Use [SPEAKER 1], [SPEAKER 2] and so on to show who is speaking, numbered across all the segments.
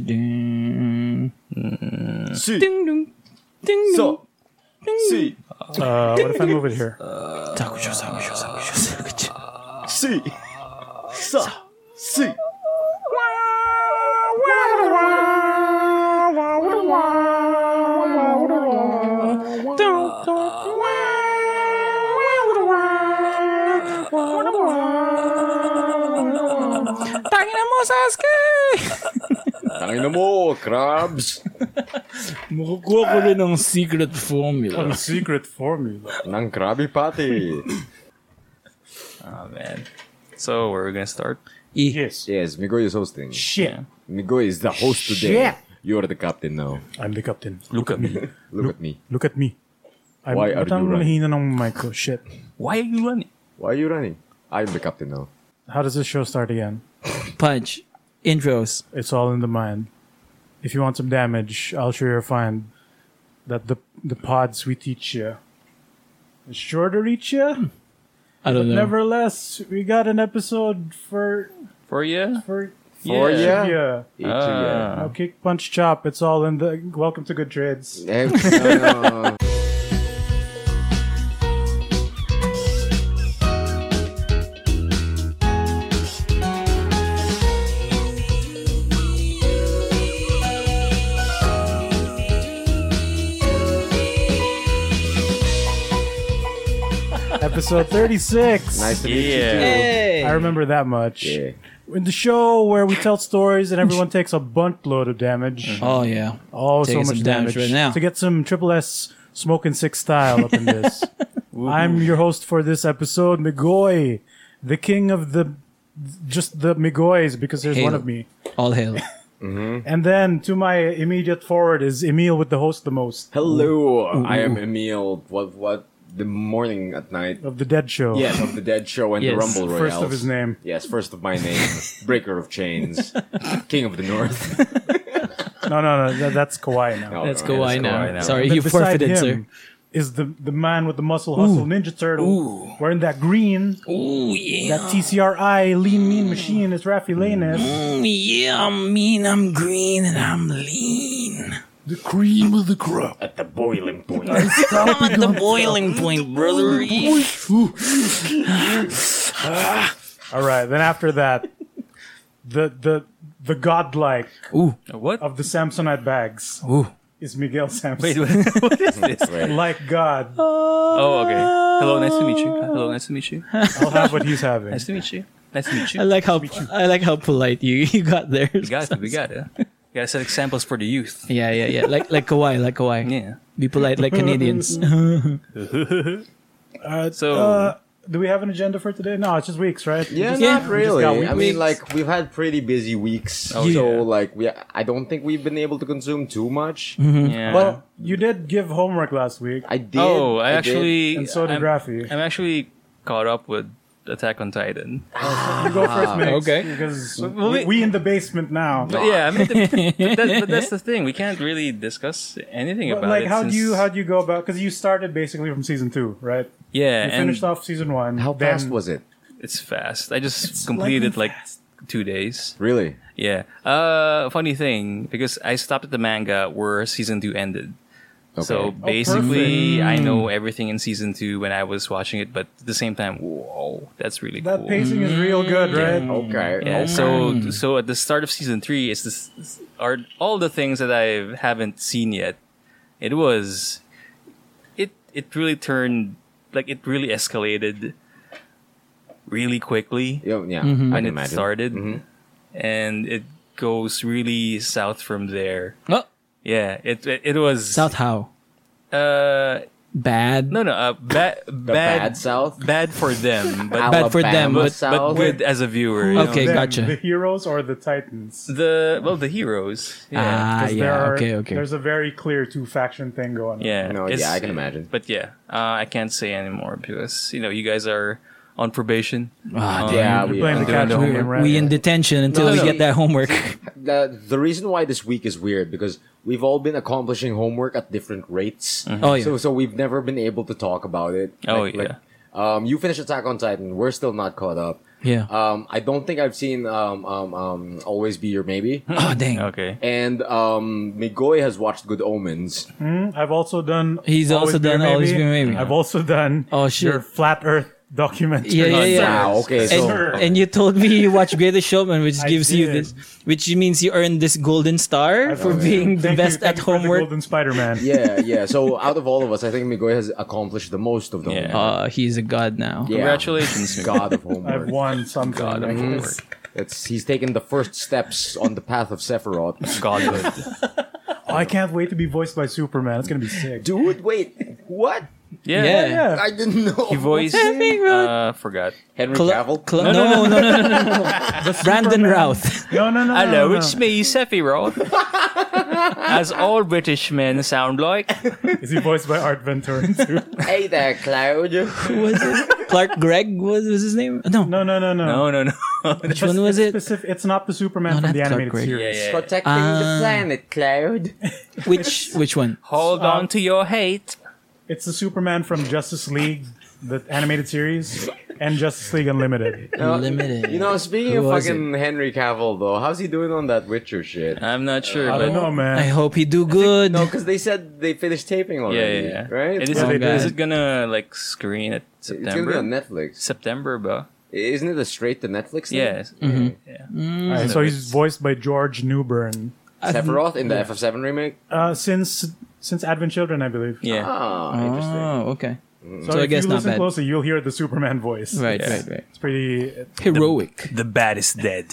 [SPEAKER 1] Dun-dun-dun-dun-dun-dun-dun.
[SPEAKER 2] Su.
[SPEAKER 1] Ding dong. Ding dong.
[SPEAKER 2] So. Su.
[SPEAKER 3] Uh, what if I move it here?
[SPEAKER 1] Sakusho, sakusho, sakusho, sakusho.
[SPEAKER 2] Su. Sa. Su.
[SPEAKER 1] Dun, dun. Dynamo Sasuke!
[SPEAKER 2] Dynamo crabs.
[SPEAKER 1] Makukuha ko rin ng secret formula.
[SPEAKER 3] What a secret formula.
[SPEAKER 2] Nang Krabby Patty.
[SPEAKER 4] Oh man. So where are we gonna start?
[SPEAKER 1] E.
[SPEAKER 3] Yes.
[SPEAKER 2] yes, Migoy is hosting.
[SPEAKER 3] Shit.
[SPEAKER 2] Migoy is the host today.
[SPEAKER 3] Shit.
[SPEAKER 2] You are the captain now.
[SPEAKER 3] I'm the captain.
[SPEAKER 4] Look at me.
[SPEAKER 2] Look at me.
[SPEAKER 3] Look at me. I'm,
[SPEAKER 2] Why are
[SPEAKER 3] ba't
[SPEAKER 2] you
[SPEAKER 3] ang
[SPEAKER 2] running?
[SPEAKER 3] hihina ng mic ko? Shit.
[SPEAKER 4] Why are you running?
[SPEAKER 2] Why are you running? I'm the captain now.
[SPEAKER 3] How does this show start again?
[SPEAKER 1] Punch. Intros.
[SPEAKER 3] It's all in the mind. If you want some damage, I'll sure find that the the pods we teach you is sure to reach
[SPEAKER 2] Hmm.
[SPEAKER 3] you.
[SPEAKER 1] I don't know.
[SPEAKER 3] Nevertheless, we got an episode for
[SPEAKER 4] For you?
[SPEAKER 3] for
[SPEAKER 2] For ya?
[SPEAKER 4] Yeah.
[SPEAKER 3] yeah.
[SPEAKER 2] It's
[SPEAKER 4] Ah.
[SPEAKER 3] Now kick, punch, chop. It's all in the. Welcome to Good Trades.
[SPEAKER 2] ya. Eh, no, no.
[SPEAKER 3] episode thirty six.
[SPEAKER 2] Nice to meet
[SPEAKER 4] Yeah.
[SPEAKER 2] you
[SPEAKER 3] I remember that much.
[SPEAKER 2] too. Yeah.
[SPEAKER 3] In the show where we tell stories and everyone takes a bunt load of damage.
[SPEAKER 1] Oh, yeah.
[SPEAKER 3] Oh, so
[SPEAKER 1] Taking
[SPEAKER 3] much
[SPEAKER 1] some damage right now.
[SPEAKER 3] To get some triple S smoke and six style up in this. I'm your host for this episode, Migoy, the king of the just the Migoys because there's one
[SPEAKER 1] Hail.
[SPEAKER 3] of me.
[SPEAKER 1] All hail.
[SPEAKER 3] And then to my immediate forward is Emil with the host the most
[SPEAKER 2] Hello, I am Emil. What? What? The morning at night.
[SPEAKER 3] of the Dead Show.
[SPEAKER 2] Yes, of the Dead Show and the
[SPEAKER 4] Yes,
[SPEAKER 2] Rumble Royale.
[SPEAKER 3] first of his name.
[SPEAKER 2] Yes, first of my name. Breaker of Chains, King of the North.
[SPEAKER 3] No, no, no, that, that's Kawhi now.
[SPEAKER 2] No,
[SPEAKER 1] Let's
[SPEAKER 2] no,
[SPEAKER 1] go.
[SPEAKER 2] yes,
[SPEAKER 1] I
[SPEAKER 4] Kawhi
[SPEAKER 1] know.
[SPEAKER 4] now.
[SPEAKER 1] Sorry,
[SPEAKER 3] But
[SPEAKER 1] you
[SPEAKER 3] beside
[SPEAKER 1] forfeited, sir.
[SPEAKER 3] him Is the the man with the muscle hustle ninja turtle wearing that green
[SPEAKER 1] Oh, yeah.
[SPEAKER 3] that TCRI lean mean machine is Rafi Lanes.
[SPEAKER 1] Yeah, I'm mean, I'm green, and I'm lean.
[SPEAKER 3] The cream of the crop.
[SPEAKER 2] At the boiling point.
[SPEAKER 1] I'm at the boiling point, brother.
[SPEAKER 3] All right. Then after that, the the the godlike
[SPEAKER 1] Ooh,
[SPEAKER 4] What?
[SPEAKER 3] of the Samsonite bags
[SPEAKER 1] ooh.
[SPEAKER 3] is Miguel Samson.
[SPEAKER 4] Wait, what, what is this?
[SPEAKER 2] Right.
[SPEAKER 3] Like God,
[SPEAKER 4] Oh, okay. Hello, nice to meet you. Hello, nice to meet you.
[SPEAKER 3] I'll have what he's having.
[SPEAKER 4] Nice to meet you. Nice to meet
[SPEAKER 1] I
[SPEAKER 4] you.
[SPEAKER 1] like how I like how polite you you got there.
[SPEAKER 4] We got it. We got it. We gotta set examples for the
[SPEAKER 3] Uh,
[SPEAKER 4] youth.
[SPEAKER 1] Yeah, yeah, yeah. Like like Kawhi, like Kawhi.
[SPEAKER 4] Yeah.
[SPEAKER 1] Be polite like Canadians.
[SPEAKER 3] Uh,
[SPEAKER 4] So-
[SPEAKER 3] uh, do we have an agenda for today? No, it's just weeks, right? We
[SPEAKER 2] Yeah,
[SPEAKER 3] just-
[SPEAKER 2] not
[SPEAKER 1] Yeah.
[SPEAKER 3] we just
[SPEAKER 2] really.
[SPEAKER 3] got
[SPEAKER 2] I
[SPEAKER 3] weeks.
[SPEAKER 2] mean, like we've had pretty busy weeks,
[SPEAKER 4] Oh,
[SPEAKER 2] so
[SPEAKER 4] yeah.
[SPEAKER 2] like we, I don't think we've been able to consume too much.
[SPEAKER 4] Yeah.
[SPEAKER 3] mm-hmm. well, you did give homework last week,
[SPEAKER 2] I did.
[SPEAKER 4] oh, I
[SPEAKER 2] did.
[SPEAKER 4] actually.
[SPEAKER 3] and so did
[SPEAKER 4] I'm,
[SPEAKER 3] Rafi.
[SPEAKER 4] I'm actually caught up with Attack on Titan.
[SPEAKER 3] You go first, Mix,
[SPEAKER 1] okay.
[SPEAKER 3] Because
[SPEAKER 4] Well,
[SPEAKER 3] we,
[SPEAKER 4] we-
[SPEAKER 3] we in the basement now.
[SPEAKER 4] But yeah, I mean, the, but, that, but that's the thing. We can't really discuss anything
[SPEAKER 3] But
[SPEAKER 4] about
[SPEAKER 3] like,
[SPEAKER 4] it.
[SPEAKER 3] how do you
[SPEAKER 4] since-
[SPEAKER 3] how do you go about? Because you started basically from season two, right?
[SPEAKER 4] yeah,
[SPEAKER 3] You
[SPEAKER 4] and
[SPEAKER 3] finished off season one.
[SPEAKER 2] How
[SPEAKER 3] then-
[SPEAKER 2] fast was it?
[SPEAKER 4] it's fast. I just completed
[SPEAKER 3] lightning
[SPEAKER 4] like two days.
[SPEAKER 2] Really?
[SPEAKER 4] Yeah. Uh, funny thing, because I stopped at the manga where season two ended. So
[SPEAKER 2] Okay.
[SPEAKER 4] basically, I know everything in season two when I was watching it, but at the same time, whoa, that's really
[SPEAKER 3] That
[SPEAKER 4] cool.
[SPEAKER 3] pacing is real good, right?
[SPEAKER 1] Mm-hmm.
[SPEAKER 2] Okay.
[SPEAKER 4] Yeah.
[SPEAKER 2] okay.
[SPEAKER 4] So so at the start of season three, it's this this- are all the things that I haven't seen yet. It was, it it really turned like it really escalated really quickly
[SPEAKER 2] Oh, yeah, yeah I
[SPEAKER 4] Mm-hmm. when
[SPEAKER 1] Mm-hmm.
[SPEAKER 2] can
[SPEAKER 4] it
[SPEAKER 2] imagine. Mm-hmm.
[SPEAKER 4] started, and it goes really south from there.
[SPEAKER 1] oh,
[SPEAKER 4] Yeah, it it, it was
[SPEAKER 1] South how?
[SPEAKER 4] Uh,
[SPEAKER 1] Bad.
[SPEAKER 4] no, no, uh, bad,
[SPEAKER 2] the bad,
[SPEAKER 4] bad,
[SPEAKER 2] South.
[SPEAKER 4] bad for them, but
[SPEAKER 1] Bad for them,
[SPEAKER 2] Alabama
[SPEAKER 1] but-
[SPEAKER 4] but
[SPEAKER 2] South.
[SPEAKER 4] good as a viewer. you
[SPEAKER 1] Okay,
[SPEAKER 4] know?
[SPEAKER 3] Them,
[SPEAKER 1] gotcha.
[SPEAKER 3] The heroes or the titans?
[SPEAKER 4] The well, the heroes. Yeah,
[SPEAKER 1] Ah,
[SPEAKER 3] 'Cause there
[SPEAKER 1] yeah.
[SPEAKER 3] are-
[SPEAKER 1] okay, okay.
[SPEAKER 3] There's a very clear two faction thing going on.
[SPEAKER 4] yeah.
[SPEAKER 2] No,
[SPEAKER 4] it's-
[SPEAKER 2] yeah, I can imagine.
[SPEAKER 4] But yeah, uh, I can't say anymore because you know you guys are on probation.
[SPEAKER 1] Ah,
[SPEAKER 4] Um,
[SPEAKER 2] yeah, we
[SPEAKER 3] Playing the
[SPEAKER 2] are.
[SPEAKER 3] catch
[SPEAKER 1] we
[SPEAKER 3] game, right?
[SPEAKER 1] we in detention until
[SPEAKER 4] No,
[SPEAKER 1] we
[SPEAKER 4] no.
[SPEAKER 1] get that homework.
[SPEAKER 2] the, the reason why this week is weird because we've all been accomplishing homework at different rates.
[SPEAKER 1] Oh, yeah.
[SPEAKER 2] So so we've never been able to talk about it.
[SPEAKER 4] Mm-hmm. Oh,
[SPEAKER 2] Like- like,
[SPEAKER 4] yeah.
[SPEAKER 2] um, you finished Attack on Titan. We're still not caught up.
[SPEAKER 4] Yeah.
[SPEAKER 2] Um, I don't think I've seen um, um, um, Always Be Your Maybe.
[SPEAKER 4] Hmm.
[SPEAKER 1] Oh dang.
[SPEAKER 4] Okay.
[SPEAKER 2] and um, Migoy has watched Good Omens.
[SPEAKER 3] I've also done.
[SPEAKER 1] He's also
[SPEAKER 3] Be Your
[SPEAKER 1] done Always Be Your Maybe.
[SPEAKER 3] I've also done.
[SPEAKER 1] Oh, shit.
[SPEAKER 3] Your flat Earth documentary.
[SPEAKER 1] Yeah, yeah, yeah.
[SPEAKER 2] Wow, okay.
[SPEAKER 1] And,
[SPEAKER 2] So,
[SPEAKER 3] Sir.
[SPEAKER 1] and you told me you watched Greatest Showman, which
[SPEAKER 3] I
[SPEAKER 1] gives you
[SPEAKER 3] did.
[SPEAKER 1] this, which means you earned this golden star for being the
[SPEAKER 3] Thank you-
[SPEAKER 1] best
[SPEAKER 3] thank
[SPEAKER 1] at
[SPEAKER 3] you for the
[SPEAKER 1] homework.
[SPEAKER 3] Golden Spider Man.
[SPEAKER 2] yeah, yeah. So out of all of us, I think Migoy has accomplished the most of them.
[SPEAKER 4] Yeah.
[SPEAKER 1] Uh, he's a god now.
[SPEAKER 2] Yeah.
[SPEAKER 4] Congratulations, Migoy.
[SPEAKER 2] God of homework.
[SPEAKER 3] I've won something. Oh,
[SPEAKER 4] God of
[SPEAKER 3] like
[SPEAKER 4] homework.
[SPEAKER 3] this.
[SPEAKER 2] Mm-hmm. It's, he's taken the first steps on the path of Sephiroth.
[SPEAKER 4] Godhood.
[SPEAKER 3] Oh, I can't wait to be voiced by Superman. It's gonna be sick.
[SPEAKER 2] Dude, wait, what?
[SPEAKER 4] Yeah.
[SPEAKER 1] Yeah.
[SPEAKER 3] yeah.
[SPEAKER 2] I didn't know.
[SPEAKER 4] He voiced.
[SPEAKER 1] Henry
[SPEAKER 4] Uh, forgot.
[SPEAKER 2] Henry
[SPEAKER 1] Cla-
[SPEAKER 2] Cavill.
[SPEAKER 1] Cla- no, no, no, no, no, no, no. Brandon Routh.
[SPEAKER 3] No, no, no. no,
[SPEAKER 4] Hello,
[SPEAKER 3] no.
[SPEAKER 4] it's me, Sephiroth. As all British men sound like.
[SPEAKER 3] Is he voiced by Art Ventura too?
[SPEAKER 2] Hey there, Cloud.
[SPEAKER 1] Who was it? Clark Gregg was, was his name? No,
[SPEAKER 3] No, no, no, no.
[SPEAKER 4] No, no, no.
[SPEAKER 1] which one was
[SPEAKER 3] it's
[SPEAKER 1] it?
[SPEAKER 3] Specific, it's not the Superman
[SPEAKER 1] No,
[SPEAKER 3] from
[SPEAKER 1] not
[SPEAKER 3] the
[SPEAKER 1] Clark
[SPEAKER 3] animated
[SPEAKER 1] Gregg.
[SPEAKER 3] series.
[SPEAKER 4] Yeah, yeah.
[SPEAKER 2] Protecting
[SPEAKER 1] Um,
[SPEAKER 2] the planet, Cloud.
[SPEAKER 1] Which which one?
[SPEAKER 4] Hold on to your hate.
[SPEAKER 3] It's the Superman from Justice League, the animated series, and Justice League Unlimited.
[SPEAKER 1] Limited.
[SPEAKER 2] You know, speaking
[SPEAKER 1] Who
[SPEAKER 2] of
[SPEAKER 1] was
[SPEAKER 2] fucking Henry Cavill, though, how's he doing on that Witcher shit?
[SPEAKER 4] I'm not sure.
[SPEAKER 3] I
[SPEAKER 4] but
[SPEAKER 3] don't know,
[SPEAKER 1] Uh, I
[SPEAKER 3] man.
[SPEAKER 1] hope he do good.
[SPEAKER 2] No, because they said they finished taping
[SPEAKER 4] Yeah,
[SPEAKER 2] already.
[SPEAKER 4] yeah, yeah.
[SPEAKER 2] Right?
[SPEAKER 4] It is,
[SPEAKER 3] Yeah, they
[SPEAKER 4] is
[SPEAKER 1] did.
[SPEAKER 4] it gonna like screen at
[SPEAKER 2] It's gonna
[SPEAKER 4] September?
[SPEAKER 2] be on Netflix.
[SPEAKER 4] September, bro.
[SPEAKER 2] Isn't it a straight to Netflix? Thing?
[SPEAKER 4] Yes. Yeah.
[SPEAKER 3] All right, so he's voiced by George Newbern.
[SPEAKER 2] Sephiroth in the FF7 remake.
[SPEAKER 3] Uh, since since Advent Children, I believe.
[SPEAKER 4] Yeah.
[SPEAKER 2] Ah, interesting.
[SPEAKER 1] Oh, okay.
[SPEAKER 3] So,
[SPEAKER 1] Mm. I
[SPEAKER 3] if
[SPEAKER 1] guess
[SPEAKER 3] you
[SPEAKER 1] not
[SPEAKER 3] listen
[SPEAKER 1] bad.
[SPEAKER 3] closely, you'll hear the Superman voice.
[SPEAKER 1] Right,
[SPEAKER 4] Yeah.
[SPEAKER 1] right, right.
[SPEAKER 3] It's pretty.
[SPEAKER 1] Heroic.
[SPEAKER 4] The bad is dead.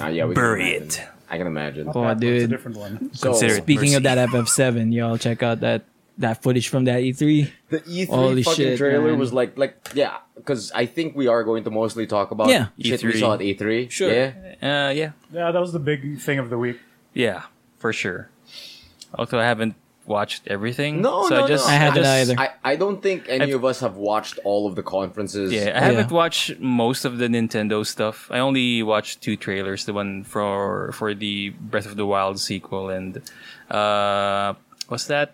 [SPEAKER 2] Ah, yeah, we can
[SPEAKER 4] Bury
[SPEAKER 2] imagine.
[SPEAKER 4] it.
[SPEAKER 2] I can imagine.
[SPEAKER 1] Oh,
[SPEAKER 3] It's a
[SPEAKER 1] dude.
[SPEAKER 3] different one.
[SPEAKER 2] So,
[SPEAKER 4] Consider it.
[SPEAKER 1] Speaking of
[SPEAKER 4] Mercy.
[SPEAKER 1] that FF7, y'all check out that that footage from that E E3.
[SPEAKER 2] the E3
[SPEAKER 1] Holy
[SPEAKER 2] fucking
[SPEAKER 1] shit,
[SPEAKER 2] trailer
[SPEAKER 1] man.
[SPEAKER 2] was like, like, yeah, because I think we are going to mostly talk about
[SPEAKER 1] Yeah.
[SPEAKER 2] shit we
[SPEAKER 4] E3.
[SPEAKER 2] saw at E3.
[SPEAKER 1] Sure.
[SPEAKER 2] Yeah.
[SPEAKER 4] Uh, yeah.
[SPEAKER 3] Yeah, that was the big thing of the week.
[SPEAKER 4] Yeah, for sure. Although I haven't watched everything.
[SPEAKER 2] No,
[SPEAKER 4] so
[SPEAKER 2] no,
[SPEAKER 4] I just,
[SPEAKER 2] no.
[SPEAKER 1] I haven't
[SPEAKER 4] just-
[SPEAKER 1] either.
[SPEAKER 2] I, I don't think any of us have watched all of the conferences.
[SPEAKER 4] Yeah, I haven't watched most of the Nintendo stuff. I only watched two trailers: the one for for the Breath of the Wild sequel, and uh, what's that?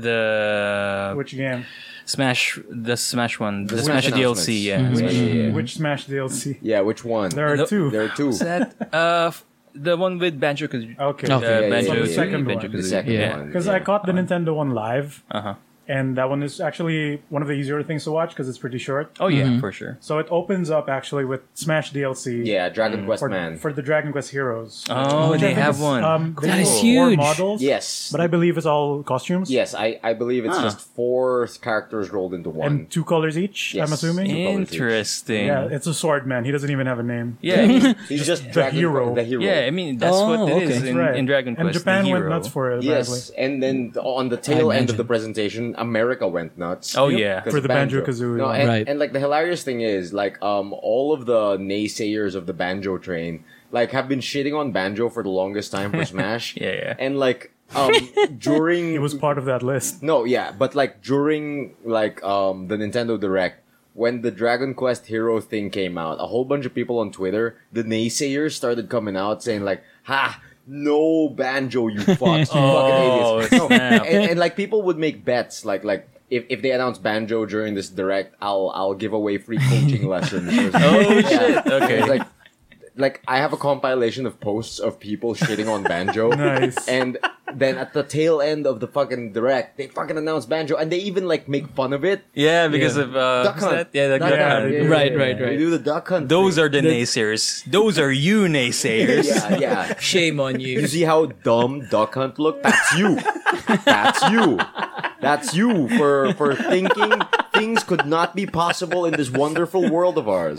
[SPEAKER 4] The
[SPEAKER 3] Which game?
[SPEAKER 4] Smash, the Smash one, the,
[SPEAKER 2] The
[SPEAKER 4] Smash,
[SPEAKER 2] Smash
[SPEAKER 4] DLC. Yeah,
[SPEAKER 2] announcements.
[SPEAKER 4] Smash-
[SPEAKER 2] Yeah, yeah, yeah.
[SPEAKER 3] Which Smash DLC?
[SPEAKER 2] Yeah, which one?
[SPEAKER 3] There are
[SPEAKER 4] No,
[SPEAKER 3] two.
[SPEAKER 2] There are two.
[SPEAKER 4] What's that? uh, f- the one with Banjo. Okay. Uh,
[SPEAKER 3] Okay.
[SPEAKER 1] Okay. yeah, yeah,
[SPEAKER 4] Banjo,
[SPEAKER 2] yeah, yeah.
[SPEAKER 4] Kazooie,
[SPEAKER 3] Second one.
[SPEAKER 4] Banjo
[SPEAKER 2] The second
[SPEAKER 1] Yeah.
[SPEAKER 2] one.
[SPEAKER 3] Because
[SPEAKER 2] yeah.
[SPEAKER 3] I caught the Nintendo one live,
[SPEAKER 4] Uh huh.
[SPEAKER 3] and that one is actually one of the easier things to watch because it's pretty short.
[SPEAKER 4] Oh yeah, for sure.
[SPEAKER 3] So it opens up actually with Smash DLC.
[SPEAKER 2] Yeah, Dragon Quest
[SPEAKER 3] Mm. For,
[SPEAKER 2] Man.
[SPEAKER 3] for the Dragon Quest Heroes.
[SPEAKER 4] Oh,
[SPEAKER 3] Which I
[SPEAKER 4] they
[SPEAKER 3] think
[SPEAKER 4] have
[SPEAKER 3] is,
[SPEAKER 4] one.
[SPEAKER 3] Um, they
[SPEAKER 1] That
[SPEAKER 3] have
[SPEAKER 1] is
[SPEAKER 3] four
[SPEAKER 1] huge.
[SPEAKER 3] models.
[SPEAKER 2] yes.
[SPEAKER 3] But I believe it's all costumes.
[SPEAKER 2] Yes, I, I believe it's
[SPEAKER 4] Huh.
[SPEAKER 2] just four characters rolled into one.
[SPEAKER 3] And two colors each,
[SPEAKER 2] Yes.
[SPEAKER 3] I'm assuming.
[SPEAKER 2] Yeah. colors each.
[SPEAKER 4] Interesting.
[SPEAKER 3] Yeah, it's a sword man. He doesn't even have a name.
[SPEAKER 4] Yeah,
[SPEAKER 2] He's just, Dragon
[SPEAKER 3] hero.
[SPEAKER 2] The hero.
[SPEAKER 4] yeah. I mean, that's
[SPEAKER 1] Oh,
[SPEAKER 4] what it is
[SPEAKER 1] okay.
[SPEAKER 4] in, in Dragon Quest.
[SPEAKER 3] And Japan
[SPEAKER 4] the hero.
[SPEAKER 3] went nuts for it,
[SPEAKER 2] Yes,
[SPEAKER 3] apparently.
[SPEAKER 2] and then the- on the tail end
[SPEAKER 1] imagine.
[SPEAKER 2] of the presentation, America went nuts.
[SPEAKER 4] Oh, yeah.
[SPEAKER 2] 'Cause
[SPEAKER 3] For
[SPEAKER 2] of
[SPEAKER 3] the Banjo-Kazooie
[SPEAKER 2] No,
[SPEAKER 3] one.
[SPEAKER 2] and,
[SPEAKER 1] Right.
[SPEAKER 2] and like the hilarious thing is, like, um, all of the naysayers of the banjo train, like, have been shitting on banjo for the longest time for Smash.
[SPEAKER 4] Yeah, yeah.
[SPEAKER 2] And like, um, during
[SPEAKER 3] It was part of that list.
[SPEAKER 2] no, yeah, but like during like um the Nintendo Direct, when the Dragon Quest Hero thing came out, a whole bunch of people on Twitter, the naysayers started coming out saying like, "Ha, no banjo, you fucks, you
[SPEAKER 4] Oh,
[SPEAKER 2] fucking idiots!" No,
[SPEAKER 4] snap.
[SPEAKER 2] and, and like people would make bets like like. If, if they announce banjo during this direct, I'll I'll give away free coaching lessons. or something.
[SPEAKER 4] Oh
[SPEAKER 2] Yeah.
[SPEAKER 4] shit! Okay.
[SPEAKER 2] It's like, like I have a compilation of posts of people shitting on banjo.
[SPEAKER 3] Nice.
[SPEAKER 2] And then at the tail end of the fucking direct, they fucking announce banjo, and they even like make fun of it.
[SPEAKER 4] yeah, because
[SPEAKER 1] Yeah.
[SPEAKER 4] of uh,
[SPEAKER 2] Duck
[SPEAKER 4] what's
[SPEAKER 2] Hunt.
[SPEAKER 4] that? Yeah, the
[SPEAKER 2] Duck
[SPEAKER 4] Duck
[SPEAKER 3] Hunt.
[SPEAKER 4] Hunt.
[SPEAKER 3] Yeah.
[SPEAKER 1] Right, right,
[SPEAKER 2] They
[SPEAKER 1] right.
[SPEAKER 2] do the duck hunt.
[SPEAKER 4] Those
[SPEAKER 2] thing.
[SPEAKER 4] are the naysayers. Those are you naysayers.
[SPEAKER 2] yeah, yeah.
[SPEAKER 1] Shame on you.
[SPEAKER 2] You see how dumb duck hunt looked? That's you. That's you. That's you for for thinking things could not be possible in this wonderful world of ours.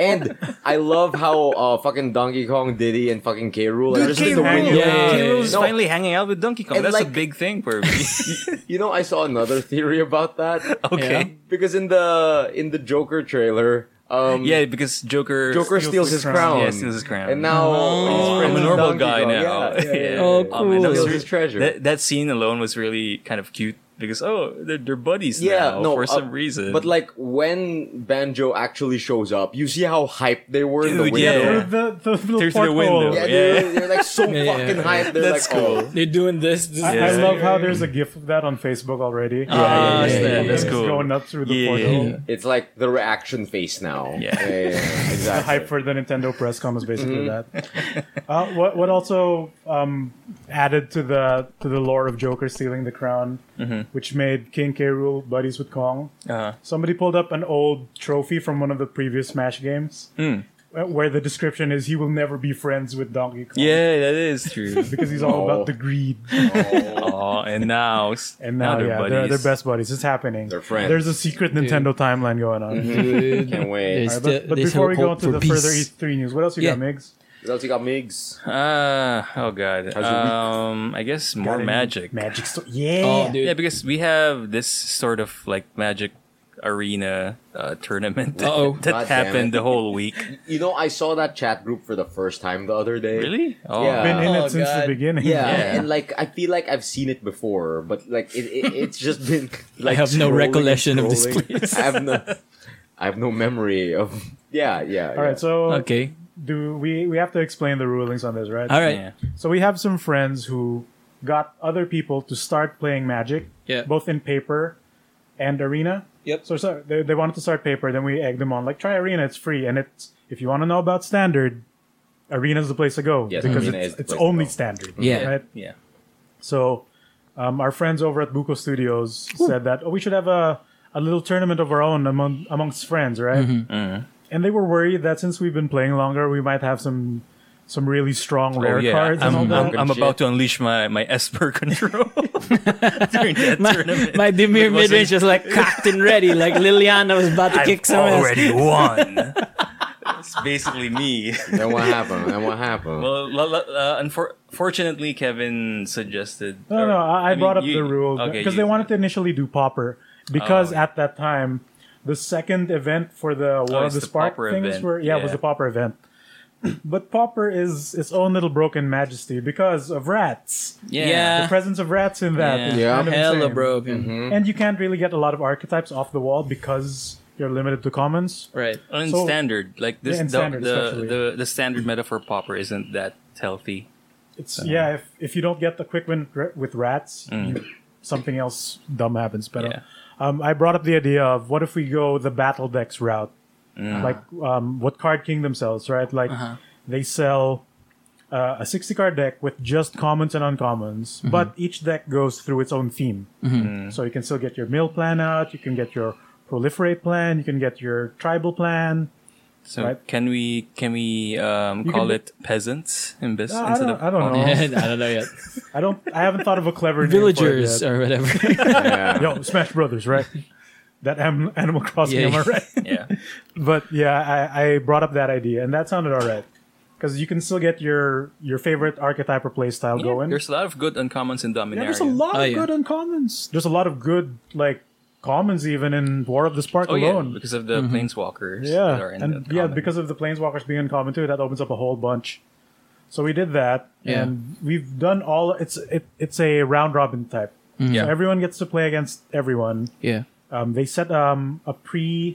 [SPEAKER 2] And I love how uh, fucking Donkey Kong, Diddy, and fucking K. Rule are just in the
[SPEAKER 3] K. Rool.
[SPEAKER 2] window.
[SPEAKER 1] Yeah.
[SPEAKER 4] Heroes
[SPEAKER 2] No.
[SPEAKER 4] finally hanging out with Donkey Kong.
[SPEAKER 2] And
[SPEAKER 4] That's a
[SPEAKER 2] like-
[SPEAKER 4] big thing for me.
[SPEAKER 2] You know, I saw another theory about that.
[SPEAKER 4] okay.
[SPEAKER 2] Because in the in the Joker trailer, um,
[SPEAKER 4] Yeah. because Joker.
[SPEAKER 2] Joker Oh, steals, his crown.
[SPEAKER 4] Yeah, steals his crown. Oh.
[SPEAKER 2] And now he's
[SPEAKER 4] I'm
[SPEAKER 2] friends
[SPEAKER 4] a
[SPEAKER 2] with
[SPEAKER 4] normal
[SPEAKER 2] Donkey
[SPEAKER 4] guy
[SPEAKER 2] Kong.
[SPEAKER 4] now.
[SPEAKER 2] Yeah, yeah, yeah, yeah.
[SPEAKER 1] Oh,
[SPEAKER 4] Um, and
[SPEAKER 1] cool.
[SPEAKER 4] that was
[SPEAKER 2] Steals his treasure.
[SPEAKER 4] That, that scene alone was really kind of cute. because oh, they're, they're buddies
[SPEAKER 2] yeah, no,
[SPEAKER 4] now for
[SPEAKER 2] uh,
[SPEAKER 4] some reason.
[SPEAKER 2] But like when Banjo actually shows up, you see how hyped they were in the
[SPEAKER 4] Dude,
[SPEAKER 2] window.
[SPEAKER 3] Through
[SPEAKER 4] yeah.
[SPEAKER 3] the, the, little
[SPEAKER 4] Through the
[SPEAKER 3] porthole.
[SPEAKER 4] window.
[SPEAKER 2] Yeah,
[SPEAKER 4] Yeah.
[SPEAKER 2] They're, they're like so
[SPEAKER 1] Yeah, yeah,
[SPEAKER 2] fucking
[SPEAKER 1] yeah.
[SPEAKER 2] hyped. They're like,
[SPEAKER 4] That's cool.
[SPEAKER 2] oh,
[SPEAKER 1] They're doing this. this
[SPEAKER 3] I- I
[SPEAKER 4] Yeah.
[SPEAKER 3] love how there's a gif of that on Facebook already.
[SPEAKER 4] Ah,
[SPEAKER 1] yeah, yeah, yeah,
[SPEAKER 4] snap,
[SPEAKER 1] yeah.
[SPEAKER 4] that's
[SPEAKER 3] It's
[SPEAKER 4] cool.
[SPEAKER 3] going up through the
[SPEAKER 4] Yeah, yeah,
[SPEAKER 3] portal.
[SPEAKER 4] yeah.
[SPEAKER 2] it's like the reaction face now.
[SPEAKER 4] Yeah.
[SPEAKER 2] yeah, yeah,
[SPEAKER 3] The
[SPEAKER 2] exactly.
[SPEAKER 3] hype for the Nintendo press com is basically
[SPEAKER 4] Mm.
[SPEAKER 3] that. Uh, what what also um, added to the to the lore of Joker stealing the crown,
[SPEAKER 4] Mm-hmm.
[SPEAKER 3] which made King K. Rool buddies with Kong.
[SPEAKER 4] Uh-huh.
[SPEAKER 3] Somebody pulled up an old trophy from one of the previous Smash games,
[SPEAKER 4] Mm.
[SPEAKER 3] wh- where the description is he will never be friends with Donkey Kong
[SPEAKER 4] Yeah, that is true.
[SPEAKER 3] because he's
[SPEAKER 2] Oh.
[SPEAKER 3] all about the greed.
[SPEAKER 4] oh, and now s-
[SPEAKER 3] And now,
[SPEAKER 4] they're
[SPEAKER 3] yeah,
[SPEAKER 4] buddies.
[SPEAKER 3] they're, they're best buddies. It's happening.
[SPEAKER 2] They're friends.
[SPEAKER 3] There's a secret Nintendo timeline going on.
[SPEAKER 1] Dude.
[SPEAKER 2] Can't wait.
[SPEAKER 1] Mhm. uh, They still,
[SPEAKER 2] Alright,
[SPEAKER 3] Alright, but but
[SPEAKER 1] they still
[SPEAKER 3] before we go on
[SPEAKER 1] hope
[SPEAKER 3] to
[SPEAKER 1] for
[SPEAKER 3] the
[SPEAKER 1] peace.
[SPEAKER 3] further E3 news, what else you got,
[SPEAKER 1] Yeah.
[SPEAKER 3] Migs?
[SPEAKER 2] What else you got, Migs?
[SPEAKER 4] Ah, oh god.
[SPEAKER 2] your week?
[SPEAKER 4] Um, I guess
[SPEAKER 3] Got
[SPEAKER 4] more
[SPEAKER 3] any
[SPEAKER 4] magic.
[SPEAKER 3] Magic store. Yeah.
[SPEAKER 1] Oh,
[SPEAKER 4] Yeah,
[SPEAKER 1] dude.
[SPEAKER 4] because we have this sort of like magic arena uh, tournament that,
[SPEAKER 1] Uh-oh.
[SPEAKER 4] that
[SPEAKER 2] God damn
[SPEAKER 4] happened
[SPEAKER 2] it.
[SPEAKER 4] the whole week.
[SPEAKER 2] You know, I saw that chat group for the first time the other day.
[SPEAKER 4] Really? Oh,
[SPEAKER 2] Yeah.
[SPEAKER 3] Been in
[SPEAKER 1] Oh,
[SPEAKER 3] it since the
[SPEAKER 1] God.
[SPEAKER 3] beginning.
[SPEAKER 2] Yeah,
[SPEAKER 4] Yeah.
[SPEAKER 2] and like I feel like I've seen it before, but like it, it, it's just been like
[SPEAKER 1] have no
[SPEAKER 2] scrolling and
[SPEAKER 1] recollection of this
[SPEAKER 2] scrolling.
[SPEAKER 1] place.
[SPEAKER 2] I have no, I have no memory of. Yeah, yeah.
[SPEAKER 3] All right, so
[SPEAKER 1] Okay.
[SPEAKER 3] do we we have to explain the rulings on this, right?
[SPEAKER 1] All right.
[SPEAKER 4] Yeah.
[SPEAKER 3] So we have some friends who got other people to start playing Magic,
[SPEAKER 1] Yeah.
[SPEAKER 3] both in paper and arena.
[SPEAKER 1] Yep.
[SPEAKER 3] So, so they, they wanted to start paper, then we egged them on, like try arena, it's free, and it's if you want to know about standard, arena's the place to go
[SPEAKER 2] Yes,
[SPEAKER 3] because
[SPEAKER 2] Arena is
[SPEAKER 3] it's,
[SPEAKER 2] the
[SPEAKER 3] it's
[SPEAKER 2] place to
[SPEAKER 3] only
[SPEAKER 2] go.
[SPEAKER 3] standard.
[SPEAKER 1] Yeah.
[SPEAKER 3] Right?
[SPEAKER 4] Yeah.
[SPEAKER 3] So, um, our friends over at Buko Studios said that oh, we should have a, a little tournament of our own among amongst friends, right? Mm-hmm. And they were worried that since we've been playing longer, we might have some some really strong rare
[SPEAKER 4] Oh, yeah.
[SPEAKER 3] cards
[SPEAKER 4] I'm,
[SPEAKER 3] and all
[SPEAKER 4] I'm,
[SPEAKER 3] that.
[SPEAKER 4] I'm
[SPEAKER 2] Shit.
[SPEAKER 4] about to unleash my, my Esper control during that tournament.
[SPEAKER 1] My Demir
[SPEAKER 4] It wasn't-
[SPEAKER 1] midrange was like cocked and ready, like Liliana was about to kick
[SPEAKER 4] I've
[SPEAKER 1] some ass.
[SPEAKER 4] already won. That's basically me.
[SPEAKER 2] Then what happened? Then what happened?
[SPEAKER 4] Well, la- la- uh, unfor- fortunately, Kevin suggested.
[SPEAKER 3] No, no, I, I, brought up
[SPEAKER 4] mean,
[SPEAKER 3] the
[SPEAKER 4] you-
[SPEAKER 3] rule because
[SPEAKER 4] okay,
[SPEAKER 3] they
[SPEAKER 4] you-
[SPEAKER 3] wanted to initially do Popper because
[SPEAKER 4] Oh, yeah.
[SPEAKER 3] at that time the second event for the War of
[SPEAKER 4] it's
[SPEAKER 3] the
[SPEAKER 4] the
[SPEAKER 3] Spark
[SPEAKER 4] Pauper
[SPEAKER 3] things
[SPEAKER 4] event,
[SPEAKER 3] were yeah, it was
[SPEAKER 4] yeah.
[SPEAKER 3] the Popper event. But Popper is its own little broken majesty because of rats.
[SPEAKER 4] Yeah.
[SPEAKER 1] Yeah.
[SPEAKER 3] The presence of rats in that.
[SPEAKER 4] Yeah.
[SPEAKER 3] is
[SPEAKER 2] Yeah.
[SPEAKER 3] kind of
[SPEAKER 1] Hella
[SPEAKER 3] insane.
[SPEAKER 1] broken.
[SPEAKER 4] Mm-hmm.
[SPEAKER 3] And you can't really get a lot of archetypes off the wall because you're limited to commons.
[SPEAKER 1] Right.
[SPEAKER 4] And
[SPEAKER 3] So-
[SPEAKER 4] standard, like this,
[SPEAKER 3] Yeah, and
[SPEAKER 4] the,
[SPEAKER 3] standard
[SPEAKER 4] the,
[SPEAKER 3] especially.
[SPEAKER 4] the the standard metaphor popper isn't that healthy.
[SPEAKER 3] It's yeah. If if you don't get the quick win r- with rats, you, something else dumb happens. But uh,
[SPEAKER 4] Yeah.
[SPEAKER 3] um, I brought up the idea of what if we go the battle decks route, like um, what Card Kingdom sells, right? Like they sell uh, a sixty card deck with just commons and uncommons, but each deck goes through its own theme. So you can still get your mill plan out. You can get your proliferate plan. You can get your tribal plan.
[SPEAKER 4] So
[SPEAKER 3] Right.
[SPEAKER 4] can we can we um,
[SPEAKER 3] You
[SPEAKER 4] call
[SPEAKER 3] can-
[SPEAKER 4] it peasants in this
[SPEAKER 3] Uh, I
[SPEAKER 4] instead
[SPEAKER 3] don't- I
[SPEAKER 4] of
[SPEAKER 3] don't know.
[SPEAKER 1] I don't know yet.
[SPEAKER 3] I don't. I haven't thought of a clever name for it
[SPEAKER 1] Villagers
[SPEAKER 3] yet.
[SPEAKER 1] or whatever.
[SPEAKER 2] yeah.
[SPEAKER 3] Yo, Smash Brothers, right? That am- Animal Crossing,
[SPEAKER 1] Yeah.
[SPEAKER 3] am I right?
[SPEAKER 4] yeah
[SPEAKER 3] But yeah, I, I brought up that idea, and that sounded all right because you can still get your your favorite archetype or playstyle
[SPEAKER 4] Yeah,
[SPEAKER 3] going.
[SPEAKER 4] There's a lot of good uncommons in Dominaria.
[SPEAKER 3] yeah, there's a lot
[SPEAKER 1] Oh,
[SPEAKER 3] of
[SPEAKER 1] yeah.
[SPEAKER 3] good uncommons. There's a lot of good like commons even in War of the Spark
[SPEAKER 4] Oh yeah,
[SPEAKER 3] alone. Mm-hmm.
[SPEAKER 4] because of the planeswalkers.
[SPEAKER 3] Yeah,
[SPEAKER 4] that are in
[SPEAKER 3] and
[SPEAKER 4] the
[SPEAKER 3] yeah,
[SPEAKER 4] common.
[SPEAKER 3] because of the planeswalkers being uncommon too, that opens up a whole bunch. So we did that,
[SPEAKER 1] Yeah.
[SPEAKER 3] and we've done all. It's it, it's a round robin type.
[SPEAKER 4] Mm.
[SPEAKER 3] So
[SPEAKER 4] Yeah.
[SPEAKER 3] everyone gets to play against everyone.
[SPEAKER 1] yeah.
[SPEAKER 3] um, they set um, a pre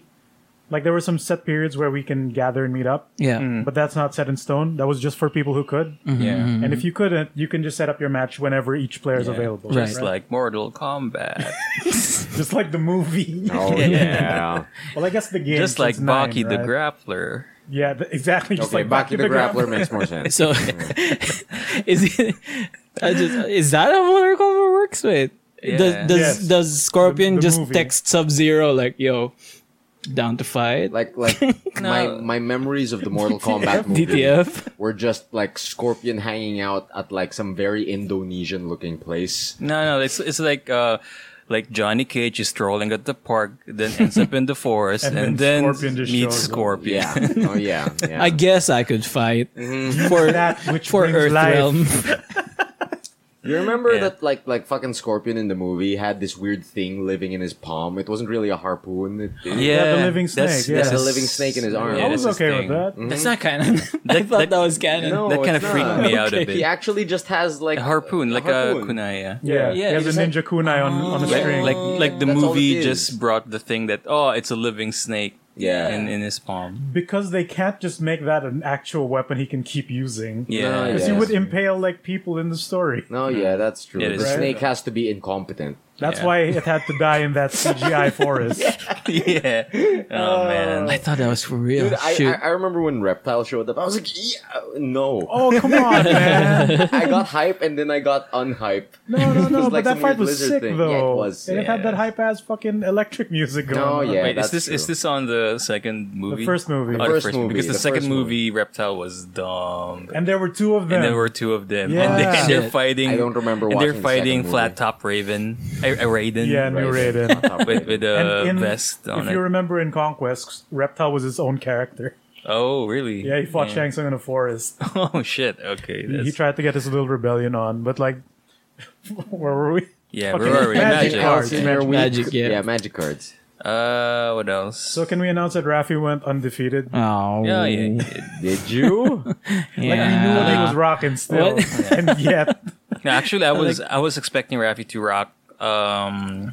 [SPEAKER 3] like there were some set periods where we can gather and meet up
[SPEAKER 1] Yeah.
[SPEAKER 4] Mm. Hmm.
[SPEAKER 3] but that's not set in stone that was just for people who could
[SPEAKER 4] yeah,
[SPEAKER 3] and if you couldn't you can just set up your match whenever each player is
[SPEAKER 4] Yeah.
[SPEAKER 3] available
[SPEAKER 4] It's like Mortal Kombat,
[SPEAKER 3] just like the movie
[SPEAKER 2] Oh yeah.
[SPEAKER 3] well i guess the game
[SPEAKER 4] just like
[SPEAKER 3] since nine,
[SPEAKER 4] Baki the
[SPEAKER 3] right?
[SPEAKER 4] Grappler.
[SPEAKER 3] yeah th- exactly just
[SPEAKER 2] okay,
[SPEAKER 3] like
[SPEAKER 2] back to the grappler makes more sense.
[SPEAKER 1] So is it? I just, is that how Mortal Kombat works? Wait,
[SPEAKER 4] Yeah.
[SPEAKER 1] does does
[SPEAKER 3] Yes.
[SPEAKER 1] does Scorpion
[SPEAKER 3] The- the
[SPEAKER 1] just
[SPEAKER 3] movie.
[SPEAKER 1] text Sub Zero like, "Yo, down to fight"?
[SPEAKER 2] Like like my my memories of the Mortal Kombat movie
[SPEAKER 1] DTF.
[SPEAKER 2] were just like Scorpion hanging out at like some very Indonesian looking place.
[SPEAKER 4] No, no, it's it's like uh, like Johnny Cage is strolling at the park, then ends up in the forest,
[SPEAKER 3] And
[SPEAKER 4] and,
[SPEAKER 3] then
[SPEAKER 4] then,
[SPEAKER 3] Scorpion just
[SPEAKER 4] meets
[SPEAKER 3] shows up.
[SPEAKER 4] Scorpion.
[SPEAKER 2] Yeah. Oh yeah. yeah.
[SPEAKER 4] Mm-hmm.
[SPEAKER 1] I guess I could fight for
[SPEAKER 3] that which
[SPEAKER 1] for
[SPEAKER 3] brings
[SPEAKER 1] Earth
[SPEAKER 3] life
[SPEAKER 1] Realm.
[SPEAKER 2] You remember
[SPEAKER 4] Yeah.
[SPEAKER 2] that like like fucking Scorpion in the movie had this weird thing living in his palm. It wasn't really a harpoon. It, it-
[SPEAKER 4] Yeah,
[SPEAKER 3] living snake,
[SPEAKER 4] that's-
[SPEAKER 3] yeah.
[SPEAKER 4] that's
[SPEAKER 2] The living snake in his arm. it
[SPEAKER 3] I
[SPEAKER 4] Yeah,
[SPEAKER 3] was
[SPEAKER 4] that's his
[SPEAKER 3] okay with
[SPEAKER 4] thing.
[SPEAKER 3] that.
[SPEAKER 1] That's not canon. I
[SPEAKER 4] That-
[SPEAKER 1] thought
[SPEAKER 4] that-
[SPEAKER 1] that was canon.
[SPEAKER 2] No,
[SPEAKER 4] that kind of
[SPEAKER 2] it's
[SPEAKER 4] freaked
[SPEAKER 2] not.
[SPEAKER 4] me out a
[SPEAKER 1] Okay.
[SPEAKER 4] bit.
[SPEAKER 2] He actually just has like
[SPEAKER 4] A harpoon, like a,
[SPEAKER 2] harpoon.
[SPEAKER 4] kunai. Yeah.
[SPEAKER 3] Yeah,
[SPEAKER 2] Yeah,
[SPEAKER 3] he
[SPEAKER 1] yeah,
[SPEAKER 3] has
[SPEAKER 1] it's
[SPEAKER 3] a
[SPEAKER 1] like-
[SPEAKER 3] ninja kunai on, on a
[SPEAKER 2] Yeah.
[SPEAKER 3] string.
[SPEAKER 4] Like
[SPEAKER 2] Oh,
[SPEAKER 4] like the
[SPEAKER 2] that's all it
[SPEAKER 4] movie
[SPEAKER 2] is.
[SPEAKER 4] just brought the thing that oh it's a living snake
[SPEAKER 2] Yeah.
[SPEAKER 4] in, in his palm.
[SPEAKER 3] because they can't just make that an actual weapon he can keep using.
[SPEAKER 4] Yeah.
[SPEAKER 2] No,
[SPEAKER 3] Because
[SPEAKER 2] yeah.
[SPEAKER 3] he would impale like people in the story.
[SPEAKER 2] No, yeah, that's true.
[SPEAKER 4] Yeah, it
[SPEAKER 2] the
[SPEAKER 4] is.
[SPEAKER 2] snake has to be incompetent.
[SPEAKER 3] That's
[SPEAKER 4] Yeah.
[SPEAKER 3] why it had to die in that CGI forest.
[SPEAKER 4] yeah. Oh man.
[SPEAKER 1] thought that was for real.
[SPEAKER 2] Dude, I,
[SPEAKER 1] Shoot.
[SPEAKER 2] I, I remember when Reptile showed up. I was like, yeah, no.
[SPEAKER 3] Oh come on, man!
[SPEAKER 2] I got hype and then I got unhype.
[SPEAKER 3] No, no, no!
[SPEAKER 2] like
[SPEAKER 3] but
[SPEAKER 2] some weird
[SPEAKER 3] that fight was
[SPEAKER 2] lizard
[SPEAKER 3] sick
[SPEAKER 2] thing.
[SPEAKER 3] though.
[SPEAKER 2] Yeah, it was,
[SPEAKER 3] And it had that
[SPEAKER 4] yeah.
[SPEAKER 3] hype ass fucking electric music going.
[SPEAKER 2] No,
[SPEAKER 3] on.
[SPEAKER 2] yeah.
[SPEAKER 4] Wait,
[SPEAKER 2] that's
[SPEAKER 4] is this is
[SPEAKER 2] true.
[SPEAKER 4] this on the second movie?
[SPEAKER 3] first movie.
[SPEAKER 4] Oh,
[SPEAKER 3] The
[SPEAKER 4] the
[SPEAKER 2] first
[SPEAKER 4] first
[SPEAKER 2] movie,
[SPEAKER 4] movie. Because the,
[SPEAKER 2] the
[SPEAKER 4] second
[SPEAKER 2] first
[SPEAKER 4] movie, Reptile was dumb.
[SPEAKER 3] And there were two of them.
[SPEAKER 4] And there were two of them, and, they,
[SPEAKER 3] Yeah.
[SPEAKER 4] and they're
[SPEAKER 1] Shit.
[SPEAKER 2] I
[SPEAKER 4] fighting.
[SPEAKER 2] don't remember
[SPEAKER 4] And they're
[SPEAKER 2] watching the
[SPEAKER 4] fighting
[SPEAKER 2] second
[SPEAKER 4] Flat Top Raven, a, a Raiden.
[SPEAKER 3] yeah, new
[SPEAKER 2] Right.
[SPEAKER 3] Raiden.
[SPEAKER 4] with with a
[SPEAKER 3] And in-
[SPEAKER 4] uh, vest
[SPEAKER 3] if
[SPEAKER 4] on it.
[SPEAKER 3] you remember in Conquest, Reptile was his own character.
[SPEAKER 4] oh, really?
[SPEAKER 3] Yeah, he fought Shang Tsung in a forest.
[SPEAKER 4] Oh shit.
[SPEAKER 3] He-
[SPEAKER 4] Okay. That's,
[SPEAKER 3] he tried to get his little rebellion on, but like, where were we?
[SPEAKER 4] yeah.
[SPEAKER 3] fucking
[SPEAKER 4] Where are we?
[SPEAKER 3] magic
[SPEAKER 4] uh, Magic.
[SPEAKER 3] cards.
[SPEAKER 2] in their
[SPEAKER 1] Magic, yeah.
[SPEAKER 2] yeah, magic cards.
[SPEAKER 4] Uh, what else?
[SPEAKER 3] So can we announce that Rafi went undefeated?
[SPEAKER 1] oh,
[SPEAKER 4] yeah, yeah,
[SPEAKER 2] Did you?
[SPEAKER 3] Like we knew what he was rocking still,
[SPEAKER 1] Ah. What?
[SPEAKER 3] and yet
[SPEAKER 4] No, actually, I was I was expecting Rafi to rock um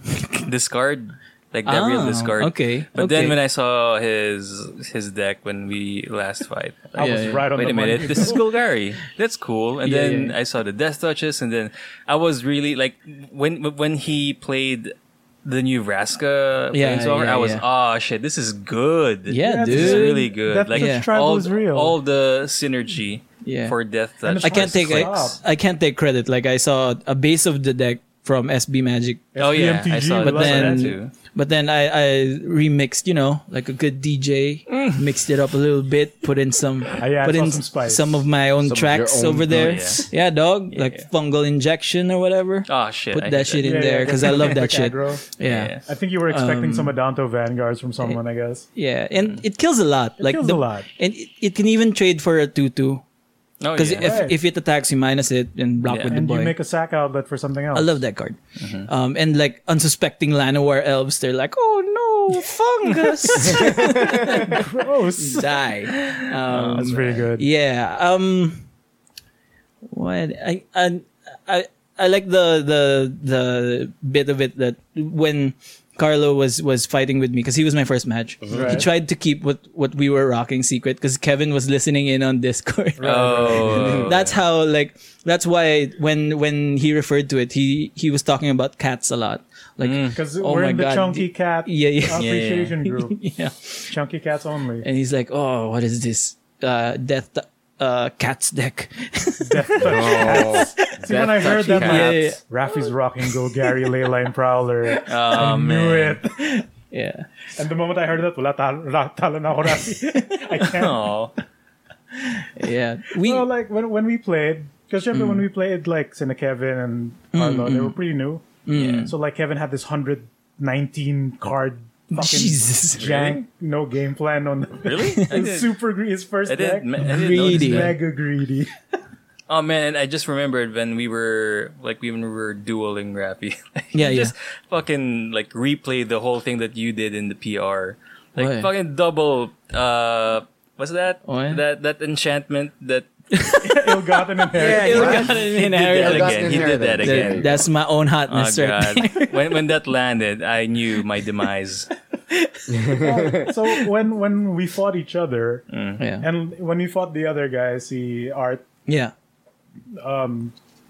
[SPEAKER 4] discard like that real
[SPEAKER 1] Ah,
[SPEAKER 4] discard.
[SPEAKER 1] okay,
[SPEAKER 4] But
[SPEAKER 1] okay.
[SPEAKER 4] then when I saw his his deck when we last fight,
[SPEAKER 3] I
[SPEAKER 4] I was
[SPEAKER 3] was
[SPEAKER 1] yeah.
[SPEAKER 3] right on
[SPEAKER 4] wait
[SPEAKER 3] the
[SPEAKER 4] a minute,
[SPEAKER 3] money.
[SPEAKER 4] this is Golgari. That's cool. And
[SPEAKER 1] Yeah,
[SPEAKER 4] then
[SPEAKER 1] yeah, yeah.
[SPEAKER 4] I saw the Death Touches, and then I was really like when when he played. The new Vraska
[SPEAKER 1] Yeah,
[SPEAKER 4] Planeswalker,
[SPEAKER 1] yeah,
[SPEAKER 4] I was,
[SPEAKER 1] yeah.
[SPEAKER 4] oh shit, this is good.
[SPEAKER 1] Yeah,
[SPEAKER 3] Yeah,
[SPEAKER 1] dude.
[SPEAKER 4] this is really good.
[SPEAKER 3] Death
[SPEAKER 4] like
[SPEAKER 1] Yeah.
[SPEAKER 3] Touch Tribal
[SPEAKER 4] all,
[SPEAKER 3] is real.
[SPEAKER 4] all the synergy
[SPEAKER 1] Yeah.
[SPEAKER 4] for Death
[SPEAKER 3] And
[SPEAKER 4] Touch.
[SPEAKER 1] I
[SPEAKER 3] the
[SPEAKER 1] can't take
[SPEAKER 3] Clicks.
[SPEAKER 1] I, I can't take credit. Like I saw a base of the deck from SB Magic,
[SPEAKER 4] Oh yeah, I
[SPEAKER 3] SBMTG,
[SPEAKER 4] saw
[SPEAKER 3] but
[SPEAKER 4] that
[SPEAKER 1] then-
[SPEAKER 4] too.
[SPEAKER 1] but then I, I remixed, you know, like a good DJ, mixed it up a little bit, put in some,
[SPEAKER 3] yeah, I
[SPEAKER 1] put
[SPEAKER 3] saw
[SPEAKER 1] in
[SPEAKER 3] some spice.
[SPEAKER 1] some of my own
[SPEAKER 2] Some of your
[SPEAKER 1] tracks
[SPEAKER 2] own-
[SPEAKER 1] over there.
[SPEAKER 4] Oh,
[SPEAKER 1] yeah. dog, like
[SPEAKER 4] yeah.
[SPEAKER 1] fungal injection or whatever.
[SPEAKER 4] Oh shit!
[SPEAKER 1] put
[SPEAKER 4] I
[SPEAKER 1] that shit
[SPEAKER 4] hate
[SPEAKER 1] in
[SPEAKER 3] Yeah,
[SPEAKER 1] there
[SPEAKER 3] yeah,
[SPEAKER 1] because I love that
[SPEAKER 3] quick
[SPEAKER 1] shit.
[SPEAKER 3] aggro.
[SPEAKER 1] Yeah.
[SPEAKER 4] Yeah.
[SPEAKER 1] yeah,
[SPEAKER 3] I think you were expecting
[SPEAKER 1] Um, eh,
[SPEAKER 3] some Adanto vanguards from someone, I guess.
[SPEAKER 1] and it kills a lot. like
[SPEAKER 3] kills
[SPEAKER 1] the,
[SPEAKER 3] a lot.
[SPEAKER 1] and it, it can even trade for a two-two
[SPEAKER 4] Oh,
[SPEAKER 1] because
[SPEAKER 4] yeah.
[SPEAKER 1] if
[SPEAKER 3] Right.
[SPEAKER 1] if it attacks, you minus it and block
[SPEAKER 4] Yeah.
[SPEAKER 1] with the
[SPEAKER 3] And
[SPEAKER 1] boy.
[SPEAKER 3] you make a sack outlet for something else.
[SPEAKER 1] I love that card. Um, and like unsuspecting Llanowar elves, they're like, oh no, fungus,
[SPEAKER 3] Gross.
[SPEAKER 1] die.
[SPEAKER 3] That's pretty
[SPEAKER 1] Oh,
[SPEAKER 3] good.
[SPEAKER 1] Yeah. Um, what I I I, I like the the the bit of it that when Carlo was was fighting with me because he was my first match. He
[SPEAKER 3] Right.
[SPEAKER 1] tried to keep what what we were rocking secret because Kevin was listening in on Discord.
[SPEAKER 4] oh,
[SPEAKER 1] that's how like that's why when when he referred to it he he was talking about cats a lot like
[SPEAKER 3] Because
[SPEAKER 1] Oh
[SPEAKER 3] we're
[SPEAKER 1] my
[SPEAKER 3] in the
[SPEAKER 1] God.
[SPEAKER 3] Chunky Cat
[SPEAKER 1] Yeah, yeah.
[SPEAKER 3] appreciation group.
[SPEAKER 1] yeah
[SPEAKER 3] Chunky Cats only.
[SPEAKER 1] and he's like oh what is this uh death uh cats deck
[SPEAKER 3] Death Touch.
[SPEAKER 2] Oh,
[SPEAKER 3] See, when I heard that,
[SPEAKER 1] Yeah,
[SPEAKER 3] like,
[SPEAKER 1] yeah, yeah.
[SPEAKER 3] Rafi's rocking Go Gary, Layla, and Prowler.
[SPEAKER 4] oh,
[SPEAKER 1] Oh,
[SPEAKER 3] I knew it.
[SPEAKER 1] yeah
[SPEAKER 3] And the moment I heard that, wala tal- ra- talo na ako, Rafi. I can't.
[SPEAKER 4] Aw.
[SPEAKER 1] yeah we
[SPEAKER 3] Well, like when when we played, because remember when we played like Sina Kevin and Carlo, they were pretty new. So like Kevin had this hundred nineteen card fucking
[SPEAKER 1] Jesus.
[SPEAKER 3] jank, no game plan on.
[SPEAKER 4] really? I
[SPEAKER 3] It was
[SPEAKER 4] didn't,
[SPEAKER 3] super greedy. His first
[SPEAKER 4] I
[SPEAKER 3] deck,
[SPEAKER 4] didn't, ma- I didn't notice
[SPEAKER 1] Greedy.
[SPEAKER 4] that.
[SPEAKER 3] mega greedy.
[SPEAKER 4] Oh man, I just remembered when we were like when we were dueling Rappy. Like,
[SPEAKER 1] Yeah, yeah.
[SPEAKER 4] Just fucking like replay the whole thing that you did in the PR. Like
[SPEAKER 1] Why?
[SPEAKER 4] fucking double. uh What's that?
[SPEAKER 1] Why?
[SPEAKER 4] That that enchantment that
[SPEAKER 3] Ill-gotten inheritance.
[SPEAKER 1] Ill-gotten
[SPEAKER 4] that
[SPEAKER 1] inheritance.
[SPEAKER 4] again. He did
[SPEAKER 2] Ill-gotten
[SPEAKER 4] that again.
[SPEAKER 2] inheritance.
[SPEAKER 1] that's my own
[SPEAKER 4] Oh
[SPEAKER 1] hotness right there.
[SPEAKER 4] god! when when that landed, I knew my demise.
[SPEAKER 3] so when when we fought each other,
[SPEAKER 1] yeah
[SPEAKER 3] and when we fought the other guy, see art
[SPEAKER 1] yeah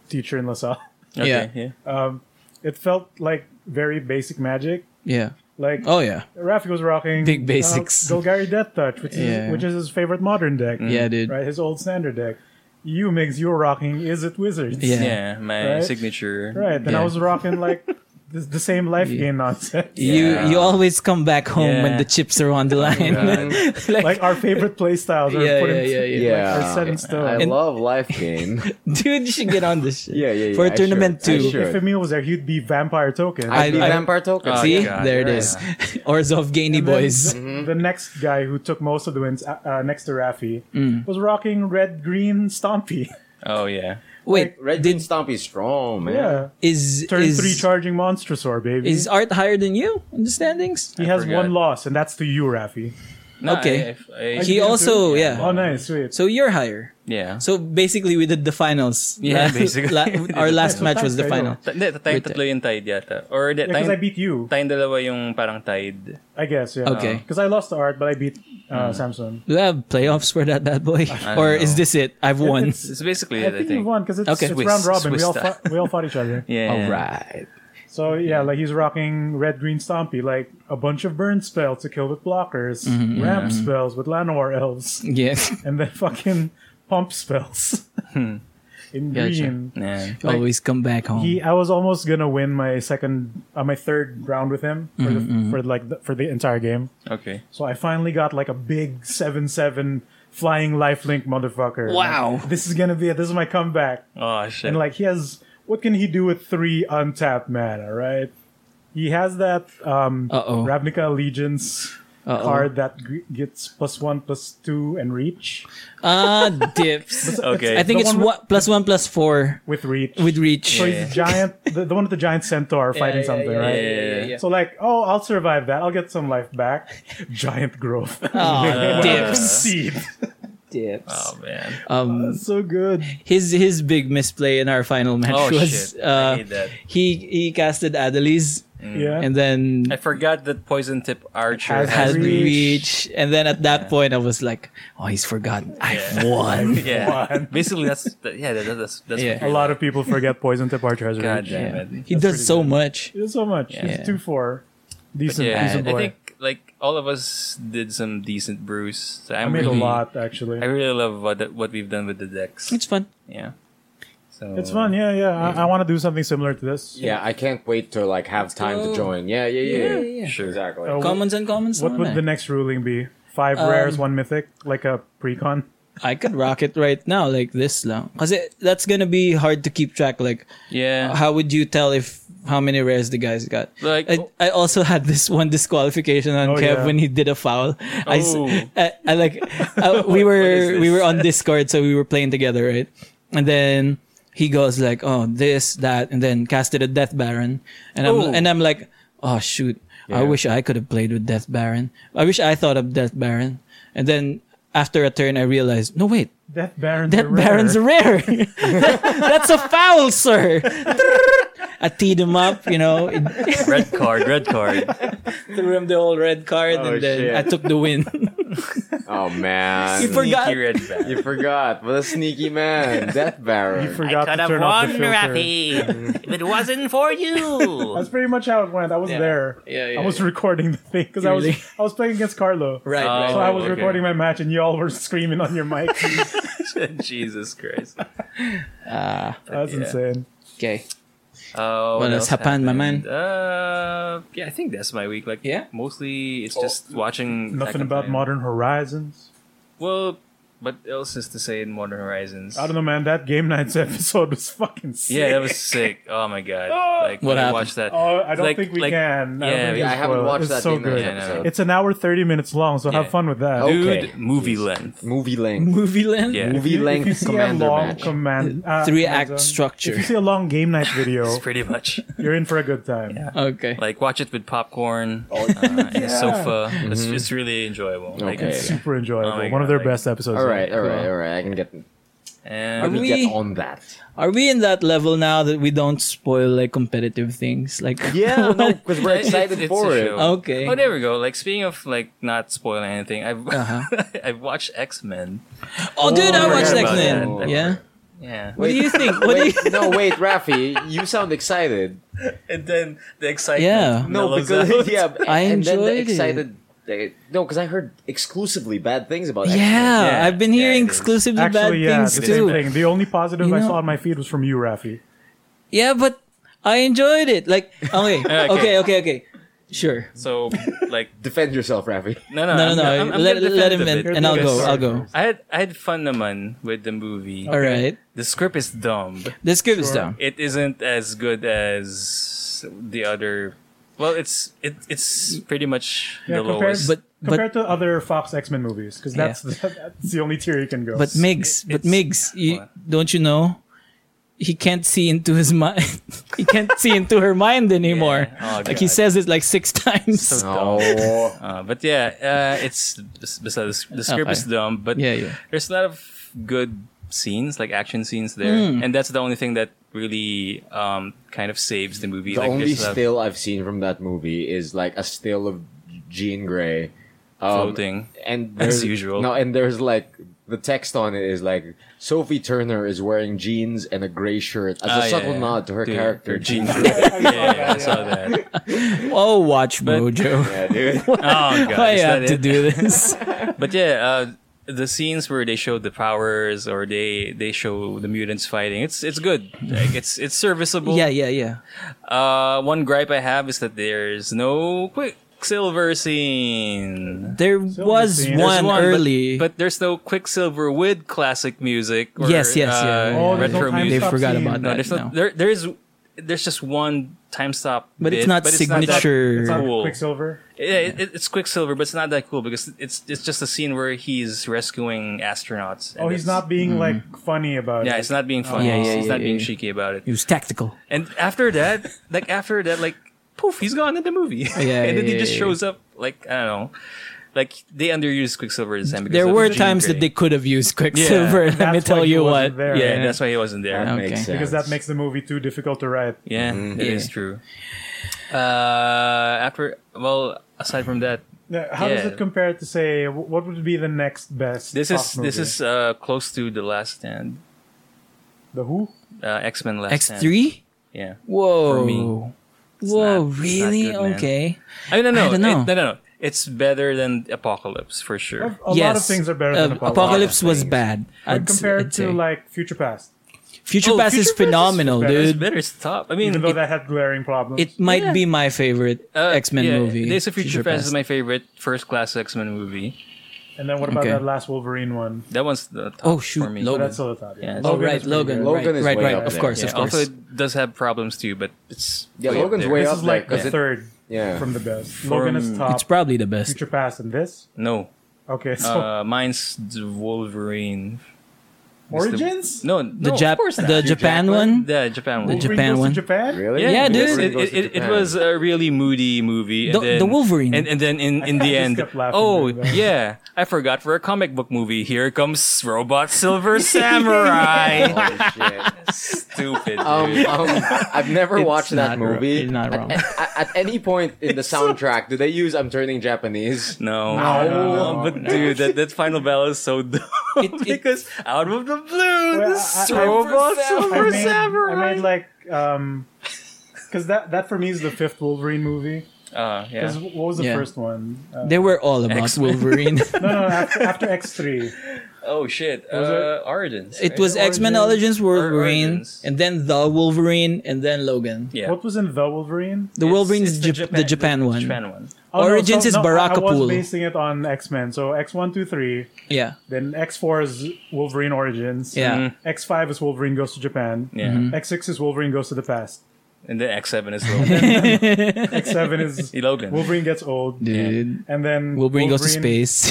[SPEAKER 3] teacher in LaSalle,
[SPEAKER 1] Yeah.
[SPEAKER 4] yeah.
[SPEAKER 3] it felt like very basic magic.
[SPEAKER 1] yeah
[SPEAKER 3] Like
[SPEAKER 1] oh yeah
[SPEAKER 3] Rafi was rocking
[SPEAKER 1] Big basics.
[SPEAKER 3] Uh, Golgari Death Touch, which is
[SPEAKER 1] Yeah. Mm.
[SPEAKER 3] which is his favorite modern deck.
[SPEAKER 1] Yeah, dude.
[SPEAKER 3] Right, his old standard deck. You Migs, you were rocking Is It Wizards.
[SPEAKER 1] Yeah.
[SPEAKER 4] Yeah, my
[SPEAKER 3] Right?
[SPEAKER 4] signature.
[SPEAKER 3] Right. Then I
[SPEAKER 1] Yeah.
[SPEAKER 3] was rocking like the, the same life game nonsense.
[SPEAKER 1] you you always come back home when
[SPEAKER 4] Yeah.
[SPEAKER 1] the chips are on the line like,
[SPEAKER 3] Like oh. our favorite playstyles are
[SPEAKER 1] Yeah,
[SPEAKER 3] put
[SPEAKER 1] yeah,
[SPEAKER 3] in,
[SPEAKER 1] yeah, yeah.
[SPEAKER 3] like,
[SPEAKER 2] Yeah.
[SPEAKER 3] are set in stone.
[SPEAKER 2] I
[SPEAKER 1] And-
[SPEAKER 2] love life game.
[SPEAKER 1] dude you should get on this shit
[SPEAKER 2] Yeah, yeah, yeah.
[SPEAKER 1] for a
[SPEAKER 2] I
[SPEAKER 1] tournament
[SPEAKER 2] should, I
[SPEAKER 1] too
[SPEAKER 2] should.
[SPEAKER 3] if Emil was there, he'd be vampire token.
[SPEAKER 1] I-
[SPEAKER 2] I'd be
[SPEAKER 1] I-
[SPEAKER 2] vampire token.
[SPEAKER 4] Oh,
[SPEAKER 1] see
[SPEAKER 4] God,
[SPEAKER 1] there it
[SPEAKER 4] yeah.
[SPEAKER 1] is or Zovgani
[SPEAKER 3] And then
[SPEAKER 1] boys
[SPEAKER 3] The,
[SPEAKER 2] Mm-hmm.
[SPEAKER 3] the next
[SPEAKER 1] Mm.
[SPEAKER 3] guy who took most of the wins uh, uh, next to Rafi was rocking red green Stompy.
[SPEAKER 4] Oh yeah.
[SPEAKER 1] Wait,
[SPEAKER 2] Red
[SPEAKER 1] did
[SPEAKER 2] Did, Stompy's strong, man.
[SPEAKER 3] Yeah.
[SPEAKER 1] is
[SPEAKER 3] Turn
[SPEAKER 1] is,
[SPEAKER 3] three charging Monstrosaur, baby.
[SPEAKER 1] is Art higher than you in the standings?
[SPEAKER 3] he
[SPEAKER 4] I
[SPEAKER 3] has one
[SPEAKER 4] forgot.
[SPEAKER 3] loss, and that's to you, Rafi.
[SPEAKER 4] No,
[SPEAKER 1] Okay.
[SPEAKER 4] I- I- I-
[SPEAKER 1] He also yeah.
[SPEAKER 3] Oh, nice, sweet.
[SPEAKER 1] So you're higher.
[SPEAKER 4] yeah.
[SPEAKER 1] So basically, we did the finals. La-
[SPEAKER 4] Yeah, basically.
[SPEAKER 1] la- our last
[SPEAKER 3] Yeah,
[SPEAKER 1] match was the
[SPEAKER 3] thanks,
[SPEAKER 1] final.
[SPEAKER 4] Ta- Hindi, tayong
[SPEAKER 1] Wait,
[SPEAKER 4] tatlo yung tied yata. Or hindi,
[SPEAKER 3] because I
[SPEAKER 4] tayong,
[SPEAKER 3] beat you,
[SPEAKER 4] tayong dalawa yung parang tied.
[SPEAKER 3] I guess. Yeah.
[SPEAKER 1] Okay.
[SPEAKER 3] Because I lost the art, but I beat uh, Samson.
[SPEAKER 1] Do we have playoffs for that bad boy,
[SPEAKER 4] don't
[SPEAKER 1] or
[SPEAKER 4] know.
[SPEAKER 1] is this it? I've won.
[SPEAKER 4] It's, it's basically
[SPEAKER 3] I
[SPEAKER 4] it, I
[SPEAKER 3] think
[SPEAKER 4] think.
[SPEAKER 3] you won because it's,
[SPEAKER 1] Okay.
[SPEAKER 3] it's
[SPEAKER 4] Swiss-
[SPEAKER 3] round robin. We all,
[SPEAKER 4] Swiss
[SPEAKER 3] fought, we all fought each other.
[SPEAKER 4] Yeah.
[SPEAKER 2] All right.
[SPEAKER 3] So yeah, like he's rocking red green stompy, like a bunch of burn spells to kill with blockers,
[SPEAKER 1] Mm-hmm,
[SPEAKER 3] ramp spells with Llanowar elves,
[SPEAKER 1] yeah.
[SPEAKER 3] and then fucking pump spells in
[SPEAKER 1] Gotcha.
[SPEAKER 3] green.
[SPEAKER 4] Yeah.
[SPEAKER 1] Always come back home.
[SPEAKER 3] He, I was almost gonna win my second, uh, my third round with him for,
[SPEAKER 1] Mm-hmm,
[SPEAKER 3] the, for like the, for the entire game.
[SPEAKER 4] Okay.
[SPEAKER 3] So I finally got like a big seven seven flying lifelink motherfucker.
[SPEAKER 1] Wow.
[SPEAKER 3] Like, this is gonna be it. This is my comeback.
[SPEAKER 4] Oh, shit.
[SPEAKER 3] And like he has, what can he do with three untapped mana? Right? He has that um,
[SPEAKER 1] Uh-oh.
[SPEAKER 3] Ravnica Allegiance
[SPEAKER 1] Uh-oh.
[SPEAKER 3] card that g- gets plus one, plus two, and reach.
[SPEAKER 1] Ah, dips.
[SPEAKER 4] okay.
[SPEAKER 1] I think
[SPEAKER 3] The
[SPEAKER 1] it's
[SPEAKER 3] one
[SPEAKER 1] one,
[SPEAKER 3] with-
[SPEAKER 1] plus one plus four
[SPEAKER 3] With reach.
[SPEAKER 1] with reach.
[SPEAKER 3] so he's giant, the, the one with the giant centaur fighting something, right?
[SPEAKER 4] yeah, yeah, yeah.
[SPEAKER 3] So like, oh, I'll survive that. I'll get some life back. Giant growth.
[SPEAKER 1] Aw, dips.
[SPEAKER 3] Seed.
[SPEAKER 1] Dips.
[SPEAKER 4] oh, man.
[SPEAKER 1] Um,
[SPEAKER 3] so good.
[SPEAKER 1] his his big misplay in our final match
[SPEAKER 4] Oh,
[SPEAKER 1] was
[SPEAKER 4] shit. I
[SPEAKER 1] uh,
[SPEAKER 4] hate that.
[SPEAKER 1] he he casted Adelise
[SPEAKER 3] Yeah.
[SPEAKER 1] Mm. and then
[SPEAKER 4] I forgot that Poison Tip Archer
[SPEAKER 3] Has-
[SPEAKER 1] had
[SPEAKER 4] has.
[SPEAKER 3] Reach.
[SPEAKER 1] reach. and then at that point I was like, oh, he's forgotten. I've won.
[SPEAKER 4] yeah.
[SPEAKER 3] One.
[SPEAKER 4] Basically, that's. that- Yeah, that, that's. that's
[SPEAKER 1] Yeah.
[SPEAKER 3] A lot of people forget Poison Tip Archer has
[SPEAKER 4] God
[SPEAKER 3] reach.
[SPEAKER 4] damn it.
[SPEAKER 1] He does so much.
[SPEAKER 3] He does so much. He's
[SPEAKER 1] Yeah.
[SPEAKER 3] two four. Decent,
[SPEAKER 4] Yeah,
[SPEAKER 3] decent boy.
[SPEAKER 4] I think like all of us did some decent brews. So
[SPEAKER 3] I
[SPEAKER 4] I'm
[SPEAKER 3] made
[SPEAKER 4] really,
[SPEAKER 3] a lot actually.
[SPEAKER 4] I really love what what we've done with the decks.
[SPEAKER 1] It's fun.
[SPEAKER 4] Yeah. So
[SPEAKER 3] It's fun, yeah, yeah. I, I want to do something similar to this.
[SPEAKER 2] Yeah, I can't wait to like have time
[SPEAKER 1] go.
[SPEAKER 2] to join. Yeah, yeah, yeah.
[SPEAKER 1] Yeah, yeah, yeah.
[SPEAKER 4] Sure.
[SPEAKER 2] Exactly.
[SPEAKER 3] Oh,
[SPEAKER 1] Commons and commons.
[SPEAKER 3] What would
[SPEAKER 1] naman
[SPEAKER 3] the
[SPEAKER 1] eh.
[SPEAKER 3] next ruling be? Five rares, one mythic, like a precon.
[SPEAKER 1] I could rock it right now, like this long. Because that's going to be hard to keep track. Like,
[SPEAKER 4] Yeah.
[SPEAKER 1] how would you tell if how many rares the guys got?
[SPEAKER 4] Like- oh,
[SPEAKER 1] I, I also had this one disqualification on
[SPEAKER 3] Oh,
[SPEAKER 1] Kev
[SPEAKER 3] yeah.
[SPEAKER 1] when he did a foul. I, s-
[SPEAKER 4] Oh.
[SPEAKER 1] I- I like, uh, we were
[SPEAKER 4] is
[SPEAKER 1] we
[SPEAKER 4] this?
[SPEAKER 1] were on Discord, so we were playing together, right? And then he goes like, "Oh, this, that," and then casted a Death Baron, and I'm
[SPEAKER 4] Oh.
[SPEAKER 1] and I'm like, "Oh shoot, I
[SPEAKER 2] Yeah.
[SPEAKER 1] wish I could have played with Death Baron. I wish I thought of Death Baron." And then after a turn, I realized, "No wait."
[SPEAKER 3] Death Baron's
[SPEAKER 1] That
[SPEAKER 3] a rare.
[SPEAKER 1] Baron's rare. That's a foul, sir. I teed him up, you know, it-
[SPEAKER 4] red card, red card.
[SPEAKER 1] threw him the whole red card,
[SPEAKER 2] Oh,
[SPEAKER 1] and then
[SPEAKER 2] shit.
[SPEAKER 1] I took the win.
[SPEAKER 2] Oh man.
[SPEAKER 1] You for- forgot.
[SPEAKER 4] Sneaky red back.
[SPEAKER 2] You forgot. What a sneaky man. Death Baron.
[SPEAKER 3] I forgot to turn off the filter.
[SPEAKER 4] if it wasn't for you.
[SPEAKER 3] That's pretty much how it went. I was there.
[SPEAKER 1] Yeah, yeah,
[SPEAKER 3] I was
[SPEAKER 1] yeah.
[SPEAKER 3] recording the thing because I was
[SPEAKER 1] Really?
[SPEAKER 3] I was playing against Carlo.
[SPEAKER 1] right,
[SPEAKER 4] Oh.
[SPEAKER 3] So I was
[SPEAKER 4] okay.
[SPEAKER 3] recording my match, and y'all were screaming on your mic.
[SPEAKER 4] Jesus Christ.
[SPEAKER 3] That's
[SPEAKER 4] Yeah.
[SPEAKER 3] insane.
[SPEAKER 1] Ah, Okay.
[SPEAKER 4] Oh,
[SPEAKER 1] What else happened, my man?
[SPEAKER 4] Uh, yeah, I think that's my week. Like,
[SPEAKER 1] Yeah?
[SPEAKER 4] mostly it's just watching. Attack
[SPEAKER 3] Oh, Nothing
[SPEAKER 4] on
[SPEAKER 3] about
[SPEAKER 4] Titan.
[SPEAKER 3] Modern Horizons.
[SPEAKER 4] Well, what else is to say in Modern Horizons?
[SPEAKER 3] I don't know, man. That game nights episode was fucking sick. Ah!
[SPEAKER 4] Yeah, that was sick. Oh my god! Like
[SPEAKER 1] What
[SPEAKER 4] when I
[SPEAKER 1] happened?
[SPEAKER 4] watched that.
[SPEAKER 3] Oh, I don't
[SPEAKER 4] like-
[SPEAKER 3] think we
[SPEAKER 4] like-
[SPEAKER 3] can. I don't
[SPEAKER 4] yeah,
[SPEAKER 3] think we
[SPEAKER 4] yeah,
[SPEAKER 2] I haven't
[SPEAKER 3] will.
[SPEAKER 2] watched
[SPEAKER 3] it's
[SPEAKER 2] that
[SPEAKER 3] so
[SPEAKER 2] thing.
[SPEAKER 3] good.
[SPEAKER 4] Yeah, I know.
[SPEAKER 2] episode.
[SPEAKER 3] It's an hour thirty minutes long, so
[SPEAKER 4] Yeah.
[SPEAKER 3] have fun with that.
[SPEAKER 2] Oh,
[SPEAKER 4] Dude,
[SPEAKER 2] Okay.
[SPEAKER 4] movie length.
[SPEAKER 2] Movie length.
[SPEAKER 1] Movie land.
[SPEAKER 4] Yeah.
[SPEAKER 2] Movie
[SPEAKER 3] If you
[SPEAKER 2] length
[SPEAKER 3] see
[SPEAKER 2] commander
[SPEAKER 3] a long
[SPEAKER 2] match.
[SPEAKER 3] command, uh,
[SPEAKER 1] Three
[SPEAKER 3] command
[SPEAKER 1] act
[SPEAKER 3] zone-
[SPEAKER 1] structure.
[SPEAKER 3] If you see a long game night video,
[SPEAKER 4] It's pretty much
[SPEAKER 3] you're in for a good time.
[SPEAKER 4] Yeah.
[SPEAKER 1] Okay.
[SPEAKER 4] like watch it with popcorn
[SPEAKER 3] Oh,
[SPEAKER 4] uh, and a sofa. It's,
[SPEAKER 1] Mm-hmm.
[SPEAKER 4] it's really enjoyable. Like,
[SPEAKER 2] Okay.
[SPEAKER 4] it's-
[SPEAKER 3] Super enjoyable.
[SPEAKER 4] Oh
[SPEAKER 3] One of
[SPEAKER 4] my God,
[SPEAKER 3] their
[SPEAKER 4] like-
[SPEAKER 3] best episodes.
[SPEAKER 2] All right, all right, all right. I can get let
[SPEAKER 4] and
[SPEAKER 2] me
[SPEAKER 1] We-
[SPEAKER 2] get on that.
[SPEAKER 1] Are we in that level now that we don't spoil like competitive things? Like
[SPEAKER 2] Yeah, no,
[SPEAKER 1] what?
[SPEAKER 2] because we're
[SPEAKER 4] It's-
[SPEAKER 2] excited
[SPEAKER 4] it's
[SPEAKER 2] for
[SPEAKER 4] a
[SPEAKER 2] it.
[SPEAKER 4] show.
[SPEAKER 1] Okay.
[SPEAKER 4] Oh, there we go. Like speaking of like not spoiling anything, I've
[SPEAKER 1] Uh-huh.
[SPEAKER 4] I've watched X Men.
[SPEAKER 1] Oh, dude, I
[SPEAKER 2] Oh,
[SPEAKER 1] watched X
[SPEAKER 2] forgot about
[SPEAKER 1] Men.
[SPEAKER 4] that.
[SPEAKER 1] Yeah.
[SPEAKER 4] Yeah.
[SPEAKER 1] What do you think? What do
[SPEAKER 2] wait,
[SPEAKER 1] you?
[SPEAKER 2] no, wait, Rafi, you sound excited.
[SPEAKER 4] And then the excitement.
[SPEAKER 1] Yeah.
[SPEAKER 2] No,
[SPEAKER 4] mellows
[SPEAKER 2] because
[SPEAKER 4] out.
[SPEAKER 2] yeah,
[SPEAKER 1] I
[SPEAKER 2] and then the
[SPEAKER 1] enjoyed it.
[SPEAKER 2] excited. they- No, because I heard exclusively bad things about.
[SPEAKER 1] Yeah,
[SPEAKER 2] X-Men.
[SPEAKER 4] Yeah,
[SPEAKER 1] I've been
[SPEAKER 4] yeah,
[SPEAKER 1] hearing
[SPEAKER 4] it is.
[SPEAKER 1] exclusively bad
[SPEAKER 3] Actually, yeah,
[SPEAKER 1] things
[SPEAKER 3] the
[SPEAKER 1] too.
[SPEAKER 3] same thing. The only positive
[SPEAKER 1] You
[SPEAKER 3] I
[SPEAKER 1] know-
[SPEAKER 3] saw on my feed was from you, Rafi.
[SPEAKER 1] Yeah, but I enjoyed it. Like okay,
[SPEAKER 4] Okay.
[SPEAKER 1] okay, okay, okay. Sure.
[SPEAKER 4] So like
[SPEAKER 2] Defend yourself, Rafi.
[SPEAKER 4] no
[SPEAKER 1] No,
[SPEAKER 4] no
[SPEAKER 1] no,
[SPEAKER 4] I'm-
[SPEAKER 1] no.
[SPEAKER 4] I'm- I'm
[SPEAKER 1] let,
[SPEAKER 4] gonna
[SPEAKER 1] let
[SPEAKER 4] defend
[SPEAKER 1] him
[SPEAKER 4] a
[SPEAKER 1] in,
[SPEAKER 4] bit.
[SPEAKER 1] and I'll go.
[SPEAKER 3] Yes.
[SPEAKER 1] I'll go.
[SPEAKER 4] I had I had fun naman with the movie.
[SPEAKER 1] All right.
[SPEAKER 4] The script is dumb.
[SPEAKER 1] The script is down.
[SPEAKER 4] It isn't as good as the other Well, it's it, it's pretty much
[SPEAKER 3] Yeah,
[SPEAKER 4] the
[SPEAKER 3] compared,
[SPEAKER 4] lowest.
[SPEAKER 1] But-
[SPEAKER 3] compared to other Fox X Men movies, because
[SPEAKER 1] Yeah.
[SPEAKER 3] that's, the, that's the only tier you can go.
[SPEAKER 1] But Migs,
[SPEAKER 4] it-
[SPEAKER 1] but
[SPEAKER 4] it's-
[SPEAKER 1] Migs, you,
[SPEAKER 4] What?
[SPEAKER 1] don't you know? He can't see into his mind. he can't see into her mind anymore.
[SPEAKER 4] Yeah. Oh,
[SPEAKER 1] like he
[SPEAKER 4] God.
[SPEAKER 1] says it like six times.
[SPEAKER 4] So-
[SPEAKER 2] No.
[SPEAKER 4] Uh, but yeah, uh, it's besides the script is
[SPEAKER 1] Okay.
[SPEAKER 4] dumb, but
[SPEAKER 1] Yeah, yeah.
[SPEAKER 4] there's a lot of good scenes, like action scenes there,
[SPEAKER 1] Hmm.
[SPEAKER 4] and that's the only thing that really um, kind of saves the movie.
[SPEAKER 2] The
[SPEAKER 4] like
[SPEAKER 2] only
[SPEAKER 4] there's a lot of
[SPEAKER 2] still I've seen from that movie is like a still of Jean Grey um,
[SPEAKER 4] floating.
[SPEAKER 2] and
[SPEAKER 4] As
[SPEAKER 2] there's-
[SPEAKER 4] usual.
[SPEAKER 2] No, and there's like the text on it is like Sophie Turner is wearing jeans and a gray shirt as a
[SPEAKER 4] Ah, yeah,
[SPEAKER 2] subtle
[SPEAKER 4] yeah.
[SPEAKER 2] nod to her
[SPEAKER 4] Dude,
[SPEAKER 2] character.
[SPEAKER 4] Jean Grey. yeah,
[SPEAKER 2] Um,
[SPEAKER 4] yeah, I saw that.
[SPEAKER 1] oh, watch
[SPEAKER 4] But-
[SPEAKER 1] Mojo.
[SPEAKER 2] Yeah, dude.
[SPEAKER 4] Oh god,
[SPEAKER 1] I
[SPEAKER 4] is that
[SPEAKER 1] have to
[SPEAKER 4] it?
[SPEAKER 1] do this.
[SPEAKER 4] But yeah, uh, the scenes where they show the powers or they they show the mutants fighting, it's it's good. Like it's it's serviceable.
[SPEAKER 1] yeah, yeah, yeah.
[SPEAKER 4] Uh, one gripe I have is that there's no Quicksilver scene.
[SPEAKER 1] There
[SPEAKER 3] Silver
[SPEAKER 1] was
[SPEAKER 3] scene.
[SPEAKER 1] one,
[SPEAKER 3] There's
[SPEAKER 4] but-
[SPEAKER 1] early.
[SPEAKER 4] but, there's no Quicksilver with classic music. Or,
[SPEAKER 1] yes, yes,
[SPEAKER 4] uh,
[SPEAKER 1] yeah. yeah,
[SPEAKER 3] Oh,
[SPEAKER 1] yeah.
[SPEAKER 3] there's no
[SPEAKER 4] retro
[SPEAKER 3] time
[SPEAKER 1] they
[SPEAKER 4] music.
[SPEAKER 3] stop
[SPEAKER 1] forgot
[SPEAKER 3] scene.
[SPEAKER 1] about
[SPEAKER 4] No,
[SPEAKER 1] that.
[SPEAKER 4] there's not.
[SPEAKER 1] no.
[SPEAKER 4] There, there is. There's just one time stop.
[SPEAKER 1] But it's
[SPEAKER 4] bit,
[SPEAKER 1] not
[SPEAKER 4] that
[SPEAKER 1] signature.
[SPEAKER 3] it's not
[SPEAKER 4] cool.
[SPEAKER 3] Quicksilver.
[SPEAKER 4] Yeah, it, it- it's Quicksilver, but it's not that cool because it's it's just a scene where he's rescuing astronauts. and
[SPEAKER 3] Oh, he's
[SPEAKER 4] it's-
[SPEAKER 3] not Oh. being
[SPEAKER 2] Mm-hmm.
[SPEAKER 3] like funny about
[SPEAKER 4] Yeah,
[SPEAKER 3] it.
[SPEAKER 4] it's not being funny.
[SPEAKER 1] Yeah, yeah,
[SPEAKER 4] he's not
[SPEAKER 1] yeah,
[SPEAKER 4] being
[SPEAKER 1] yeah.
[SPEAKER 4] cheeky about it.
[SPEAKER 1] It was tactical.
[SPEAKER 4] And after that, like after that, like poof, he's gone in the movie.
[SPEAKER 1] yeah,
[SPEAKER 4] and then he
[SPEAKER 1] yeah,
[SPEAKER 4] just
[SPEAKER 1] yeah.
[SPEAKER 4] shows up. Like I don't know. Like they underused Quicksilver this time. Because
[SPEAKER 1] There
[SPEAKER 4] of
[SPEAKER 1] were
[SPEAKER 4] Jean
[SPEAKER 1] times that
[SPEAKER 4] Grey.
[SPEAKER 1] they could have used Quicksilver. Let me
[SPEAKER 3] That's why
[SPEAKER 1] tell
[SPEAKER 3] he
[SPEAKER 1] you
[SPEAKER 3] wasn't
[SPEAKER 1] what.
[SPEAKER 3] there.
[SPEAKER 4] Yeah,
[SPEAKER 1] Yeah.
[SPEAKER 4] that's why he wasn't there.
[SPEAKER 2] That makes
[SPEAKER 1] Okay.
[SPEAKER 2] sense.
[SPEAKER 3] because that makes the movie too difficult to write.
[SPEAKER 4] Yeah, it is
[SPEAKER 1] Yeah.
[SPEAKER 4] true. Uh, after well, aside from that,
[SPEAKER 3] Yeah, Uh, How does
[SPEAKER 4] Yeah.
[SPEAKER 3] it compare to say wh- what would be the next best?
[SPEAKER 4] this
[SPEAKER 3] Fox
[SPEAKER 4] is this
[SPEAKER 3] movie?
[SPEAKER 4] is uh, close to the Last Stand,
[SPEAKER 3] the Who.
[SPEAKER 4] uh, X Men Last
[SPEAKER 1] X
[SPEAKER 4] Stand.
[SPEAKER 1] three.
[SPEAKER 4] Yeah,
[SPEAKER 1] Whoa.
[SPEAKER 4] For me.
[SPEAKER 1] Whoa,
[SPEAKER 4] not- it's not
[SPEAKER 1] really?
[SPEAKER 4] good, man.
[SPEAKER 1] okay.
[SPEAKER 4] I mean, no, no,
[SPEAKER 1] I don't know.
[SPEAKER 4] It, no, no, no. It's better than Apocalypse for
[SPEAKER 3] A,
[SPEAKER 4] sure.
[SPEAKER 3] a lot of things are better
[SPEAKER 1] Uh,
[SPEAKER 3] than Apocalypse.
[SPEAKER 1] Apocalypse was
[SPEAKER 2] Things.
[SPEAKER 1] bad.
[SPEAKER 3] But
[SPEAKER 1] I'd,
[SPEAKER 3] compared
[SPEAKER 1] I'd
[SPEAKER 3] to
[SPEAKER 1] say.
[SPEAKER 3] like Future Past,
[SPEAKER 1] Future
[SPEAKER 4] Oh,
[SPEAKER 1] Past
[SPEAKER 4] Future
[SPEAKER 1] is
[SPEAKER 4] Past is
[SPEAKER 1] phenomenal,
[SPEAKER 3] better.
[SPEAKER 4] It's
[SPEAKER 1] dude.
[SPEAKER 4] better. It's top. I mean,
[SPEAKER 3] even though
[SPEAKER 4] it-
[SPEAKER 3] that had glaring problems.
[SPEAKER 1] It might
[SPEAKER 4] Yeah.
[SPEAKER 1] be my favorite
[SPEAKER 4] uh,
[SPEAKER 1] X Men
[SPEAKER 4] yeah,
[SPEAKER 1] movie.
[SPEAKER 4] Days of Future, Past is
[SPEAKER 1] Past.
[SPEAKER 4] my favorite first class X Men movie.
[SPEAKER 3] and then what about
[SPEAKER 1] okay.
[SPEAKER 3] that last Wolverine one?
[SPEAKER 4] That one's the top
[SPEAKER 1] Oh, shoot,
[SPEAKER 4] for me.
[SPEAKER 1] Logan.
[SPEAKER 3] That's all I thought.
[SPEAKER 4] Yeah,
[SPEAKER 3] Yeah.
[SPEAKER 4] it's-
[SPEAKER 1] Oh
[SPEAKER 3] Logan
[SPEAKER 1] right,
[SPEAKER 3] is pretty
[SPEAKER 1] Logan.
[SPEAKER 3] good.
[SPEAKER 2] Logan
[SPEAKER 1] right,
[SPEAKER 2] is
[SPEAKER 1] right,
[SPEAKER 2] way
[SPEAKER 1] right.
[SPEAKER 2] up
[SPEAKER 1] Of
[SPEAKER 2] there.
[SPEAKER 1] course,
[SPEAKER 4] Yeah,
[SPEAKER 1] of course.
[SPEAKER 4] also it does have problems too, but it's
[SPEAKER 2] Yeah,
[SPEAKER 4] way up
[SPEAKER 2] Logan's
[SPEAKER 4] there.
[SPEAKER 2] way
[SPEAKER 3] This
[SPEAKER 2] up
[SPEAKER 3] is like
[SPEAKER 2] there,
[SPEAKER 3] the
[SPEAKER 2] 'cause it-
[SPEAKER 3] third
[SPEAKER 2] Yeah.
[SPEAKER 3] from the best. Logan is
[SPEAKER 4] From-
[SPEAKER 3] top.
[SPEAKER 1] it's probably the best.
[SPEAKER 3] Future Past and this.
[SPEAKER 4] No,
[SPEAKER 3] Okay, so
[SPEAKER 4] uh, mine's the Wolverine. It's the-
[SPEAKER 3] Origins.
[SPEAKER 4] No,
[SPEAKER 1] The
[SPEAKER 4] no,
[SPEAKER 1] Jap,
[SPEAKER 4] of course not.
[SPEAKER 1] the Japan one.
[SPEAKER 4] The Japan one.
[SPEAKER 1] The
[SPEAKER 3] Wolverine
[SPEAKER 1] Japan
[SPEAKER 3] goes to
[SPEAKER 1] one.
[SPEAKER 3] Japan.
[SPEAKER 2] Really?
[SPEAKER 1] Yeah, dude.
[SPEAKER 4] Yes,
[SPEAKER 2] Wolverine
[SPEAKER 4] it,
[SPEAKER 2] goes
[SPEAKER 4] it,
[SPEAKER 2] to
[SPEAKER 4] it, it
[SPEAKER 2] Japan.
[SPEAKER 4] was a really moody movie. And
[SPEAKER 1] The-
[SPEAKER 4] then,
[SPEAKER 1] the Wolverine.
[SPEAKER 4] and, and then in, in
[SPEAKER 3] I
[SPEAKER 4] the
[SPEAKER 3] just
[SPEAKER 4] end,
[SPEAKER 3] kept laughing
[SPEAKER 4] oh
[SPEAKER 3] during that.
[SPEAKER 4] yeah, I forgot for a comic book movie. Here comes Robot Silver Samurai.
[SPEAKER 2] Oh, shit.
[SPEAKER 4] Stupid.
[SPEAKER 1] Oh,
[SPEAKER 2] Um,
[SPEAKER 4] dude.
[SPEAKER 2] um, I've never
[SPEAKER 1] It's
[SPEAKER 2] watched
[SPEAKER 1] not
[SPEAKER 2] that
[SPEAKER 1] wrong.
[SPEAKER 2] movie.
[SPEAKER 1] It's not wrong.
[SPEAKER 2] At, at- at any point in the soundtrack, do they use "I'm Turning Japanese"?
[SPEAKER 4] No,
[SPEAKER 3] No, no, no,
[SPEAKER 4] but dude, that, that final battle is so dumb
[SPEAKER 1] it-
[SPEAKER 4] because out of the blue, this
[SPEAKER 3] I- I-
[SPEAKER 4] robot
[SPEAKER 1] I-
[SPEAKER 4] silver
[SPEAKER 3] I made,
[SPEAKER 4] samurai.
[SPEAKER 3] I made like um, because that that for me is the fifth Wolverine movie.
[SPEAKER 4] uh,
[SPEAKER 3] Because
[SPEAKER 4] yeah.
[SPEAKER 3] what was the
[SPEAKER 1] Yeah.
[SPEAKER 3] first one? Uh,
[SPEAKER 1] They were all about
[SPEAKER 4] X-Men.
[SPEAKER 1] Wolverine.
[SPEAKER 3] no, no, after, after X three.
[SPEAKER 4] Oh shit!
[SPEAKER 3] was
[SPEAKER 4] Uh, Origins.
[SPEAKER 1] it
[SPEAKER 4] right?
[SPEAKER 1] was X Men Origins
[SPEAKER 3] Origins.
[SPEAKER 1] Wolverine,
[SPEAKER 4] Origins.
[SPEAKER 1] and then the Wolverine, and then Logan.
[SPEAKER 4] yeah.
[SPEAKER 3] What was in the Wolverine? Oh,
[SPEAKER 1] The
[SPEAKER 4] It's-
[SPEAKER 1] Wolverine
[SPEAKER 4] it's
[SPEAKER 1] is Jap- the Japan one.
[SPEAKER 4] Japan one.
[SPEAKER 3] no,
[SPEAKER 1] Origins is
[SPEAKER 3] I, I was
[SPEAKER 1] Barakapool.
[SPEAKER 3] basing it on X Men. So X one, two, three.
[SPEAKER 1] Yeah,
[SPEAKER 3] Then X four is Wolverine Origins.
[SPEAKER 1] yeah.
[SPEAKER 4] Mhm.
[SPEAKER 3] X five is Wolverine goes to Japan.
[SPEAKER 4] Yeah,
[SPEAKER 3] X six is Wolverine goes to the past.
[SPEAKER 4] and then X Seven is Logan.
[SPEAKER 3] X seven is
[SPEAKER 4] Logan.
[SPEAKER 3] Wolverine gets old.
[SPEAKER 1] Dude,
[SPEAKER 3] And then
[SPEAKER 1] Wolverine goes to space.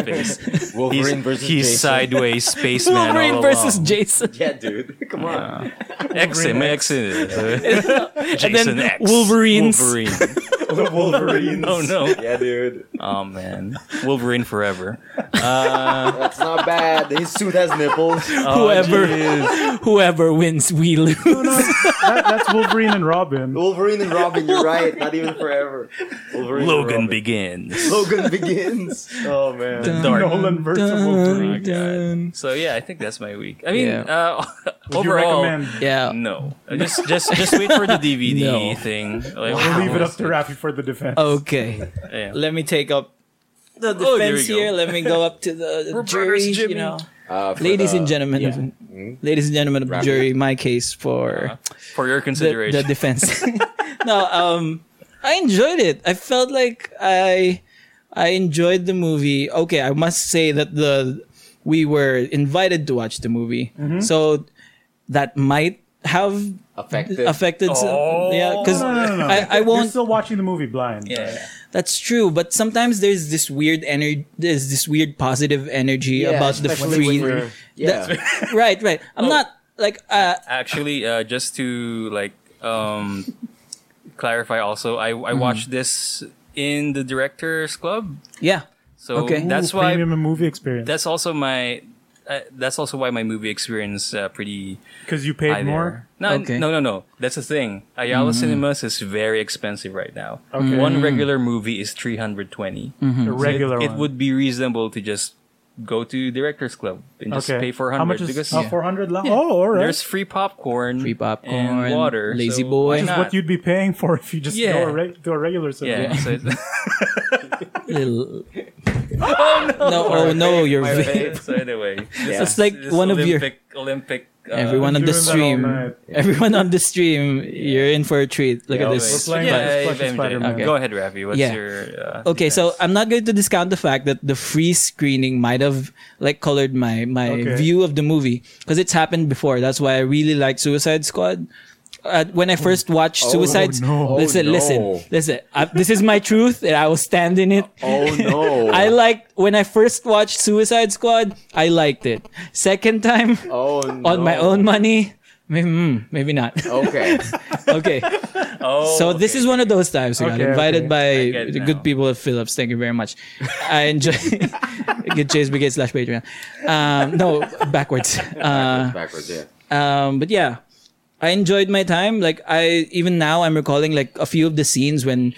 [SPEAKER 4] Space.
[SPEAKER 2] Wolverine
[SPEAKER 4] He's,
[SPEAKER 2] versus
[SPEAKER 4] he's
[SPEAKER 2] Jason.
[SPEAKER 4] sideways spaceman.
[SPEAKER 1] Wolverine
[SPEAKER 4] all
[SPEAKER 1] versus
[SPEAKER 4] along.
[SPEAKER 1] Jason.
[SPEAKER 2] Yeah, dude. Come on.
[SPEAKER 4] X. Him, X. it is. Jason
[SPEAKER 1] then
[SPEAKER 4] X.
[SPEAKER 1] Wolverines.
[SPEAKER 4] Wolverine.
[SPEAKER 2] the Wolverines.
[SPEAKER 4] Oh no.
[SPEAKER 2] Yeah, dude.
[SPEAKER 4] Oh man. Wolverine forever.
[SPEAKER 2] That's not bad. His suit has nipples.
[SPEAKER 4] Oh,
[SPEAKER 1] whoever, whoever wins, we lose.
[SPEAKER 3] That- that's Wolverine and Robin.
[SPEAKER 2] Wolverine and Robin, you're right. Not even forever. Wolverine and
[SPEAKER 4] Logan
[SPEAKER 2] Robin.
[SPEAKER 4] begins.
[SPEAKER 2] Logan begins. Oh man.
[SPEAKER 4] Dark.
[SPEAKER 3] Nolan versus
[SPEAKER 4] Oh,
[SPEAKER 3] Wolverine.
[SPEAKER 4] God. So yeah, I think that's my week. I mean,
[SPEAKER 1] Yeah.
[SPEAKER 4] uh,
[SPEAKER 3] Would you
[SPEAKER 4] overall,
[SPEAKER 3] recommend?
[SPEAKER 1] Yeah.
[SPEAKER 4] no. Just just just wait for the DVD
[SPEAKER 1] No.
[SPEAKER 4] thing. Like,
[SPEAKER 3] We'll leave it up to Rafi for the defense.
[SPEAKER 1] Oh, Okay.
[SPEAKER 4] Yeah.
[SPEAKER 1] Let me take up the
[SPEAKER 4] Oh, there
[SPEAKER 1] defense
[SPEAKER 4] we go.
[SPEAKER 1] here. Let me go up to the
[SPEAKER 4] Roberto's
[SPEAKER 1] jury.
[SPEAKER 4] Jimmy.
[SPEAKER 1] You know,
[SPEAKER 2] Uh, for
[SPEAKER 1] ladies
[SPEAKER 2] the-
[SPEAKER 1] and gentlemen, of,
[SPEAKER 4] Mm-hmm.
[SPEAKER 1] ladies and gentlemen of the
[SPEAKER 2] Wrap it
[SPEAKER 1] jury, my case
[SPEAKER 4] Uh-huh.
[SPEAKER 1] for
[SPEAKER 4] for your
[SPEAKER 1] the,
[SPEAKER 4] consideration.
[SPEAKER 1] the defense. no, um, I enjoyed it. I felt like I I enjoyed the movie. Okay, I must say that the
[SPEAKER 4] Mm-hmm.
[SPEAKER 1] we were invited to watch the movie, so that might have
[SPEAKER 2] Affected.
[SPEAKER 1] affected. s-
[SPEAKER 4] Oh.
[SPEAKER 1] Yeah, because
[SPEAKER 3] No, no, no, no.
[SPEAKER 1] I, I
[SPEAKER 3] You're
[SPEAKER 1] won't.
[SPEAKER 3] still watching the movie blind.
[SPEAKER 4] Yeah.
[SPEAKER 1] That's true, but sometimes there's this weird energy. There's this weird positive energy
[SPEAKER 2] Yeah,
[SPEAKER 1] about the
[SPEAKER 2] especially when Oh.
[SPEAKER 1] free.
[SPEAKER 2] we're-
[SPEAKER 1] That-
[SPEAKER 2] Yeah.
[SPEAKER 1] right, right. I'm not like uh,
[SPEAKER 4] Actually, uh, just to like um, clarify, also, I, I
[SPEAKER 3] Mm-hmm.
[SPEAKER 4] watched this in the directors club,
[SPEAKER 1] yeah.
[SPEAKER 4] so
[SPEAKER 1] Okay.
[SPEAKER 4] that's
[SPEAKER 3] Ooh,
[SPEAKER 4] why
[SPEAKER 3] premium and movie experience
[SPEAKER 4] that's also my uh, that's also why my movie experience uh, pretty
[SPEAKER 3] because you paid
[SPEAKER 4] high
[SPEAKER 3] more. Mm-hmm.
[SPEAKER 4] there. No,
[SPEAKER 1] Okay.
[SPEAKER 4] no, no, no. That's the thing. Ayala Cinemas is very expensive right now.
[SPEAKER 3] Okay.
[SPEAKER 4] One regular movie is three hundred twenty.
[SPEAKER 3] The
[SPEAKER 1] Mhm.
[SPEAKER 3] regular
[SPEAKER 4] It
[SPEAKER 3] one.
[SPEAKER 4] would be reasonable to just go to Directors Club and just pay four
[SPEAKER 3] How
[SPEAKER 4] hundred
[SPEAKER 3] much is
[SPEAKER 4] because
[SPEAKER 3] oh, 400 lang? Oh, all right.
[SPEAKER 4] there's free popcorn,
[SPEAKER 1] Free popcorn,
[SPEAKER 4] and water,
[SPEAKER 1] Lazy
[SPEAKER 4] so
[SPEAKER 1] Boy. Which
[SPEAKER 3] Which
[SPEAKER 4] why
[SPEAKER 3] is
[SPEAKER 4] not?
[SPEAKER 3] what you'd be paying for if you just
[SPEAKER 4] Yeah.
[SPEAKER 3] go a reg- to a regular
[SPEAKER 4] yeah.
[SPEAKER 3] cinema.
[SPEAKER 4] so it's-
[SPEAKER 1] Little... oh no! Oh no! You're
[SPEAKER 2] My
[SPEAKER 1] vape.
[SPEAKER 2] vape.
[SPEAKER 4] so anyway,
[SPEAKER 2] Yeah.
[SPEAKER 4] this-
[SPEAKER 1] It's like
[SPEAKER 4] this
[SPEAKER 1] one of your-
[SPEAKER 4] Olympic, Olympic. uh,
[SPEAKER 1] Everyone on the
[SPEAKER 3] Doing that all
[SPEAKER 1] stream.
[SPEAKER 3] night.
[SPEAKER 1] Everyone on the stream. You're in for a treat. Look at
[SPEAKER 2] Yeah,
[SPEAKER 1] this.
[SPEAKER 3] We're playing
[SPEAKER 4] yeah,
[SPEAKER 3] Flash and
[SPEAKER 4] MJ.
[SPEAKER 3] Spider-Man.
[SPEAKER 1] Okay.
[SPEAKER 4] Go ahead, Ravi. What's
[SPEAKER 1] Yeah.
[SPEAKER 4] your uh,
[SPEAKER 1] Okay, so
[SPEAKER 4] defense?
[SPEAKER 1] I'm not going to discount the fact that the free screening might have like colored my my
[SPEAKER 3] Okay.
[SPEAKER 1] view of the movie because it's happened before. That's why I really liked Suicide Squad. Uh, when I first watched
[SPEAKER 2] Oh,
[SPEAKER 1] Suicide,
[SPEAKER 3] no.
[SPEAKER 1] listen,
[SPEAKER 2] Oh, no.
[SPEAKER 1] listen, listen. I, this is my truth, and I will stand in it.
[SPEAKER 2] Oh no.
[SPEAKER 1] I liked when I first watched Suicide Squad. I liked it. Second time
[SPEAKER 2] Oh no.
[SPEAKER 1] on my own money, maybe, mm, maybe not.
[SPEAKER 2] Okay.
[SPEAKER 1] okay.
[SPEAKER 4] Oh,
[SPEAKER 1] So this is
[SPEAKER 4] okay.
[SPEAKER 1] one of those times we got
[SPEAKER 3] Okay,
[SPEAKER 1] invited
[SPEAKER 3] okay.
[SPEAKER 4] I
[SPEAKER 1] by
[SPEAKER 4] get
[SPEAKER 1] the
[SPEAKER 4] now.
[SPEAKER 1] good people at Phillips. Thank you very much. I enjoy good Chase Brigade slash Patreon. Um, no, backwards. Uh,
[SPEAKER 2] Backwards, yeah.
[SPEAKER 1] um, but yeah, I enjoyed my time. Like I even now I'm recalling like a few of the scenes when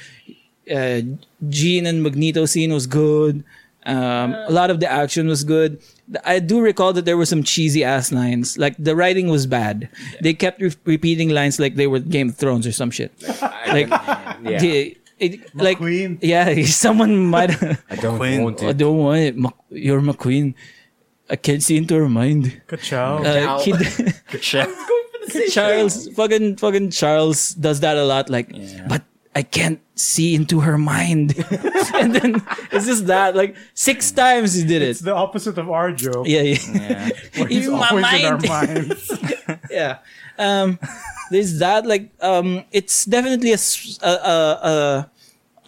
[SPEAKER 1] uh, Jean and Magneto scene was good. Um, a lot of the action was good. Th- I do recall that there were some cheesy ass lines. Like the writing was bad. They kept re- repeating lines like they were Game of Thrones or some shit.
[SPEAKER 2] I can- yeah.
[SPEAKER 1] The- it- like
[SPEAKER 3] McQueen.
[SPEAKER 1] yeah, someone might.
[SPEAKER 2] I don't
[SPEAKER 4] Quinn.
[SPEAKER 2] want
[SPEAKER 1] I
[SPEAKER 2] it.
[SPEAKER 1] don't want it. Mc- You're McQueen. I can't see into her mind.
[SPEAKER 3] Ka-chow.
[SPEAKER 1] Uh,
[SPEAKER 2] Ow.
[SPEAKER 1] kid- Charles, fucking, fucking Charles does that a lot. Like, but I can't see into her mind. and then it's just that. Like six times he did
[SPEAKER 3] it's
[SPEAKER 1] it.
[SPEAKER 3] the opposite of our joke.
[SPEAKER 1] Yeah, yeah,
[SPEAKER 4] Yeah.
[SPEAKER 3] It's
[SPEAKER 1] In my
[SPEAKER 3] always in our
[SPEAKER 1] mind.
[SPEAKER 3] minds.
[SPEAKER 1] yeah. Um, there's that. Like, um, it's definitely a s- a a- a-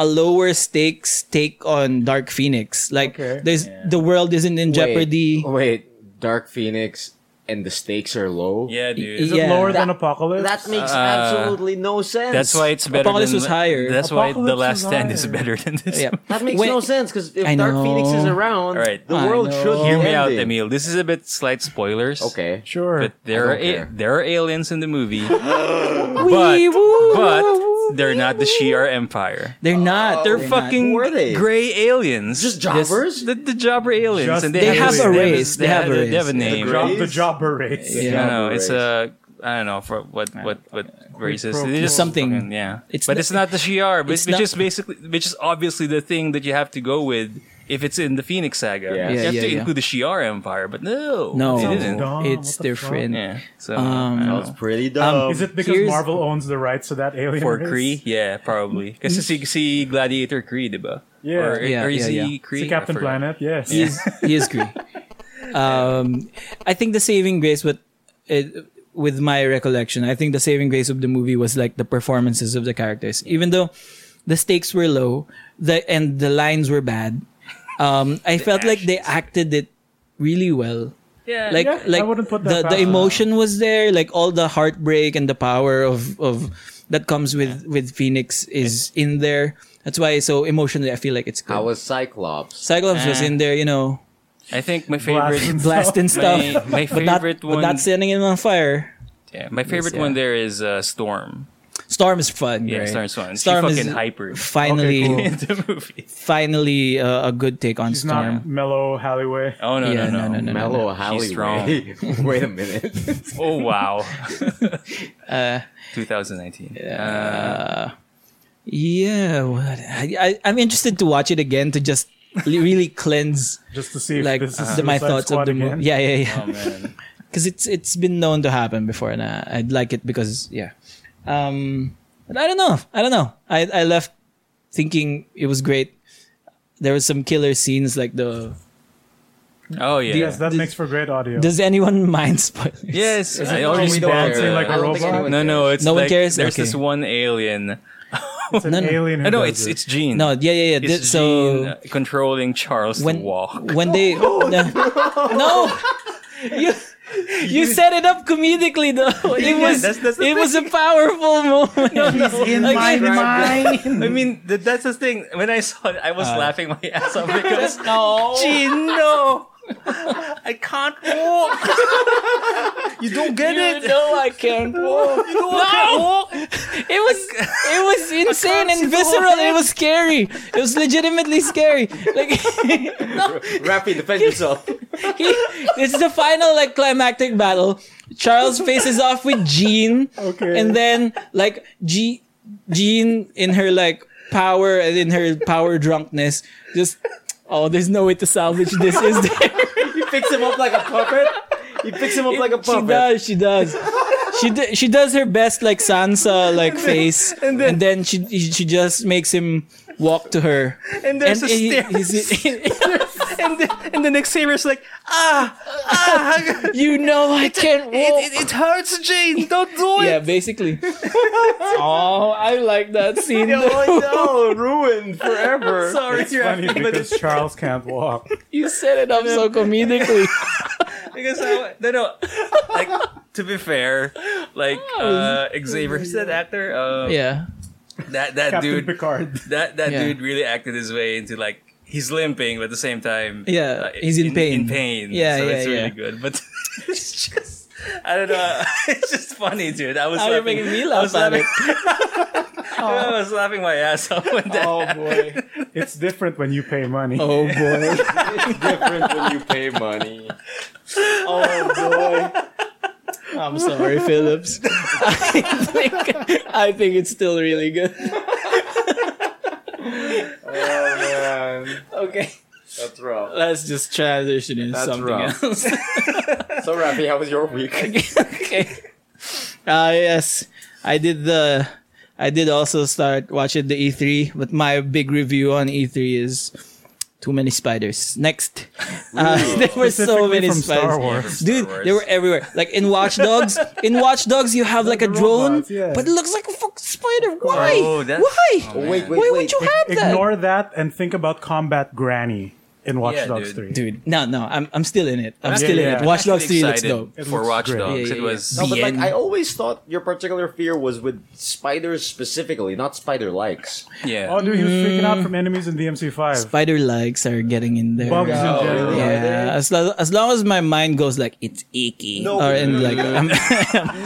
[SPEAKER 1] a lower stakes take on Dark Phoenix. Like,
[SPEAKER 3] Okay.
[SPEAKER 1] there's the world isn't in jeopardy.
[SPEAKER 2] Wait, Oh, wait, Dark Phoenix and the stakes are low?
[SPEAKER 4] yeah, dude.
[SPEAKER 3] Is it
[SPEAKER 1] Yeah.
[SPEAKER 3] lower than
[SPEAKER 2] That-
[SPEAKER 3] Apocalypse?
[SPEAKER 2] That makes
[SPEAKER 4] Uh,
[SPEAKER 2] absolutely no sense.
[SPEAKER 4] That's why it's better.
[SPEAKER 1] Apocalypse was
[SPEAKER 4] than,
[SPEAKER 1] higher.
[SPEAKER 4] That's why the
[SPEAKER 3] Apocalypse
[SPEAKER 4] last
[SPEAKER 3] was
[SPEAKER 4] stand is
[SPEAKER 3] higher.
[SPEAKER 4] better than this.
[SPEAKER 1] Yeah.
[SPEAKER 4] one.
[SPEAKER 2] That makes
[SPEAKER 1] When-
[SPEAKER 2] no sense because if
[SPEAKER 1] I
[SPEAKER 2] Dark
[SPEAKER 1] know.
[SPEAKER 2] Phoenix is around,
[SPEAKER 4] Alright.
[SPEAKER 2] the
[SPEAKER 1] I
[SPEAKER 2] world
[SPEAKER 1] know.
[SPEAKER 2] should
[SPEAKER 4] Hear
[SPEAKER 2] be
[SPEAKER 4] me out,
[SPEAKER 2] ending.
[SPEAKER 4] Emil. This is a bit slight spoilers.
[SPEAKER 2] Okay.
[SPEAKER 3] sure.
[SPEAKER 4] But there
[SPEAKER 2] I
[SPEAKER 4] are
[SPEAKER 2] don't
[SPEAKER 4] a-
[SPEAKER 2] care.
[SPEAKER 4] there are aliens in the movie,
[SPEAKER 1] Wee,
[SPEAKER 4] but
[SPEAKER 1] woo,
[SPEAKER 4] but they're not the Shi'ar Empire.
[SPEAKER 1] Oh, They're not.
[SPEAKER 4] Oh. They're
[SPEAKER 1] not.
[SPEAKER 4] fucking
[SPEAKER 2] Who are they?
[SPEAKER 4] gray aliens.
[SPEAKER 2] Just jobbers?
[SPEAKER 4] the, the jobber aliens,
[SPEAKER 3] Just
[SPEAKER 4] and they,
[SPEAKER 3] They
[SPEAKER 1] have a
[SPEAKER 4] they
[SPEAKER 1] race. They have a
[SPEAKER 4] They have
[SPEAKER 1] race.
[SPEAKER 4] a name.
[SPEAKER 2] The
[SPEAKER 3] Job-
[SPEAKER 2] race?
[SPEAKER 3] the jobber race.
[SPEAKER 1] Yeah.
[SPEAKER 4] No, no,
[SPEAKER 2] Jobber
[SPEAKER 4] it's
[SPEAKER 2] race.
[SPEAKER 4] a I don't know for what what what races.
[SPEAKER 3] pro
[SPEAKER 4] It's
[SPEAKER 3] quo.
[SPEAKER 4] just
[SPEAKER 1] Something.
[SPEAKER 4] fucking- yeah,
[SPEAKER 1] It's not-
[SPEAKER 4] but it's not the Shi'ar, which,
[SPEAKER 1] it's
[SPEAKER 4] which
[SPEAKER 1] not-
[SPEAKER 4] is basically which is obviously the thing that you have to go with if it's in the Phoenix
[SPEAKER 2] Yeah.
[SPEAKER 4] Saga. you
[SPEAKER 2] Yeah,
[SPEAKER 4] have
[SPEAKER 1] yeah,
[SPEAKER 4] to
[SPEAKER 1] yeah.
[SPEAKER 4] include the Shi'ar Empire, but no,
[SPEAKER 1] No,
[SPEAKER 4] they
[SPEAKER 3] Sounds
[SPEAKER 4] didn't.
[SPEAKER 3] dumb.
[SPEAKER 1] it's
[SPEAKER 3] What the
[SPEAKER 1] different.
[SPEAKER 4] Yeah, so
[SPEAKER 1] Um,
[SPEAKER 4] I don't
[SPEAKER 2] That's
[SPEAKER 4] know.
[SPEAKER 2] pretty dumb.
[SPEAKER 3] Is it because
[SPEAKER 1] Here's-
[SPEAKER 3] Marvel owns the rights to that alien
[SPEAKER 4] for
[SPEAKER 3] race?
[SPEAKER 4] Kree, yeah, probably because see, see Gladiator Kree, diba?
[SPEAKER 3] Yeah.
[SPEAKER 4] or,
[SPEAKER 1] Yeah,
[SPEAKER 4] or is
[SPEAKER 1] yeah,
[SPEAKER 4] he
[SPEAKER 1] yeah.
[SPEAKER 4] Kree?
[SPEAKER 3] It's a
[SPEAKER 4] I
[SPEAKER 3] Captain
[SPEAKER 4] forgot.
[SPEAKER 3] Planet, yes.
[SPEAKER 1] He is, he is Cree. Um, I think the saving grace with it, with my recollection, I think the saving grace of the movie was like the performances of the characters. Even though the stakes were low, the and the lines were bad, um, I felt like they acted it really well.
[SPEAKER 4] Yeah,
[SPEAKER 1] like
[SPEAKER 3] Yeah, I
[SPEAKER 1] like
[SPEAKER 3] wouldn't put
[SPEAKER 1] the,
[SPEAKER 3] that
[SPEAKER 1] the
[SPEAKER 3] past them.
[SPEAKER 1] emotion was there like all the heartbreak and the power of of that comes with with phoenix is in there that's why so emotionally i feel like it's good
[SPEAKER 2] I was Cyclops.
[SPEAKER 1] cyclops was
[SPEAKER 4] Eh.
[SPEAKER 1] in there you know
[SPEAKER 4] I think my favorite.
[SPEAKER 3] Blasting
[SPEAKER 1] blasting stuff
[SPEAKER 4] My, my
[SPEAKER 1] but not,
[SPEAKER 4] favorite
[SPEAKER 1] but
[SPEAKER 4] one,
[SPEAKER 1] not setting him on fire
[SPEAKER 4] yeah, my favorite
[SPEAKER 1] yeah.
[SPEAKER 4] one there is uh, Storm.
[SPEAKER 1] storm is fun
[SPEAKER 4] Yeah,
[SPEAKER 1] right?
[SPEAKER 4] Storm's fun. She
[SPEAKER 1] storm is
[SPEAKER 4] fucking hyper.
[SPEAKER 1] finally
[SPEAKER 3] Okay,
[SPEAKER 4] in the movie.
[SPEAKER 1] finally uh, a good take on
[SPEAKER 3] It's
[SPEAKER 1] storm
[SPEAKER 3] not mellow Halliway.
[SPEAKER 4] Oh no,
[SPEAKER 1] Yeah,
[SPEAKER 4] no, no,
[SPEAKER 1] no, no,
[SPEAKER 2] Mellow
[SPEAKER 4] She's
[SPEAKER 2] Halliway. Wait a minute.
[SPEAKER 4] Oh wow.
[SPEAKER 1] Uh,
[SPEAKER 4] 2019. Yeah.
[SPEAKER 1] yeah what, I, I, i'm interested to watch it again to just li- really cleanse
[SPEAKER 3] Just to see if
[SPEAKER 1] like
[SPEAKER 3] this is
[SPEAKER 1] the- my
[SPEAKER 3] Suicide
[SPEAKER 1] thoughts
[SPEAKER 3] Squad
[SPEAKER 1] of the
[SPEAKER 3] again.
[SPEAKER 1] movie yeah yeah yeah
[SPEAKER 4] oh man.
[SPEAKER 1] because it's it's been known to happen before, and uh, I'd like it because yeah. Um, but I don't know. I don't know. I I left thinking it was great. There was some killer scenes like the
[SPEAKER 4] Oh yeah.
[SPEAKER 3] Yes, that
[SPEAKER 1] Does-
[SPEAKER 3] makes for great audio.
[SPEAKER 1] Does anyone mind spoilers?
[SPEAKER 4] Yes, I
[SPEAKER 3] no,
[SPEAKER 4] already
[SPEAKER 3] we
[SPEAKER 4] spoiled
[SPEAKER 3] don't. dancing
[SPEAKER 4] it.
[SPEAKER 3] like
[SPEAKER 2] I
[SPEAKER 3] a
[SPEAKER 2] don't think
[SPEAKER 3] robot?
[SPEAKER 2] anyone
[SPEAKER 4] No, no,
[SPEAKER 2] cares.
[SPEAKER 4] it's
[SPEAKER 1] No one
[SPEAKER 4] like-
[SPEAKER 1] cares?
[SPEAKER 4] There's this
[SPEAKER 1] Okay.
[SPEAKER 4] one alien.
[SPEAKER 3] it's an
[SPEAKER 1] no, no.
[SPEAKER 3] alien who
[SPEAKER 4] No, no,
[SPEAKER 3] does
[SPEAKER 4] it's
[SPEAKER 3] it.
[SPEAKER 4] it's Gene.
[SPEAKER 1] No. Yeah. Yeah. Yeah. Th-
[SPEAKER 4] it's
[SPEAKER 1] so
[SPEAKER 4] Gene controlling Charles
[SPEAKER 1] when
[SPEAKER 4] to walk.
[SPEAKER 1] when they
[SPEAKER 4] Oh,
[SPEAKER 1] no, no. you you set it up comedically though it
[SPEAKER 4] Yeah,
[SPEAKER 1] was
[SPEAKER 4] that's- that's the
[SPEAKER 1] it was a powerful moment
[SPEAKER 5] in
[SPEAKER 1] Like,
[SPEAKER 5] my
[SPEAKER 1] describe
[SPEAKER 5] mind.
[SPEAKER 4] I mean, th- that's the thing. When I saw it, I was laughing my ass off because
[SPEAKER 1] no
[SPEAKER 4] Gene, no, I can't walk. you don't get
[SPEAKER 1] you know I can't walk.
[SPEAKER 4] You don't can't walk.
[SPEAKER 1] It was it was insane
[SPEAKER 4] see
[SPEAKER 1] and
[SPEAKER 4] the whole
[SPEAKER 1] visceral. It
[SPEAKER 4] thing.
[SPEAKER 1] was scary. It was legitimately scary. Like
[SPEAKER 2] Rafi, defend yourself.
[SPEAKER 1] he, this is the final like climactic battle. Charles faces off with Jean.
[SPEAKER 3] Okay.
[SPEAKER 1] And then like G Jean in her like power and in her power drunkenness just oh there's no way to salvage this is there
[SPEAKER 2] He picks him up like a puppet. He picks him up like a
[SPEAKER 1] she
[SPEAKER 2] puppet.
[SPEAKER 1] does she does she d- she does her best like Sansa like face and then, she she just makes him walk to her
[SPEAKER 4] And there's a
[SPEAKER 1] he-
[SPEAKER 4] stairs.
[SPEAKER 1] he's-
[SPEAKER 4] and the, and the next saber's like, ah, ah, it,
[SPEAKER 1] you know I can't walk
[SPEAKER 4] it, it hurts, Jane. Don't do
[SPEAKER 1] yeah
[SPEAKER 4] it.
[SPEAKER 1] basically oh I like that scene
[SPEAKER 2] Oh no, ruined forever.
[SPEAKER 4] Sorry,
[SPEAKER 3] It's funny because Charles can't walk.
[SPEAKER 1] You set it up so comedically.
[SPEAKER 4] Because I, no, no, like to be fair, like uh, Xavier, is that actor? Uh,
[SPEAKER 1] yeah.
[SPEAKER 4] That that
[SPEAKER 3] Captain
[SPEAKER 4] dude,
[SPEAKER 3] Picard.
[SPEAKER 4] that that
[SPEAKER 1] Yeah.
[SPEAKER 4] dude really acted his way into like he's limping, but at the same time, uh,
[SPEAKER 1] Yeah, he's in pain.
[SPEAKER 4] In pain.
[SPEAKER 1] Yeah,
[SPEAKER 4] so
[SPEAKER 1] yeah,
[SPEAKER 4] it's
[SPEAKER 1] yeah.
[SPEAKER 4] really good. But it's just. I don't know. It's just funny, dude. I was
[SPEAKER 1] Now you're
[SPEAKER 4] laughing-
[SPEAKER 1] making me
[SPEAKER 4] I
[SPEAKER 1] laugh
[SPEAKER 4] was
[SPEAKER 1] at
[SPEAKER 4] laughing- I was laughing my ass off when that
[SPEAKER 3] Oh boy, it's different when you pay money.
[SPEAKER 1] Oh boy.
[SPEAKER 2] It's different when you pay money. Oh boy.
[SPEAKER 1] I'm sorry, Phillips. I think, I think it's still really good.
[SPEAKER 2] Oh man.
[SPEAKER 1] Okay.
[SPEAKER 2] That's rough.
[SPEAKER 1] Let's just transition into
[SPEAKER 2] That's
[SPEAKER 1] something
[SPEAKER 2] rough.
[SPEAKER 1] else.
[SPEAKER 2] So Rafi, how was your week?
[SPEAKER 1] okay. Ah yes. I did the I did also start watching the E3, but my big review on E3 is too many spiders. Next. Uh, there were so
[SPEAKER 3] Specifically
[SPEAKER 1] many
[SPEAKER 3] from Star
[SPEAKER 1] spiders.
[SPEAKER 3] Wars.
[SPEAKER 4] Star
[SPEAKER 1] Dude,
[SPEAKER 4] Wars.
[SPEAKER 1] they were everywhere. Like in Watch Dogs, in Watch Dogs you have like a
[SPEAKER 3] the
[SPEAKER 1] drone,
[SPEAKER 3] robots, yeah.
[SPEAKER 1] but it looks like a fucking spider. Why?
[SPEAKER 4] Oh, that's-
[SPEAKER 1] Why?
[SPEAKER 4] Oh, man.
[SPEAKER 2] Wait, wait,
[SPEAKER 1] Why
[SPEAKER 2] wait.
[SPEAKER 1] would you have that?
[SPEAKER 3] Ignore that and think about Combat Granny in Watch
[SPEAKER 4] Yeah,
[SPEAKER 3] Dogs
[SPEAKER 4] dude.
[SPEAKER 3] 3.
[SPEAKER 1] Dude, no, no, I'm I'm still in it. I'm
[SPEAKER 4] I'm
[SPEAKER 1] still in
[SPEAKER 3] yeah,
[SPEAKER 1] it.
[SPEAKER 3] yeah.
[SPEAKER 1] Watch Dogs
[SPEAKER 4] actually
[SPEAKER 1] 3 looks
[SPEAKER 4] excited
[SPEAKER 1] dope.
[SPEAKER 4] for
[SPEAKER 3] looks
[SPEAKER 4] Watch
[SPEAKER 3] great.
[SPEAKER 4] Dogs.
[SPEAKER 1] Yeah, yeah,
[SPEAKER 4] It was
[SPEAKER 2] No, but like
[SPEAKER 1] end.
[SPEAKER 2] I always thought your particular fear was with spiders specifically, not spider likes.
[SPEAKER 4] yeah.
[SPEAKER 3] Oh, dude, he was freaking out from enemies in DMC5.
[SPEAKER 1] Mm. Spider legs are getting in there.
[SPEAKER 3] Bugs
[SPEAKER 2] Oh,
[SPEAKER 3] in general.
[SPEAKER 2] really?
[SPEAKER 1] Yeah,
[SPEAKER 2] Are they?
[SPEAKER 1] as, lo- as long as my mind goes like it's icky,
[SPEAKER 2] No,
[SPEAKER 1] or and like I'm,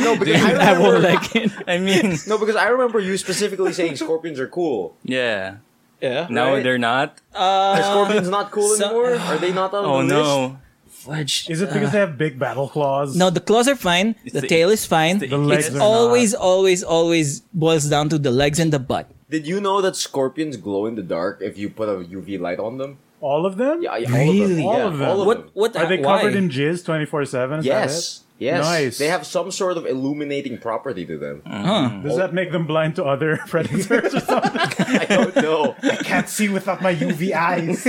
[SPEAKER 2] No, because I
[SPEAKER 1] I
[SPEAKER 2] remember,
[SPEAKER 1] won't like it.
[SPEAKER 4] I mean,
[SPEAKER 2] No, because I remember you specifically saying scorpions are cool.
[SPEAKER 4] yeah.
[SPEAKER 1] Yeah.
[SPEAKER 4] No,
[SPEAKER 2] Right?
[SPEAKER 4] they're not.
[SPEAKER 2] Are scorpions not cool
[SPEAKER 1] Uh, so-
[SPEAKER 2] anymore? Are they not on
[SPEAKER 4] Oh
[SPEAKER 2] the list?
[SPEAKER 4] no.
[SPEAKER 3] Is it because they have big battle claws?
[SPEAKER 1] Uh. No, the claws are fine. The,
[SPEAKER 4] the-
[SPEAKER 1] tail is fine.
[SPEAKER 4] the
[SPEAKER 3] the legs
[SPEAKER 1] it's
[SPEAKER 3] are
[SPEAKER 1] always, always, always boils down to the legs and the butt.
[SPEAKER 2] Did you know that scorpions glow in the dark if you put a UV light on them?
[SPEAKER 3] not. all of them.
[SPEAKER 2] Yeah, yeah,
[SPEAKER 3] Really?
[SPEAKER 2] all
[SPEAKER 3] All
[SPEAKER 2] of
[SPEAKER 3] of
[SPEAKER 2] them. Yeah, all
[SPEAKER 3] them?
[SPEAKER 2] of them.
[SPEAKER 1] What? What?
[SPEAKER 3] Are they
[SPEAKER 1] why?
[SPEAKER 3] covered in jizz twenty four seven?
[SPEAKER 2] Yes. Yes.
[SPEAKER 3] Nice.
[SPEAKER 2] They have some sort of illuminating property to them.
[SPEAKER 1] Oh.
[SPEAKER 3] Does that make them blind to other predators or something?
[SPEAKER 2] I don't know.
[SPEAKER 3] Can't see without my UV eyes.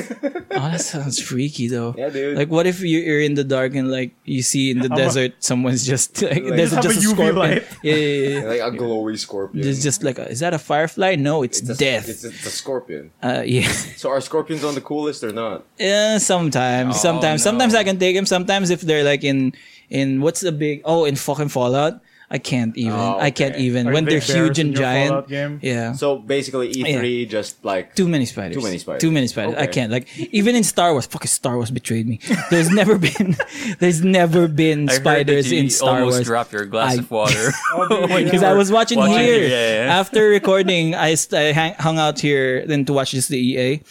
[SPEAKER 1] Oh, that sounds freaky though.
[SPEAKER 2] Yeah, dude.
[SPEAKER 1] Like, what if you- you're in the dark and like you see in the
[SPEAKER 3] a-
[SPEAKER 1] desert someone's just like, there's
[SPEAKER 3] Just have
[SPEAKER 1] just a,
[SPEAKER 3] a UV
[SPEAKER 1] scorpion.
[SPEAKER 3] light.
[SPEAKER 1] Yeah, yeah, yeah.
[SPEAKER 2] like a glowy scorpion.
[SPEAKER 1] There's just like, a, is that a firefly? No, it's,
[SPEAKER 2] It's a-
[SPEAKER 1] death.
[SPEAKER 2] It's, it's a scorpion.
[SPEAKER 1] uh, yeah.
[SPEAKER 2] So are scorpions on the cool list or not?
[SPEAKER 1] Eh, sometimes,
[SPEAKER 4] Oh,
[SPEAKER 1] sometimes, sometimes I
[SPEAKER 4] no.
[SPEAKER 1] can take them. Sometimes if they're like in in what's the big oh in fucking Fallout, I can't even.
[SPEAKER 2] Oh,
[SPEAKER 1] I can't
[SPEAKER 2] okay.
[SPEAKER 1] even
[SPEAKER 3] Are
[SPEAKER 1] when they're
[SPEAKER 3] they
[SPEAKER 1] huge
[SPEAKER 3] bears in
[SPEAKER 1] and
[SPEAKER 3] your
[SPEAKER 1] giant.
[SPEAKER 3] Fallout game?
[SPEAKER 1] Yeah.
[SPEAKER 2] So basically, E3 just like
[SPEAKER 1] too many spiders.
[SPEAKER 2] Too many spiders.
[SPEAKER 1] Too many spiders. I
[SPEAKER 2] Okay.
[SPEAKER 1] can't. Like even in Star Wars, fucking Star Wars betrayed me. There's never been, there's never been
[SPEAKER 4] I heard that
[SPEAKER 1] spiders
[SPEAKER 4] you
[SPEAKER 1] in Star
[SPEAKER 4] almost
[SPEAKER 1] Wars.
[SPEAKER 4] dropped your
[SPEAKER 1] I-
[SPEAKER 4] glass
[SPEAKER 1] Oh,
[SPEAKER 4] of water.
[SPEAKER 3] Oh,
[SPEAKER 1] because I was watching,
[SPEAKER 4] Watching
[SPEAKER 1] here
[SPEAKER 4] here, yeah, yeah.
[SPEAKER 1] after recording. I, st- I hang- hung out here then to watch this the EA,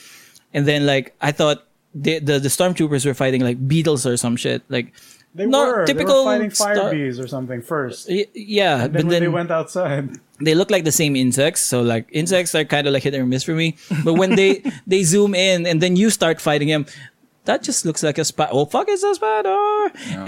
[SPEAKER 1] and then like I thought the the, the stormtroopers were fighting like beetles or some shit. Like
[SPEAKER 3] They
[SPEAKER 1] no,
[SPEAKER 3] were
[SPEAKER 1] typical
[SPEAKER 3] They were fighting fire
[SPEAKER 1] Star-
[SPEAKER 3] bees or something first.
[SPEAKER 1] Y- yeah,
[SPEAKER 3] Then
[SPEAKER 1] but
[SPEAKER 3] when
[SPEAKER 1] then
[SPEAKER 3] they went outside,
[SPEAKER 1] they look like the same insects. So like insects are kind of like hit or miss for me. But when they they zoom in and then you start fighting him, that just looks like a spider. Oh fuck, it's a spider!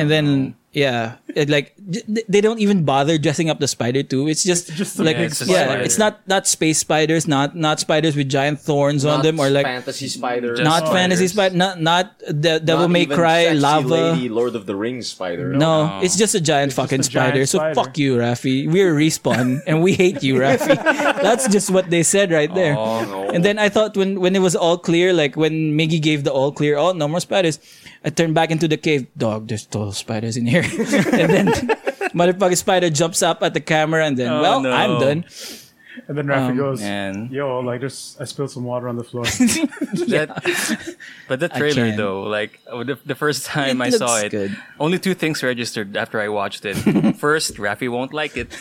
[SPEAKER 1] and then yeah, it, like j- they don't even bother dressing up the spider too. It's just,
[SPEAKER 3] just a
[SPEAKER 1] like
[SPEAKER 4] big
[SPEAKER 1] yeah,
[SPEAKER 4] Yeah,
[SPEAKER 1] it's,
[SPEAKER 4] it's just a spider.
[SPEAKER 1] not not space spiders, not not spiders with giant thorns on
[SPEAKER 2] Not
[SPEAKER 1] them, or like
[SPEAKER 2] fantasy spider.
[SPEAKER 4] Just
[SPEAKER 1] not
[SPEAKER 4] spiders.
[SPEAKER 1] fantasy spider, not not the Devil
[SPEAKER 2] Not
[SPEAKER 1] May
[SPEAKER 2] even
[SPEAKER 1] Cry
[SPEAKER 2] sexy
[SPEAKER 1] lava.
[SPEAKER 2] lady Lord of the Rings spider.
[SPEAKER 1] No,
[SPEAKER 4] No.
[SPEAKER 1] it's just a giant
[SPEAKER 3] just
[SPEAKER 1] fucking
[SPEAKER 3] a giant
[SPEAKER 1] spider. So
[SPEAKER 3] spider.
[SPEAKER 1] fuck you, Rafi. We're respawn and we hate you, Rafi. That's just what they said right there.
[SPEAKER 4] Oh, no.
[SPEAKER 1] And then I thought when when it was all clear, like when Miggy gave the all clear, oh no more spiders. I turned back into the cave. Dog, there's total spiders in here. and then motherfucking spider jumps up at the camera and then
[SPEAKER 4] Oh,
[SPEAKER 1] well
[SPEAKER 4] no.
[SPEAKER 1] I'm done.
[SPEAKER 3] And then
[SPEAKER 1] Um,
[SPEAKER 3] Rafi goes,
[SPEAKER 4] man.
[SPEAKER 3] "Yo, like just I spilled some water on the floor."
[SPEAKER 4] That, but the trailer
[SPEAKER 1] can.
[SPEAKER 4] though, like uh, the, the first time
[SPEAKER 1] It
[SPEAKER 4] I saw
[SPEAKER 1] looks
[SPEAKER 4] it,
[SPEAKER 1] good.
[SPEAKER 4] only two things registered after I watched it. First, Rafi won't like it.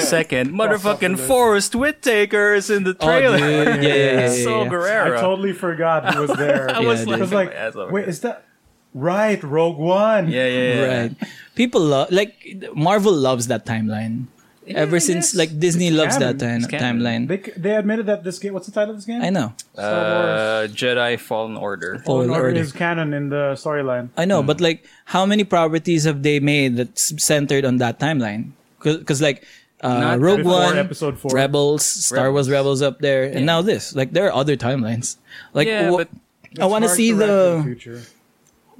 [SPEAKER 4] Second, motherfucking Forrest Whitaker is in the trailer.
[SPEAKER 1] Oh dude, yeah, yeah, yeah. yeah,
[SPEAKER 4] so
[SPEAKER 1] yeah.
[SPEAKER 4] Guerrero.
[SPEAKER 3] I totally forgot he was there.
[SPEAKER 4] I was
[SPEAKER 1] Yeah, dude.
[SPEAKER 4] like,
[SPEAKER 3] I was like,
[SPEAKER 4] my ass over
[SPEAKER 3] wait,
[SPEAKER 4] here.
[SPEAKER 3] is that right? Rogue One.
[SPEAKER 4] yeah, yeah, yeah.
[SPEAKER 1] Right. People love like Marvel loves that timeline. Ever
[SPEAKER 4] I
[SPEAKER 1] since
[SPEAKER 4] guess.
[SPEAKER 1] like Disney loves
[SPEAKER 3] canon.
[SPEAKER 1] that time,
[SPEAKER 4] It's canon.
[SPEAKER 1] timeline.
[SPEAKER 3] They, they admitted that this game. What's the title of this game?
[SPEAKER 1] I know.
[SPEAKER 4] Uh, Jedi Fallen Order.
[SPEAKER 1] Fallen
[SPEAKER 3] Fallen Order
[SPEAKER 1] Order.
[SPEAKER 3] is canon in the storyline.
[SPEAKER 1] I know,
[SPEAKER 3] Mm.
[SPEAKER 1] but like, how many properties have they made that's centered on that timeline? Because like, uh,
[SPEAKER 4] Not
[SPEAKER 1] Rogue
[SPEAKER 3] Before
[SPEAKER 1] One,
[SPEAKER 3] episode four.
[SPEAKER 1] Rebels, Star Wars Rebels up there, and now this. Like, there are other timelines. Like,
[SPEAKER 4] Yeah,
[SPEAKER 1] wha-
[SPEAKER 4] but
[SPEAKER 1] I
[SPEAKER 3] It's
[SPEAKER 1] want to
[SPEAKER 3] hard
[SPEAKER 1] see
[SPEAKER 3] write in
[SPEAKER 1] the
[SPEAKER 3] future.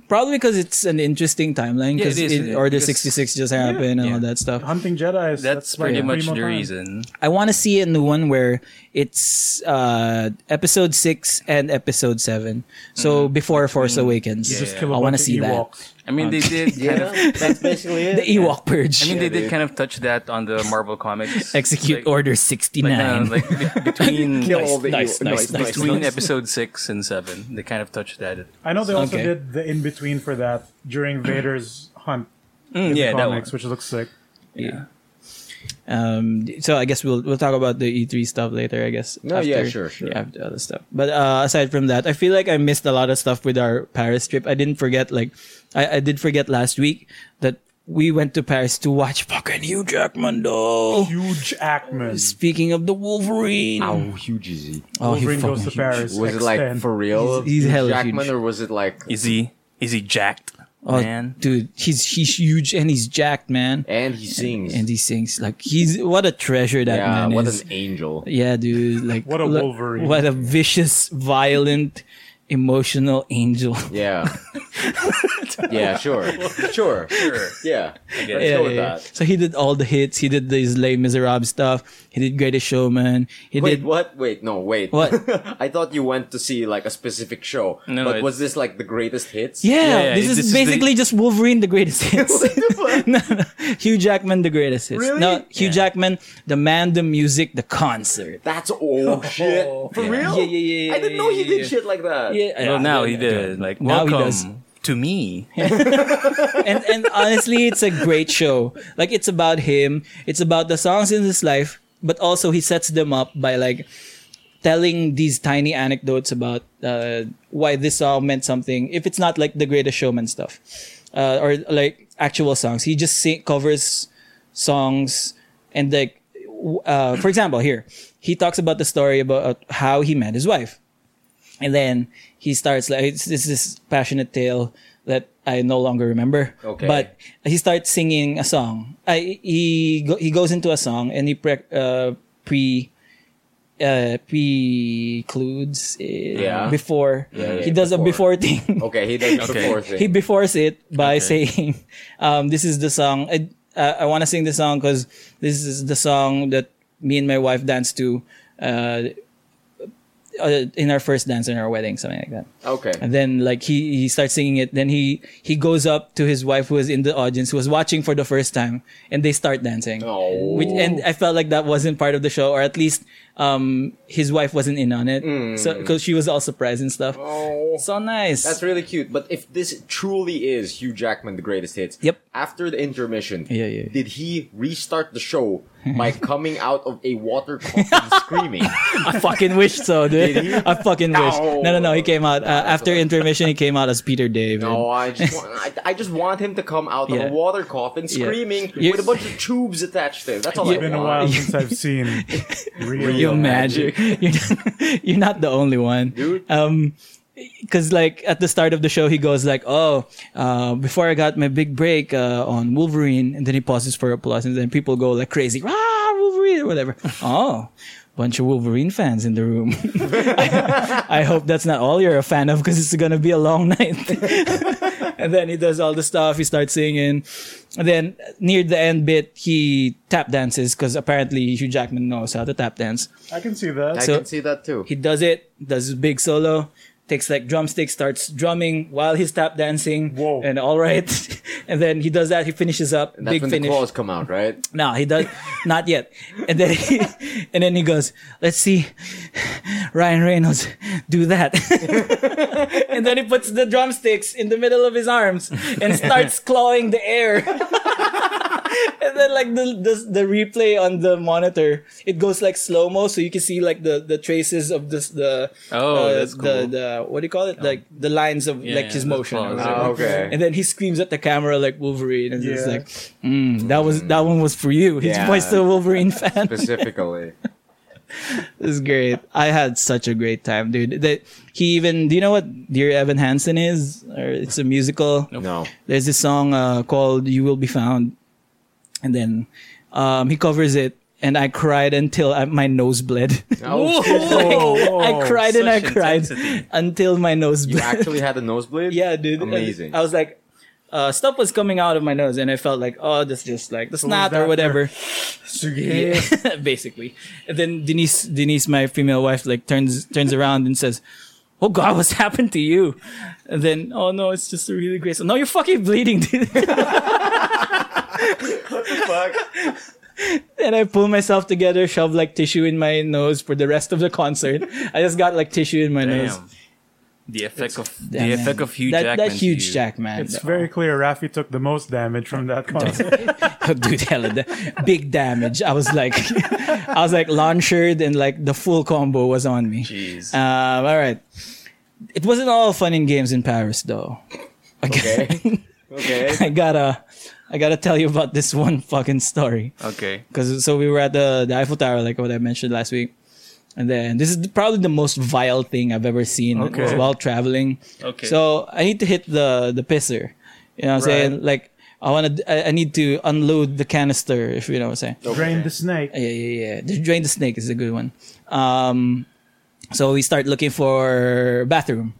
[SPEAKER 1] probably because it's an interesting timeline
[SPEAKER 4] Yeah, it
[SPEAKER 1] because
[SPEAKER 4] is,
[SPEAKER 1] it,
[SPEAKER 4] it-
[SPEAKER 1] Order
[SPEAKER 4] because-
[SPEAKER 1] sixty six just happened and all that stuff.
[SPEAKER 3] Hunting Jedi. Is,
[SPEAKER 4] that's
[SPEAKER 3] like
[SPEAKER 4] pretty much
[SPEAKER 3] primo
[SPEAKER 4] the
[SPEAKER 3] time.
[SPEAKER 4] reason.
[SPEAKER 1] I want to see a new one where it's uh, episode six and episode seven. So
[SPEAKER 4] Mm-hmm.
[SPEAKER 1] before Force Awakens,
[SPEAKER 3] Mm-hmm. Just kill a
[SPEAKER 1] I want to
[SPEAKER 3] bunch of
[SPEAKER 1] see that
[SPEAKER 3] Ewoks.
[SPEAKER 4] I mean, they did. Kind of,
[SPEAKER 2] Yeah, that's basically it.
[SPEAKER 1] the Ewok purge.
[SPEAKER 4] I mean, they did
[SPEAKER 2] dude.
[SPEAKER 4] kind of touch that on the Marvel comics.
[SPEAKER 1] Execute
[SPEAKER 4] Like-
[SPEAKER 1] Order sixty
[SPEAKER 4] like,
[SPEAKER 1] nine.
[SPEAKER 4] uh, like be- between
[SPEAKER 2] Kill
[SPEAKER 1] Nice,
[SPEAKER 2] all the E
[SPEAKER 1] nice,
[SPEAKER 2] Ewoks.
[SPEAKER 1] nice, nice,
[SPEAKER 4] between episode six and seven. They kind of touched that.
[SPEAKER 3] I know they also
[SPEAKER 1] Okay.
[SPEAKER 3] did the in between for that during Vader's hunt
[SPEAKER 4] Mm, yeah, that one.
[SPEAKER 3] comics, which looks sick.
[SPEAKER 4] Yeah.
[SPEAKER 1] Um, so I guess we'll we'll talk about the E3 stuff later. I guess.
[SPEAKER 2] No, yeah, sure, sure.
[SPEAKER 1] Yeah, after other stuff. But uh, aside from that, I feel like I missed a lot of stuff with our Paris trip. I didn't forget. Like, I, I did forget last week that we went to Paris to watch fucking Hugh Jackman. Though.
[SPEAKER 3] Huge Ackman.
[SPEAKER 1] Speaking of the Wolverine,
[SPEAKER 2] How huge is he?
[SPEAKER 1] oh, he
[SPEAKER 3] Wolverine
[SPEAKER 1] fucking
[SPEAKER 3] goes to
[SPEAKER 1] huge.
[SPEAKER 3] Paris.
[SPEAKER 2] Was it like
[SPEAKER 3] X10.
[SPEAKER 2] for real?
[SPEAKER 1] He's- he's hella
[SPEAKER 2] Jackman,
[SPEAKER 1] huge.
[SPEAKER 2] or was it like
[SPEAKER 4] Is he is he jacked?
[SPEAKER 1] Oh,
[SPEAKER 4] man.
[SPEAKER 1] dude, he's he's huge and he's jacked, man.
[SPEAKER 2] and he sings?
[SPEAKER 1] And he sings like he's what a treasure that
[SPEAKER 2] yeah,
[SPEAKER 1] man
[SPEAKER 2] what
[SPEAKER 1] is.
[SPEAKER 2] an angel.
[SPEAKER 1] Yeah, dude. Like
[SPEAKER 3] What a
[SPEAKER 1] look-
[SPEAKER 3] Wolverine.
[SPEAKER 1] What a vicious, violent, emotional angel.
[SPEAKER 2] Yeah. yeah, sure. Sure.
[SPEAKER 4] Sure.
[SPEAKER 2] Yeah. Let's
[SPEAKER 4] Yeah,
[SPEAKER 2] go with that.
[SPEAKER 1] So he did all the hits. He did these Les Miserables stuff. He did Greatest Showman. He
[SPEAKER 2] Wait,
[SPEAKER 1] did
[SPEAKER 2] what? Wait, no, wait.
[SPEAKER 1] What?
[SPEAKER 2] I thought you went to see like a specific show.
[SPEAKER 4] No,
[SPEAKER 2] but
[SPEAKER 4] it-
[SPEAKER 2] was this like the greatest hits?
[SPEAKER 1] Yeah, this
[SPEAKER 4] Yeah, yeah,
[SPEAKER 1] is
[SPEAKER 4] this is the-
[SPEAKER 1] basically just Wolverine, the greatest hits. no, no, Hugh Jackman, the greatest hits.
[SPEAKER 2] Really?
[SPEAKER 1] No, Hugh
[SPEAKER 4] Yeah.
[SPEAKER 1] Jackman, the man, the music, the concert.
[SPEAKER 2] That's oh shit. For
[SPEAKER 1] Yeah.
[SPEAKER 2] real?
[SPEAKER 1] Yeah, yeah, yeah, yeah,
[SPEAKER 2] I didn't
[SPEAKER 1] yeah,
[SPEAKER 2] know he
[SPEAKER 1] yeah,
[SPEAKER 2] did
[SPEAKER 1] yeah.
[SPEAKER 2] shit like that.
[SPEAKER 1] Yeah, yeah,
[SPEAKER 4] well, now
[SPEAKER 1] yeah,
[SPEAKER 4] he
[SPEAKER 1] yeah.
[SPEAKER 4] did. Like
[SPEAKER 1] Now he
[SPEAKER 4] welcome
[SPEAKER 1] does.
[SPEAKER 4] to me.
[SPEAKER 1] and and honestly, it's a great show. Like it's about him. It's about the songs in his life, but also he sets them up by like telling these tiny anecdotes about uh, why this song meant something. If it's not like the Greatest Showman stuff, uh, or like actual songs, he just sing- covers songs and like. w- Uh, for example, here he talks about the story about how he met his wife. And then he starts like it's, it's this passionate tale that I no longer remember.
[SPEAKER 2] Okay.
[SPEAKER 1] But he starts singing a song. I he go, he goes into a song and he pre uh, pre uh, precludes it
[SPEAKER 2] Yeah.
[SPEAKER 1] before
[SPEAKER 2] Yeah, yeah,
[SPEAKER 1] he does
[SPEAKER 2] before.
[SPEAKER 1] a before thing.
[SPEAKER 2] Okay, he did the
[SPEAKER 4] Okay.
[SPEAKER 2] fourth thing.
[SPEAKER 1] he befores it by
[SPEAKER 4] Okay.
[SPEAKER 1] saying, um, "This is the song. I uh, I want to sing the song because this is the song that me and my wife danced to uh, uh, in our first dance in our wedding, something like that."
[SPEAKER 2] okay.
[SPEAKER 1] And then like he he starts singing it. Then he he goes up to his wife who was in the audience, who was watching for the first time, and they start dancing.
[SPEAKER 2] Oh.
[SPEAKER 1] Which, and I felt like that wasn't part of the show, or at least um his wife wasn't in on it, so because she was all surprised and stuff.
[SPEAKER 2] Mm. Oh.
[SPEAKER 1] So nice.
[SPEAKER 2] That's really cute. But if this truly is Hugh Jackman, the greatest hits,
[SPEAKER 1] Yep.
[SPEAKER 2] After the intermission,
[SPEAKER 1] Yeah, yeah.
[SPEAKER 2] did he restart the show by coming out of a water coffin screaming?
[SPEAKER 1] I fucking wish so,
[SPEAKER 2] Did
[SPEAKER 1] dude.
[SPEAKER 2] he?
[SPEAKER 1] I fucking wish. No,
[SPEAKER 2] No.
[SPEAKER 1] no, no. He came out uh, after intermission. He came out as Peter David.
[SPEAKER 2] No, I just want, I, I just want him to come out
[SPEAKER 1] Yeah.
[SPEAKER 2] of a water coffin screaming
[SPEAKER 1] You-
[SPEAKER 2] with a bunch of tubes attached to him. That's all I
[SPEAKER 3] It's been a
[SPEAKER 2] want.
[SPEAKER 3] while since I've seen real.
[SPEAKER 1] You're magic. You're, you're not the only one.
[SPEAKER 2] Dude.
[SPEAKER 1] Um, because like at the start of the show he goes like oh uh, before i got my big break uh, on wolverine and then he pauses for applause and then people go like crazy ah wolverine or whatever oh bunch of wolverine fans in the room I, I hope that's not all you're a fan of because it's gonna be a long night and then he does all the stuff he starts singing and then near the end bit he tap dances because apparently hugh jackman knows how to tap dance
[SPEAKER 3] I can see
[SPEAKER 2] I
[SPEAKER 3] that.
[SPEAKER 1] So-
[SPEAKER 2] can see that too.
[SPEAKER 1] he does it, does his big solo, takes like drumstick, starts drumming while he's tap dancing.
[SPEAKER 3] Whoa.
[SPEAKER 1] And all right. and then he does that, he finishes up,
[SPEAKER 2] And that's
[SPEAKER 1] big
[SPEAKER 2] when
[SPEAKER 1] finish.
[SPEAKER 2] the claws come out, right?
[SPEAKER 1] No, he does not yet. And then he, and then he goes, "Let's see Ryan Reynolds do that." and then he puts the drumsticks in the middle of his arms and starts clawing the air. and then like the, the the replay on the monitor, it goes like slow mo, so you can see like the the traces of this the
[SPEAKER 4] Oh, that's
[SPEAKER 1] Uh, the
[SPEAKER 4] cool.
[SPEAKER 1] the what do you call it? Like the lines of
[SPEAKER 4] Yeah,
[SPEAKER 1] like his
[SPEAKER 4] the
[SPEAKER 1] motion. or
[SPEAKER 4] claws.
[SPEAKER 1] whatever.
[SPEAKER 2] Ah, okay.
[SPEAKER 1] And then he screams at the camera like Wolverine, and it's
[SPEAKER 3] Yeah.
[SPEAKER 1] like, mm, that was that one was for you. He's
[SPEAKER 2] Yeah.
[SPEAKER 1] voiced a Wolverine fan. this
[SPEAKER 2] Specifically.
[SPEAKER 1] is great. I had such a great time, dude. That he even do you know what Dear Evan Hansen is? Or it's a musical.
[SPEAKER 2] no.
[SPEAKER 1] There's this song uh, called "You Will Be Found," and then um, he covers it, and I cried until I, my nose bled.
[SPEAKER 2] Oh, shit.
[SPEAKER 3] Oh,
[SPEAKER 1] I cried and I
[SPEAKER 4] such
[SPEAKER 1] cried
[SPEAKER 4] intensity.
[SPEAKER 1] until my nose
[SPEAKER 2] You
[SPEAKER 1] bled.
[SPEAKER 2] actually had a nosebleed?
[SPEAKER 1] Yeah, dude. And
[SPEAKER 2] Amazing.
[SPEAKER 1] I was like, uh, stuff was coming out of my nose, and I felt like, oh, that's just like the snot
[SPEAKER 3] that
[SPEAKER 1] or whatever.
[SPEAKER 3] Sugi.
[SPEAKER 1] Yeah, basically. And then Denise, Denise, my female wife, like turns turns around and says, "Oh God, what's happened to you?" And then, "Oh no, it's just a really great." No, you're fucking bleeding, dude.
[SPEAKER 2] Fuck.
[SPEAKER 1] and I pull myself together, shove like tissue in my nose for the rest of the concert. I just got like tissue in my nose.
[SPEAKER 4] Damn. The effect of the
[SPEAKER 1] Damn,
[SPEAKER 4] effect
[SPEAKER 1] man.
[SPEAKER 4] of Hugh
[SPEAKER 1] that,
[SPEAKER 4] Jackman.
[SPEAKER 1] That huge
[SPEAKER 4] to you.
[SPEAKER 1] Jackman.
[SPEAKER 3] It's very clear Rafi took the most damage from that concert.
[SPEAKER 1] dude hella da- big damage i was like i was like launchered and like the full combo was on me
[SPEAKER 4] Jeez.
[SPEAKER 1] um all right it wasn't all fun and games in paris though
[SPEAKER 2] Okay. Okay.
[SPEAKER 1] i gotta i gotta tell you about this one fucking story
[SPEAKER 4] okay.
[SPEAKER 1] because so we were at the, the eiffel tower like what i mentioned last week and then this is probably the most vile thing i've ever seen
[SPEAKER 3] Okay.
[SPEAKER 1] while traveling
[SPEAKER 4] Okay.
[SPEAKER 1] so i need to hit the the pisser you know what i'm
[SPEAKER 3] Right.
[SPEAKER 1] saying like I want to. I I need to unload the canister, if you know what I'm saying.
[SPEAKER 3] Drain the snake.
[SPEAKER 1] Yeah, yeah, yeah. The Drain the Snake is a good one. Um, so we start looking for bathroom.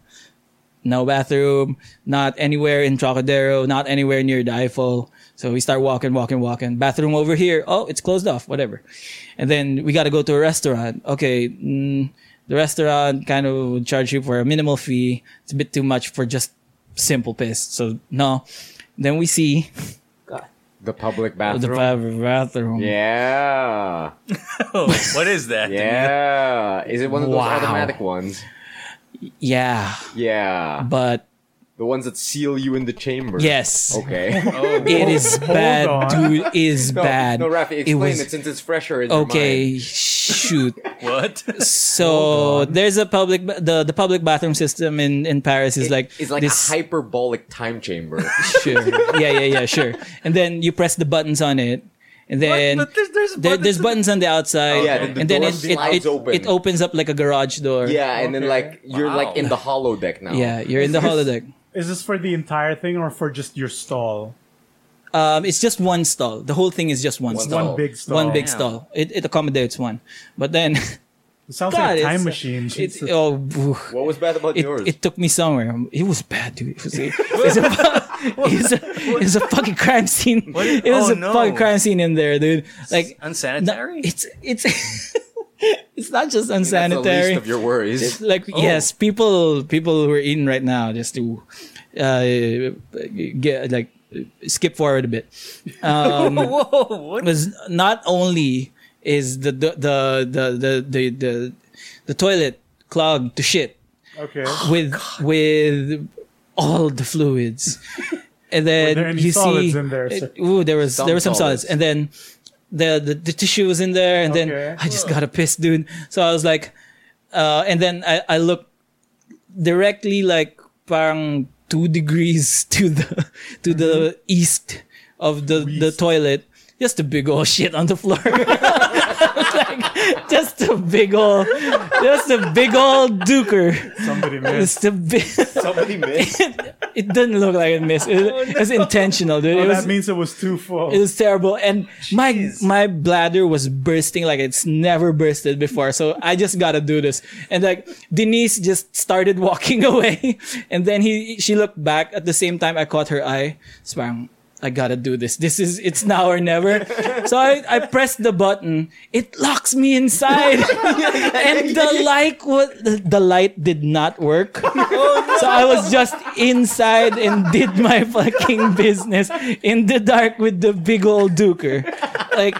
[SPEAKER 1] No bathroom, not anywhere in Trocadero, not anywhere near the Eiffel. So we start walking, walking, walking. Bathroom over here. Oh, it's closed off, whatever. And then we got to go to a restaurant. Okay, mm, the restaurant kind of would charge you for a minimal fee. It's a bit too much for just simple piss. So no. Then we see
[SPEAKER 2] The public
[SPEAKER 1] Oh, the
[SPEAKER 2] bathroom.
[SPEAKER 1] private bathroom.
[SPEAKER 2] yeah.
[SPEAKER 4] Oh, what is that?
[SPEAKER 2] Yeah. Is it one of those
[SPEAKER 1] Wow.
[SPEAKER 2] automatic ones?
[SPEAKER 1] Yeah,
[SPEAKER 2] Yeah.
[SPEAKER 1] but
[SPEAKER 2] The ones that seal you in the chamber.
[SPEAKER 1] yes.
[SPEAKER 2] Okay.
[SPEAKER 1] It is bad,
[SPEAKER 3] on.
[SPEAKER 1] dude. Is
[SPEAKER 2] No,
[SPEAKER 1] bad.
[SPEAKER 2] no, Rafi, explain it,
[SPEAKER 1] it was
[SPEAKER 2] since it's fresher in
[SPEAKER 1] okay. Shoot.
[SPEAKER 4] What?
[SPEAKER 1] So there's a public ba- the the public bathroom system in in Paris is
[SPEAKER 2] It's
[SPEAKER 1] like
[SPEAKER 2] like, it's like
[SPEAKER 1] this.
[SPEAKER 2] a hyperbolic time chamber.
[SPEAKER 1] sure. Yeah, yeah, yeah. Sure. And then you press the buttons on it, and then.
[SPEAKER 4] But there's there's
[SPEAKER 1] There,
[SPEAKER 4] buttons
[SPEAKER 1] there's
[SPEAKER 4] in-
[SPEAKER 1] buttons on the outside,
[SPEAKER 2] Yeah, the- the
[SPEAKER 1] and then
[SPEAKER 2] door
[SPEAKER 1] it it,
[SPEAKER 2] slides
[SPEAKER 1] it,
[SPEAKER 2] open.
[SPEAKER 1] it opens up like a garage door.
[SPEAKER 2] yeah, and then like you're
[SPEAKER 4] Wow.
[SPEAKER 2] like in the hollow deck now.
[SPEAKER 1] yeah. You're in the holodeck.
[SPEAKER 3] Is this for the entire thing or for just your stall?
[SPEAKER 1] Um, it's just one stall. The whole thing is just one,
[SPEAKER 2] One
[SPEAKER 1] stall.
[SPEAKER 4] Oh.
[SPEAKER 2] stall.
[SPEAKER 3] One big stall.
[SPEAKER 1] One big
[SPEAKER 4] Damn.
[SPEAKER 1] stall. It it accommodates one, but then
[SPEAKER 3] It sounds
[SPEAKER 1] God, it's-
[SPEAKER 3] like a
[SPEAKER 1] uh,
[SPEAKER 3] time machine.
[SPEAKER 1] It's,
[SPEAKER 3] Jesus.
[SPEAKER 1] oh. boo.
[SPEAKER 2] What was bad about
[SPEAKER 1] it,
[SPEAKER 2] yours?
[SPEAKER 1] it took me somewhere. It was bad, dude. It was, it, was a, fu- it was a, it was a fucking crime scene.
[SPEAKER 4] What?
[SPEAKER 1] It was a
[SPEAKER 4] Oh, no.
[SPEAKER 1] fucking crime scene in there, dude. Like no,
[SPEAKER 4] unsanitary.
[SPEAKER 1] it's it's it's not just
[SPEAKER 2] That's the least
[SPEAKER 1] unsanitary.
[SPEAKER 2] of your worries.
[SPEAKER 1] Like
[SPEAKER 4] oh.
[SPEAKER 1] yes, people people who are in right now just to uh, get like skip forward a bit. Um,
[SPEAKER 4] Whoa! What?
[SPEAKER 1] was not only is the the the the the the, the, the toilet clogged to shit
[SPEAKER 3] okay.
[SPEAKER 1] with with all the fluids, and then
[SPEAKER 3] there any
[SPEAKER 1] you
[SPEAKER 3] solids
[SPEAKER 1] see, uh,
[SPEAKER 3] in there, sir?
[SPEAKER 1] ooh, there was
[SPEAKER 2] Some
[SPEAKER 1] there were some solids,
[SPEAKER 2] solids.
[SPEAKER 1] and then the, the the tissue was in there, and
[SPEAKER 3] Okay.
[SPEAKER 1] then I just got a piss, dude. So I was like, uh, and then I I looked directly like parang two degrees to the to
[SPEAKER 3] Mm-hmm.
[SPEAKER 1] the east of the the toilet. Just a big old shit on the floor. I was like, just a big old, just a big old duker.
[SPEAKER 3] Somebody missed.
[SPEAKER 1] Just a big,
[SPEAKER 2] Somebody missed.
[SPEAKER 1] it didn't look like a miss. It, it was intentional, dude. it
[SPEAKER 3] Oh,
[SPEAKER 1] was
[SPEAKER 3] that means it was too full.
[SPEAKER 1] it was terrible, and my my bladder was bursting like it's never bursted before. So I just gotta do this. And like Denise just started walking away, and then he she looked back at the same time I caught her eye. So parang, I gotta do this. This is it's now or never. So I, I pressed the button. It locks me inside, and the light was, the, the light did not work.
[SPEAKER 2] Oh,
[SPEAKER 1] So I was just inside and did my fucking business in the dark with the big old duker. Like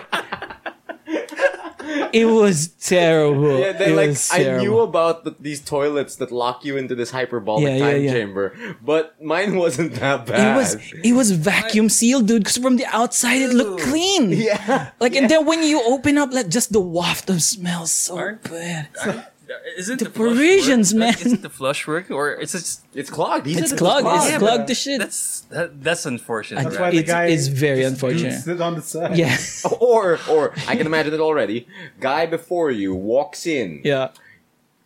[SPEAKER 1] it was terrible.
[SPEAKER 2] Yeah, they,
[SPEAKER 1] it
[SPEAKER 2] like
[SPEAKER 1] was
[SPEAKER 2] I
[SPEAKER 1] terrible.
[SPEAKER 2] knew about th- these toilets that lock you into this hyperbolic
[SPEAKER 1] Yeah, yeah,
[SPEAKER 2] time
[SPEAKER 1] yeah.
[SPEAKER 2] chamber, but mine wasn't that
[SPEAKER 1] it
[SPEAKER 2] bad.
[SPEAKER 1] was it was vacuum sealed, dude. Because from the outside it looked clean.
[SPEAKER 2] yeah.
[SPEAKER 1] Like and then when you open up, like just the waft of smell so
[SPEAKER 4] Aren't-
[SPEAKER 1] bad.
[SPEAKER 4] Isn't the, flush
[SPEAKER 1] Parisians,
[SPEAKER 4] work-
[SPEAKER 1] man.
[SPEAKER 4] Isn't the flush work or it's just
[SPEAKER 2] It's clogged. He
[SPEAKER 1] It's
[SPEAKER 2] said it was
[SPEAKER 1] clogged. It's
[SPEAKER 3] clogged.
[SPEAKER 1] clogged to shit.
[SPEAKER 4] that's that, that's unfortunate.
[SPEAKER 1] And
[SPEAKER 4] right?
[SPEAKER 3] why the
[SPEAKER 1] it's,
[SPEAKER 3] guy
[SPEAKER 1] it's very
[SPEAKER 3] Dude,
[SPEAKER 1] unfortunate.
[SPEAKER 3] sit on the side.
[SPEAKER 1] Yeah,
[SPEAKER 2] Or or I can imagine it already. Guy before you walks in.
[SPEAKER 1] yeah.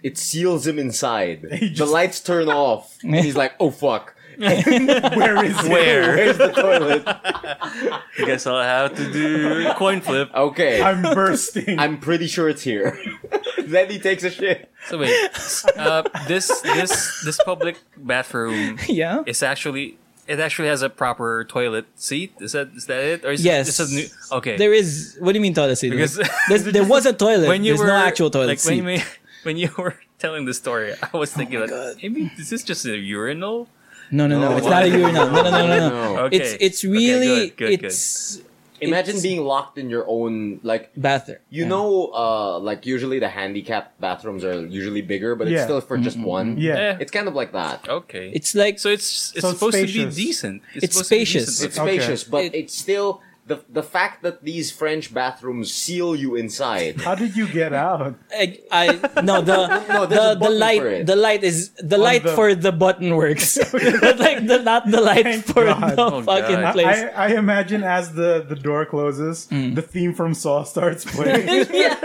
[SPEAKER 2] It seals him inside. The
[SPEAKER 3] just-
[SPEAKER 2] lights turn off. And he's like, "Oh fuck."
[SPEAKER 3] Where is it?
[SPEAKER 4] Where
[SPEAKER 2] Where's the toilet?
[SPEAKER 4] I guess I'll have to do a coin flip.
[SPEAKER 2] Okay. I'm,
[SPEAKER 3] I'm bursting.
[SPEAKER 2] pretty sure it's here. then he takes a shit.
[SPEAKER 4] So wait, uh, this this this public bathroom
[SPEAKER 1] Yeah.
[SPEAKER 4] is actually it actually has a proper toilet seat. Is that is that it? Or is
[SPEAKER 1] Yes.
[SPEAKER 4] It, it's a new, okay.
[SPEAKER 1] There is. What do you mean toilet seat?
[SPEAKER 4] Because-
[SPEAKER 1] There's- there was a toilet. There's no actual toilet
[SPEAKER 4] like,
[SPEAKER 1] seat. Oh
[SPEAKER 4] When you, when you were telling the story, I was thinking, like, maybe is this just a urinal?
[SPEAKER 1] no, no, no.
[SPEAKER 2] No,
[SPEAKER 1] it's not a
[SPEAKER 2] what?
[SPEAKER 1] urinal. No, no, no, no, no.
[SPEAKER 2] No.
[SPEAKER 4] Okay.
[SPEAKER 1] It's it's
[SPEAKER 4] Okay,
[SPEAKER 1] really
[SPEAKER 4] good, good, good.
[SPEAKER 1] it's
[SPEAKER 2] Imagine
[SPEAKER 1] it's-
[SPEAKER 2] being locked in your own like
[SPEAKER 1] bathroom.
[SPEAKER 2] you
[SPEAKER 1] Yeah.
[SPEAKER 2] know uh like usually the handicapped bathrooms are usually bigger but it's
[SPEAKER 3] Yeah.
[SPEAKER 2] still for just one.
[SPEAKER 3] yeah.
[SPEAKER 4] Eh,
[SPEAKER 2] It's kind of like that.
[SPEAKER 4] okay.
[SPEAKER 1] it's like
[SPEAKER 4] so it's it's
[SPEAKER 3] So it's
[SPEAKER 4] supposed
[SPEAKER 3] spacious.
[SPEAKER 4] to be decent.
[SPEAKER 1] It's
[SPEAKER 4] supposed to be
[SPEAKER 1] spacious.
[SPEAKER 4] decent.
[SPEAKER 2] It's
[SPEAKER 3] Okay.
[SPEAKER 2] spacious, but
[SPEAKER 1] It-
[SPEAKER 2] it's still the the fact that these French bathrooms seal you inside.
[SPEAKER 3] How did you get out?
[SPEAKER 1] I, I no the
[SPEAKER 2] No,
[SPEAKER 1] the, the
[SPEAKER 2] there's a button for
[SPEAKER 1] light
[SPEAKER 2] it.
[SPEAKER 1] the light is the light
[SPEAKER 3] the-
[SPEAKER 1] for the button works, but like the not the light
[SPEAKER 3] Thank
[SPEAKER 1] for
[SPEAKER 3] God.
[SPEAKER 1] the
[SPEAKER 4] Oh,
[SPEAKER 1] fucking
[SPEAKER 4] God.
[SPEAKER 1] place.
[SPEAKER 3] I, I imagine as the, the door closes,
[SPEAKER 1] Mm.
[SPEAKER 3] the theme from Saw starts playing.
[SPEAKER 1] yeah,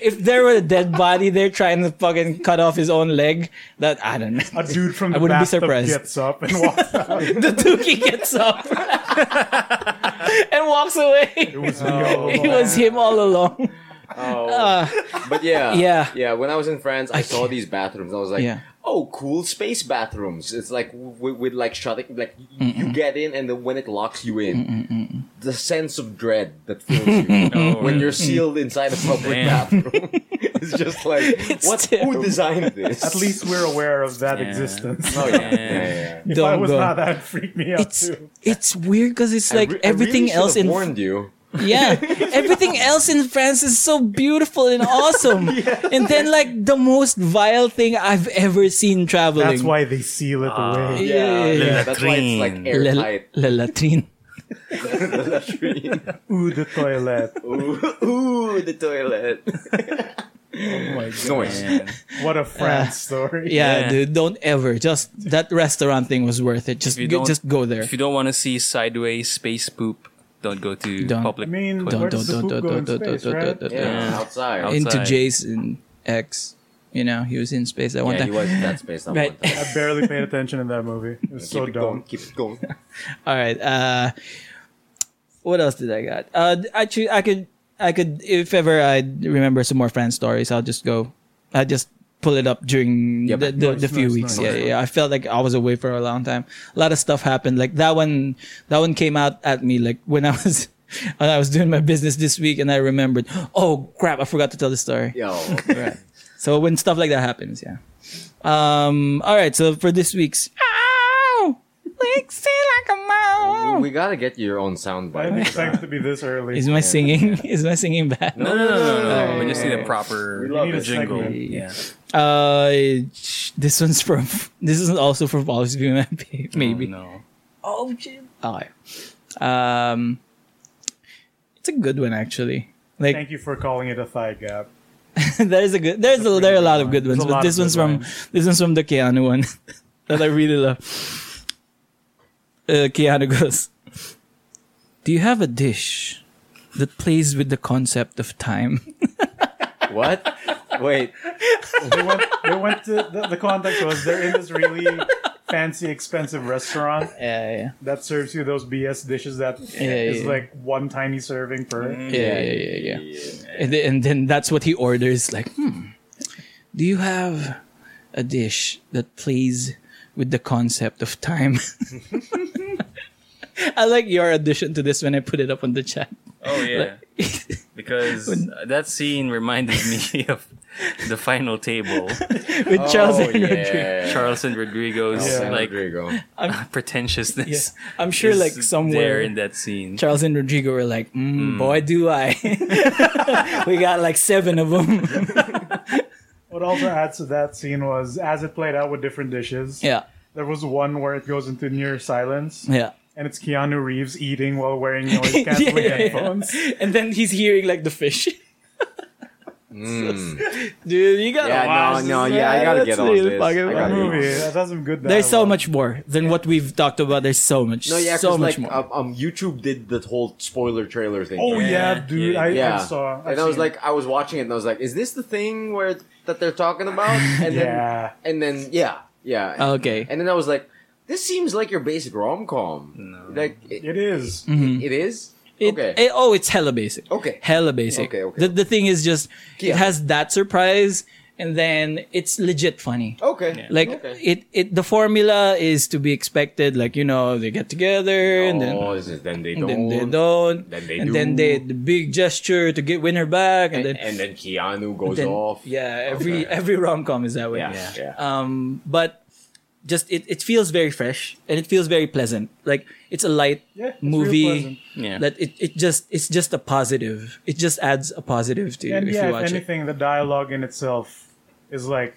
[SPEAKER 1] if there were a dead body there trying to fucking cut off his own leg, that I don't know.
[SPEAKER 3] A dude from
[SPEAKER 1] I
[SPEAKER 3] the
[SPEAKER 1] wouldn't be
[SPEAKER 3] bathtub
[SPEAKER 1] surprised.
[SPEAKER 3] gets up and walks out.
[SPEAKER 1] the Dookie gets up and walks away.
[SPEAKER 3] It was me all
[SPEAKER 1] It
[SPEAKER 3] along.
[SPEAKER 1] was him all along.
[SPEAKER 2] Oh.
[SPEAKER 1] Uh,
[SPEAKER 2] But yeah,
[SPEAKER 1] Yeah.
[SPEAKER 2] yeah. When I was in France, I, saw
[SPEAKER 1] can't-
[SPEAKER 2] these bathrooms. I was like,
[SPEAKER 1] Yeah.
[SPEAKER 2] oh, cool space bathrooms. It's like with, with like shutting, like y- you get in, and then when it locks you in, the sense of dread that fills you
[SPEAKER 4] Oh,
[SPEAKER 2] when you're sealed inside a public
[SPEAKER 4] Damn.
[SPEAKER 2] bathroom. it's just like, what?
[SPEAKER 1] terrible.
[SPEAKER 2] Who designed this?
[SPEAKER 3] At least we're aware of that
[SPEAKER 4] Yeah.
[SPEAKER 3] existence.
[SPEAKER 2] Oh yeah, yeah, yeah, yeah.
[SPEAKER 3] If I
[SPEAKER 1] Don't
[SPEAKER 3] was
[SPEAKER 1] go.
[SPEAKER 3] not, that would freak me out
[SPEAKER 1] it's
[SPEAKER 3] too.
[SPEAKER 1] it's weird because it's
[SPEAKER 2] I
[SPEAKER 1] like
[SPEAKER 2] re- I
[SPEAKER 1] everything
[SPEAKER 2] really should
[SPEAKER 1] else
[SPEAKER 2] have
[SPEAKER 1] in
[SPEAKER 2] warned you.
[SPEAKER 1] yeah everything else in France is so beautiful and awesome, and then like the most vile thing I've ever seen traveling.
[SPEAKER 3] That's why they seal it
[SPEAKER 2] Yeah,
[SPEAKER 3] away.
[SPEAKER 1] yeah,
[SPEAKER 2] yeah, that's why it's like
[SPEAKER 1] La,
[SPEAKER 2] airtight.
[SPEAKER 1] la latrine.
[SPEAKER 3] Ooh, the toilet.
[SPEAKER 2] ooh, ooh, the toilet.
[SPEAKER 3] Oh my God.
[SPEAKER 2] Noise.
[SPEAKER 3] What a France story.
[SPEAKER 1] Ah. Yeah,
[SPEAKER 4] Yeah.
[SPEAKER 1] dude, don't ever. Just that restaurant thing was worth it. Just
[SPEAKER 4] If you
[SPEAKER 1] go-
[SPEAKER 4] don't-
[SPEAKER 1] just go there.
[SPEAKER 4] If you don't want to see sideways space poop, don't go to
[SPEAKER 1] Don't.
[SPEAKER 4] public.
[SPEAKER 3] I mean,
[SPEAKER 4] toilet.
[SPEAKER 3] where does the
[SPEAKER 1] don't,
[SPEAKER 3] poop
[SPEAKER 1] don't,
[SPEAKER 3] go in
[SPEAKER 1] don't,
[SPEAKER 3] space,
[SPEAKER 1] don't,
[SPEAKER 3] right?
[SPEAKER 1] don't, don't.
[SPEAKER 2] Yeah,
[SPEAKER 4] Yeah.
[SPEAKER 2] outside.
[SPEAKER 4] Outside.
[SPEAKER 1] into Jason X. You know, he was in space at one
[SPEAKER 2] Yeah, he
[SPEAKER 1] time.
[SPEAKER 2] was in that space that
[SPEAKER 1] Right.
[SPEAKER 2] one time.
[SPEAKER 3] I barely paid attention in that movie. It was so
[SPEAKER 2] keep it going.
[SPEAKER 3] dumb.
[SPEAKER 2] Keep it going.
[SPEAKER 1] All right. Uh, what else did I got? Uh, I choo- I could I could if ever I remember some more fan stories, I'll just go. I just pull it up during
[SPEAKER 2] Yeah,
[SPEAKER 1] the, the,
[SPEAKER 3] nice,
[SPEAKER 1] the few
[SPEAKER 3] nice,
[SPEAKER 1] weeks.
[SPEAKER 3] nice.
[SPEAKER 1] yeah, yeah. I felt like I was away for a long time. A lot of stuff happened. Like that one. That one came out at me like when I was. When I was doing my business this week, and I remembered, oh crap, I forgot to tell the story.
[SPEAKER 2] Yo,
[SPEAKER 1] Right. So when stuff like that happens, yeah. Um. All right. So for this week's, ow, like say like a mouse.
[SPEAKER 2] we gotta get you your own
[SPEAKER 3] I
[SPEAKER 2] soundbite.
[SPEAKER 3] didn't expect it to be this early.
[SPEAKER 1] Is my singing is my singing bad?
[SPEAKER 4] No, no, no, no, no. We just need a proper
[SPEAKER 2] We love
[SPEAKER 3] it.
[SPEAKER 4] jingle.
[SPEAKER 3] Segment.
[SPEAKER 4] Yeah.
[SPEAKER 1] Uh, this one's from this is also from Policy View maybe.
[SPEAKER 4] Oh,
[SPEAKER 1] Oh, shit. Okay. Um, it's a good one actually. Like
[SPEAKER 3] Thank you for calling it a thigh gap.
[SPEAKER 1] there is a good there's a, there are a lot of good
[SPEAKER 3] There's
[SPEAKER 1] ones,
[SPEAKER 3] a
[SPEAKER 1] but
[SPEAKER 3] lot
[SPEAKER 1] this
[SPEAKER 3] of
[SPEAKER 1] one's
[SPEAKER 3] good
[SPEAKER 1] from this one's from the Keanu one that I really love. Uh, Keanu goes, "Do you have a dish that plays with the concept of time?"
[SPEAKER 2] What? Wait.
[SPEAKER 3] they went. They went to the, the context was they're in this really fancy, expensive restaurant
[SPEAKER 1] yeah,
[SPEAKER 3] that serves you those BS dishes that is
[SPEAKER 1] yeah, yeah.
[SPEAKER 3] like one tiny serving per.
[SPEAKER 1] yeah, yeah, yeah, yeah, yeah. And, then, and then that's what he orders. Like, hmm, do you have a dish that plays with the concept of time? I like your addition to this when I put it up on the chat.
[SPEAKER 4] Oh yeah, because that scene reminded me of the final table.
[SPEAKER 1] With Charles
[SPEAKER 2] oh,
[SPEAKER 1] and Rodrigo.
[SPEAKER 2] yeah.
[SPEAKER 4] Charles and Rodrigo's
[SPEAKER 3] Yeah.
[SPEAKER 4] like uh,
[SPEAKER 2] Rodrigo.
[SPEAKER 1] Yeah.
[SPEAKER 4] pretentiousness.
[SPEAKER 1] I'm sure,
[SPEAKER 4] is
[SPEAKER 1] like
[SPEAKER 4] there
[SPEAKER 1] somewhere
[SPEAKER 4] in that scene.
[SPEAKER 1] Charles and Rodrigo were like,
[SPEAKER 2] Hmm.
[SPEAKER 1] mm, "Boy, do I!" we got like seven of them.
[SPEAKER 3] What also adds to that scene was as it played out with different dishes.
[SPEAKER 1] yeah,
[SPEAKER 3] There was one where it goes into near silence,
[SPEAKER 1] yeah.
[SPEAKER 3] and it's Keanu Reeves eating while wearing noise
[SPEAKER 1] Yeah,
[SPEAKER 3] canceling
[SPEAKER 1] yeah, yeah.
[SPEAKER 3] headphones.
[SPEAKER 1] And then he's hearing like the fish. Dude, you gotta
[SPEAKER 2] Hmm. Yeah, no,
[SPEAKER 1] watch this,
[SPEAKER 2] no, yeah, I
[SPEAKER 1] man.
[SPEAKER 2] gotta
[SPEAKER 1] That's
[SPEAKER 2] get all
[SPEAKER 1] really
[SPEAKER 2] this.
[SPEAKER 1] fucking
[SPEAKER 2] I
[SPEAKER 3] That
[SPEAKER 2] gotta
[SPEAKER 1] funny.
[SPEAKER 2] get
[SPEAKER 3] movie that has some good.
[SPEAKER 1] There's so
[SPEAKER 3] dialogue.
[SPEAKER 1] much more than what we've talked about. There's so much,
[SPEAKER 2] No, yeah,
[SPEAKER 1] so
[SPEAKER 2] because
[SPEAKER 1] much
[SPEAKER 2] like
[SPEAKER 1] more.
[SPEAKER 2] um, um, YouTube did the whole spoiler trailer thing.
[SPEAKER 3] Oh
[SPEAKER 2] right?
[SPEAKER 3] yeah,
[SPEAKER 4] Yeah,
[SPEAKER 3] dude!
[SPEAKER 4] yeah,
[SPEAKER 3] I,
[SPEAKER 2] yeah.
[SPEAKER 3] I saw. I've
[SPEAKER 2] and I was
[SPEAKER 3] seen it.
[SPEAKER 2] like, I was watching it, and I was like, is this the thing where that they're talking about? And
[SPEAKER 3] Yeah.
[SPEAKER 2] then, and then, yeah, yeah. And,
[SPEAKER 1] okay,
[SPEAKER 2] uh, and then I was like, this seems like your basic rom com.
[SPEAKER 4] No.
[SPEAKER 2] Like it,
[SPEAKER 3] it is.
[SPEAKER 2] it
[SPEAKER 1] Mm-hmm.
[SPEAKER 2] is.
[SPEAKER 1] It-
[SPEAKER 2] okay.
[SPEAKER 1] it- oh, it's hella basic.
[SPEAKER 2] Okay.
[SPEAKER 1] hella basic.
[SPEAKER 2] Okay, okay.
[SPEAKER 1] The, the thing is just it
[SPEAKER 2] Yeah.
[SPEAKER 1] has that surprise, and then it's legit funny.
[SPEAKER 2] okay.
[SPEAKER 1] Like
[SPEAKER 2] okay.
[SPEAKER 1] it, it the formula is to be expected. Like you know, they get together and then
[SPEAKER 2] oh, it's just then they
[SPEAKER 1] and then
[SPEAKER 2] don't.
[SPEAKER 1] they don't,
[SPEAKER 2] Then they
[SPEAKER 1] and then
[SPEAKER 2] do.
[SPEAKER 1] they the big gesture to get win her back, and, then,
[SPEAKER 2] And then Keanu goes
[SPEAKER 1] then-
[SPEAKER 2] off.
[SPEAKER 1] yeah, every
[SPEAKER 2] Okay.
[SPEAKER 1] every rom com is that way.
[SPEAKER 2] Yeah.
[SPEAKER 4] Yeah.
[SPEAKER 2] yeah.
[SPEAKER 1] Um, but just it, it feels very fresh and it feels very pleasant. Like it's a light
[SPEAKER 3] Yeah, it's real
[SPEAKER 1] movie
[SPEAKER 3] pleasant.
[SPEAKER 4] Yeah.
[SPEAKER 1] that it, it just it's just a positive. It just adds a positive to
[SPEAKER 3] and
[SPEAKER 1] if you
[SPEAKER 3] yeah, if
[SPEAKER 1] watch it.
[SPEAKER 3] anything, the dialogue in itself is like,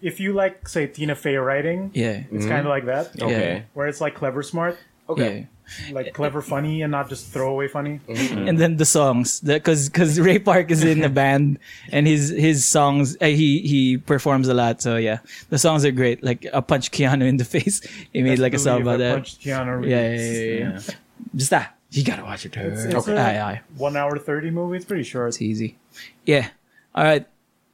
[SPEAKER 3] if you like, say Tina Fey writing,
[SPEAKER 1] Yeah. Eh,
[SPEAKER 3] it's kind of like that,
[SPEAKER 2] okay.
[SPEAKER 3] where it's like clever smart,
[SPEAKER 2] Mm-hmm. Okay.
[SPEAKER 1] Yeah.
[SPEAKER 3] like clever funny, and not just throwaway funny.
[SPEAKER 2] Mm.
[SPEAKER 1] and then the songs because because ray park is in the band and his his songs uh, he he performs a lot so yeah the songs are great like a punch keanu in the face he made like a song about that
[SPEAKER 3] Punched Keanu Reeves.
[SPEAKER 1] yeah yeah yeah, yeah, yeah. just that you gotta watch it
[SPEAKER 3] It's,
[SPEAKER 1] it's,
[SPEAKER 3] it's a
[SPEAKER 1] aye, aye.
[SPEAKER 3] one hour thirty movie. It's pretty short.
[SPEAKER 1] it's easy yeah all right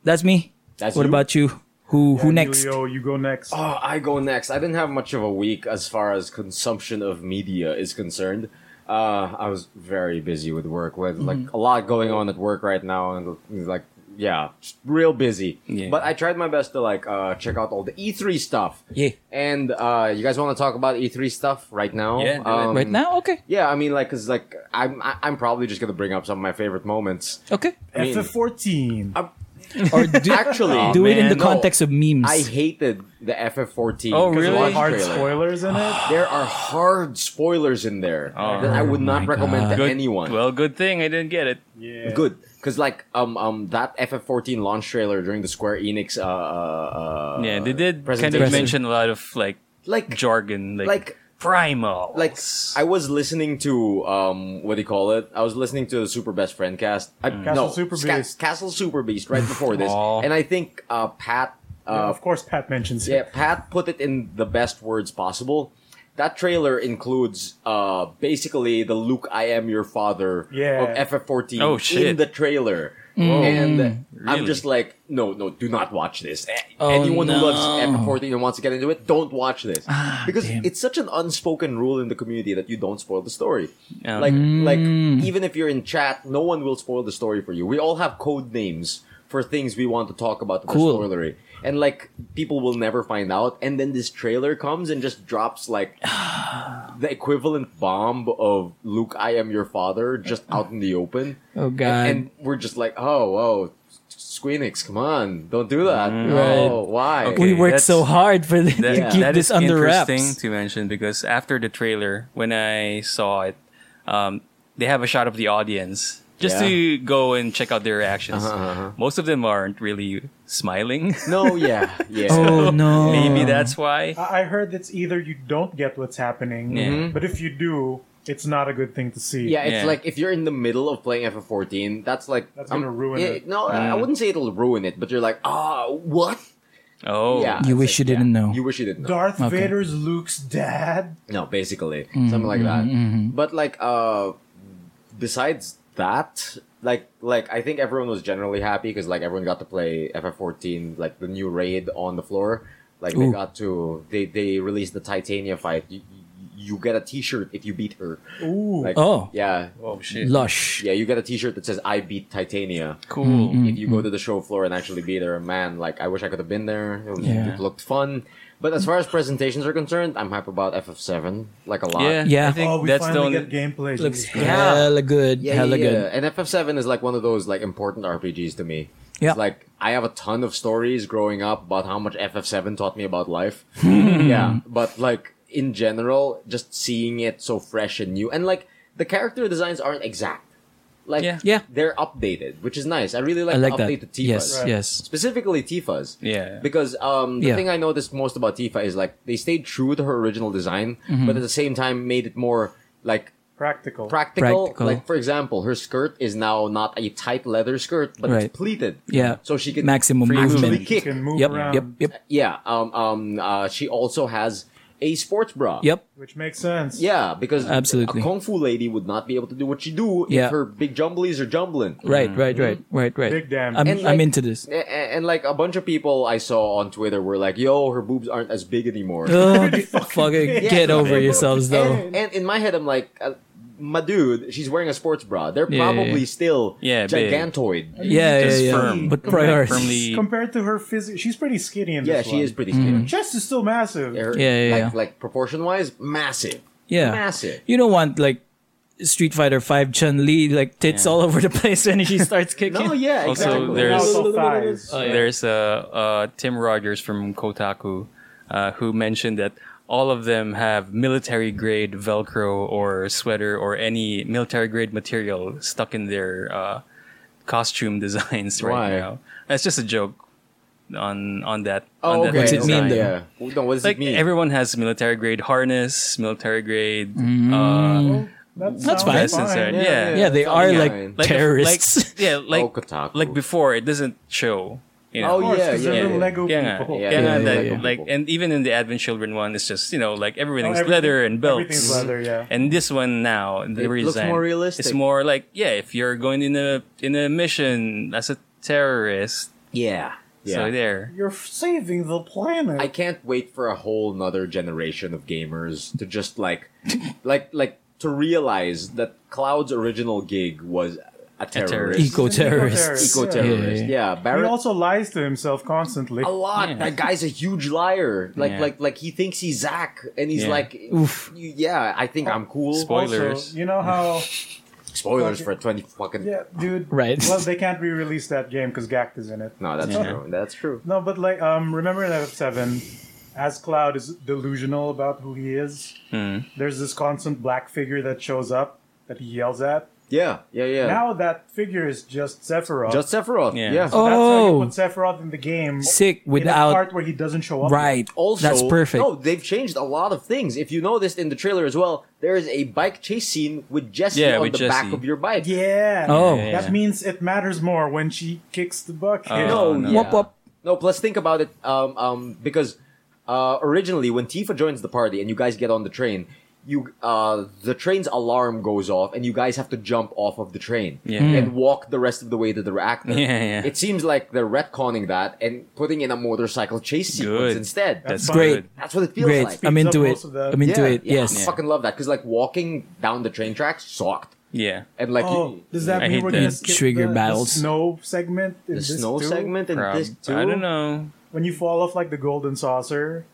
[SPEAKER 1] that's me
[SPEAKER 2] That's
[SPEAKER 1] what
[SPEAKER 2] you?
[SPEAKER 1] about you who who next
[SPEAKER 3] Emilio, you go next.
[SPEAKER 2] Oh, I go next. I didn't have much of a week as far as consumption of media is concerned. Uh, I was very busy with work, with like
[SPEAKER 1] Mm-hmm.
[SPEAKER 2] a lot going on at work right now, and like yeah, just real busy.
[SPEAKER 4] Yeah.
[SPEAKER 2] But I tried my best to like uh, check out all the E3 stuff.
[SPEAKER 1] yeah
[SPEAKER 2] And uh, you guys want to talk about E3 stuff right now? Um,
[SPEAKER 4] Yeah, do it.
[SPEAKER 1] right now okay
[SPEAKER 2] Yeah, I mean, like, cause like I'm I- I'm probably just gonna bring up some of my favorite moments.
[SPEAKER 1] okay
[SPEAKER 2] I mean-
[SPEAKER 3] FF fourteen.
[SPEAKER 1] or do,
[SPEAKER 2] Actually,
[SPEAKER 1] do it in
[SPEAKER 4] man,
[SPEAKER 1] the
[SPEAKER 2] Oh, no.
[SPEAKER 1] context of memes
[SPEAKER 2] I hated the FF14.
[SPEAKER 4] Oh,
[SPEAKER 2] because of
[SPEAKER 4] really?
[SPEAKER 2] the
[SPEAKER 3] Hard
[SPEAKER 2] trailer.
[SPEAKER 3] spoilers in it.
[SPEAKER 2] There are hard spoilers in there
[SPEAKER 4] Oh,
[SPEAKER 2] that I would not
[SPEAKER 1] my
[SPEAKER 2] recommend
[SPEAKER 1] God.
[SPEAKER 2] to
[SPEAKER 4] Good-
[SPEAKER 2] anyone.
[SPEAKER 4] Well, good thing I didn't get it.
[SPEAKER 3] Yeah.
[SPEAKER 2] Good, because like um um that FF14 launch trailer during the Square Enix uh, uh uh,
[SPEAKER 4] Yeah, they did kind of
[SPEAKER 2] presentation.
[SPEAKER 4] mention a lot of like
[SPEAKER 2] like
[SPEAKER 4] jargon, like,
[SPEAKER 2] like
[SPEAKER 4] primal,
[SPEAKER 2] like I was listening to um what do you call it? I was listening to the Super Best Friend cast. I, no,
[SPEAKER 3] Castle Super
[SPEAKER 2] Sca-
[SPEAKER 3] Beast.
[SPEAKER 2] Castle Super Beast right before this.
[SPEAKER 4] Aw.
[SPEAKER 2] And I think uh Pat uh
[SPEAKER 3] Of course, Pat mentions
[SPEAKER 2] yeah,
[SPEAKER 3] it.
[SPEAKER 2] Pat put it in the best words possible. That trailer includes uh basically the Luke I am your father of
[SPEAKER 3] Yeah.
[SPEAKER 2] FF14 in
[SPEAKER 4] Oh, shit.
[SPEAKER 2] the trailer.
[SPEAKER 1] Mm.
[SPEAKER 2] And I'm
[SPEAKER 4] Really?
[SPEAKER 2] just like, no, no, do not watch this. A-
[SPEAKER 1] Oh,
[SPEAKER 2] Anyone who loves
[SPEAKER 1] no. Ah,
[SPEAKER 2] FF14 and wants to get into it, don't watch this. because
[SPEAKER 1] damn.
[SPEAKER 2] it's such an unspoken rule in the community that you don't spoil the story.
[SPEAKER 4] Yeah.
[SPEAKER 2] Like like
[SPEAKER 1] Mm.
[SPEAKER 2] even if you're in chat, no one will spoil the story for you. We all have code names for things we want to talk about that are
[SPEAKER 1] Cool.
[SPEAKER 2] spoilery. And like people will never find out. And then this trailer comes and just drops like the equivalent bomb of Luke, I am your father, just out in the open.
[SPEAKER 1] oh god
[SPEAKER 2] And, and we're just like, oh, oh, Squeenix, come on, don't do that.
[SPEAKER 1] Mm. Right.
[SPEAKER 2] Oh, why?
[SPEAKER 4] Okay.
[SPEAKER 1] we worked
[SPEAKER 4] that's-
[SPEAKER 1] so hard for th-
[SPEAKER 4] that,
[SPEAKER 1] to keep
[SPEAKER 4] that
[SPEAKER 1] this
[SPEAKER 4] is
[SPEAKER 1] under
[SPEAKER 4] interesting
[SPEAKER 1] wraps
[SPEAKER 4] to mention because after the trailer, when I saw it, um, they have a shot of the audience just
[SPEAKER 2] Yeah.
[SPEAKER 4] to go and check out their reactions.
[SPEAKER 2] Uh-huh, uh-huh.
[SPEAKER 4] Most of them aren't really smiling.
[SPEAKER 2] No, yeah, yeah.
[SPEAKER 1] oh no
[SPEAKER 4] Maybe that's why.
[SPEAKER 3] I I heard it's either you don't get what's happening,
[SPEAKER 4] Yeah. Mhm.
[SPEAKER 3] but if you do, it's not a good thing to see.
[SPEAKER 2] Yeah, it's
[SPEAKER 4] Yeah.
[SPEAKER 2] like if you're in the middle of playing FF14, that's like
[SPEAKER 3] That's
[SPEAKER 2] I'm-
[SPEAKER 3] gonna ruin it.
[SPEAKER 2] No, I-
[SPEAKER 4] Mm.
[SPEAKER 2] I wouldn't say it'll ruin it, but you're like, ah, what?
[SPEAKER 4] Oh,
[SPEAKER 2] Yeah,
[SPEAKER 1] You
[SPEAKER 2] it's
[SPEAKER 1] wish you didn't know.
[SPEAKER 2] You wish you didn't know.
[SPEAKER 3] Darth
[SPEAKER 1] Okay.
[SPEAKER 3] Vader's Luke's dad.
[SPEAKER 1] Mm-hmm,
[SPEAKER 2] No, basically something like that. But like, uh, besides that like like I think everyone was generally happy because like everyone got to play FF14 like the new raid on the floor. Like they
[SPEAKER 1] Ooh.
[SPEAKER 2] got to they they released the Titania fight. You, you get a T-shirt if you beat her.
[SPEAKER 3] Ooh.
[SPEAKER 2] Like,
[SPEAKER 1] Oh.
[SPEAKER 2] yeah,
[SPEAKER 4] Oh shit!
[SPEAKER 1] Lush.
[SPEAKER 2] yeah. You get a T-shirt that says "I beat Titania."
[SPEAKER 4] Cool.
[SPEAKER 1] Mm-hmm.
[SPEAKER 2] If you go to the show floor and actually be there, man, like I wish I could have been there. It, was-
[SPEAKER 1] Yeah.
[SPEAKER 2] it looked fun. But as far as presentations are concerned, I'm hype about FF7 like a lot.
[SPEAKER 4] Yeah,
[SPEAKER 1] Yeah.
[SPEAKER 4] I think
[SPEAKER 3] oh, we
[SPEAKER 4] that's the
[SPEAKER 3] finally get
[SPEAKER 4] only.
[SPEAKER 3] gameplay.
[SPEAKER 1] Looks
[SPEAKER 3] Jesus Christ.
[SPEAKER 2] Yeah.
[SPEAKER 1] hella good.
[SPEAKER 2] yeah,
[SPEAKER 1] hella
[SPEAKER 2] yeah,
[SPEAKER 1] good.
[SPEAKER 2] yeah. And FF7 is like one of those like important RPGs to me.
[SPEAKER 1] Yeah.
[SPEAKER 2] It's like I have a ton of stories growing up about how much FF7 taught me about life. yeah, but like in general, just seeing it so fresh and new and like the character designs aren't exact. Like
[SPEAKER 4] Yeah.
[SPEAKER 1] Yeah.
[SPEAKER 2] they're updated, which is nice. I really like,
[SPEAKER 1] I like
[SPEAKER 2] the update
[SPEAKER 1] that.
[SPEAKER 2] to Tifa's.
[SPEAKER 1] Yes,
[SPEAKER 3] Right.
[SPEAKER 1] yes.
[SPEAKER 2] Specifically Tifa's.
[SPEAKER 4] Yeah.
[SPEAKER 2] Because um the
[SPEAKER 1] Yeah.
[SPEAKER 2] thing I noticed most about Tifa is like they stayed true to her original design,
[SPEAKER 1] Mm-hmm.
[SPEAKER 2] but at the same time made it more like
[SPEAKER 3] Practical.
[SPEAKER 2] practical,
[SPEAKER 1] Practical.
[SPEAKER 2] Like for example, her skirt is now not a tight leather skirt, but
[SPEAKER 1] Right.
[SPEAKER 2] it's pleated.
[SPEAKER 1] Yeah.
[SPEAKER 2] So she can
[SPEAKER 1] Maximum
[SPEAKER 2] freely
[SPEAKER 1] movement.
[SPEAKER 3] You
[SPEAKER 2] kick.
[SPEAKER 3] can move
[SPEAKER 1] Yep,
[SPEAKER 3] around.
[SPEAKER 1] yep, yep,
[SPEAKER 2] Yeah. Um. Um. Uh, she also has a sports bra.
[SPEAKER 1] yep.
[SPEAKER 3] Which makes sense.
[SPEAKER 2] Yeah, because
[SPEAKER 1] Absolutely.
[SPEAKER 2] a kung fu lady would not be able to do what she do
[SPEAKER 1] Yeah.
[SPEAKER 2] if her big jumblies are jumbling.
[SPEAKER 4] Mm.
[SPEAKER 1] Right, right, right, right, right.
[SPEAKER 3] Big damage.
[SPEAKER 1] I'm,
[SPEAKER 2] And, like-
[SPEAKER 1] I'm into this.
[SPEAKER 2] A- a- And, like a bunch of people I saw on Twitter were like, "Yo, her boobs aren't as big anymore."
[SPEAKER 1] Oh, fucking get over yourselves, though.
[SPEAKER 2] and, and in my head, I'm like, uh, "My dude, she's wearing a sports bra. They're
[SPEAKER 1] Yeah, yeah, yeah.
[SPEAKER 2] probably still
[SPEAKER 4] Yeah, big.
[SPEAKER 2] gigantoid."
[SPEAKER 1] Yeah, yeah,
[SPEAKER 4] Just
[SPEAKER 1] yeah.
[SPEAKER 4] firm.
[SPEAKER 1] But
[SPEAKER 4] Like,
[SPEAKER 1] priorities.
[SPEAKER 4] firmly-
[SPEAKER 3] Compared to her physique, she's pretty skinny in
[SPEAKER 2] Yeah,
[SPEAKER 3] this
[SPEAKER 2] she
[SPEAKER 3] one.
[SPEAKER 2] is pretty skinny.
[SPEAKER 3] Chest is still massive.
[SPEAKER 2] Her-
[SPEAKER 1] Yeah, yeah,
[SPEAKER 2] like,
[SPEAKER 1] yeah.
[SPEAKER 2] like proportion wise, massive.
[SPEAKER 1] Yeah.
[SPEAKER 2] Massive.
[SPEAKER 1] You don't want like Street Fighter Five Chun Li like tits all over the place when she starts kicking.
[SPEAKER 2] No, yeah,
[SPEAKER 4] Also,
[SPEAKER 2] exactly.
[SPEAKER 4] there's-
[SPEAKER 3] Also thighs.
[SPEAKER 1] Oh, yeah.
[SPEAKER 4] There's uh, uh, Tim Rogers from Kotaku uh, who mentioned that all of them have military grade Velcro or sweater or any military grade material stuck in their uh, costume designs right
[SPEAKER 2] Why?
[SPEAKER 4] now. That's just a joke on on that. on
[SPEAKER 2] Oh,
[SPEAKER 4] that
[SPEAKER 2] okay.
[SPEAKER 1] What's it mean,
[SPEAKER 2] okay.
[SPEAKER 1] though?
[SPEAKER 2] Yeah. No, what does
[SPEAKER 4] Like
[SPEAKER 2] it mean?
[SPEAKER 4] everyone has military grade harness, military grade. Uh,
[SPEAKER 3] Oh, That
[SPEAKER 1] That's
[SPEAKER 3] sounds
[SPEAKER 1] fine.
[SPEAKER 4] That's insane. yeah.
[SPEAKER 1] yeah, they
[SPEAKER 2] something
[SPEAKER 1] are
[SPEAKER 2] like-
[SPEAKER 1] like,
[SPEAKER 2] like
[SPEAKER 4] if-
[SPEAKER 1] terrorists.
[SPEAKER 4] Like, yeah, like
[SPEAKER 2] Oh, Kotaku.
[SPEAKER 4] like before, it doesn't show. You know?
[SPEAKER 2] Oh,
[SPEAKER 3] Of course,
[SPEAKER 2] yeah,
[SPEAKER 3] 'cause
[SPEAKER 2] yeah,
[SPEAKER 3] they're little
[SPEAKER 2] yeah.
[SPEAKER 3] Lego
[SPEAKER 4] yeah,
[SPEAKER 3] people.
[SPEAKER 4] yeah,
[SPEAKER 2] Yeah,
[SPEAKER 4] yeah,
[SPEAKER 1] yeah,
[SPEAKER 4] like,
[SPEAKER 1] yeah.
[SPEAKER 4] like, and even in the Advent Children one, it's just you know like everything's
[SPEAKER 3] Oh, everything-
[SPEAKER 4] leather and belts.
[SPEAKER 3] everything's leather, yeah.
[SPEAKER 4] And this one now, the
[SPEAKER 2] It looks
[SPEAKER 4] reason
[SPEAKER 2] more realistic.
[SPEAKER 4] It's more like yeah, if you're going in a in a mission as a terrorist,
[SPEAKER 2] yeah. Yeah.
[SPEAKER 4] so there.
[SPEAKER 3] You're f- saving the planet.
[SPEAKER 2] I can't wait for a whole nother generation of gamers to just like, like, like to realize that Cloud's original gig was a
[SPEAKER 4] terrorist.
[SPEAKER 2] terrorist,
[SPEAKER 1] Eco terrorists.
[SPEAKER 3] Eco-terrorists.
[SPEAKER 2] eco terrorist.
[SPEAKER 1] Yeah.
[SPEAKER 2] Yeah,
[SPEAKER 3] he
[SPEAKER 2] Barrett
[SPEAKER 3] also lies to himself constantly.
[SPEAKER 2] a lot.
[SPEAKER 4] Yeah.
[SPEAKER 2] That guy's a huge liar. Like,
[SPEAKER 4] Yeah.
[SPEAKER 2] like, like he thinks he's Zach, and he's
[SPEAKER 4] Yeah.
[SPEAKER 2] like,
[SPEAKER 1] Oof.
[SPEAKER 2] yeah, I think I'm cool.
[SPEAKER 4] Spoil- spoilers.
[SPEAKER 3] Also, you know how?
[SPEAKER 2] Spoilers for twenty fucking.
[SPEAKER 3] Yeah, dude.
[SPEAKER 1] Right.
[SPEAKER 3] Well, they can't re-release that game because Gact is in it.
[SPEAKER 2] No, that's
[SPEAKER 4] Yeah.
[SPEAKER 2] true. That's true.
[SPEAKER 3] No, but like, um, remember in FF7, as Cloud is delusional about who he is,
[SPEAKER 4] Hmm.
[SPEAKER 3] there's this constant black figure that shows up that he yells at.
[SPEAKER 2] Yeah, yeah,
[SPEAKER 4] Oh.
[SPEAKER 2] yeah.
[SPEAKER 3] Now that figure is just Sephiroth.
[SPEAKER 2] Just Sephiroth. Yeah.
[SPEAKER 4] Yeah.
[SPEAKER 1] Oh.
[SPEAKER 3] That's how
[SPEAKER 1] Oh.
[SPEAKER 3] you put Sephiroth in the game.
[SPEAKER 1] Sick
[SPEAKER 3] in a
[SPEAKER 1] without
[SPEAKER 3] part where he doesn't show up.
[SPEAKER 1] right.
[SPEAKER 2] Also,
[SPEAKER 1] that's perfect.
[SPEAKER 2] No, they've changed a lot of things. If you noticed in the trailer as well, there is a bike chase scene with Jesse
[SPEAKER 4] Yeah,
[SPEAKER 2] on
[SPEAKER 4] with
[SPEAKER 2] the back
[SPEAKER 4] Jesse.
[SPEAKER 2] of your bike.
[SPEAKER 3] Yeah.
[SPEAKER 1] Oh.
[SPEAKER 4] Yeah.
[SPEAKER 3] That means it matters more when she kicks the bucket.
[SPEAKER 2] No,
[SPEAKER 4] Oh, no.
[SPEAKER 2] yeah.
[SPEAKER 1] Whoop, whoop.
[SPEAKER 2] No, plus think about it. Um, um, because uh, originally when Tifa joins the party and you guys get on the train, you uh, the train's alarm goes off and you guys have to jump off of the train
[SPEAKER 4] Yeah.
[SPEAKER 1] Hmm.
[SPEAKER 4] Mm.
[SPEAKER 2] and walk the rest of the way to the reactor.
[SPEAKER 4] Yeah, yeah.
[SPEAKER 2] It seems like they're retconning that and putting in a motorcycle chase sequence
[SPEAKER 4] Good.
[SPEAKER 2] instead.
[SPEAKER 4] That's
[SPEAKER 3] fine.
[SPEAKER 1] Great.
[SPEAKER 2] That's what it feels
[SPEAKER 1] Great.
[SPEAKER 2] like.
[SPEAKER 1] I'm
[SPEAKER 3] Speeds
[SPEAKER 1] into
[SPEAKER 3] up
[SPEAKER 1] it.
[SPEAKER 3] most of that.
[SPEAKER 1] I'm into
[SPEAKER 2] Yeah,
[SPEAKER 1] it.
[SPEAKER 2] yeah, I
[SPEAKER 1] Yes.
[SPEAKER 2] fucking love that because like walking down the train tracks sucked,
[SPEAKER 4] Yeah,
[SPEAKER 2] and like
[SPEAKER 3] Oh,
[SPEAKER 2] you,
[SPEAKER 3] does that
[SPEAKER 4] I
[SPEAKER 3] mean
[SPEAKER 4] hate
[SPEAKER 3] we're gonna
[SPEAKER 4] that.
[SPEAKER 3] skip
[SPEAKER 1] Trigger
[SPEAKER 3] the, the
[SPEAKER 1] battles.
[SPEAKER 3] snow segment? in
[SPEAKER 2] the
[SPEAKER 3] this
[SPEAKER 2] snow
[SPEAKER 3] too?
[SPEAKER 2] segment and
[SPEAKER 4] prob-
[SPEAKER 2] this too.
[SPEAKER 4] I don't know.
[SPEAKER 3] when you fall off like the golden saucer.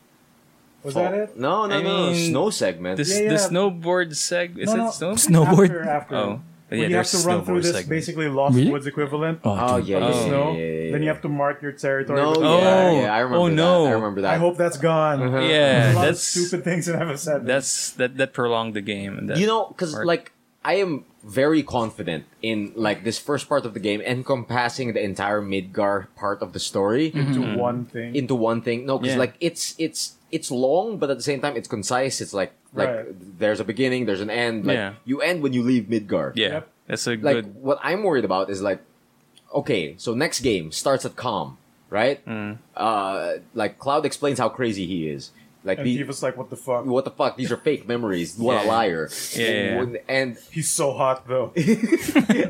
[SPEAKER 3] Was that it?
[SPEAKER 2] No, no,
[SPEAKER 4] I
[SPEAKER 2] no,
[SPEAKER 4] mean,
[SPEAKER 2] snow segment.
[SPEAKER 4] This
[SPEAKER 3] Yeah,
[SPEAKER 4] the
[SPEAKER 3] yeah.
[SPEAKER 4] snowboard seg is
[SPEAKER 3] No,
[SPEAKER 4] it
[SPEAKER 3] no.
[SPEAKER 4] snowboard?
[SPEAKER 1] Snowboard.
[SPEAKER 3] After, after.
[SPEAKER 4] Oh,
[SPEAKER 3] When
[SPEAKER 4] yeah,
[SPEAKER 3] you have
[SPEAKER 4] there's
[SPEAKER 3] to
[SPEAKER 4] a
[SPEAKER 3] run through
[SPEAKER 4] snowboard
[SPEAKER 3] this
[SPEAKER 4] segment.
[SPEAKER 3] basically Lost
[SPEAKER 1] Really?
[SPEAKER 3] Woods equivalent.
[SPEAKER 2] oh
[SPEAKER 1] dude.
[SPEAKER 2] yeah, yeah,
[SPEAKER 3] of
[SPEAKER 2] yeah,
[SPEAKER 3] snow.
[SPEAKER 2] yeah, yeah, yeah.
[SPEAKER 3] Then you have to mark your territory.
[SPEAKER 2] No,
[SPEAKER 3] with-
[SPEAKER 4] Oh.
[SPEAKER 2] yeah, yeah, I remember
[SPEAKER 4] Oh,
[SPEAKER 2] that.
[SPEAKER 4] no.
[SPEAKER 2] I remember that.
[SPEAKER 3] I hope that's gone.
[SPEAKER 4] Uh-huh.
[SPEAKER 2] Uh,
[SPEAKER 4] Yeah,
[SPEAKER 3] There's a lot
[SPEAKER 4] that's
[SPEAKER 3] of stupid things in FF7.
[SPEAKER 4] That's that that prolonged the game. and That,
[SPEAKER 2] you know because
[SPEAKER 4] Or-
[SPEAKER 2] like I am very confident in like this first part of the game encompassing the entire Midgar part of the story
[SPEAKER 4] Hmm.
[SPEAKER 3] into one thing.
[SPEAKER 2] into one thing. No, because
[SPEAKER 4] Mm-hmm. Yeah.
[SPEAKER 2] like it's it's it's long, but at the same time it's concise. It's like like
[SPEAKER 3] Right.
[SPEAKER 2] there's a beginning, there's an end. Like
[SPEAKER 4] Yeah.
[SPEAKER 2] you end when you leave Midgar.
[SPEAKER 4] yeah,
[SPEAKER 3] Yep.
[SPEAKER 4] that's a
[SPEAKER 2] Like
[SPEAKER 4] good.
[SPEAKER 2] what I'm worried about is like, okay, so next
[SPEAKER 4] Mm.
[SPEAKER 2] game starts at calm, right? Uh, like Cloud explains how crazy he is. Like
[SPEAKER 3] And
[SPEAKER 2] the-
[SPEAKER 3] Tifa's like, what the fuck?
[SPEAKER 2] what the fuck? These are fake memories. What a
[SPEAKER 4] Yeah.
[SPEAKER 2] liar!
[SPEAKER 4] Yeah, yeah,
[SPEAKER 2] and,
[SPEAKER 4] yeah.
[SPEAKER 2] and
[SPEAKER 3] He's so hot though.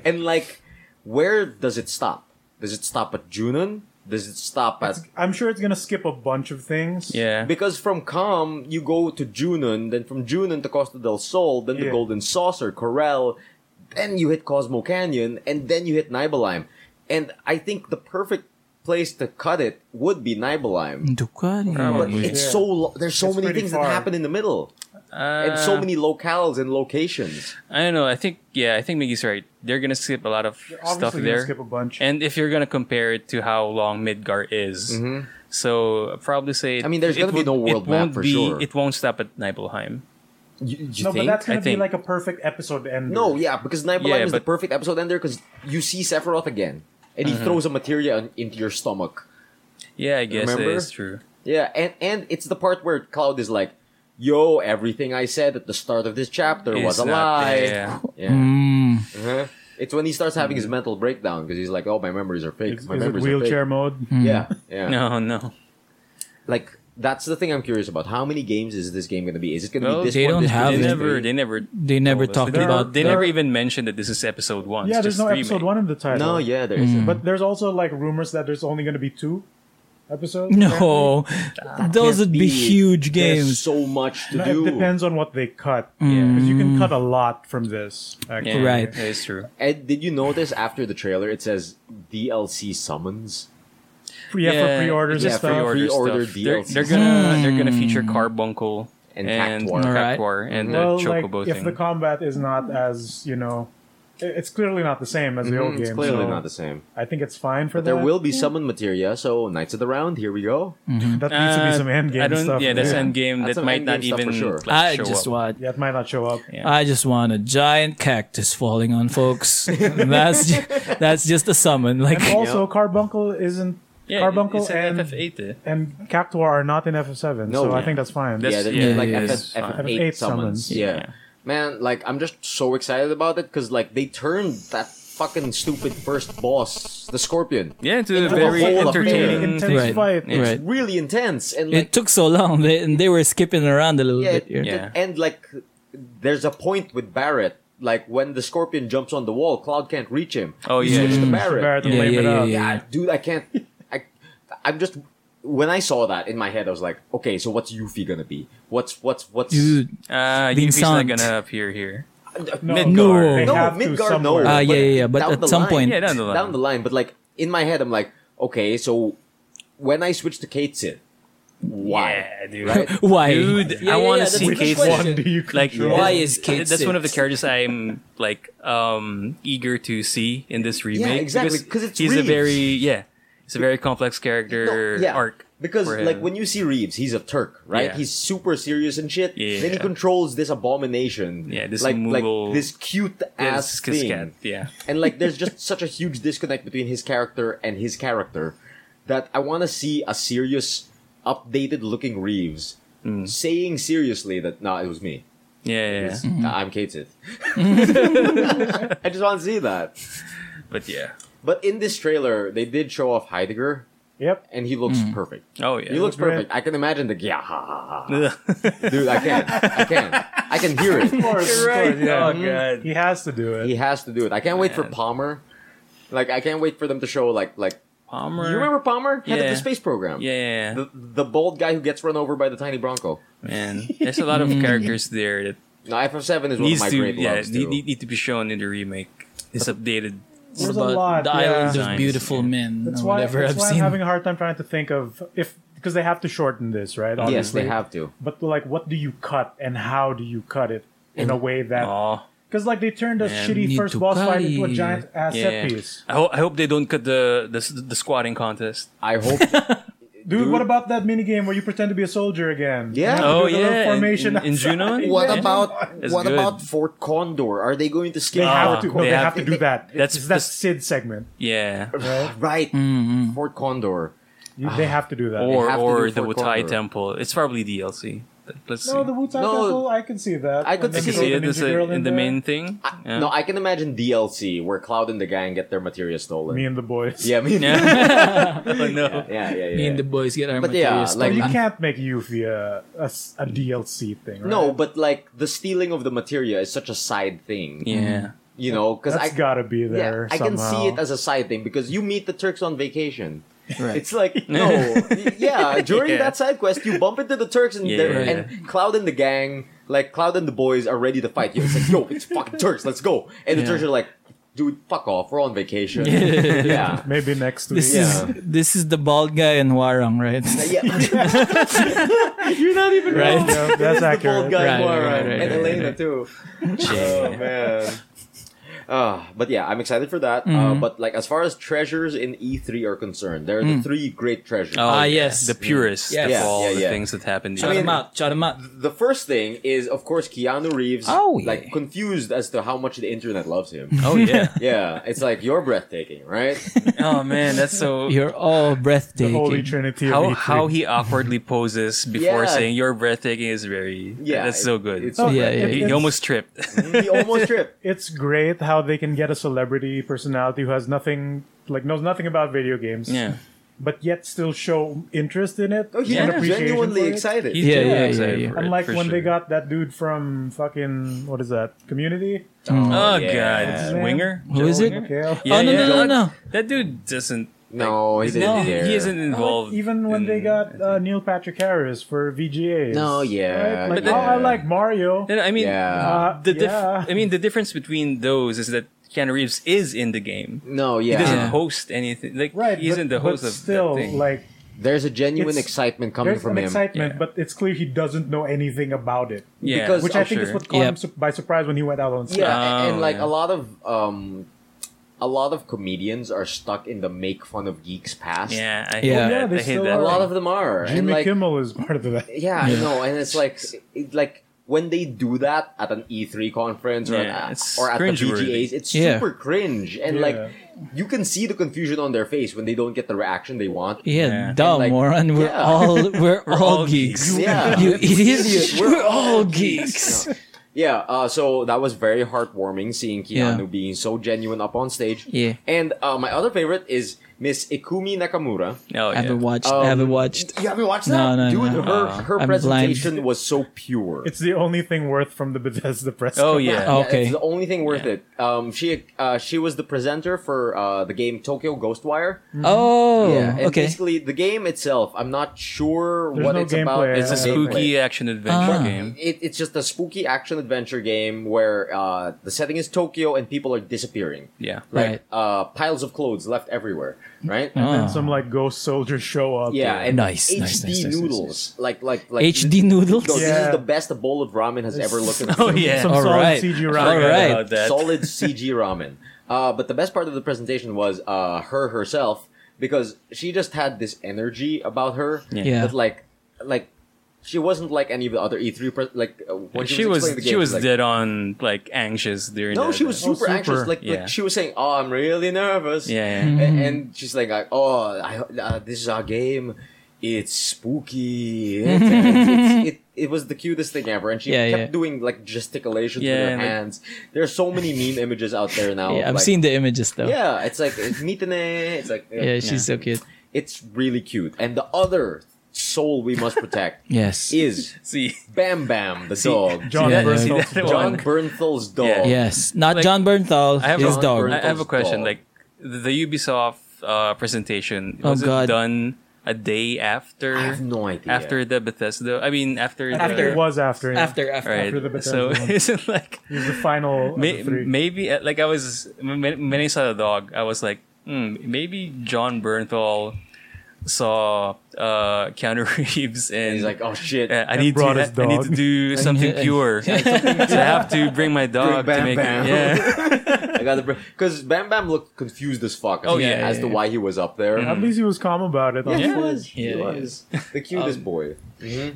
[SPEAKER 2] and like, where does it stop? Does it stop at Junon? Does it stop at?
[SPEAKER 3] I'm sure it's gonna skip a bunch of things.
[SPEAKER 4] Yeah.
[SPEAKER 2] Because from Calm you go to Junon, then from Junon to Costa del Sol, then the
[SPEAKER 3] Yeah.
[SPEAKER 2] Golden Saucer, Corel, then you hit Cosmo Canyon, and then you hit Nibelheim. And I think the perfect place to cut it would be Nibelheim.
[SPEAKER 1] Ducati.
[SPEAKER 2] But
[SPEAKER 4] Probably.
[SPEAKER 2] it's
[SPEAKER 3] Mm. Yeah.
[SPEAKER 2] so lo- there's so
[SPEAKER 3] It's
[SPEAKER 2] many
[SPEAKER 3] pretty
[SPEAKER 2] things
[SPEAKER 3] far.
[SPEAKER 2] that happen in the middle, and
[SPEAKER 4] Uh,
[SPEAKER 2] so many locales and locations.
[SPEAKER 4] I don't know. I think yeah. I think Miggy's right. They're gonna skip a lot of
[SPEAKER 3] Obviously,
[SPEAKER 4] stuff
[SPEAKER 3] gonna
[SPEAKER 4] there.
[SPEAKER 3] skip a bunch.
[SPEAKER 4] And if you're gonna compare it to how long Midgar is, so I'd probably say
[SPEAKER 2] Mm-hmm. I
[SPEAKER 4] it-
[SPEAKER 2] mean, there's
[SPEAKER 4] it
[SPEAKER 2] gonna be
[SPEAKER 4] would-
[SPEAKER 2] no world
[SPEAKER 4] it
[SPEAKER 2] map
[SPEAKER 4] won't
[SPEAKER 2] for
[SPEAKER 4] be,
[SPEAKER 2] sure.
[SPEAKER 4] It won't stop at Nibelheim.
[SPEAKER 2] You, you
[SPEAKER 3] no,
[SPEAKER 2] think?
[SPEAKER 3] but that's gonna
[SPEAKER 4] I
[SPEAKER 3] be
[SPEAKER 4] think-
[SPEAKER 3] like a perfect episode ender.
[SPEAKER 2] No, yeah, because Nibelheim is
[SPEAKER 4] Yeah,
[SPEAKER 2] the
[SPEAKER 4] but-
[SPEAKER 2] perfect episode ender because you see Sephiroth again, and
[SPEAKER 3] Mm-hmm.
[SPEAKER 2] he throws a materia on, into your stomach.
[SPEAKER 4] Yeah, I guess that
[SPEAKER 2] Remember?
[SPEAKER 4] is true.
[SPEAKER 2] Yeah, and and it's the part where Cloud is like, "Yo, everything I said at the start of this chapter was a
[SPEAKER 4] It's not-
[SPEAKER 2] lie."
[SPEAKER 4] yeah.
[SPEAKER 2] Yeah.
[SPEAKER 1] Mm.
[SPEAKER 2] Uh-huh. It's when he starts having his mental breakdown because he's like, "Oh, my memories are fake.
[SPEAKER 3] Is,
[SPEAKER 2] my
[SPEAKER 3] is it
[SPEAKER 2] memories are
[SPEAKER 3] wheelchair
[SPEAKER 2] fake."
[SPEAKER 3] mode?
[SPEAKER 4] Hmm.
[SPEAKER 2] Yeah, yeah.
[SPEAKER 4] No, no.
[SPEAKER 2] Like that's the thing I'm curious about. How many games is this game going to be? Is it going to
[SPEAKER 4] Well,
[SPEAKER 2] be this
[SPEAKER 1] they
[SPEAKER 2] one?
[SPEAKER 1] don't
[SPEAKER 2] this one,
[SPEAKER 1] have
[SPEAKER 4] They
[SPEAKER 1] it.
[SPEAKER 2] this
[SPEAKER 4] never,
[SPEAKER 2] three?
[SPEAKER 4] they never,
[SPEAKER 1] They never
[SPEAKER 4] told us.
[SPEAKER 1] talked
[SPEAKER 4] They never-
[SPEAKER 1] about
[SPEAKER 4] They
[SPEAKER 1] the-
[SPEAKER 4] never even mentioned that this is episode one.
[SPEAKER 3] Yeah,
[SPEAKER 4] It's
[SPEAKER 3] there's
[SPEAKER 4] just
[SPEAKER 3] no
[SPEAKER 4] three
[SPEAKER 3] episode
[SPEAKER 4] made.
[SPEAKER 3] one in the title.
[SPEAKER 2] No, yeah, there
[SPEAKER 4] Mm.
[SPEAKER 2] isn't.
[SPEAKER 3] But there's also like rumors that there's only gonna be two episodes. apparently.
[SPEAKER 1] No, those would be huge
[SPEAKER 2] There's
[SPEAKER 1] games.
[SPEAKER 2] so much to
[SPEAKER 3] No,
[SPEAKER 2] do.
[SPEAKER 3] It depends on what they cut.
[SPEAKER 4] Yeah.
[SPEAKER 3] Because you can cut a lot from this.
[SPEAKER 4] Mm. Yeah,
[SPEAKER 3] Actually.
[SPEAKER 1] Right.
[SPEAKER 4] That is true.
[SPEAKER 2] And did you notice after the trailer it says DLC summons?
[SPEAKER 3] Yeah, for pre-orders
[SPEAKER 2] yeah,
[SPEAKER 3] and stuff.
[SPEAKER 2] pre-order- Pre-order
[SPEAKER 4] stuff. They're,
[SPEAKER 2] DLCs.
[SPEAKER 4] they're gonna they're gonna feature Carbuncle
[SPEAKER 2] And
[SPEAKER 4] and and
[SPEAKER 2] Cactuar.
[SPEAKER 1] Alright.
[SPEAKER 4] Cactuar and
[SPEAKER 3] well,
[SPEAKER 4] the
[SPEAKER 3] like,
[SPEAKER 4] Chocobo
[SPEAKER 3] if
[SPEAKER 4] thing.
[SPEAKER 3] the combat is not as you know, i- it's clearly not the same as the old
[SPEAKER 2] Mm-hmm. Mm,
[SPEAKER 3] game.
[SPEAKER 2] It's clearly
[SPEAKER 3] so
[SPEAKER 2] not the same.
[SPEAKER 3] I think it's fine for
[SPEAKER 2] But there
[SPEAKER 3] that.
[SPEAKER 2] will be summon materia, so Knights of the Round, here we go.
[SPEAKER 3] that needs to be
[SPEAKER 4] Uh,
[SPEAKER 3] some end game
[SPEAKER 4] I don't,
[SPEAKER 3] stuff.
[SPEAKER 4] Yeah, that's
[SPEAKER 3] yeah.
[SPEAKER 4] end game.
[SPEAKER 2] That's some
[SPEAKER 4] that might not
[SPEAKER 2] endgame stuff for
[SPEAKER 4] even
[SPEAKER 2] sure.
[SPEAKER 4] like,
[SPEAKER 1] I
[SPEAKER 4] show
[SPEAKER 1] just
[SPEAKER 4] up.
[SPEAKER 1] want.
[SPEAKER 3] Yeah, it might not show up.
[SPEAKER 4] Yeah.
[SPEAKER 1] I just want a giant cactus falling on folks. that's ju- that's just a summon. Like
[SPEAKER 3] And also, Carbuncle isn't.
[SPEAKER 4] Yeah,
[SPEAKER 3] Carbuncle
[SPEAKER 4] it's
[SPEAKER 3] and
[SPEAKER 4] an FF8. eh?
[SPEAKER 3] and Cactuar are not in FF7,
[SPEAKER 2] No,
[SPEAKER 3] so I
[SPEAKER 2] yeah.
[SPEAKER 3] think that's fine.
[SPEAKER 4] That's-
[SPEAKER 2] yeah, that,
[SPEAKER 4] yeah,
[SPEAKER 2] like
[SPEAKER 1] yeah,
[SPEAKER 2] FF,
[SPEAKER 4] it's fine.
[SPEAKER 2] FF8
[SPEAKER 3] FF8
[SPEAKER 2] summons.
[SPEAKER 3] summons.
[SPEAKER 2] Yeah.
[SPEAKER 4] Yeah.
[SPEAKER 2] man, like I'm just so excited about it because like they turned that fucking stupid first boss, the Scorpion,
[SPEAKER 4] Yeah, it's a
[SPEAKER 2] a
[SPEAKER 4] very
[SPEAKER 2] whole of
[SPEAKER 3] Really
[SPEAKER 4] entertaining.
[SPEAKER 3] intense
[SPEAKER 4] thing.
[SPEAKER 1] Right.
[SPEAKER 3] fight.
[SPEAKER 1] Yeah. Right.
[SPEAKER 2] really intense and like
[SPEAKER 1] it took so long, they, and they were skipping around a little
[SPEAKER 2] yeah,
[SPEAKER 1] bit here.
[SPEAKER 2] it-
[SPEAKER 4] Yeah.
[SPEAKER 2] and like there's a point with Barrett, like when the Scorpion jumps on the wall, Cloud can't reach him.
[SPEAKER 4] Oh,
[SPEAKER 2] You
[SPEAKER 4] yeah.
[SPEAKER 2] switch to
[SPEAKER 4] Mm.
[SPEAKER 2] Barrett.
[SPEAKER 3] Barrett and
[SPEAKER 1] Yeah,
[SPEAKER 3] lame
[SPEAKER 1] yeah,
[SPEAKER 3] it
[SPEAKER 1] yeah,
[SPEAKER 3] up.
[SPEAKER 1] yeah.
[SPEAKER 2] I- dude, I can't. I, I'm just when I saw that in my head, I was like, okay, so what's Yuffie gonna be? What's what's what's?
[SPEAKER 1] Dude,
[SPEAKER 4] Uh, Yuffie's not
[SPEAKER 1] Vincent.
[SPEAKER 4] gonna appear here.
[SPEAKER 3] No,
[SPEAKER 4] Midgar.
[SPEAKER 1] No.
[SPEAKER 3] They
[SPEAKER 2] no,
[SPEAKER 3] have to
[SPEAKER 2] Midgard, no.
[SPEAKER 3] somewhere.
[SPEAKER 1] Ah, Uh, yeah, yeah, yeah, but
[SPEAKER 2] down
[SPEAKER 1] at
[SPEAKER 2] the
[SPEAKER 1] some
[SPEAKER 2] line-
[SPEAKER 1] point-
[SPEAKER 4] Yeah, down the line.
[SPEAKER 2] down the line. But like in my head, I'm like, okay, so when I switch to Katesid, why?
[SPEAKER 4] Yeah, dude.
[SPEAKER 2] Right?
[SPEAKER 1] why?
[SPEAKER 4] Dude,
[SPEAKER 1] Yeah, yeah,
[SPEAKER 4] I want
[SPEAKER 1] yeah,
[SPEAKER 4] to
[SPEAKER 1] that's a
[SPEAKER 4] see
[SPEAKER 1] good
[SPEAKER 4] Kate.
[SPEAKER 1] question.
[SPEAKER 3] One do you
[SPEAKER 4] Like,
[SPEAKER 3] control?
[SPEAKER 1] Why is Kate
[SPEAKER 4] That's one of the
[SPEAKER 1] sick?
[SPEAKER 4] characters I'm like um eager to see in this remake.
[SPEAKER 2] exactly,
[SPEAKER 4] because
[SPEAKER 2] 'cause it's
[SPEAKER 4] he's a
[SPEAKER 2] Reeves.
[SPEAKER 4] very yeah, it's a very complex
[SPEAKER 2] No,
[SPEAKER 4] character
[SPEAKER 2] yeah,
[SPEAKER 4] arc.
[SPEAKER 2] Because
[SPEAKER 4] for him.
[SPEAKER 2] like when you see Reeves, he's a Turk, right?
[SPEAKER 4] Yeah.
[SPEAKER 2] He's super serious and shit.
[SPEAKER 4] Yeah.
[SPEAKER 2] Then he controls this abomination.
[SPEAKER 4] Yeah, this
[SPEAKER 2] like, like
[SPEAKER 4] Mughal-
[SPEAKER 2] this cute
[SPEAKER 4] Yeah,
[SPEAKER 2] ass
[SPEAKER 4] it's Kiss
[SPEAKER 2] thing.
[SPEAKER 4] Cat, yeah.
[SPEAKER 2] and like there's just such a huge disconnect between his character and his character that I want to see a serious, updated looking Reeves saying seriously that nah, it was me.
[SPEAKER 4] Yeah, Mm. yeah, yeah.
[SPEAKER 2] It's- I'm Kate Sith." I just want to see that.
[SPEAKER 4] But yeah.
[SPEAKER 2] But in this trailer, they did show off Heidegger,
[SPEAKER 3] Yep.
[SPEAKER 2] and he looks perfect.
[SPEAKER 4] Oh yeah.
[SPEAKER 2] He looks
[SPEAKER 3] Look great.
[SPEAKER 2] perfect. I can imagine the yeah, ha, ha, ha, ha.
[SPEAKER 4] Ugh.
[SPEAKER 2] dude. I can, I can, I can hear it.
[SPEAKER 3] course,
[SPEAKER 4] right.
[SPEAKER 3] yeah. Mm-hmm.
[SPEAKER 4] Oh, God.
[SPEAKER 3] He has to do it.
[SPEAKER 2] He has to do it. I can't wait for
[SPEAKER 4] Man.
[SPEAKER 2] Palmer. Like I can't wait for them to show like like
[SPEAKER 4] Palmer.
[SPEAKER 2] you remember Palmer head of
[SPEAKER 4] Yeah.
[SPEAKER 2] the space program.
[SPEAKER 4] Yeah, yeah, yeah.
[SPEAKER 2] The, the bald guy who gets run over by the tiny Bronco.
[SPEAKER 4] man. There's a lot of characters there that
[SPEAKER 2] No, FF7 is one of Mm.
[SPEAKER 4] needs
[SPEAKER 2] my
[SPEAKER 4] to
[SPEAKER 2] great
[SPEAKER 4] yeah
[SPEAKER 2] loves
[SPEAKER 4] need,
[SPEAKER 2] too.
[SPEAKER 4] need, need to be shown in the remake. This updated.
[SPEAKER 3] There's
[SPEAKER 1] What
[SPEAKER 3] a
[SPEAKER 1] about
[SPEAKER 3] lot.
[SPEAKER 1] the
[SPEAKER 3] yeah.
[SPEAKER 1] Island of
[SPEAKER 4] Nice,
[SPEAKER 1] Beautiful
[SPEAKER 4] yeah.
[SPEAKER 1] Men. or
[SPEAKER 3] That's why,
[SPEAKER 1] whatever
[SPEAKER 3] that's
[SPEAKER 1] I've
[SPEAKER 3] why I'm
[SPEAKER 1] seen.
[SPEAKER 3] having a hard time trying to think of if because they have to shorten this, right?
[SPEAKER 2] yes,
[SPEAKER 3] Obviously.
[SPEAKER 2] they have to.
[SPEAKER 3] But like, what do you cut and how do you cut it in a way that
[SPEAKER 4] Oh
[SPEAKER 3] because like they turned a
[SPEAKER 4] Man,
[SPEAKER 3] shitty
[SPEAKER 1] need
[SPEAKER 3] first
[SPEAKER 1] to
[SPEAKER 3] boss
[SPEAKER 1] cut
[SPEAKER 3] fight into
[SPEAKER 1] it.
[SPEAKER 3] a giant ass set
[SPEAKER 4] yeah.
[SPEAKER 3] piece.
[SPEAKER 4] I hope I hope they don't cut the the, s- the squatting contest.
[SPEAKER 2] I hope.
[SPEAKER 3] Dude,
[SPEAKER 2] Dude.
[SPEAKER 3] what about that mini game where you pretend to be a soldier again?
[SPEAKER 2] Yeah.
[SPEAKER 3] You have to
[SPEAKER 4] Oh
[SPEAKER 3] do the little
[SPEAKER 4] yeah,
[SPEAKER 3] formation
[SPEAKER 4] in, in, in
[SPEAKER 3] outside.
[SPEAKER 4] Junon.
[SPEAKER 2] what
[SPEAKER 4] Yeah.
[SPEAKER 2] about
[SPEAKER 4] It's
[SPEAKER 2] what
[SPEAKER 4] good. Ah.
[SPEAKER 2] about Fort Condor? Are they going to skip?
[SPEAKER 3] They
[SPEAKER 2] Fort
[SPEAKER 3] have to.
[SPEAKER 2] Condor?
[SPEAKER 3] No,
[SPEAKER 4] they
[SPEAKER 3] they
[SPEAKER 4] have
[SPEAKER 3] have to do that.
[SPEAKER 4] That's-
[SPEAKER 3] That's that Sid segment.
[SPEAKER 4] Yeah,
[SPEAKER 2] Right,
[SPEAKER 4] Mm-hmm.
[SPEAKER 2] Fort Condor.
[SPEAKER 3] You- They have to do that.
[SPEAKER 4] or
[SPEAKER 2] have to do
[SPEAKER 4] or the
[SPEAKER 2] Fort
[SPEAKER 4] Wutai
[SPEAKER 2] Condor.
[SPEAKER 4] Temple. It's probably DLC. Let's
[SPEAKER 3] No, the
[SPEAKER 4] see.
[SPEAKER 3] Wu Tang
[SPEAKER 2] No,
[SPEAKER 3] Temple. I can see that.
[SPEAKER 2] I could
[SPEAKER 3] And then
[SPEAKER 4] I can
[SPEAKER 3] you
[SPEAKER 2] the
[SPEAKER 3] throw Ninja
[SPEAKER 4] see it as a,
[SPEAKER 3] Girl
[SPEAKER 4] in the
[SPEAKER 3] there.
[SPEAKER 4] main thing.
[SPEAKER 2] I-
[SPEAKER 4] Yeah.
[SPEAKER 2] No, I can imagine DLC where Cloud and the gang get their materia stolen.
[SPEAKER 3] Me and the boys.
[SPEAKER 2] yeah, me and
[SPEAKER 4] Yeah. oh, no.
[SPEAKER 2] yeah, yeah, yeah.
[SPEAKER 1] Me and the boys get our
[SPEAKER 2] But
[SPEAKER 1] material
[SPEAKER 2] yeah,
[SPEAKER 3] Well,
[SPEAKER 1] stolen.
[SPEAKER 3] you can't make Yuffie a, a s- a DLC thing, right?
[SPEAKER 2] No, but like the stealing of the materia is such a side thing.
[SPEAKER 4] Yeah.
[SPEAKER 2] You know, because I
[SPEAKER 3] that's gotta be there.
[SPEAKER 2] I can see
[SPEAKER 3] somehow.
[SPEAKER 2] it as a side thing because you meet the Turks on vacation.
[SPEAKER 1] Right.
[SPEAKER 2] It's like no, y- yeah. During
[SPEAKER 4] Yeah.
[SPEAKER 2] that side quest, you bump into the Turks and
[SPEAKER 4] Yeah,
[SPEAKER 2] they're-
[SPEAKER 4] yeah,
[SPEAKER 2] and Cloud and the gang, like Cloud and the boys, are ready to fight you. It's like yo, it's fucking Turks, let's go. And the
[SPEAKER 4] Yeah.
[SPEAKER 2] Turks are like, dude, fuck off, we're on vacation. yeah,
[SPEAKER 3] Maybe next week.
[SPEAKER 1] this
[SPEAKER 2] Yeah.
[SPEAKER 1] is this is the bald guy in Warang, right?
[SPEAKER 2] yeah. You're not even
[SPEAKER 1] Right.
[SPEAKER 2] wrong.
[SPEAKER 3] Yeah, that's
[SPEAKER 2] the bald
[SPEAKER 3] accurate.
[SPEAKER 2] guy
[SPEAKER 1] Right,
[SPEAKER 2] Moira,
[SPEAKER 1] right, right,
[SPEAKER 2] and
[SPEAKER 1] right,
[SPEAKER 2] Elena
[SPEAKER 1] right.
[SPEAKER 2] too. Oh man. Uh, but yeah, I'm excited for that. Uh, but like, as far as treasures in E3 are concerned, there are the three great treasures.
[SPEAKER 4] Oh,
[SPEAKER 1] Ah,
[SPEAKER 4] yeah.
[SPEAKER 1] yes.
[SPEAKER 4] The purest
[SPEAKER 1] Yes.
[SPEAKER 4] of
[SPEAKER 1] Yeah,
[SPEAKER 4] all
[SPEAKER 2] yeah,
[SPEAKER 4] the
[SPEAKER 2] yeah.
[SPEAKER 4] things that happened.
[SPEAKER 1] Shout
[SPEAKER 2] I mean-
[SPEAKER 1] him out. Shout him out.
[SPEAKER 2] the first thing is, of course, Keanu Reeves,
[SPEAKER 1] Oh, yeah.
[SPEAKER 2] like confused as to how much the internet loves him.
[SPEAKER 4] oh, yeah.
[SPEAKER 2] yeah, it's like you're breathtaking, right?
[SPEAKER 4] oh, man. That's so.
[SPEAKER 1] You're all breathtaking.
[SPEAKER 3] Holy Trinity. of E3.
[SPEAKER 4] how how he awkwardly poses before
[SPEAKER 2] Yeah.
[SPEAKER 4] saying your breathtaking is very
[SPEAKER 2] Yeah,
[SPEAKER 4] yeah that's
[SPEAKER 2] it-
[SPEAKER 4] so good
[SPEAKER 2] it's-
[SPEAKER 3] Oh,
[SPEAKER 1] Yeah,
[SPEAKER 3] it-
[SPEAKER 1] yeah,
[SPEAKER 4] he, he
[SPEAKER 3] it's-
[SPEAKER 4] almost tripped
[SPEAKER 2] he almost tripped.
[SPEAKER 3] It's great how they can get a celebrity personality who has nothing, like knows nothing about video games,
[SPEAKER 4] yeah
[SPEAKER 3] but yet still show interest in it.
[SPEAKER 2] Oh, he's
[SPEAKER 3] and
[SPEAKER 4] Yeah.
[SPEAKER 3] appreciation
[SPEAKER 2] genuinely
[SPEAKER 3] for it.
[SPEAKER 2] excited.
[SPEAKER 4] He's
[SPEAKER 1] Yeah,
[SPEAKER 4] genuinely
[SPEAKER 1] yeah, yeah,
[SPEAKER 4] excited
[SPEAKER 1] yeah.
[SPEAKER 4] for it,
[SPEAKER 3] Unlike
[SPEAKER 4] for
[SPEAKER 3] when they
[SPEAKER 4] sure.
[SPEAKER 3] got that dude from fucking what is that? Community.
[SPEAKER 4] oh
[SPEAKER 2] yeah.
[SPEAKER 4] god winger
[SPEAKER 1] Who is it?
[SPEAKER 3] Okay.
[SPEAKER 1] oh
[SPEAKER 4] Yeah,
[SPEAKER 1] no,
[SPEAKER 4] yeah.
[SPEAKER 1] no, no, no.
[SPEAKER 4] that dude doesn't
[SPEAKER 2] no, he didn't
[SPEAKER 4] no,
[SPEAKER 2] care.
[SPEAKER 4] he isn't involved
[SPEAKER 3] Even when they
[SPEAKER 4] in-
[SPEAKER 3] got uh, Neil Patrick Harris for VGAs.
[SPEAKER 2] No, yeah,
[SPEAKER 3] Right? Like,
[SPEAKER 4] But
[SPEAKER 3] oh, I
[SPEAKER 2] yeah.
[SPEAKER 3] like Mario.
[SPEAKER 4] And I mean
[SPEAKER 2] Yeah.
[SPEAKER 3] Uh,
[SPEAKER 4] the dif-
[SPEAKER 3] yeah.
[SPEAKER 4] I mean the difference between those is that Keanu Reeves is in the game
[SPEAKER 2] No, yeah.
[SPEAKER 4] he doesn't
[SPEAKER 1] Yeah.
[SPEAKER 4] host anything like
[SPEAKER 3] right.
[SPEAKER 4] he isn't
[SPEAKER 3] but,
[SPEAKER 4] the host
[SPEAKER 3] but
[SPEAKER 4] of
[SPEAKER 3] still,
[SPEAKER 4] that thing.
[SPEAKER 3] like
[SPEAKER 2] There's a genuine
[SPEAKER 3] It's-
[SPEAKER 2] excitement coming
[SPEAKER 3] there's
[SPEAKER 2] from
[SPEAKER 3] an
[SPEAKER 2] him.
[SPEAKER 3] excitement,
[SPEAKER 4] Yeah.
[SPEAKER 3] but it's clear he doesn't know anything about it.
[SPEAKER 4] yeah
[SPEAKER 2] because-
[SPEAKER 3] Which
[SPEAKER 2] Oh,
[SPEAKER 3] I think is
[SPEAKER 4] sure.
[SPEAKER 3] what caught him
[SPEAKER 1] Yep.
[SPEAKER 3] su- by surprise when he went out on stage.
[SPEAKER 2] Yeah, a-
[SPEAKER 4] Oh,
[SPEAKER 2] and like a
[SPEAKER 4] yeah.
[SPEAKER 2] lot of um, a lot of comedians are stuck in the make fun of geeks past.
[SPEAKER 4] yeah I
[SPEAKER 1] Yeah.
[SPEAKER 4] hate
[SPEAKER 3] Yeah,
[SPEAKER 4] that
[SPEAKER 3] they
[SPEAKER 4] I hate
[SPEAKER 3] still
[SPEAKER 2] a
[SPEAKER 4] that
[SPEAKER 3] are.
[SPEAKER 2] lot
[SPEAKER 4] thing.
[SPEAKER 2] of them are. and
[SPEAKER 3] Jimmy
[SPEAKER 2] like,
[SPEAKER 3] Kimmel is part of that.
[SPEAKER 2] Yeah, I know, and it's like it, like when they do that at an E3 conference or,
[SPEAKER 4] Yeah,
[SPEAKER 2] at,
[SPEAKER 4] it's
[SPEAKER 2] or at the
[SPEAKER 4] cringeworthy.
[SPEAKER 2] VGAs, it's
[SPEAKER 1] Yeah.
[SPEAKER 2] super cringe, and like
[SPEAKER 3] Yeah.
[SPEAKER 2] you can see the confusion on their face when they don't get the reaction they want.
[SPEAKER 1] Yeah,
[SPEAKER 4] Yeah.
[SPEAKER 1] dumb
[SPEAKER 2] And, like,
[SPEAKER 1] moron. We're
[SPEAKER 2] yeah.
[SPEAKER 1] all we're, all
[SPEAKER 4] all
[SPEAKER 1] geeks.
[SPEAKER 4] geeks.
[SPEAKER 2] Yeah.
[SPEAKER 1] you idiots.
[SPEAKER 2] We're
[SPEAKER 1] We're all Oh, geeks.
[SPEAKER 2] Yeah, uh, so that was very heartwarming seeing Keanu
[SPEAKER 1] Yeah.
[SPEAKER 2] being so genuine up on stage.
[SPEAKER 1] Yeah.
[SPEAKER 2] and uh, my other favorite is Miss Ikumi Nakamura.
[SPEAKER 4] oh,
[SPEAKER 1] I
[SPEAKER 4] yeah.
[SPEAKER 1] haven't watched.
[SPEAKER 2] Um,
[SPEAKER 1] I haven't watched.
[SPEAKER 2] You haven't watched
[SPEAKER 1] No,
[SPEAKER 2] that?
[SPEAKER 1] no,
[SPEAKER 2] Dude,
[SPEAKER 1] no.
[SPEAKER 2] her,
[SPEAKER 4] Uh,
[SPEAKER 2] her
[SPEAKER 1] I'm
[SPEAKER 2] presentation was so pure.
[SPEAKER 3] It's the only thing worth from the Bethesda press.
[SPEAKER 4] oh
[SPEAKER 3] conference.
[SPEAKER 4] yeah
[SPEAKER 1] Oh. okay.
[SPEAKER 2] It's the only thing worth it. Um, she uh, she was the presenter for uh, the game Tokyo Ghostwire.
[SPEAKER 1] Oh,
[SPEAKER 2] and
[SPEAKER 1] okay.
[SPEAKER 2] basically the game itself, I'm not sure
[SPEAKER 3] There's
[SPEAKER 2] what
[SPEAKER 3] no
[SPEAKER 2] it's about.
[SPEAKER 3] gameplay.
[SPEAKER 4] it's a
[SPEAKER 3] Yeah.
[SPEAKER 4] spooky action adventure
[SPEAKER 1] Ah.
[SPEAKER 4] game
[SPEAKER 2] It, it's just a spooky action adventure game where uh, the setting is Tokyo and people are disappearing.
[SPEAKER 4] yeah
[SPEAKER 1] Right.
[SPEAKER 2] Uh, piles of clothes left everywhere, right?
[SPEAKER 1] Oh.
[SPEAKER 3] And some like ghost soldiers show up.
[SPEAKER 2] Yeah, and
[SPEAKER 1] Nice,
[SPEAKER 2] HD
[SPEAKER 1] nice, nice, nice, nice,
[SPEAKER 2] noodles, like like like
[SPEAKER 1] HD noodles.
[SPEAKER 2] No, This is
[SPEAKER 3] Yeah.
[SPEAKER 2] the best a bowl of ramen has ever looked. in a
[SPEAKER 4] Oh
[SPEAKER 2] film.
[SPEAKER 4] yeah.
[SPEAKER 3] Some
[SPEAKER 1] All
[SPEAKER 3] solid
[SPEAKER 1] right.
[SPEAKER 3] CG
[SPEAKER 1] All
[SPEAKER 3] rock.
[SPEAKER 4] Forgot
[SPEAKER 1] right.
[SPEAKER 4] about that.
[SPEAKER 2] solid CG ramen. Uh, but the best part of the presentation was uh, her herself because she just had this energy about her
[SPEAKER 1] Yeah.
[SPEAKER 2] that like like she wasn't like any of the other E3 pre- like uh, when she,
[SPEAKER 4] she was,
[SPEAKER 2] explaining the
[SPEAKER 4] she
[SPEAKER 2] game,
[SPEAKER 4] was
[SPEAKER 2] like,
[SPEAKER 4] dead on like anxious during
[SPEAKER 2] No,
[SPEAKER 4] that.
[SPEAKER 2] she was
[SPEAKER 3] Oh,
[SPEAKER 2] super,
[SPEAKER 3] super. Mm-hmm.
[SPEAKER 2] anxious. Like,
[SPEAKER 4] Yeah.
[SPEAKER 2] like she was saying, "Oh, I'm really nervous."
[SPEAKER 4] yeah,
[SPEAKER 2] A-
[SPEAKER 4] yeah.
[SPEAKER 2] and, she's like, like, "Oh, I, uh, this is our game. It's spooky." It's, it's- it, it was the cutest thing ever, and she
[SPEAKER 1] Yeah,
[SPEAKER 2] kept
[SPEAKER 1] yeah.
[SPEAKER 2] doing like gesticulations
[SPEAKER 4] Yeah,
[SPEAKER 2] with her
[SPEAKER 4] like-
[SPEAKER 2] hands. There's so many meme images out there now.
[SPEAKER 1] yeah,
[SPEAKER 2] of,
[SPEAKER 1] I've
[SPEAKER 2] like,
[SPEAKER 1] seen the images though. Yeah,
[SPEAKER 2] Yeah, it's like it's mitane. It's like uh,
[SPEAKER 1] she's so cute.
[SPEAKER 2] it's really cute. And the other soul we must protect
[SPEAKER 1] Yes.
[SPEAKER 2] is
[SPEAKER 4] see,
[SPEAKER 2] Bam Bam, the dog.
[SPEAKER 3] John
[SPEAKER 1] Yeah, yeah.
[SPEAKER 3] Bernthal's
[SPEAKER 4] See, that
[SPEAKER 2] John
[SPEAKER 4] one.
[SPEAKER 2] Bernthal's dog.
[SPEAKER 4] Yeah.
[SPEAKER 1] yes, not
[SPEAKER 4] Like,
[SPEAKER 1] John Bernthal.
[SPEAKER 4] I have
[SPEAKER 1] his
[SPEAKER 4] a,
[SPEAKER 1] dog.
[SPEAKER 4] I have a question.
[SPEAKER 2] dog.
[SPEAKER 4] Like the Ubisoft uh, presentation
[SPEAKER 1] Oh,
[SPEAKER 4] was
[SPEAKER 1] God.
[SPEAKER 4] it done a day after
[SPEAKER 2] I have no idea.
[SPEAKER 4] after the Bethesda? I mean, after
[SPEAKER 3] I think
[SPEAKER 1] After.
[SPEAKER 3] it was after. yeah.
[SPEAKER 1] after after.
[SPEAKER 4] the, right?
[SPEAKER 3] after the
[SPEAKER 4] so
[SPEAKER 3] Bethesda one.
[SPEAKER 4] is it like
[SPEAKER 3] It was the final of
[SPEAKER 4] may,
[SPEAKER 3] the three.
[SPEAKER 4] maybe uh, like I was when, when I saw the dog, I was like, hmm, maybe John Bernthal saw uh, Keanu Reeves and
[SPEAKER 2] and he's like, oh shit.
[SPEAKER 4] Yeah, I
[SPEAKER 3] And
[SPEAKER 4] need to.
[SPEAKER 3] brought his
[SPEAKER 4] I need to
[SPEAKER 3] dog.
[SPEAKER 4] do something
[SPEAKER 1] yeah.
[SPEAKER 4] pure. so I have to bring my dog
[SPEAKER 2] Bam
[SPEAKER 4] to make.
[SPEAKER 2] Bam.
[SPEAKER 4] Yeah,
[SPEAKER 2] I gotta because Bam Bam looked confused as fuck.
[SPEAKER 4] Oh,
[SPEAKER 2] as-
[SPEAKER 4] yeah,
[SPEAKER 2] as
[SPEAKER 4] yeah,
[SPEAKER 2] to
[SPEAKER 4] yeah.
[SPEAKER 2] why he was up there.
[SPEAKER 3] At least he was calm about it.
[SPEAKER 2] Yeah, he
[SPEAKER 4] Yeah. Um,
[SPEAKER 2] was. He
[SPEAKER 1] Yeah, he
[SPEAKER 2] was the cutest boy.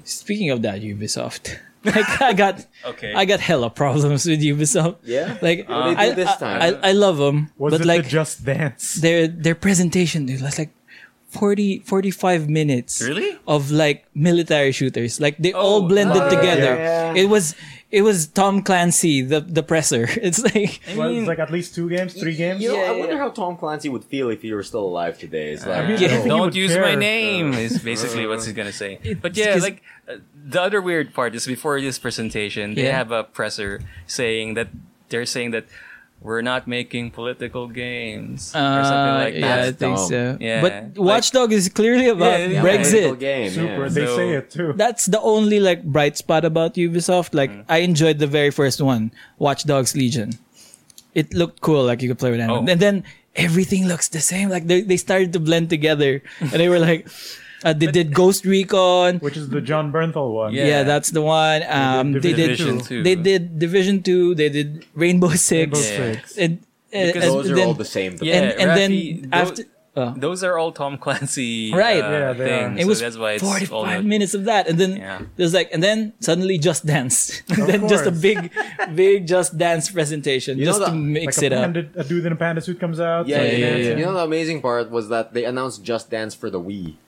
[SPEAKER 1] Speaking of that, Ubisoft. like I got,
[SPEAKER 4] Okay.
[SPEAKER 1] I got hella problems with Ubisoft.
[SPEAKER 2] Yeah?
[SPEAKER 1] like
[SPEAKER 2] What do they do
[SPEAKER 1] I,
[SPEAKER 2] this time?
[SPEAKER 1] I, I, I love them,
[SPEAKER 3] Was
[SPEAKER 1] but
[SPEAKER 3] it
[SPEAKER 1] like
[SPEAKER 3] the Just Dance?
[SPEAKER 1] their their presentation, dude. That's like, 40, 45 minutes
[SPEAKER 4] Really?
[SPEAKER 1] of like military shooters. Like they all
[SPEAKER 4] Oh,
[SPEAKER 1] blended
[SPEAKER 4] uh,
[SPEAKER 1] together.
[SPEAKER 2] yeah.
[SPEAKER 1] It was it was Tom Clancy, the the presser. It's like
[SPEAKER 4] I
[SPEAKER 3] Well,
[SPEAKER 4] mean,
[SPEAKER 3] it's like at least two games, three games.
[SPEAKER 2] You know,
[SPEAKER 1] Yeah,
[SPEAKER 2] I wonder
[SPEAKER 1] yeah.
[SPEAKER 2] how Tom Clancy would feel if he were still alive today.
[SPEAKER 4] Uh,
[SPEAKER 2] It's like, oh,
[SPEAKER 3] I mean,
[SPEAKER 1] Yeah.
[SPEAKER 3] I don't think he
[SPEAKER 4] don't
[SPEAKER 3] would
[SPEAKER 4] use
[SPEAKER 3] care.
[SPEAKER 4] my name is basically what he's gonna say. But yeah,
[SPEAKER 1] because-
[SPEAKER 4] like uh, the other weird part is before this presentation, they
[SPEAKER 1] Yeah.
[SPEAKER 4] have a presser saying that they're saying that we're not making political games or something like
[SPEAKER 1] Uh, yeah, I
[SPEAKER 4] that.
[SPEAKER 1] think
[SPEAKER 2] dumb.
[SPEAKER 1] so.
[SPEAKER 4] Yeah,
[SPEAKER 1] but
[SPEAKER 4] like-
[SPEAKER 1] Watchdog is clearly about
[SPEAKER 4] Yeah, yeah,
[SPEAKER 1] Brexit.
[SPEAKER 2] political game,
[SPEAKER 3] Super.
[SPEAKER 2] yeah.
[SPEAKER 3] They
[SPEAKER 4] So-
[SPEAKER 3] say it too.
[SPEAKER 1] That's the only like bright spot about Ubisoft. Like I enjoyed the very first one, Watch Dogs Legion. It looked cool, like you could play with anyone.
[SPEAKER 4] Oh.
[SPEAKER 1] And then everything looks the same. Like they, they started to blend together, and they were like, uh, they did Ghost Recon.
[SPEAKER 3] Which is the John Bernthal one.
[SPEAKER 4] Yeah.
[SPEAKER 1] Yeah. that's the one. Um, they
[SPEAKER 3] Divi-
[SPEAKER 1] did
[SPEAKER 4] Division
[SPEAKER 1] two.
[SPEAKER 4] two.
[SPEAKER 1] They did Division Two. They did Rainbow Six.
[SPEAKER 3] Rainbow
[SPEAKER 4] Yeah.
[SPEAKER 3] Six.
[SPEAKER 1] And, and-
[SPEAKER 4] Because
[SPEAKER 1] and
[SPEAKER 2] Those are
[SPEAKER 1] then,
[SPEAKER 2] all the same. to
[SPEAKER 4] Yeah,
[SPEAKER 1] and, and then
[SPEAKER 4] Rafi, tho-
[SPEAKER 1] after. oh.
[SPEAKER 4] Those are all Tom Clancy
[SPEAKER 1] Right.
[SPEAKER 4] uh,
[SPEAKER 3] Yeah, they are.
[SPEAKER 1] It
[SPEAKER 4] things. so
[SPEAKER 1] was
[SPEAKER 4] that's why it's all
[SPEAKER 1] 45 minutes of that. And then
[SPEAKER 4] Yeah.
[SPEAKER 1] there's like, and then suddenly Just Dance. And then just a big,
[SPEAKER 3] course.
[SPEAKER 1] big Just Dance presentation
[SPEAKER 2] You know
[SPEAKER 1] just to
[SPEAKER 2] that-
[SPEAKER 1] mix
[SPEAKER 3] like
[SPEAKER 1] it up.
[SPEAKER 3] a, panda, a dude in a panda suit comes out.
[SPEAKER 2] Yeah,
[SPEAKER 3] so
[SPEAKER 2] yeah,
[SPEAKER 3] he
[SPEAKER 2] yeah,
[SPEAKER 3] dances.
[SPEAKER 1] yeah.
[SPEAKER 2] You know the amazing part was that they announced Just Dance for the Wii.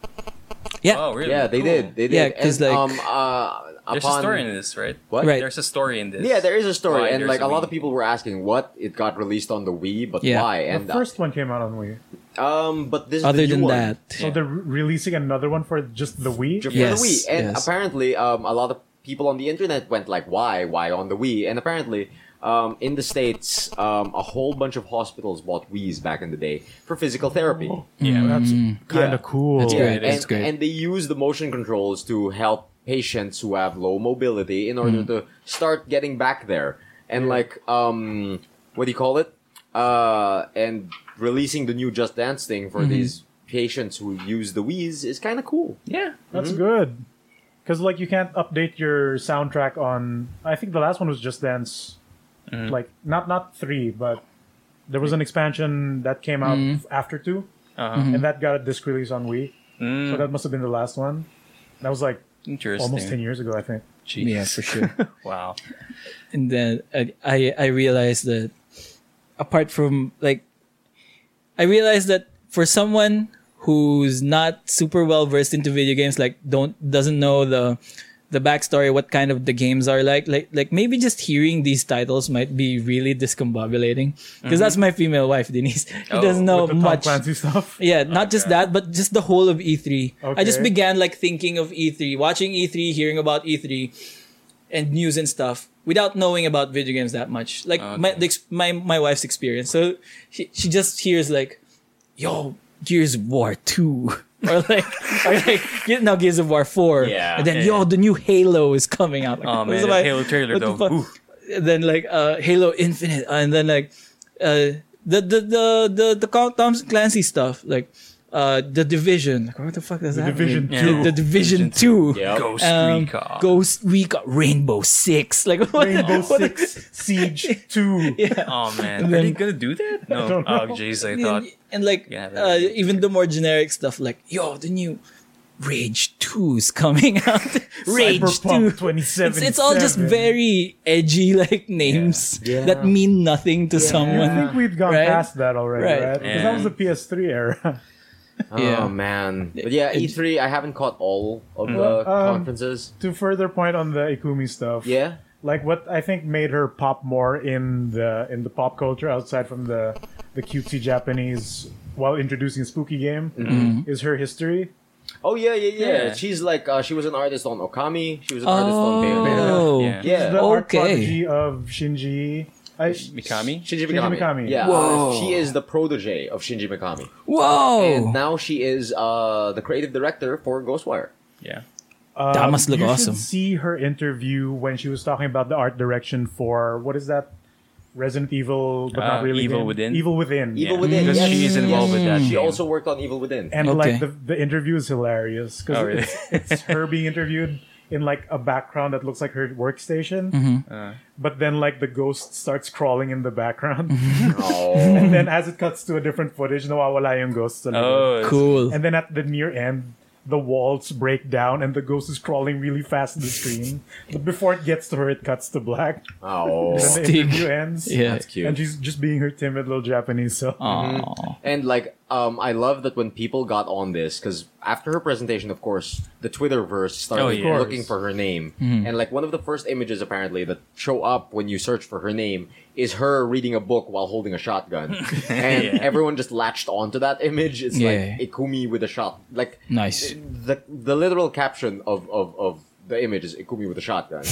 [SPEAKER 1] Yeah.
[SPEAKER 4] Oh, really?
[SPEAKER 2] Yeah, they
[SPEAKER 4] Cool.
[SPEAKER 2] did. They did.
[SPEAKER 1] Yeah, 'cause,
[SPEAKER 2] And,
[SPEAKER 1] like-
[SPEAKER 2] um, uh,
[SPEAKER 4] There's
[SPEAKER 2] upon-
[SPEAKER 4] a story in this, right?
[SPEAKER 2] What?
[SPEAKER 1] Right.
[SPEAKER 4] There's a story in this.
[SPEAKER 2] Yeah, there is a story,
[SPEAKER 4] Why
[SPEAKER 2] and
[SPEAKER 4] there's
[SPEAKER 2] like a lot of
[SPEAKER 4] Wii.
[SPEAKER 2] people were asking what it got released on the Wii, but
[SPEAKER 1] Yeah.
[SPEAKER 2] why?
[SPEAKER 3] The
[SPEAKER 2] And uh,
[SPEAKER 3] first one came out on Wii.
[SPEAKER 2] um, but this is
[SPEAKER 1] Other
[SPEAKER 2] the
[SPEAKER 1] than
[SPEAKER 2] new one.
[SPEAKER 1] that,
[SPEAKER 3] So they're re- releasing another one for just the Wii.
[SPEAKER 2] Ju- for
[SPEAKER 1] Yes,
[SPEAKER 2] the Wii. And
[SPEAKER 1] yes.
[SPEAKER 2] apparently, um, a lot of people on the internet went like, "Why? Why on the Wii?" And apparently, um, in the states, um, a whole bunch of hospitals bought Wii's back in the day for physical therapy.
[SPEAKER 4] Yeah,
[SPEAKER 3] That's kind
[SPEAKER 2] Yeah.
[SPEAKER 3] of
[SPEAKER 1] Mm.
[SPEAKER 3] cool.
[SPEAKER 1] That's great.
[SPEAKER 2] and,
[SPEAKER 1] it's great.
[SPEAKER 2] and they use the motion controls to help patients who have low mobility in
[SPEAKER 1] Hmm.
[SPEAKER 2] order to start getting back there. And like, um, what do you call it? Uh, and releasing the new Just Dance thing for
[SPEAKER 1] Mm-hmm.
[SPEAKER 2] these patients who use the Wii's is kind of cool.
[SPEAKER 4] yeah.
[SPEAKER 3] That's good. Because like you can't update your soundtrack on. I think the last one was Just Dance,
[SPEAKER 4] Mm-hmm.
[SPEAKER 3] like not not three, but there was an expansion that came out f- after 2
[SPEAKER 4] Mm-hmm. Uh-huh. Mm.
[SPEAKER 3] and that got a disc release on Wii. So that must have been the last one. That was like
[SPEAKER 4] Interesting.
[SPEAKER 3] almost ten years ago, I think.
[SPEAKER 4] Jeez.
[SPEAKER 1] Yeah, for sure.
[SPEAKER 4] wow.
[SPEAKER 1] and then I, I I realized that apart from like I realized that for someone who's not super well versed into video games, like don't doesn't know the the backstory, what kind of the games are like, like like maybe just hearing these titles might be really discombobulating because that's my female wife Denise. She
[SPEAKER 4] Oh,
[SPEAKER 1] doesn't know
[SPEAKER 3] Mm-hmm. With the Tom
[SPEAKER 1] much.
[SPEAKER 3] Clancy stuff.
[SPEAKER 1] Yeah, not just that, but just the whole of E3. I just
[SPEAKER 3] Okay.
[SPEAKER 1] began like thinking of E3, watching E3, hearing about E3 and news and stuff without knowing about video games that much. Like my, the, ex- my my wife's experience. So she, she just hears like, "Yo, Gears of War 2." or like, or like, "Ge- no, Gears of War 4.
[SPEAKER 2] Yeah.
[SPEAKER 1] and then,
[SPEAKER 4] Yeah,
[SPEAKER 1] yo, the new Halo is coming out. Like,
[SPEAKER 4] Oh
[SPEAKER 1] what
[SPEAKER 4] man,
[SPEAKER 1] am
[SPEAKER 4] the
[SPEAKER 1] I-
[SPEAKER 4] Halo trailer
[SPEAKER 1] what the
[SPEAKER 4] though.
[SPEAKER 1] fuck?
[SPEAKER 4] Ooh.
[SPEAKER 1] And then like uh Halo Infinite and then like uh the the the the, the Col- Tom Clancy stuff like uh the Division like, what the fuck does that
[SPEAKER 3] Division
[SPEAKER 1] mean?
[SPEAKER 4] two.
[SPEAKER 1] the, the Division
[SPEAKER 4] Division
[SPEAKER 1] Two
[SPEAKER 2] Yep.
[SPEAKER 4] Ghost
[SPEAKER 1] um,
[SPEAKER 4] Recon.
[SPEAKER 1] Ghost Recon Rainbow Six like what
[SPEAKER 3] Rainbow
[SPEAKER 1] what the-
[SPEAKER 3] Six Siege Two.
[SPEAKER 4] Oh man,
[SPEAKER 1] And
[SPEAKER 4] are they
[SPEAKER 1] then-
[SPEAKER 4] gonna do that? No.
[SPEAKER 3] don't
[SPEAKER 4] oh
[SPEAKER 3] know.
[SPEAKER 4] jeez, I
[SPEAKER 1] and,
[SPEAKER 4] thought.
[SPEAKER 1] and, like
[SPEAKER 4] Yeah, that
[SPEAKER 1] uh,
[SPEAKER 4] would be-
[SPEAKER 1] even the more generic stuff like yo the new Rage 2 is coming out Rage
[SPEAKER 3] Cyberpunk
[SPEAKER 1] 2 it's,
[SPEAKER 3] 2077.
[SPEAKER 1] it's all just very edgy like names
[SPEAKER 2] Yeah.
[SPEAKER 1] that mean nothing to someone
[SPEAKER 3] I think we've gone
[SPEAKER 1] Right?
[SPEAKER 3] past that already,
[SPEAKER 1] Right.
[SPEAKER 3] right? Because that was the PS3 era.
[SPEAKER 1] Yeah.
[SPEAKER 2] Oh man, but yeah,
[SPEAKER 1] It-
[SPEAKER 2] E3. I haven't caught all of the
[SPEAKER 3] Um,
[SPEAKER 2] conferences.
[SPEAKER 3] to further point on the Ikumi stuff,
[SPEAKER 2] Yeah,
[SPEAKER 3] like what I think made her pop more in the in the pop culture outside from the the cutesy Japanese while introducing a spooky game
[SPEAKER 4] Mm-hmm.
[SPEAKER 1] Mm-hmm.
[SPEAKER 3] is her history.
[SPEAKER 2] Oh yeah, yeah, yeah.
[SPEAKER 4] Yeah.
[SPEAKER 2] She's like uh, she was an artist on Okami. She was an artist on Bayonetta.
[SPEAKER 1] Oh,
[SPEAKER 4] Yeah.
[SPEAKER 2] Yeah,
[SPEAKER 3] The art
[SPEAKER 1] Okay.
[SPEAKER 3] prodigy of Shinji. I,
[SPEAKER 4] Mikami.
[SPEAKER 2] Shinji
[SPEAKER 3] Shinji
[SPEAKER 2] Mikami.
[SPEAKER 3] Mikami.
[SPEAKER 2] Yeah,
[SPEAKER 1] Whoa.
[SPEAKER 2] uh, she is the protege of Shinji Mikami, and
[SPEAKER 1] whoa!
[SPEAKER 2] now she is uh, the creative director for Ghostwire.
[SPEAKER 4] Yeah.
[SPEAKER 3] um,
[SPEAKER 1] That must look
[SPEAKER 3] you
[SPEAKER 1] awesome.
[SPEAKER 3] should See her interview when she was talking about the art direction for what is that Resident Evil, but
[SPEAKER 4] Uh,
[SPEAKER 3] not really
[SPEAKER 4] Evil
[SPEAKER 3] game?
[SPEAKER 4] Within?
[SPEAKER 3] Evil Within.
[SPEAKER 2] Evil
[SPEAKER 4] Yeah.
[SPEAKER 2] Within.
[SPEAKER 4] Because
[SPEAKER 2] yes,
[SPEAKER 4] she is
[SPEAKER 2] yes.
[SPEAKER 4] involved with that
[SPEAKER 2] She
[SPEAKER 4] game.
[SPEAKER 2] also worked on Evil Within.
[SPEAKER 3] and
[SPEAKER 1] Okay.
[SPEAKER 3] like the, the interview is hilarious because
[SPEAKER 4] Oh, really?
[SPEAKER 3] it's, it's her being interviewed in like a background that looks like her workstation
[SPEAKER 1] Mm-hmm.
[SPEAKER 2] Uh.
[SPEAKER 3] but then like the ghost starts crawling in the background
[SPEAKER 1] Mm-hmm.
[SPEAKER 2] oh,
[SPEAKER 3] and then as it cuts to a different footage nawawala yung ghost sa likod.
[SPEAKER 4] Oh,
[SPEAKER 1] cool.
[SPEAKER 3] and then at the near end the walls break down and the ghost is crawling really fast in the screen but before it gets to her it cuts to black then
[SPEAKER 2] oh,
[SPEAKER 3] the
[SPEAKER 1] Stig.
[SPEAKER 3] interview ends
[SPEAKER 1] Yeah.
[SPEAKER 2] that's cute.
[SPEAKER 3] and she's just being her timid little japanese self
[SPEAKER 1] Aw.
[SPEAKER 2] And like um, I love that when people got on this because after her presentation, of course, the Twitterverse started
[SPEAKER 4] Oh, yeah. Mm-hmm.
[SPEAKER 2] looking for her name, and like one of the first images apparently that show up when you search for her name is her reading a book while holding a shotgun, and
[SPEAKER 4] Yeah.
[SPEAKER 2] everyone just latched onto that image. It's
[SPEAKER 1] Yeah.
[SPEAKER 2] like Ikumi with a shot, like
[SPEAKER 1] Nice.
[SPEAKER 2] The the literal caption of of of the image is Ikumi with a shotgun,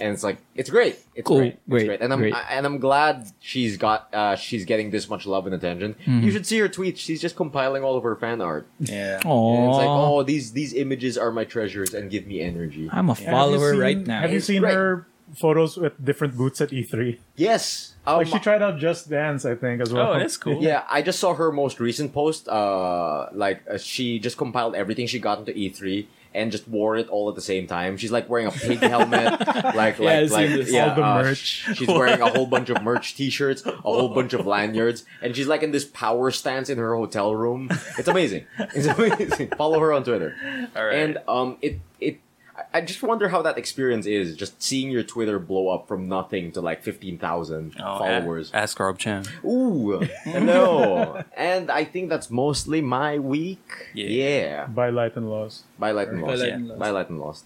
[SPEAKER 2] and it's like it's great, it's
[SPEAKER 1] Cool.
[SPEAKER 2] great,
[SPEAKER 1] Great.
[SPEAKER 2] it's great, and I'm
[SPEAKER 1] Great.
[SPEAKER 2] I- and I'm glad she's got uh, she's getting this much love and attention.
[SPEAKER 3] Mm-hmm.
[SPEAKER 2] You should see her tweets. She's just compiling all of her fan art.
[SPEAKER 4] Yeah.
[SPEAKER 2] And it's like,
[SPEAKER 1] Aww.
[SPEAKER 2] oh, these these images are my treasures and give me energy.
[SPEAKER 1] I'm a
[SPEAKER 3] Have you
[SPEAKER 1] follower
[SPEAKER 3] seen-
[SPEAKER 1] right now.
[SPEAKER 3] Have you seen
[SPEAKER 2] Right.
[SPEAKER 3] her photos with different boots at E3?
[SPEAKER 2] Yes, um,
[SPEAKER 3] Like she tried out Just Dance, I think, as well.
[SPEAKER 4] Oh, that's cool.
[SPEAKER 2] Yeah, I just saw her most recent post. Uh, like uh, she just compiled everything she got into E3 and just wore it all at the same time. She's like wearing a pig helmet, like like
[SPEAKER 1] I've seen
[SPEAKER 2] like
[SPEAKER 1] this.
[SPEAKER 2] yeah,
[SPEAKER 3] All the
[SPEAKER 2] uh,
[SPEAKER 3] merch.
[SPEAKER 2] sh- she's wearing a whole bunch of merch T-shirts, a whole bunch of lanyards, and she's like in this power stance in her hotel room. It's amazing. It's amazing. Follow her on Twitter.
[SPEAKER 4] All right.
[SPEAKER 2] And um, it it. I- I just wonder how that experience is, just seeing your Twitter blow up from nothing to like fifteen thousand
[SPEAKER 4] Oh,
[SPEAKER 2] followers.
[SPEAKER 4] a- Ask Rob Chan.
[SPEAKER 2] Ooh, hello. and I think that's mostly my week.
[SPEAKER 4] Yeah.
[SPEAKER 2] Yeah.
[SPEAKER 3] By Light and Laws.
[SPEAKER 2] By Light and
[SPEAKER 1] By
[SPEAKER 2] Lost.
[SPEAKER 1] Light
[SPEAKER 2] yeah.
[SPEAKER 1] and Lost.
[SPEAKER 2] By Light and Lost.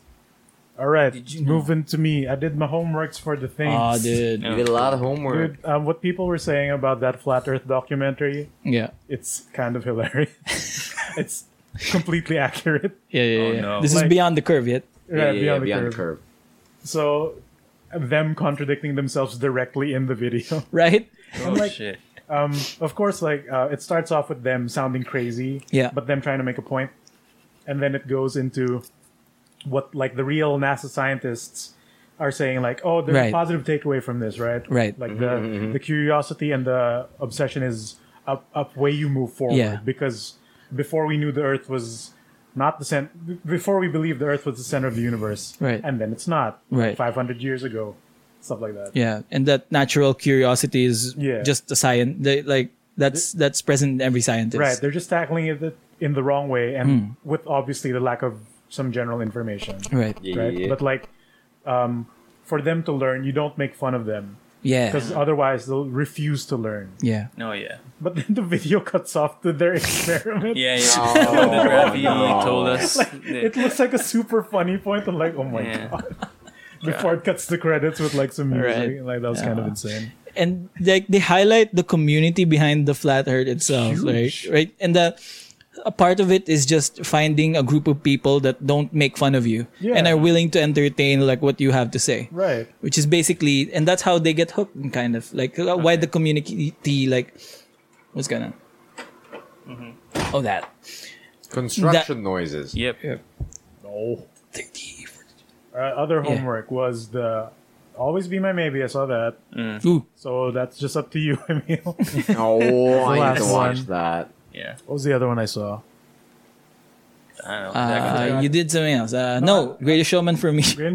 [SPEAKER 3] All right,
[SPEAKER 1] Did you know-
[SPEAKER 3] moving to me. I did my homeworks for the thing.
[SPEAKER 1] Aw, dude.
[SPEAKER 4] No.
[SPEAKER 2] We did a lot of homework.
[SPEAKER 3] Dude, um, what people were saying about that flat Earth documentary,
[SPEAKER 1] Yeah.
[SPEAKER 3] it's kind of hilarious. it's completely accurate.
[SPEAKER 1] Yeah, yeah,
[SPEAKER 4] Oh,
[SPEAKER 1] yeah.
[SPEAKER 4] no.
[SPEAKER 1] This
[SPEAKER 3] Like-
[SPEAKER 1] is beyond the curve yet.
[SPEAKER 2] Yeah, yeah,
[SPEAKER 3] Right,
[SPEAKER 2] yeah,
[SPEAKER 3] beyond the
[SPEAKER 2] beyond
[SPEAKER 3] curve. So, them contradicting themselves directly in the video.
[SPEAKER 1] Right?
[SPEAKER 4] Oh
[SPEAKER 3] like-
[SPEAKER 4] shit.
[SPEAKER 3] Um, of course, like uh, it starts off with them sounding crazy,
[SPEAKER 1] Yeah.
[SPEAKER 3] but them trying to make a point, and then it goes into what like the real NASA scientists are saying, like, oh, there's a
[SPEAKER 1] Right.
[SPEAKER 3] positive takeaway from this, right?
[SPEAKER 1] Right.
[SPEAKER 3] Like the the curiosity and the obsession is up up way you move forward
[SPEAKER 1] Yeah.
[SPEAKER 3] because before we knew the Earth was not the center before we believed the Earth was the center of the universe,
[SPEAKER 1] Right.
[SPEAKER 3] And then it's not,
[SPEAKER 1] Right.
[SPEAKER 3] Five hundred years ago, stuff like that.
[SPEAKER 1] Yeah. And that natural curiosity is
[SPEAKER 3] Yeah.
[SPEAKER 1] just a science. They, like, that's that's present in every scientist.
[SPEAKER 3] Right, they're just tackling it the- in the wrong way, and with obviously the lack of some general information.
[SPEAKER 1] Right.
[SPEAKER 2] Yeah,
[SPEAKER 3] Right,
[SPEAKER 2] yeah, yeah.
[SPEAKER 3] but like, um, for them to learn, you don't make fun of them
[SPEAKER 1] Yeah.
[SPEAKER 3] because otherwise they'll refuse to learn.
[SPEAKER 1] Yeah.
[SPEAKER 4] Oh yeah.
[SPEAKER 3] But then the video cuts off to their experiment.
[SPEAKER 4] Yeah, yeah.
[SPEAKER 2] Oh,
[SPEAKER 4] the Ravi
[SPEAKER 2] no.
[SPEAKER 4] told us.
[SPEAKER 3] It looks like a super funny point, and like, oh my
[SPEAKER 4] Yeah.
[SPEAKER 3] god! Before it cuts the credits with like some
[SPEAKER 1] Right.
[SPEAKER 3] music, like that was kind of insane.
[SPEAKER 1] and like they highlight the community behind the flat earth itself
[SPEAKER 3] Huge.
[SPEAKER 1] right right and the a part of it is just finding a group of people that don't make fun of you
[SPEAKER 3] Yeah.
[SPEAKER 1] and are willing to entertain like what you have to say
[SPEAKER 3] Right.
[SPEAKER 1] which is basically and that's how they get hooked kind of like uh, why the community like what's going on
[SPEAKER 3] Mm-hmm.
[SPEAKER 1] oh that
[SPEAKER 2] Construction noises.
[SPEAKER 4] yep. yep.
[SPEAKER 3] No.
[SPEAKER 1] 30
[SPEAKER 3] Oh, Uh, other homework was the always be my maybe. I saw that.
[SPEAKER 1] Ooh,
[SPEAKER 3] So that's just up to you, Emil. what
[SPEAKER 2] Oh, I need
[SPEAKER 3] last
[SPEAKER 2] to watch
[SPEAKER 3] one.
[SPEAKER 2] that.
[SPEAKER 4] Yeah.
[SPEAKER 3] was the other one I saw?
[SPEAKER 4] I don't know.
[SPEAKER 1] uh,
[SPEAKER 4] That
[SPEAKER 1] you did something else uh, no greatest showman for me
[SPEAKER 3] Grand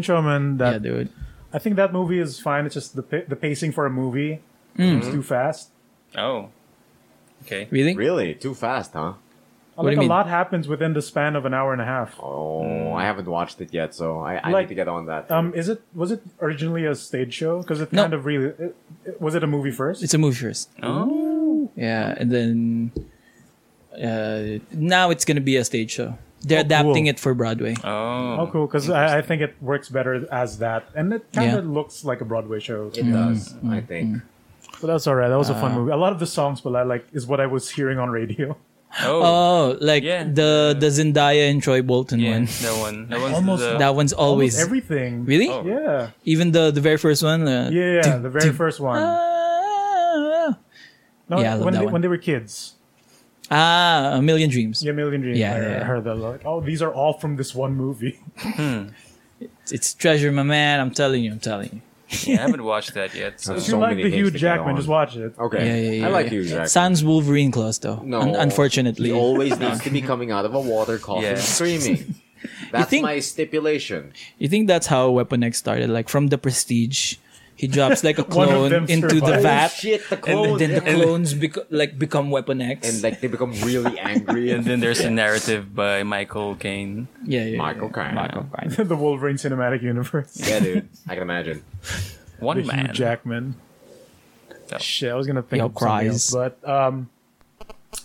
[SPEAKER 3] Showman.
[SPEAKER 1] yeah
[SPEAKER 3] That
[SPEAKER 1] dude
[SPEAKER 3] I think that movie is fine. It's just the pa- the pacing for a movie
[SPEAKER 1] Hmm.
[SPEAKER 3] is too fast.
[SPEAKER 4] could- oh. Okay.
[SPEAKER 1] really
[SPEAKER 2] Really? Too fast, huh?
[SPEAKER 1] What do
[SPEAKER 3] like
[SPEAKER 1] you mean?
[SPEAKER 3] a lot happens within the span of an hour and a half.
[SPEAKER 2] Oh, I haven't watched it yet, so I, I
[SPEAKER 3] Like,
[SPEAKER 2] need to get on that.
[SPEAKER 3] Um, is it was it originally a stage show? Because it
[SPEAKER 1] No.
[SPEAKER 3] kind of really it, it- was it a movie first?
[SPEAKER 1] it's a movie first
[SPEAKER 4] Oh.
[SPEAKER 1] Yeah, and then uh, now it's gonna be a stage show. They're
[SPEAKER 3] Oh,
[SPEAKER 1] adapting
[SPEAKER 3] cool.
[SPEAKER 1] it for Broadway.
[SPEAKER 3] oh,
[SPEAKER 4] Oh.
[SPEAKER 3] cool. Because I, I think it works better as that, and it kind of
[SPEAKER 1] Yeah.
[SPEAKER 3] looks like a Broadway show.
[SPEAKER 1] Mm,
[SPEAKER 2] it does, I think.
[SPEAKER 3] But that's all right. That was a
[SPEAKER 1] Uh,
[SPEAKER 3] fun movie. A lot of the songs, but I like is what I was hearing on radio.
[SPEAKER 4] Oh.
[SPEAKER 1] Oh, like
[SPEAKER 4] Yeah.
[SPEAKER 1] the the Zendaya and Troy Bolton
[SPEAKER 4] yeah.
[SPEAKER 1] one.
[SPEAKER 4] That one. That one's
[SPEAKER 3] Almost
[SPEAKER 4] the,
[SPEAKER 1] That one's always
[SPEAKER 3] everything.
[SPEAKER 1] really
[SPEAKER 4] Oh.
[SPEAKER 3] Yeah.
[SPEAKER 1] even the the very first one. Uh,
[SPEAKER 3] Yeah, yeah, the very first one.
[SPEAKER 1] Ah,
[SPEAKER 3] No,
[SPEAKER 1] Yeah, I love
[SPEAKER 3] when
[SPEAKER 1] that
[SPEAKER 3] they
[SPEAKER 1] one.
[SPEAKER 3] when they were kids.
[SPEAKER 1] Ah, a million dreams.
[SPEAKER 3] Yeah, Million Dreams.
[SPEAKER 1] Yeah,
[SPEAKER 3] I
[SPEAKER 1] yeah.
[SPEAKER 3] heard that. Like, oh, these are all from this one movie.
[SPEAKER 1] It's treasure, my man. I'm telling you. I'm telling you.
[SPEAKER 4] yeah, I haven't watched that yet. So.
[SPEAKER 3] If you
[SPEAKER 2] So
[SPEAKER 3] like
[SPEAKER 2] many
[SPEAKER 3] the
[SPEAKER 2] things
[SPEAKER 3] Hugh
[SPEAKER 2] to get
[SPEAKER 3] Jackman,
[SPEAKER 2] on. Oh.
[SPEAKER 3] just watch it.
[SPEAKER 2] Okay.
[SPEAKER 1] Yeah, yeah, yeah.
[SPEAKER 2] I like
[SPEAKER 1] yeah.
[SPEAKER 2] you, Jack.
[SPEAKER 1] Sans Wolverine claws though.
[SPEAKER 2] No,
[SPEAKER 1] un- unfortunately.
[SPEAKER 2] he always needs to be coming out of a water coffin
[SPEAKER 4] Yeah.
[SPEAKER 2] screaming. That's
[SPEAKER 1] think-
[SPEAKER 2] my stipulation.
[SPEAKER 1] You think that's how Weapon X started? Like from the Prestige, he drops like a
[SPEAKER 3] One of
[SPEAKER 1] clone
[SPEAKER 3] them
[SPEAKER 1] into the
[SPEAKER 3] survived.
[SPEAKER 2] Oh,
[SPEAKER 1] vat,
[SPEAKER 2] shit, the
[SPEAKER 1] and
[SPEAKER 2] clothes.
[SPEAKER 1] then the
[SPEAKER 2] yeah.
[SPEAKER 1] clones beco- like become Weapon X.
[SPEAKER 2] and like they become really angry
[SPEAKER 4] And then there's a narrative by Michael Caine.
[SPEAKER 1] yeah, yeah,
[SPEAKER 2] Michael
[SPEAKER 1] yeah.
[SPEAKER 2] Caine.
[SPEAKER 1] Michael Caine.
[SPEAKER 3] the Wolverine Cinematic Universe.
[SPEAKER 2] yeah dude i can imagine
[SPEAKER 4] One
[SPEAKER 3] The Hugh
[SPEAKER 4] man.
[SPEAKER 3] Jackman.
[SPEAKER 4] Oh.
[SPEAKER 3] Shit, I was gonna think
[SPEAKER 1] Yo,
[SPEAKER 3] of something
[SPEAKER 1] cries.
[SPEAKER 3] else, but um,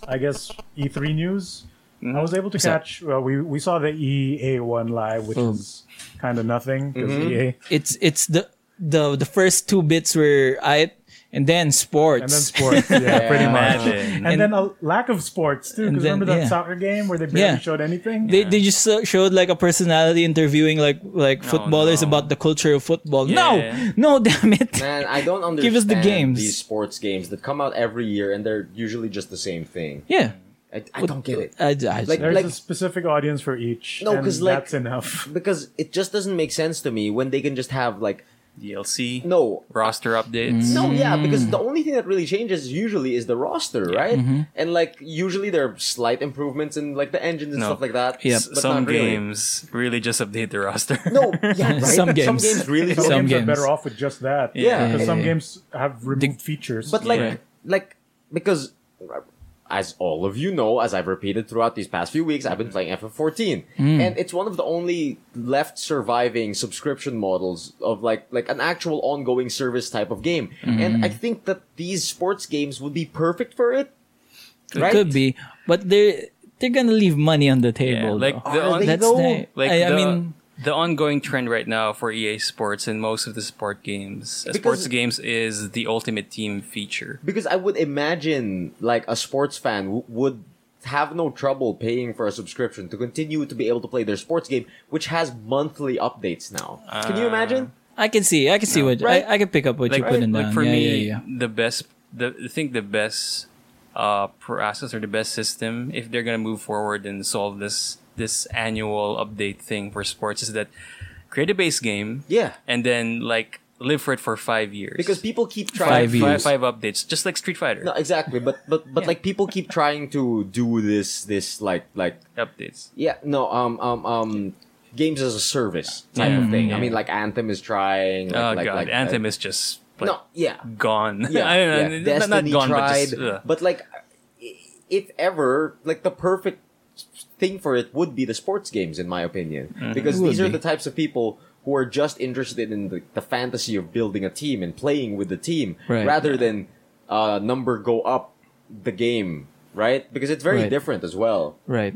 [SPEAKER 3] I guess E3 news.
[SPEAKER 2] Mm-hmm.
[SPEAKER 3] I was able to
[SPEAKER 1] that? Hmm.
[SPEAKER 3] catch. Well, we we saw the EA one live, which is kind of nothing E because
[SPEAKER 2] Mm-hmm.
[SPEAKER 3] EA
[SPEAKER 1] It's it's the the the first two bits were I and then sports.
[SPEAKER 3] and then sports, yeah, pretty much.
[SPEAKER 4] Imagine.
[SPEAKER 3] And,
[SPEAKER 1] And-
[SPEAKER 3] then a lack of sports too.
[SPEAKER 1] and
[SPEAKER 3] Because
[SPEAKER 1] then-
[SPEAKER 3] remember that
[SPEAKER 1] yeah.
[SPEAKER 3] soccer game where they barely
[SPEAKER 1] Yeah.
[SPEAKER 3] showed anything.
[SPEAKER 1] They, they just so- showed like a personality interviewing like like footballers
[SPEAKER 4] no.
[SPEAKER 1] about the culture of football.
[SPEAKER 4] Yeah.
[SPEAKER 1] No, no, damn it.
[SPEAKER 2] Man, I don't understand
[SPEAKER 1] Give us the games.
[SPEAKER 2] these sports games that come out every year and they're usually just the same thing.
[SPEAKER 1] Yeah,
[SPEAKER 2] I, I don't get it.
[SPEAKER 1] I, I,
[SPEAKER 2] Like-
[SPEAKER 3] There's
[SPEAKER 2] like-
[SPEAKER 3] a specific audience for each.
[SPEAKER 2] No,
[SPEAKER 3] and
[SPEAKER 2] 'cause, like-
[SPEAKER 3] that's enough.
[SPEAKER 2] Because it just doesn't make sense to me when they can just have like
[SPEAKER 4] DLC.
[SPEAKER 2] no
[SPEAKER 4] Roster updates.
[SPEAKER 1] Mm,
[SPEAKER 2] No, yeah, because the only thing that really changes usually is the roster, right?
[SPEAKER 1] Mm-hmm.
[SPEAKER 2] And like usually there are slight improvements in like the engines and
[SPEAKER 4] No.
[SPEAKER 2] stuff like that.
[SPEAKER 1] Yep.
[SPEAKER 2] but
[SPEAKER 4] Some
[SPEAKER 2] not really.
[SPEAKER 4] games really. just update the roster.
[SPEAKER 2] No, yeah, right?
[SPEAKER 1] Some games.
[SPEAKER 2] really.
[SPEAKER 1] Some
[SPEAKER 2] don't.
[SPEAKER 3] Games are
[SPEAKER 1] games.
[SPEAKER 3] better off with just that.
[SPEAKER 2] Yeah.
[SPEAKER 3] because some
[SPEAKER 1] Yeah.
[SPEAKER 3] games have removed features.
[SPEAKER 2] But like,
[SPEAKER 4] Right.
[SPEAKER 2] like because as all of you know, as I've repeated throughout these past few weeks, I've been playing FF14,
[SPEAKER 1] Hmm.
[SPEAKER 2] and it's one of the only left surviving subscription models of like like an actual ongoing service type of game.
[SPEAKER 1] Hmm.
[SPEAKER 2] And I think that these sports games would be perfect for it. Right?
[SPEAKER 1] could be, but they're they're gonna leave money on the table.
[SPEAKER 4] Yeah, like
[SPEAKER 1] though.
[SPEAKER 4] the
[SPEAKER 2] Are
[SPEAKER 4] on-
[SPEAKER 2] they
[SPEAKER 1] that's
[SPEAKER 2] though?
[SPEAKER 1] the,
[SPEAKER 4] like
[SPEAKER 1] I, I
[SPEAKER 4] the,
[SPEAKER 1] mean,
[SPEAKER 4] the ongoing trend right now for EA Sports and most of the sport games, uh, sports
[SPEAKER 2] Because-
[SPEAKER 4] games is the ultimate team feature.
[SPEAKER 2] Because I would imagine, like, a sports fan w- would have no trouble paying for a subscription to continue to be able to play their sports game, which has monthly updates now. Can you imagine?
[SPEAKER 1] I can see, I can see what
[SPEAKER 2] Right?
[SPEAKER 1] I, I can pick up what
[SPEAKER 4] Like,
[SPEAKER 1] you're putting
[SPEAKER 4] like
[SPEAKER 1] down.
[SPEAKER 4] for
[SPEAKER 1] yeah,
[SPEAKER 4] me,
[SPEAKER 1] yeah, yeah.
[SPEAKER 4] the best, the I think the best uh, process or the best system if they're gonna move forward and solve this this annual update thing for sports is that create a base game,
[SPEAKER 2] Yeah.
[SPEAKER 4] and then like live for it for five years
[SPEAKER 2] Because people keep trying
[SPEAKER 1] Five
[SPEAKER 2] to.
[SPEAKER 1] years.
[SPEAKER 4] five, five updates, just like Street Fighter
[SPEAKER 2] No, exactly, but but but like people keep trying to do this this like like
[SPEAKER 4] updates.
[SPEAKER 2] yeah no um um um games as a service type of thing. I mean like Anthem is trying. Like,
[SPEAKER 4] Mm-hmm. oh
[SPEAKER 2] like,
[SPEAKER 4] god,
[SPEAKER 2] like,
[SPEAKER 4] Anthem
[SPEAKER 2] like-
[SPEAKER 4] is just like,
[SPEAKER 2] no yeah
[SPEAKER 4] gone.
[SPEAKER 2] Yeah,
[SPEAKER 4] I
[SPEAKER 2] yeah.
[SPEAKER 4] don't know. Not- Not,
[SPEAKER 2] Destiny
[SPEAKER 4] gone,
[SPEAKER 2] tried,
[SPEAKER 4] but just ugh.
[SPEAKER 2] like, i- if ever, like the perfect thing for it would be the sports games, in my opinion,
[SPEAKER 4] Mm-hmm.
[SPEAKER 2] because
[SPEAKER 1] It would
[SPEAKER 2] these are
[SPEAKER 1] be.
[SPEAKER 2] the types of people who are just interested in the, the fantasy of building a team and playing with the team,
[SPEAKER 1] Right.
[SPEAKER 2] rather than uh, number go up the game, right? Because it's very
[SPEAKER 1] Right.
[SPEAKER 2] different as well.
[SPEAKER 1] Right.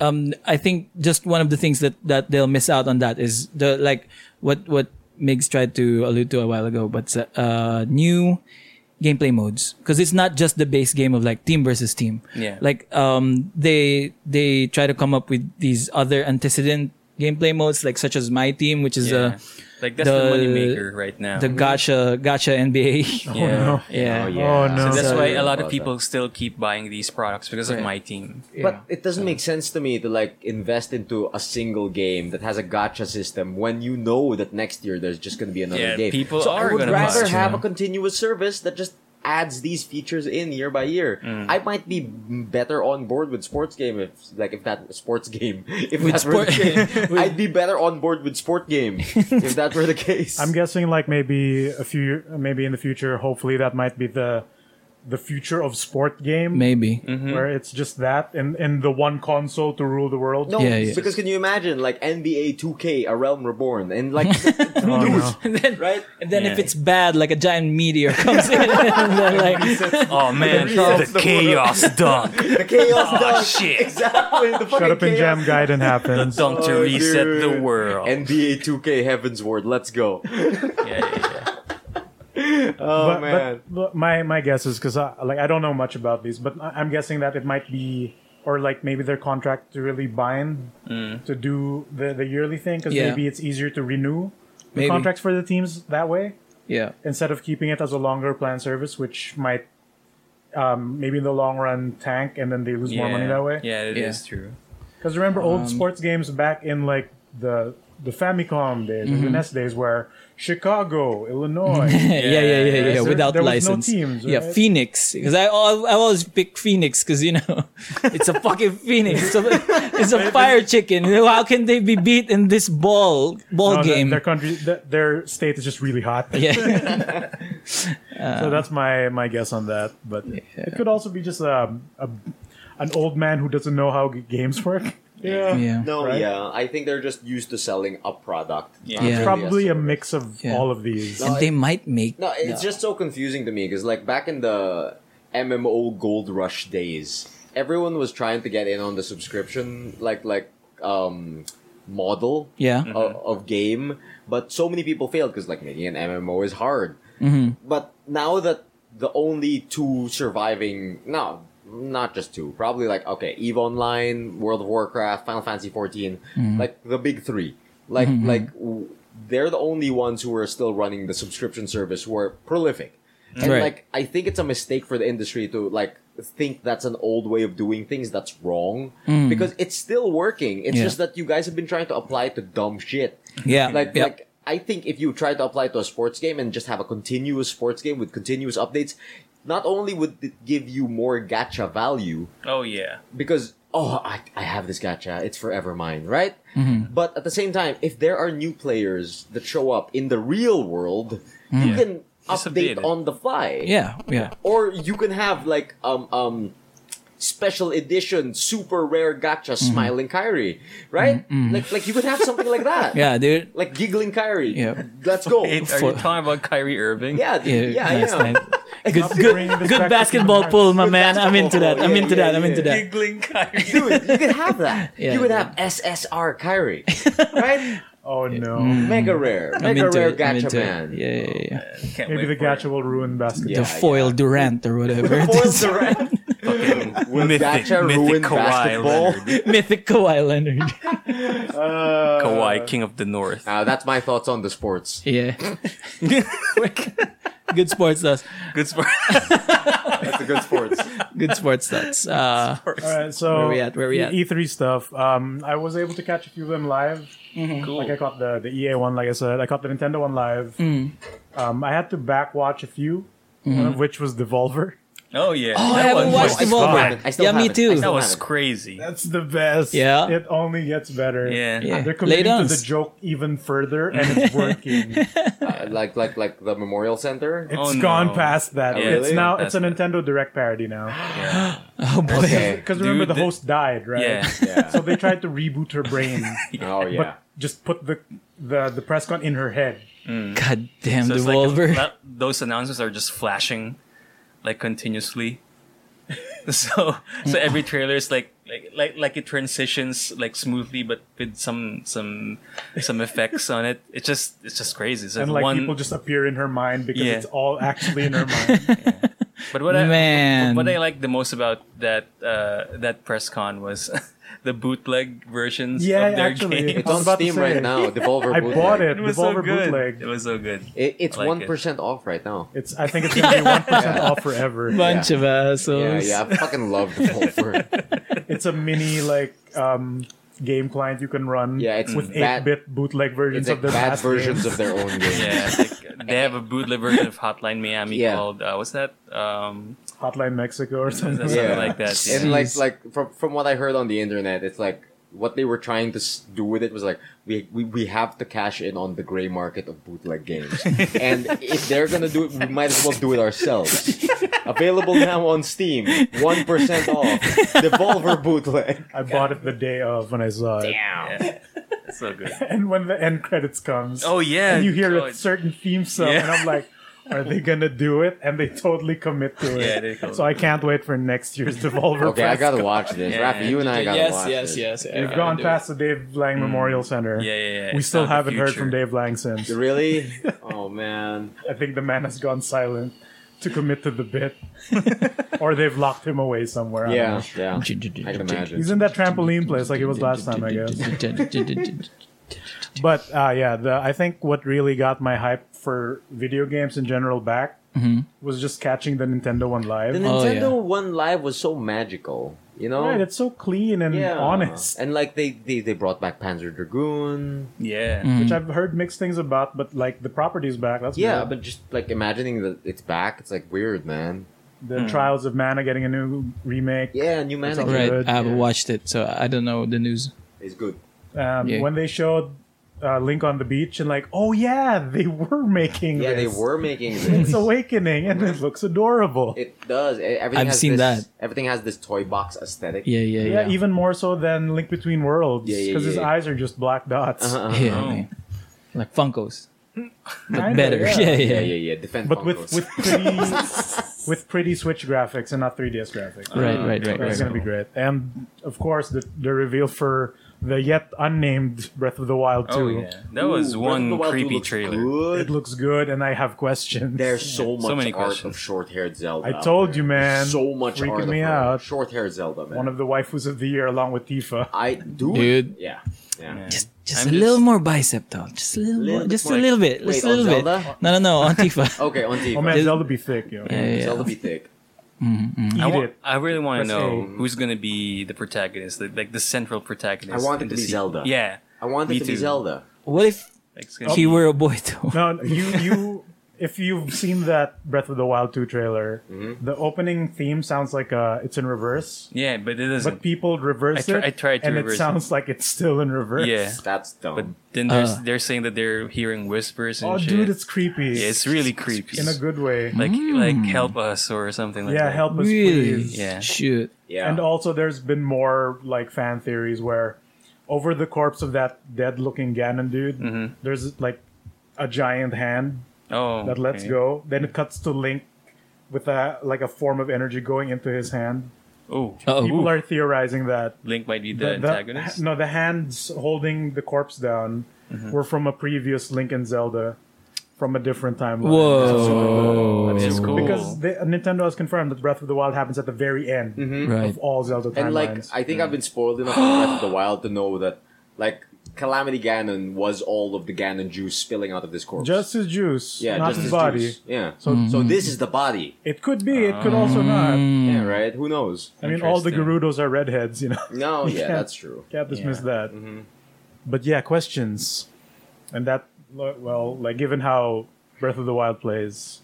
[SPEAKER 1] Um, I think just one of the things that, that they'll miss out on that is the like what what Migs tried to allude to a while ago, but uh, new gameplay modes because it's not just the base game of like team versus team.
[SPEAKER 4] Yeah.
[SPEAKER 1] Like um, they they try to come up with these other antecedent gameplay modes, like such as my team, which is
[SPEAKER 4] yeah. Mm-hmm.
[SPEAKER 1] uh,
[SPEAKER 4] like that's the,
[SPEAKER 1] the-
[SPEAKER 4] moneymaker right now.
[SPEAKER 1] the gacha gacha NBA.
[SPEAKER 4] yeah.
[SPEAKER 3] no.
[SPEAKER 1] yeah.
[SPEAKER 3] Oh, no.
[SPEAKER 4] So that's
[SPEAKER 1] So-
[SPEAKER 4] why a lot of people still keep buying these products because of my team.
[SPEAKER 2] But it doesn't make sense to me to like invest into a single game that has a gotcha system when you know that next year there's just going to be another
[SPEAKER 4] Yeah,
[SPEAKER 2] game.
[SPEAKER 4] people
[SPEAKER 2] so
[SPEAKER 4] are
[SPEAKER 2] I would
[SPEAKER 4] gonna buy
[SPEAKER 2] rather
[SPEAKER 4] it,
[SPEAKER 2] have
[SPEAKER 1] yeah.
[SPEAKER 2] a continuous service that just adds these features in year by year. I might be better on board with sports game if like if that sports game if that were the
[SPEAKER 1] sport-
[SPEAKER 2] case. I'd be better on board with sport game if that were the case.
[SPEAKER 3] I'm guessing like maybe a few, maybe in the future. Hopefully, that might be the the future of sport game,
[SPEAKER 1] Maybe.
[SPEAKER 4] Mm.
[SPEAKER 2] Mm-hmm.
[SPEAKER 3] where it's just that and and the one console to rule the world.
[SPEAKER 2] no,
[SPEAKER 1] Yeah, yeah.
[SPEAKER 2] because can you imagine like NBA 2K, A Realm Reborn, and like
[SPEAKER 3] Oh, no.
[SPEAKER 1] And then,
[SPEAKER 2] right?
[SPEAKER 1] and then
[SPEAKER 4] Yeah.
[SPEAKER 1] if it's bad, like a giant meteor comes in, and then like
[SPEAKER 4] Oh man,
[SPEAKER 2] Resets
[SPEAKER 4] the
[SPEAKER 2] the
[SPEAKER 4] chaos dunk,
[SPEAKER 2] The chaos
[SPEAKER 4] oh
[SPEAKER 2] dunk.
[SPEAKER 4] shit,
[SPEAKER 2] Exactly. The fucking
[SPEAKER 3] Shut up and
[SPEAKER 2] chaos
[SPEAKER 3] jam guide and happens.
[SPEAKER 4] dunk
[SPEAKER 2] Oh,
[SPEAKER 4] to reset the
[SPEAKER 2] dude.
[SPEAKER 4] world.
[SPEAKER 2] NBA 2K Heaven's Ward. Let's go.
[SPEAKER 4] yeah, yeah, yeah.
[SPEAKER 2] Oh
[SPEAKER 3] but, but- but my my guess is because I, like I don't know much about these, but I- I'm guessing that it might be or like maybe their contract to really bind to do the the yearly thing because
[SPEAKER 1] Yeah.
[SPEAKER 3] maybe it's easier to renew the
[SPEAKER 1] Maybe.
[SPEAKER 3] contracts for the teams that way
[SPEAKER 1] yeah.
[SPEAKER 3] instead of keeping it as a longer plan service, which might um, maybe in the long run tank and then they lose more money
[SPEAKER 4] Yeah.
[SPEAKER 3] that way.
[SPEAKER 4] Yeah, it is
[SPEAKER 1] Yeah.
[SPEAKER 4] true.
[SPEAKER 3] Because remember old sports games back in like the the Famicom days, the NES days, where Chicago, Illinois.
[SPEAKER 1] yeah, yeah, yeah, yeah.
[SPEAKER 3] There-
[SPEAKER 1] without
[SPEAKER 3] there was no
[SPEAKER 1] license.
[SPEAKER 3] teams,
[SPEAKER 1] Yeah,
[SPEAKER 3] right?
[SPEAKER 1] Phoenix. Because I, al- I always pick Phoenix because you know it's a fucking Phoenix. It's a, it's a fire chicken. How can they be beat in this ball ball
[SPEAKER 3] No, their-
[SPEAKER 1] game?
[SPEAKER 3] Their country, their, their state is just really hot.
[SPEAKER 1] yeah,
[SPEAKER 3] So that's my my guess on that. But it could also be just um, a, an old man who doesn't know how g- games work. Yeah,
[SPEAKER 1] yeah.
[SPEAKER 2] No,
[SPEAKER 3] Right?
[SPEAKER 2] yeah. I think they're just used to selling a product.
[SPEAKER 4] Yeah.
[SPEAKER 1] Yeah.
[SPEAKER 2] not really
[SPEAKER 3] probably a
[SPEAKER 2] service.
[SPEAKER 3] mix of
[SPEAKER 1] Yeah.
[SPEAKER 3] all of these.
[SPEAKER 1] And they might make
[SPEAKER 2] No, it's just so confusing to me because like back in the MMO Gold Rush days. Everyone was trying to get in on the subscription, like like um model
[SPEAKER 1] Yeah.
[SPEAKER 2] o- of, game, but so many people failed because like making an MMO is hard. But now that the only two surviving, no, not just two, probably like okay, Eve Online, World of Warcraft, Final Fantasy 14, like the big three, like like w- they're the only ones who are still running the subscription service who are prolific. And
[SPEAKER 1] Right.
[SPEAKER 2] like I think it's a mistake for the industry to like think that's an old way of doing things that's wrong because it's still working. It's
[SPEAKER 1] Mm. Yeah.
[SPEAKER 2] just that you guys have been trying to apply it to dumb shit.
[SPEAKER 1] Yeah.
[SPEAKER 2] Like
[SPEAKER 1] Yep.
[SPEAKER 2] like I think if you try to apply it to a sports game and just have a continuous sports game with continuous updates, not only would it give you more gacha value
[SPEAKER 4] Oh yeah.
[SPEAKER 2] because oh I, I have this gacha, it's forever mine, right?
[SPEAKER 1] Mm-hmm.
[SPEAKER 2] But at the same time, if there are new players that show up in the real world, you
[SPEAKER 4] Yeah.
[SPEAKER 2] can
[SPEAKER 4] Just
[SPEAKER 2] update
[SPEAKER 4] update it.
[SPEAKER 2] on the fly
[SPEAKER 1] Mm. yeah. Yeah.
[SPEAKER 2] or you can have like um um special edition super rare gacha
[SPEAKER 1] Mm-hmm.
[SPEAKER 2] smiling Kyrie, right? Like like you could have something like that.
[SPEAKER 1] Yeah, dude.
[SPEAKER 2] Like giggling Kyrie.
[SPEAKER 1] Yeah.
[SPEAKER 2] Let's go.
[SPEAKER 4] Wait, are
[SPEAKER 1] For-
[SPEAKER 4] you talking about Kyrie Irving?
[SPEAKER 2] yeah,
[SPEAKER 1] Yeah.
[SPEAKER 2] yeah, yeah.
[SPEAKER 1] nice, nice. Good,
[SPEAKER 3] Stop bringing
[SPEAKER 1] good,
[SPEAKER 3] this
[SPEAKER 1] good
[SPEAKER 3] back to
[SPEAKER 1] basketball
[SPEAKER 3] Kingdom
[SPEAKER 1] pull, my
[SPEAKER 2] Good
[SPEAKER 1] man. I'm into that.
[SPEAKER 2] basketball.
[SPEAKER 1] I'm
[SPEAKER 2] Yeah,
[SPEAKER 1] into
[SPEAKER 2] yeah,
[SPEAKER 1] that. I'm into
[SPEAKER 2] yeah.
[SPEAKER 1] that.
[SPEAKER 4] Giggling Kyrie.
[SPEAKER 2] Dude, you could have that.
[SPEAKER 1] Yeah,
[SPEAKER 2] you could
[SPEAKER 1] yeah.
[SPEAKER 2] have SSR Kyrie, right?
[SPEAKER 3] Oh no.
[SPEAKER 1] Mm.
[SPEAKER 2] Mega rare,
[SPEAKER 1] Mm-hmm. I'm
[SPEAKER 2] mega
[SPEAKER 1] into
[SPEAKER 2] rare
[SPEAKER 1] it. I'm
[SPEAKER 2] gacha
[SPEAKER 1] into
[SPEAKER 2] man.
[SPEAKER 1] it. Yeah, yeah, yeah, yeah.
[SPEAKER 4] Can't
[SPEAKER 3] Maybe the
[SPEAKER 4] wait for
[SPEAKER 3] gacha
[SPEAKER 4] it.
[SPEAKER 3] will ruin
[SPEAKER 1] The
[SPEAKER 3] basketball.
[SPEAKER 2] Yeah,
[SPEAKER 1] foil Durant or whatever.
[SPEAKER 2] Foil Durant. Will
[SPEAKER 4] Mythic-
[SPEAKER 2] gacha
[SPEAKER 4] mythic
[SPEAKER 2] ruin
[SPEAKER 4] Kawhi
[SPEAKER 2] basketball?
[SPEAKER 4] Leonard.
[SPEAKER 1] Mythic Kawhi Leonard.
[SPEAKER 3] Uh,
[SPEAKER 4] Kawhi, king of the north.
[SPEAKER 2] Now Uh, that's my thoughts on the sports.
[SPEAKER 1] Yeah. good sports thoughts.
[SPEAKER 4] Good sport.
[SPEAKER 2] That's a good sports.
[SPEAKER 1] Good sports thoughts. Uh,
[SPEAKER 3] All right, so
[SPEAKER 1] Where we at? Where we at?
[SPEAKER 3] E three stuff. Um, I was able to catch a few of them live.
[SPEAKER 1] Mm-hmm.
[SPEAKER 4] cool.
[SPEAKER 3] Like I caught the the EA one, like I said, I caught the Nintendo one live.
[SPEAKER 1] Mm.
[SPEAKER 3] Um, I had to back watch a few,
[SPEAKER 1] Mm-hmm.
[SPEAKER 3] one of which was Devolver.
[SPEAKER 4] Oh yeah.
[SPEAKER 1] oh, I
[SPEAKER 4] That
[SPEAKER 1] haven't
[SPEAKER 4] one
[SPEAKER 1] watched
[SPEAKER 4] was-
[SPEAKER 1] them all.
[SPEAKER 3] fine.
[SPEAKER 1] bro.
[SPEAKER 2] I still
[SPEAKER 1] Yeah, me
[SPEAKER 2] haven't. I
[SPEAKER 1] too.
[SPEAKER 4] That
[SPEAKER 2] still
[SPEAKER 4] was
[SPEAKER 2] haven't.
[SPEAKER 4] crazy.
[SPEAKER 3] That's the best.
[SPEAKER 1] Yeah.
[SPEAKER 3] it only gets better.
[SPEAKER 4] Yeah.
[SPEAKER 1] Yeah.
[SPEAKER 3] they're
[SPEAKER 1] Lay
[SPEAKER 3] committing to
[SPEAKER 1] down.
[SPEAKER 3] the joke even further, and it's working.
[SPEAKER 2] Uh, like like like the Memorial Center.
[SPEAKER 3] It's
[SPEAKER 4] Oh, no.
[SPEAKER 3] gone past that.
[SPEAKER 4] Yeah,
[SPEAKER 3] it's
[SPEAKER 2] really?
[SPEAKER 3] now
[SPEAKER 4] That's
[SPEAKER 3] it's a Nintendo Direct parody now.
[SPEAKER 4] Yeah.
[SPEAKER 1] Oh boy.
[SPEAKER 2] Okay.
[SPEAKER 3] Because remember, the
[SPEAKER 4] Dude, the-
[SPEAKER 3] host died, right?
[SPEAKER 4] yeah.
[SPEAKER 2] Yeah.
[SPEAKER 3] So they tried to reboot her brain,
[SPEAKER 2] Oh
[SPEAKER 3] but
[SPEAKER 2] yeah.
[SPEAKER 3] just put the the the press con in her head.
[SPEAKER 1] God damn
[SPEAKER 4] So it's like
[SPEAKER 1] Devolver.
[SPEAKER 4] that- those announcements are just flashing, like continuously. so so every trailer is like like like like it transitions like smoothly, but with some some some effects on it. It's just it's just crazy. It's like,
[SPEAKER 3] and like
[SPEAKER 4] one.
[SPEAKER 3] people just appear in her mind because
[SPEAKER 4] Yeah.
[SPEAKER 3] it's all actually in her mind.
[SPEAKER 4] but what
[SPEAKER 1] Man.
[SPEAKER 4] I what I liked the most about that uh, that press con was the bootleg versions
[SPEAKER 3] Yeah,
[SPEAKER 4] of their
[SPEAKER 3] actually,
[SPEAKER 4] game.
[SPEAKER 2] It's
[SPEAKER 3] I
[SPEAKER 2] on
[SPEAKER 3] was about to
[SPEAKER 2] Steam
[SPEAKER 3] say.
[SPEAKER 2] right now. Devolver.
[SPEAKER 3] I
[SPEAKER 2] Bootleg.
[SPEAKER 3] bought it,
[SPEAKER 4] It was so
[SPEAKER 3] Devolver
[SPEAKER 4] good.
[SPEAKER 3] bootleg.
[SPEAKER 4] It was so good.
[SPEAKER 2] It- it's
[SPEAKER 4] I like
[SPEAKER 2] one
[SPEAKER 4] it.
[SPEAKER 2] off right now.
[SPEAKER 3] It's I think it's gonna be one percent off forever.
[SPEAKER 1] Bunch of
[SPEAKER 2] Yeah,
[SPEAKER 1] assholes.
[SPEAKER 2] yeah. I fucking love Devolver.
[SPEAKER 3] It's a mini like um, game client you can run
[SPEAKER 2] Yeah, it's
[SPEAKER 3] with
[SPEAKER 2] bad-
[SPEAKER 3] eight bit bootleg versions
[SPEAKER 2] it's
[SPEAKER 3] of
[SPEAKER 2] like
[SPEAKER 3] their
[SPEAKER 2] bad
[SPEAKER 3] past
[SPEAKER 2] versions
[SPEAKER 3] games.
[SPEAKER 2] of their own game.
[SPEAKER 4] Yeah, like, they have a bootleg version of Hotline Miami
[SPEAKER 2] Yeah.
[SPEAKER 4] called uh, what's that? Um,
[SPEAKER 3] Hotline Mexico or something.
[SPEAKER 4] something
[SPEAKER 2] Yeah.
[SPEAKER 4] like that. yeah.
[SPEAKER 2] And like
[SPEAKER 1] Jeez.
[SPEAKER 2] like from from what I heard on the internet, it's like what they were trying to s- do with it was like we, we we have to cash in on the gray market of bootleg games, and if they're gonna do it, we might as well do it ourselves. Available now on Steam, one percent off. Devolver bootleg.
[SPEAKER 3] I bought it the day of when I saw it,
[SPEAKER 4] Yeah. so good.
[SPEAKER 3] and when the end credits comes,
[SPEAKER 4] Oh yeah,
[SPEAKER 3] and you hear
[SPEAKER 4] oh,
[SPEAKER 3] a certain theme song,
[SPEAKER 4] Yeah.
[SPEAKER 3] and I'm like. Are they gonna do it? And they totally commit to it.
[SPEAKER 4] Yeah, they totally-
[SPEAKER 3] so I can't wait for next year's Devolver.
[SPEAKER 2] Okay, I
[SPEAKER 3] press
[SPEAKER 2] gotta watch this.
[SPEAKER 4] Yeah.
[SPEAKER 2] Rafi, you and I gotta watch this.
[SPEAKER 1] yeah,
[SPEAKER 3] We've gone past the Dave Lang Memorial Center.
[SPEAKER 4] Mm. Yeah, yeah, yeah.
[SPEAKER 3] We
[SPEAKER 4] It's
[SPEAKER 3] still
[SPEAKER 4] not the
[SPEAKER 3] haven't heard
[SPEAKER 4] future.
[SPEAKER 3] from Dave Lang since.
[SPEAKER 2] Really? Oh man.
[SPEAKER 3] I think the man has gone silent to commit to the bit, or they've locked him away somewhere. I don't
[SPEAKER 2] Yeah,
[SPEAKER 3] know.
[SPEAKER 2] yeah. I can imagine.
[SPEAKER 3] he's in that trampoline place like he was last time, I guess. But uh, yeah, the, I think what really got my hype for video games in general back was just catching the Nintendo one live.
[SPEAKER 2] Mm-hmm. The
[SPEAKER 1] Oh,
[SPEAKER 2] Nintendo
[SPEAKER 1] yeah.
[SPEAKER 2] One Live was so magical, you know?
[SPEAKER 3] Right, it's so clean and
[SPEAKER 2] yeah,
[SPEAKER 3] honest,
[SPEAKER 2] And like they, they they brought back Panzer Dragoon.
[SPEAKER 4] Yeah.
[SPEAKER 2] Mm.
[SPEAKER 3] which I've heard mixed things about. But like the property's back. That's
[SPEAKER 2] Mm-hmm. Yeah,
[SPEAKER 3] good.
[SPEAKER 2] but just like imagining that it's back, it's like weird, man.
[SPEAKER 3] the Trials of Mana getting a new remake.
[SPEAKER 2] Mm-hmm. Yeah, new man
[SPEAKER 3] all
[SPEAKER 1] Right,
[SPEAKER 3] Good,
[SPEAKER 1] I haven't
[SPEAKER 2] yeah.
[SPEAKER 1] watched it, so I don't know the news.
[SPEAKER 2] is good.
[SPEAKER 3] um,
[SPEAKER 1] Yeah.
[SPEAKER 3] when they showed uh, Link on the beach and like, oh yeah, they were making.
[SPEAKER 2] Yeah, they
[SPEAKER 3] this.
[SPEAKER 2] were making
[SPEAKER 3] It's
[SPEAKER 2] this.
[SPEAKER 3] awakening and it looks adorable.
[SPEAKER 2] it does. E- Everything
[SPEAKER 1] I've
[SPEAKER 2] has
[SPEAKER 1] seen
[SPEAKER 2] this-
[SPEAKER 1] that.
[SPEAKER 2] Everything has this toy box aesthetic.
[SPEAKER 1] Yeah, yeah,
[SPEAKER 3] yeah,
[SPEAKER 1] yeah.
[SPEAKER 3] even more so than Link Between Worlds
[SPEAKER 2] Yeah, yeah,
[SPEAKER 3] because his
[SPEAKER 2] yeah.
[SPEAKER 1] Uh-huh,
[SPEAKER 3] eyes are just black dots.
[SPEAKER 2] Uh-huh.
[SPEAKER 1] Yeah, man. like Funkos.
[SPEAKER 3] Kinda,
[SPEAKER 1] better. Yeah, yeah.
[SPEAKER 2] Yeah, yeah, yeah. Defend
[SPEAKER 3] But with
[SPEAKER 2] Funkos.
[SPEAKER 3] with pretty with pretty Switch graphics and not 3DS graphics.
[SPEAKER 1] Right, right, right,
[SPEAKER 3] That's
[SPEAKER 1] right.
[SPEAKER 3] gonna be great. And of course, the the reveal for the yet unnamed Breath of the Wild 2.
[SPEAKER 4] Oh yeah, that
[SPEAKER 2] Ooh, Breath of
[SPEAKER 4] was
[SPEAKER 2] the
[SPEAKER 4] one
[SPEAKER 2] Wild two
[SPEAKER 4] creepy
[SPEAKER 2] looks
[SPEAKER 4] trailer.
[SPEAKER 3] It
[SPEAKER 2] Good.
[SPEAKER 3] looks good, and I have questions.
[SPEAKER 2] There's so much
[SPEAKER 4] many
[SPEAKER 2] art
[SPEAKER 4] questions.
[SPEAKER 2] of short-haired Zelda.
[SPEAKER 3] I
[SPEAKER 2] out
[SPEAKER 3] told
[SPEAKER 2] there.
[SPEAKER 3] you, man.
[SPEAKER 2] So much
[SPEAKER 3] Freaking
[SPEAKER 2] art of
[SPEAKER 3] me
[SPEAKER 2] her.
[SPEAKER 3] out.
[SPEAKER 2] short-haired Zelda, man.
[SPEAKER 3] One of the waifus of the year, along with Tifa.
[SPEAKER 2] I dude.
[SPEAKER 1] Dude.
[SPEAKER 2] Yeah. Yeah.
[SPEAKER 1] Just, just
[SPEAKER 4] I'm
[SPEAKER 1] a little
[SPEAKER 4] just-
[SPEAKER 1] more bicep, though. Just a little,
[SPEAKER 2] Little
[SPEAKER 1] more,
[SPEAKER 2] bit
[SPEAKER 1] just a
[SPEAKER 2] more.
[SPEAKER 1] little bit,
[SPEAKER 2] Wait,
[SPEAKER 1] just a
[SPEAKER 2] on
[SPEAKER 1] little bit.
[SPEAKER 2] Zelda?
[SPEAKER 1] No, no, no, on Tifa.
[SPEAKER 2] Okay, on TV.
[SPEAKER 3] Oh man,
[SPEAKER 1] Is-
[SPEAKER 3] Zelda be thick, yo.
[SPEAKER 1] Yeah, yeah.
[SPEAKER 2] Zelda be thick.
[SPEAKER 3] Eat
[SPEAKER 4] I, wa-
[SPEAKER 3] it.
[SPEAKER 4] I really want
[SPEAKER 3] Press
[SPEAKER 4] to know
[SPEAKER 3] A.
[SPEAKER 4] who's going to be the protagonist, like, like the central protagonist.
[SPEAKER 2] I want it
[SPEAKER 4] in
[SPEAKER 2] to
[SPEAKER 4] the
[SPEAKER 2] be
[SPEAKER 4] se-
[SPEAKER 2] Zelda.
[SPEAKER 4] Yeah,
[SPEAKER 2] I want
[SPEAKER 4] Me
[SPEAKER 2] it to be
[SPEAKER 4] too.
[SPEAKER 2] Zelda.
[SPEAKER 1] What if
[SPEAKER 4] like, it's
[SPEAKER 3] Oh.
[SPEAKER 4] gonna
[SPEAKER 1] he
[SPEAKER 4] be-
[SPEAKER 1] were a boy though?
[SPEAKER 3] No, you you if you've seen that Breath of the Wild 2 trailer,
[SPEAKER 4] Mm-hmm.
[SPEAKER 3] the opening theme sounds like uh it's in reverse.
[SPEAKER 4] yeah, but it doesn't.
[SPEAKER 3] But people reverse
[SPEAKER 4] I tr-
[SPEAKER 3] it.
[SPEAKER 4] I tried to
[SPEAKER 3] and
[SPEAKER 4] reverse
[SPEAKER 3] it
[SPEAKER 4] it.
[SPEAKER 3] sounds like it's still in reverse.
[SPEAKER 4] yeah,
[SPEAKER 2] That's dumb.
[SPEAKER 4] but then there's,
[SPEAKER 1] Uh.
[SPEAKER 4] they're saying that they're hearing whispers and
[SPEAKER 3] Oh,
[SPEAKER 4] shit.
[SPEAKER 3] dude, it's creepy.
[SPEAKER 4] yeah, it's really creepy.
[SPEAKER 3] in a good way.
[SPEAKER 4] like like help us or something like
[SPEAKER 3] yeah,
[SPEAKER 4] that.
[SPEAKER 3] help us,
[SPEAKER 1] Really?
[SPEAKER 3] please.
[SPEAKER 4] Yeah.
[SPEAKER 1] Shoot.
[SPEAKER 2] yeah.
[SPEAKER 3] And also, there's been more like fan theories where over the corpse of that dead-looking Ganon dude,
[SPEAKER 4] Mm-hmm.
[SPEAKER 3] there's like a giant hand
[SPEAKER 4] Oh,
[SPEAKER 3] that lets
[SPEAKER 4] okay.
[SPEAKER 3] go. Then it cuts to Link with a like a form of energy going into his hand.
[SPEAKER 4] Oh,
[SPEAKER 1] Oh,
[SPEAKER 3] People are theorizing that
[SPEAKER 4] Link might be the,
[SPEAKER 3] the, the-
[SPEAKER 4] antagonist.
[SPEAKER 3] no, the hands holding the corpse down
[SPEAKER 2] Mm-hmm.
[SPEAKER 3] were from a previous Link and Zelda from a different timeline.
[SPEAKER 1] whoa,
[SPEAKER 4] That's cool.
[SPEAKER 3] Because the, Nintendo has confirmed that Breath of the Wild happens at the very end
[SPEAKER 1] right.
[SPEAKER 3] of all Zelda timelines.
[SPEAKER 2] Mm-hmm.
[SPEAKER 3] Mm.
[SPEAKER 2] And like, I think I've been spoiled enough on Breath of the Wild to know that, like, Calamity Ganon was all of the Ganon juice spilling out of this corpse.
[SPEAKER 3] just his juice,
[SPEAKER 2] yeah,
[SPEAKER 3] not
[SPEAKER 2] just
[SPEAKER 3] his, body.
[SPEAKER 2] juice. Yeah. So,
[SPEAKER 3] So-
[SPEAKER 1] Mm-hmm.
[SPEAKER 2] so this is the body.
[SPEAKER 3] It could be. It could also
[SPEAKER 1] Mm.
[SPEAKER 3] not.
[SPEAKER 2] Yeah, right. Who knows?
[SPEAKER 3] I mean, all the
[SPEAKER 4] Interesting.
[SPEAKER 3] Gerudos are redheads. You know,
[SPEAKER 2] No,
[SPEAKER 3] You
[SPEAKER 2] yeah,
[SPEAKER 3] can't-
[SPEAKER 2] that's true.
[SPEAKER 3] Can't dismiss
[SPEAKER 4] Yeah.
[SPEAKER 3] that.
[SPEAKER 2] Mm-hmm.
[SPEAKER 3] But yeah, questions, and that well, like given how Breath of the Wild plays,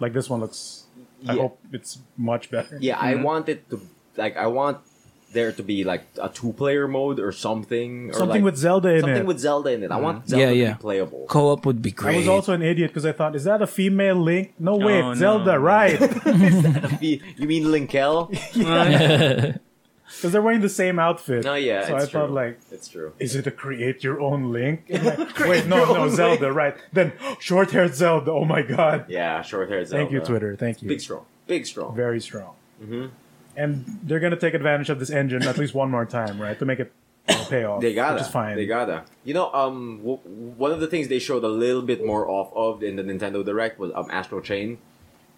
[SPEAKER 3] like this one looks. I
[SPEAKER 2] Yeah.
[SPEAKER 3] hope it's much better.
[SPEAKER 2] Yeah, I want it to like I want there to be like a two-player mode or something, or
[SPEAKER 3] Something
[SPEAKER 2] like,
[SPEAKER 3] with Zelda in
[SPEAKER 2] something
[SPEAKER 3] it.
[SPEAKER 2] with Zelda in it. I want Zelda
[SPEAKER 1] Mm-hmm. Yeah,
[SPEAKER 2] to
[SPEAKER 1] yeah.
[SPEAKER 2] be playable.
[SPEAKER 1] Co-op would be
[SPEAKER 3] I
[SPEAKER 1] great.
[SPEAKER 3] was also an idiot because I thought, is that a female Link? No way,
[SPEAKER 4] no.
[SPEAKER 3] it's Zelda, right?
[SPEAKER 2] Be- you mean Linkel?
[SPEAKER 3] Because they're wearing the same outfit.
[SPEAKER 2] No, yeah,
[SPEAKER 3] So
[SPEAKER 2] it's
[SPEAKER 3] I
[SPEAKER 2] true.
[SPEAKER 3] thought like.
[SPEAKER 2] it's true.
[SPEAKER 3] Is it a create your own Link? And like, wait, no,
[SPEAKER 2] your
[SPEAKER 3] no,
[SPEAKER 2] own
[SPEAKER 3] Zelda, right? Then short haired Zelda. Oh my god!
[SPEAKER 2] Yeah, short hair Zelda.
[SPEAKER 3] Thank you, Twitter. Thank you.
[SPEAKER 2] Big strong, big strong.
[SPEAKER 3] very strong.
[SPEAKER 2] Mm-hmm.
[SPEAKER 3] And they're going to take advantage of this engine at least one more time, right? To make it pay off.
[SPEAKER 2] They gotta.
[SPEAKER 3] Which is fine.
[SPEAKER 2] They gotta. You know, um, w- one of the things they showed a little bit more off of in the Nintendo Direct was um Astro Chain.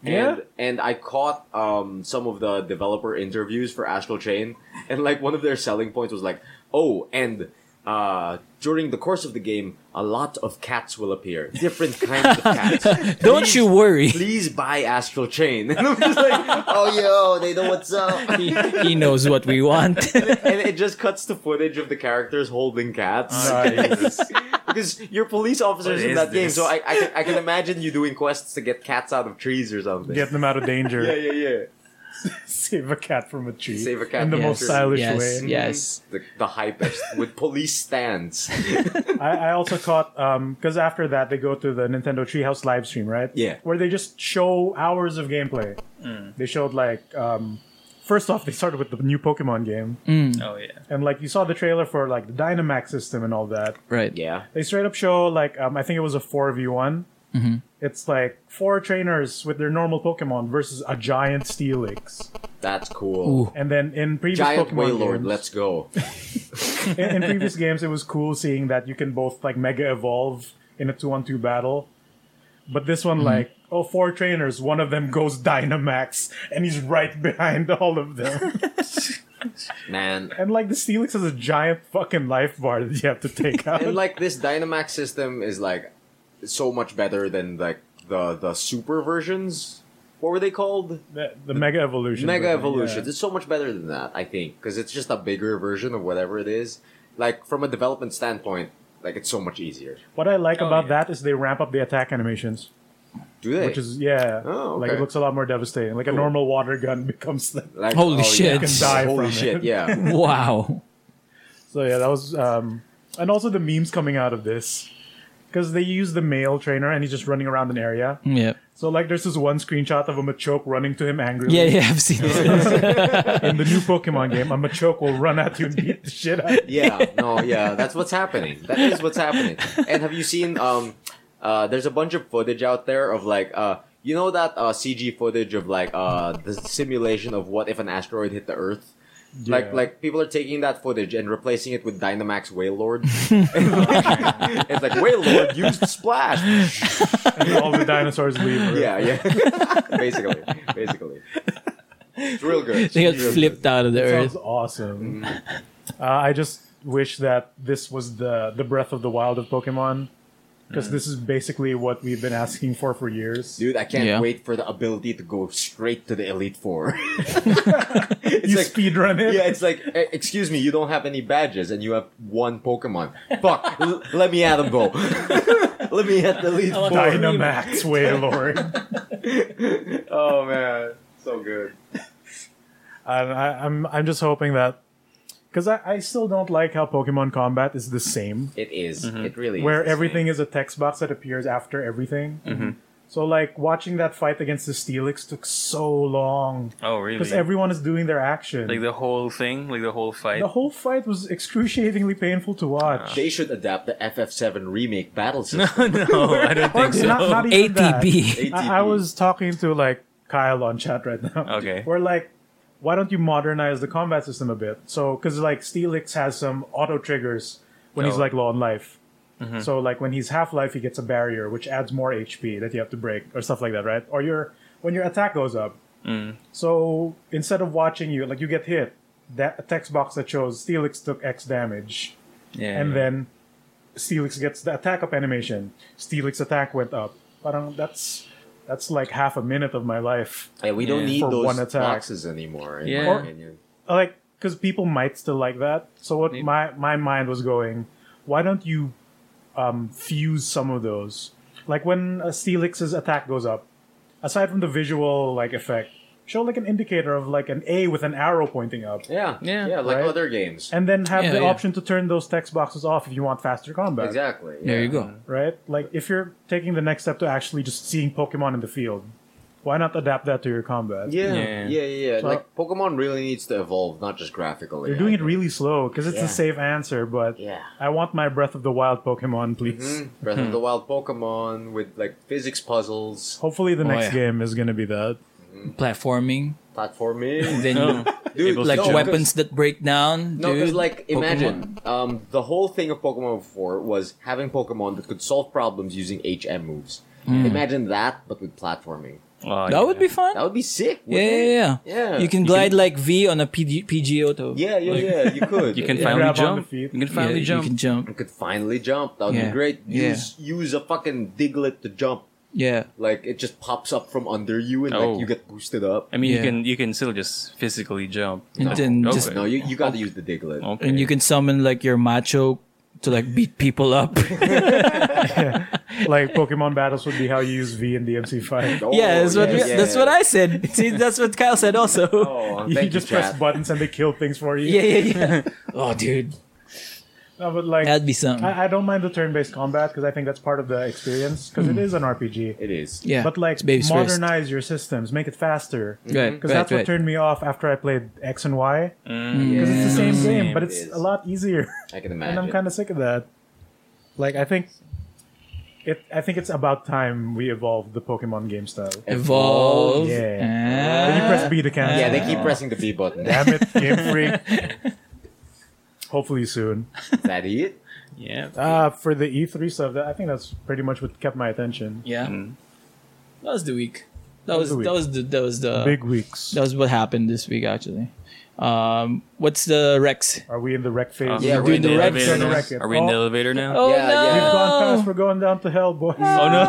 [SPEAKER 2] And,
[SPEAKER 3] Yeah?
[SPEAKER 2] and I caught um, some of the developer interviews for Astral Chain, and like one of their selling points was like, "Oh, and uh, during the course of the game, a lot of cats will appear, different kinds of cats.
[SPEAKER 1] Don't you worry.
[SPEAKER 2] Please buy Astral Chain." And I'm just like, "Oh, yo, they know what's up."
[SPEAKER 1] he, he knows what we want.
[SPEAKER 2] and it just cuts to footage of the characters holding cats.
[SPEAKER 3] Nice.
[SPEAKER 2] because you're police officers in
[SPEAKER 4] What is
[SPEAKER 2] that game,
[SPEAKER 4] this?
[SPEAKER 2] so I, I, can, I can imagine you doing quests to get cats out of trees or something.
[SPEAKER 3] Get them out of danger.
[SPEAKER 2] Yeah, yeah, yeah.
[SPEAKER 3] Save a cat from a tree.
[SPEAKER 2] Save a cat
[SPEAKER 3] In the
[SPEAKER 2] from a
[SPEAKER 3] most
[SPEAKER 2] tree.
[SPEAKER 3] stylish
[SPEAKER 1] yes,
[SPEAKER 3] way.
[SPEAKER 1] yes.
[SPEAKER 2] The, the hypest with police stands.
[SPEAKER 3] I, I also caught, because after that, they go to the Nintendo Treehouse live stream, right?
[SPEAKER 2] Yeah.
[SPEAKER 3] Where they just show hours of gameplay. They showed, like, um, first off, they started with the new Pokemon game.
[SPEAKER 4] oh yeah,
[SPEAKER 3] And, like, you saw the trailer for, like, the Dynamax system and all that.
[SPEAKER 1] Right.
[SPEAKER 2] Yeah.
[SPEAKER 3] they straight up show like um, I think it was a four v one. It's like four trainers with their normal Pokemon versus a giant Steelix,
[SPEAKER 2] That's cool.
[SPEAKER 1] Ooh.
[SPEAKER 3] and then in previous
[SPEAKER 2] Giant
[SPEAKER 3] Pokemon
[SPEAKER 2] Waylord,
[SPEAKER 3] games,
[SPEAKER 2] let's go.
[SPEAKER 3] in, in previous games, it was cool seeing that you can both like Mega Evolve in a two on two battle, but this one like oh four trainers, one of them goes Dynamax, and he's right behind all of them,
[SPEAKER 2] Man.
[SPEAKER 3] and like the Steelix has a giant fucking life bar that you have to take out.
[SPEAKER 2] And like this Dynamax system is like so much better than like the the super versions. What were they called?
[SPEAKER 3] the, the Mega Evolution,
[SPEAKER 2] Mega
[SPEAKER 3] version,
[SPEAKER 2] Evolution.
[SPEAKER 3] yeah.
[SPEAKER 2] It's so much better than that, I think, because it's just a bigger version of whatever it is. Like from a development standpoint, like it's so much easier.
[SPEAKER 3] What I like
[SPEAKER 4] Oh,
[SPEAKER 3] about
[SPEAKER 4] yeah.
[SPEAKER 3] that is they ramp up the attack animations.
[SPEAKER 2] Do they?
[SPEAKER 3] which is yeah,
[SPEAKER 2] Oh,
[SPEAKER 3] like it
[SPEAKER 2] okay.
[SPEAKER 3] looks a lot more devastating. Like a
[SPEAKER 2] Cool.
[SPEAKER 3] normal water gun becomes that.
[SPEAKER 2] like,
[SPEAKER 1] Holy shit.
[SPEAKER 2] oh, yeah.
[SPEAKER 1] Can
[SPEAKER 3] die
[SPEAKER 2] Holy
[SPEAKER 3] from
[SPEAKER 2] shit!
[SPEAKER 3] it.
[SPEAKER 2] Yeah,
[SPEAKER 1] Wow.
[SPEAKER 3] So yeah, that was, um, and also the memes coming out of this because they use the male trainer and he's just running around an area.
[SPEAKER 1] Yeah.
[SPEAKER 3] So like, there's this one screenshot of a Machoke running to him angrily.
[SPEAKER 1] Yeah, yeah, I've seen this.
[SPEAKER 3] In the new Pokemon game, a Machoke will run at you and beat the shit out. of you.
[SPEAKER 2] yeah, no, yeah. That's what's happening. That is what's happening. And have you seen um, Uh, there's a bunch of footage out there of like, uh, you know that uh, CG footage of like uh, the simulation of what if an asteroid hit the Earth. Like
[SPEAKER 3] Yeah.
[SPEAKER 2] like people are taking that footage and replacing it with Dynamax Wailord. it's like Wailord used splash.
[SPEAKER 3] And all the dinosaurs leave. Earth.
[SPEAKER 2] Yeah, yeah. basically, basically. It's real good. It's
[SPEAKER 1] They got
[SPEAKER 2] real
[SPEAKER 1] flipped out of the earth.
[SPEAKER 3] Sounds awesome.
[SPEAKER 2] Mm.
[SPEAKER 3] Uh, I just wish that this was the the Breath of the Wild of Pokemon, because
[SPEAKER 2] Mm.
[SPEAKER 3] this is basically what we've been asking for for years.
[SPEAKER 2] Good. Dude, I can't
[SPEAKER 1] Yeah.
[SPEAKER 2] wait for the ability to go straight to the Elite Four.
[SPEAKER 3] you
[SPEAKER 2] like-
[SPEAKER 3] speedrun it.
[SPEAKER 2] yeah, it's like, "Eh, excuse me, you don't have any badges and you have one Pokemon. Fuck, l- let me at them go. let me at the Elite
[SPEAKER 1] want
[SPEAKER 2] Four.
[SPEAKER 1] that.
[SPEAKER 3] Dynamax Wailord.
[SPEAKER 2] Oh man, so good.
[SPEAKER 3] I, I, I'm I'm just hoping that because I, I still don't like how Pokemon combat is the same,
[SPEAKER 2] It is. It really
[SPEAKER 3] where
[SPEAKER 2] is the
[SPEAKER 3] everything
[SPEAKER 2] same.
[SPEAKER 3] is a text box that appears after everything.
[SPEAKER 4] Mm-hmm.
[SPEAKER 3] So like watching that fight against the Steelix took so long
[SPEAKER 4] Oh,
[SPEAKER 3] because
[SPEAKER 4] really?
[SPEAKER 3] everyone is doing their action.
[SPEAKER 4] like the whole thing, like the whole fight.
[SPEAKER 3] the whole fight was excruciatingly painful to watch.
[SPEAKER 4] Ah.
[SPEAKER 2] They should adapt the FF7 remake battle system.
[SPEAKER 4] no, I don't think so.
[SPEAKER 3] Not, not even that.
[SPEAKER 1] ATB.
[SPEAKER 2] ATP.
[SPEAKER 3] I, I was talking to like Kyle on chat right now.
[SPEAKER 4] Okay.
[SPEAKER 3] We're like, why don't you modernize the combat system a bit? So, because like Steelix has some auto triggers when he's
[SPEAKER 4] Oh. Mm-hmm.
[SPEAKER 3] like low on life. So, like when he's half life, he gets a barrier which adds more HP that you have to break or stuff like that, right? Or your when your attack goes up.
[SPEAKER 4] Mm.
[SPEAKER 3] So instead of watching you, like you get hit, that text box that shows Steelix took X damage
[SPEAKER 4] Yeah.
[SPEAKER 3] and then Steelix gets the attack up animation. Steelix attack went up. Parang that's that's like half a minute of my life.
[SPEAKER 2] Yeah, we don't
[SPEAKER 4] Yeah.
[SPEAKER 2] need
[SPEAKER 3] For
[SPEAKER 2] those
[SPEAKER 3] one attack.
[SPEAKER 2] boxes anymore, in
[SPEAKER 4] Yeah.
[SPEAKER 2] my
[SPEAKER 4] Or-
[SPEAKER 2] opinion.
[SPEAKER 3] Like because people might still like that. So what
[SPEAKER 4] Maybe.
[SPEAKER 3] my my mind was going, why don't you um, fuse some of those? Like when a Steelix's attack goes up, aside from the visual like effect, show like an indicator of like an A with an arrow pointing up.
[SPEAKER 2] Yeah,
[SPEAKER 4] Yeah.
[SPEAKER 2] yeah, like
[SPEAKER 3] Right?
[SPEAKER 2] other games.
[SPEAKER 3] And then have
[SPEAKER 1] Yeah,
[SPEAKER 3] the
[SPEAKER 1] yeah.
[SPEAKER 3] option to turn those text boxes off if you want faster combat.
[SPEAKER 2] Exactly.
[SPEAKER 1] There
[SPEAKER 2] yeah.
[SPEAKER 1] you go.
[SPEAKER 3] right? Like if you're taking the next step to actually just seeing Pokemon in the field, why not adapt that to your combat?
[SPEAKER 2] Yeah, yeah,
[SPEAKER 4] Yeah.
[SPEAKER 2] yeah, yeah.
[SPEAKER 3] So-
[SPEAKER 2] like Pokemon really needs to evolve, not just graphically.
[SPEAKER 3] They're
[SPEAKER 2] I
[SPEAKER 3] doing it
[SPEAKER 2] think.
[SPEAKER 3] really slow because it's
[SPEAKER 2] Yeah.
[SPEAKER 3] the safe answer, but
[SPEAKER 2] Yeah.
[SPEAKER 3] I want my Breath of the Wild Pokemon, please.
[SPEAKER 2] Mhm. Breath
[SPEAKER 1] Hmm.
[SPEAKER 2] of the Wild Pokemon with like physics puzzles,
[SPEAKER 3] Hopefully, the
[SPEAKER 1] Oh,
[SPEAKER 3] next
[SPEAKER 1] yeah.
[SPEAKER 3] game is going to be that.
[SPEAKER 1] Platforming.
[SPEAKER 2] platforming.
[SPEAKER 1] Then
[SPEAKER 4] Oh.
[SPEAKER 2] Dude,
[SPEAKER 4] Able to
[SPEAKER 1] like
[SPEAKER 2] no, 'cause-
[SPEAKER 1] weapons that break down.
[SPEAKER 2] No, because
[SPEAKER 1] dude.
[SPEAKER 2] like
[SPEAKER 1] Pokemon.
[SPEAKER 2] imagine um, the whole thing of Pokemon before was having Pokemon that could solve problems using HM moves.
[SPEAKER 1] Hmm.
[SPEAKER 2] Imagine that, but with platforming.
[SPEAKER 4] Oh,
[SPEAKER 1] that would
[SPEAKER 4] yeah.
[SPEAKER 1] be fun.
[SPEAKER 2] That would be sick.
[SPEAKER 1] yeah,
[SPEAKER 2] wouldn't
[SPEAKER 1] yeah,
[SPEAKER 2] it?
[SPEAKER 1] yeah,
[SPEAKER 2] Yeah.
[SPEAKER 1] You can
[SPEAKER 4] You
[SPEAKER 1] glide
[SPEAKER 4] can-
[SPEAKER 1] like V on a PG, PGO though.
[SPEAKER 2] Yeah, yeah,
[SPEAKER 1] Like-
[SPEAKER 2] yeah. You could.
[SPEAKER 4] You can
[SPEAKER 2] Yeah.
[SPEAKER 4] finally
[SPEAKER 3] Grab on the
[SPEAKER 4] jump. You
[SPEAKER 3] feet.
[SPEAKER 4] can finally
[SPEAKER 1] yeah,
[SPEAKER 4] jump.
[SPEAKER 1] You can jump.
[SPEAKER 2] You could finally jump. That would
[SPEAKER 1] Yeah.
[SPEAKER 2] be great.
[SPEAKER 1] Yeah.
[SPEAKER 2] Use use a fucking diglet to jump.
[SPEAKER 1] Yeah.
[SPEAKER 2] Like it just pops up from under you and
[SPEAKER 4] Oh.
[SPEAKER 2] like you get boosted up.
[SPEAKER 4] I
[SPEAKER 1] Yeah.
[SPEAKER 4] mean, you can you can still just physically jump.
[SPEAKER 1] And then
[SPEAKER 4] Okay.
[SPEAKER 1] just-
[SPEAKER 2] No, you, you gotta use the diglet.
[SPEAKER 4] Okay.
[SPEAKER 1] And you can summon like your macho to like beat people up.
[SPEAKER 3] Like Pokemon battles would be how you use V in DMC5.
[SPEAKER 2] Oh,
[SPEAKER 1] yeah, that's what
[SPEAKER 2] yes,
[SPEAKER 1] we- that's
[SPEAKER 2] yes.
[SPEAKER 1] what I said. See, that's what Kyle said also.
[SPEAKER 2] Oh,
[SPEAKER 3] you
[SPEAKER 2] thank
[SPEAKER 3] just
[SPEAKER 2] you,
[SPEAKER 3] press
[SPEAKER 2] chat.
[SPEAKER 3] buttons and they kill things for you.
[SPEAKER 1] Yeah, yeah, yeah. oh, dude,
[SPEAKER 3] No, but like,
[SPEAKER 1] that'd be something.
[SPEAKER 3] I, I don't mind the turn-based combat because I think that's part of the experience because it is an RPG.
[SPEAKER 2] It is.
[SPEAKER 1] yeah,
[SPEAKER 3] But like,
[SPEAKER 1] it's baby's first.
[SPEAKER 3] modernize your systems, make it faster.
[SPEAKER 1] Right,
[SPEAKER 3] Because
[SPEAKER 1] right,
[SPEAKER 3] that's what
[SPEAKER 1] right.
[SPEAKER 3] turned me off after I played X and Y.
[SPEAKER 2] Yeah.
[SPEAKER 3] Because it's the same game, but
[SPEAKER 2] It
[SPEAKER 3] it's
[SPEAKER 2] is.
[SPEAKER 3] a lot easier,
[SPEAKER 2] I can
[SPEAKER 3] and
[SPEAKER 2] imagine.
[SPEAKER 3] I'm kind of sick of that. Like I think, it. I think it's about time we evolved the Pokemon game style.
[SPEAKER 1] evolve.
[SPEAKER 3] Yeah.
[SPEAKER 1] Ah.
[SPEAKER 3] Then you press B to cancel.
[SPEAKER 2] yeah, they keep pressing the B button. Is
[SPEAKER 3] Damn it, Game Freak. Hopefully soon.
[SPEAKER 2] that it?
[SPEAKER 4] yeah.
[SPEAKER 3] Uh, for the E3 stuff, that- I think that's pretty much what kept my attention.
[SPEAKER 1] Yeah.
[SPEAKER 4] Mm.
[SPEAKER 1] That was the week. That was
[SPEAKER 3] the week.
[SPEAKER 1] that was the that was the
[SPEAKER 3] Big weeks.
[SPEAKER 1] that was what happened this week actually. Um, what's the Rex?
[SPEAKER 3] Are we in the wreck phase?
[SPEAKER 4] Um,
[SPEAKER 2] Yeah,
[SPEAKER 4] are
[SPEAKER 2] we're
[SPEAKER 4] we
[SPEAKER 2] in
[SPEAKER 4] in the
[SPEAKER 2] the
[SPEAKER 4] elevator
[SPEAKER 3] wreck-
[SPEAKER 4] now?
[SPEAKER 3] wreck it.
[SPEAKER 4] Are we in the
[SPEAKER 3] Oh.
[SPEAKER 4] elevator now?
[SPEAKER 1] Oh
[SPEAKER 2] Yeah,
[SPEAKER 1] no!
[SPEAKER 2] yeah.
[SPEAKER 3] We've gone past. We're going down to hell, boys.
[SPEAKER 4] Oh no!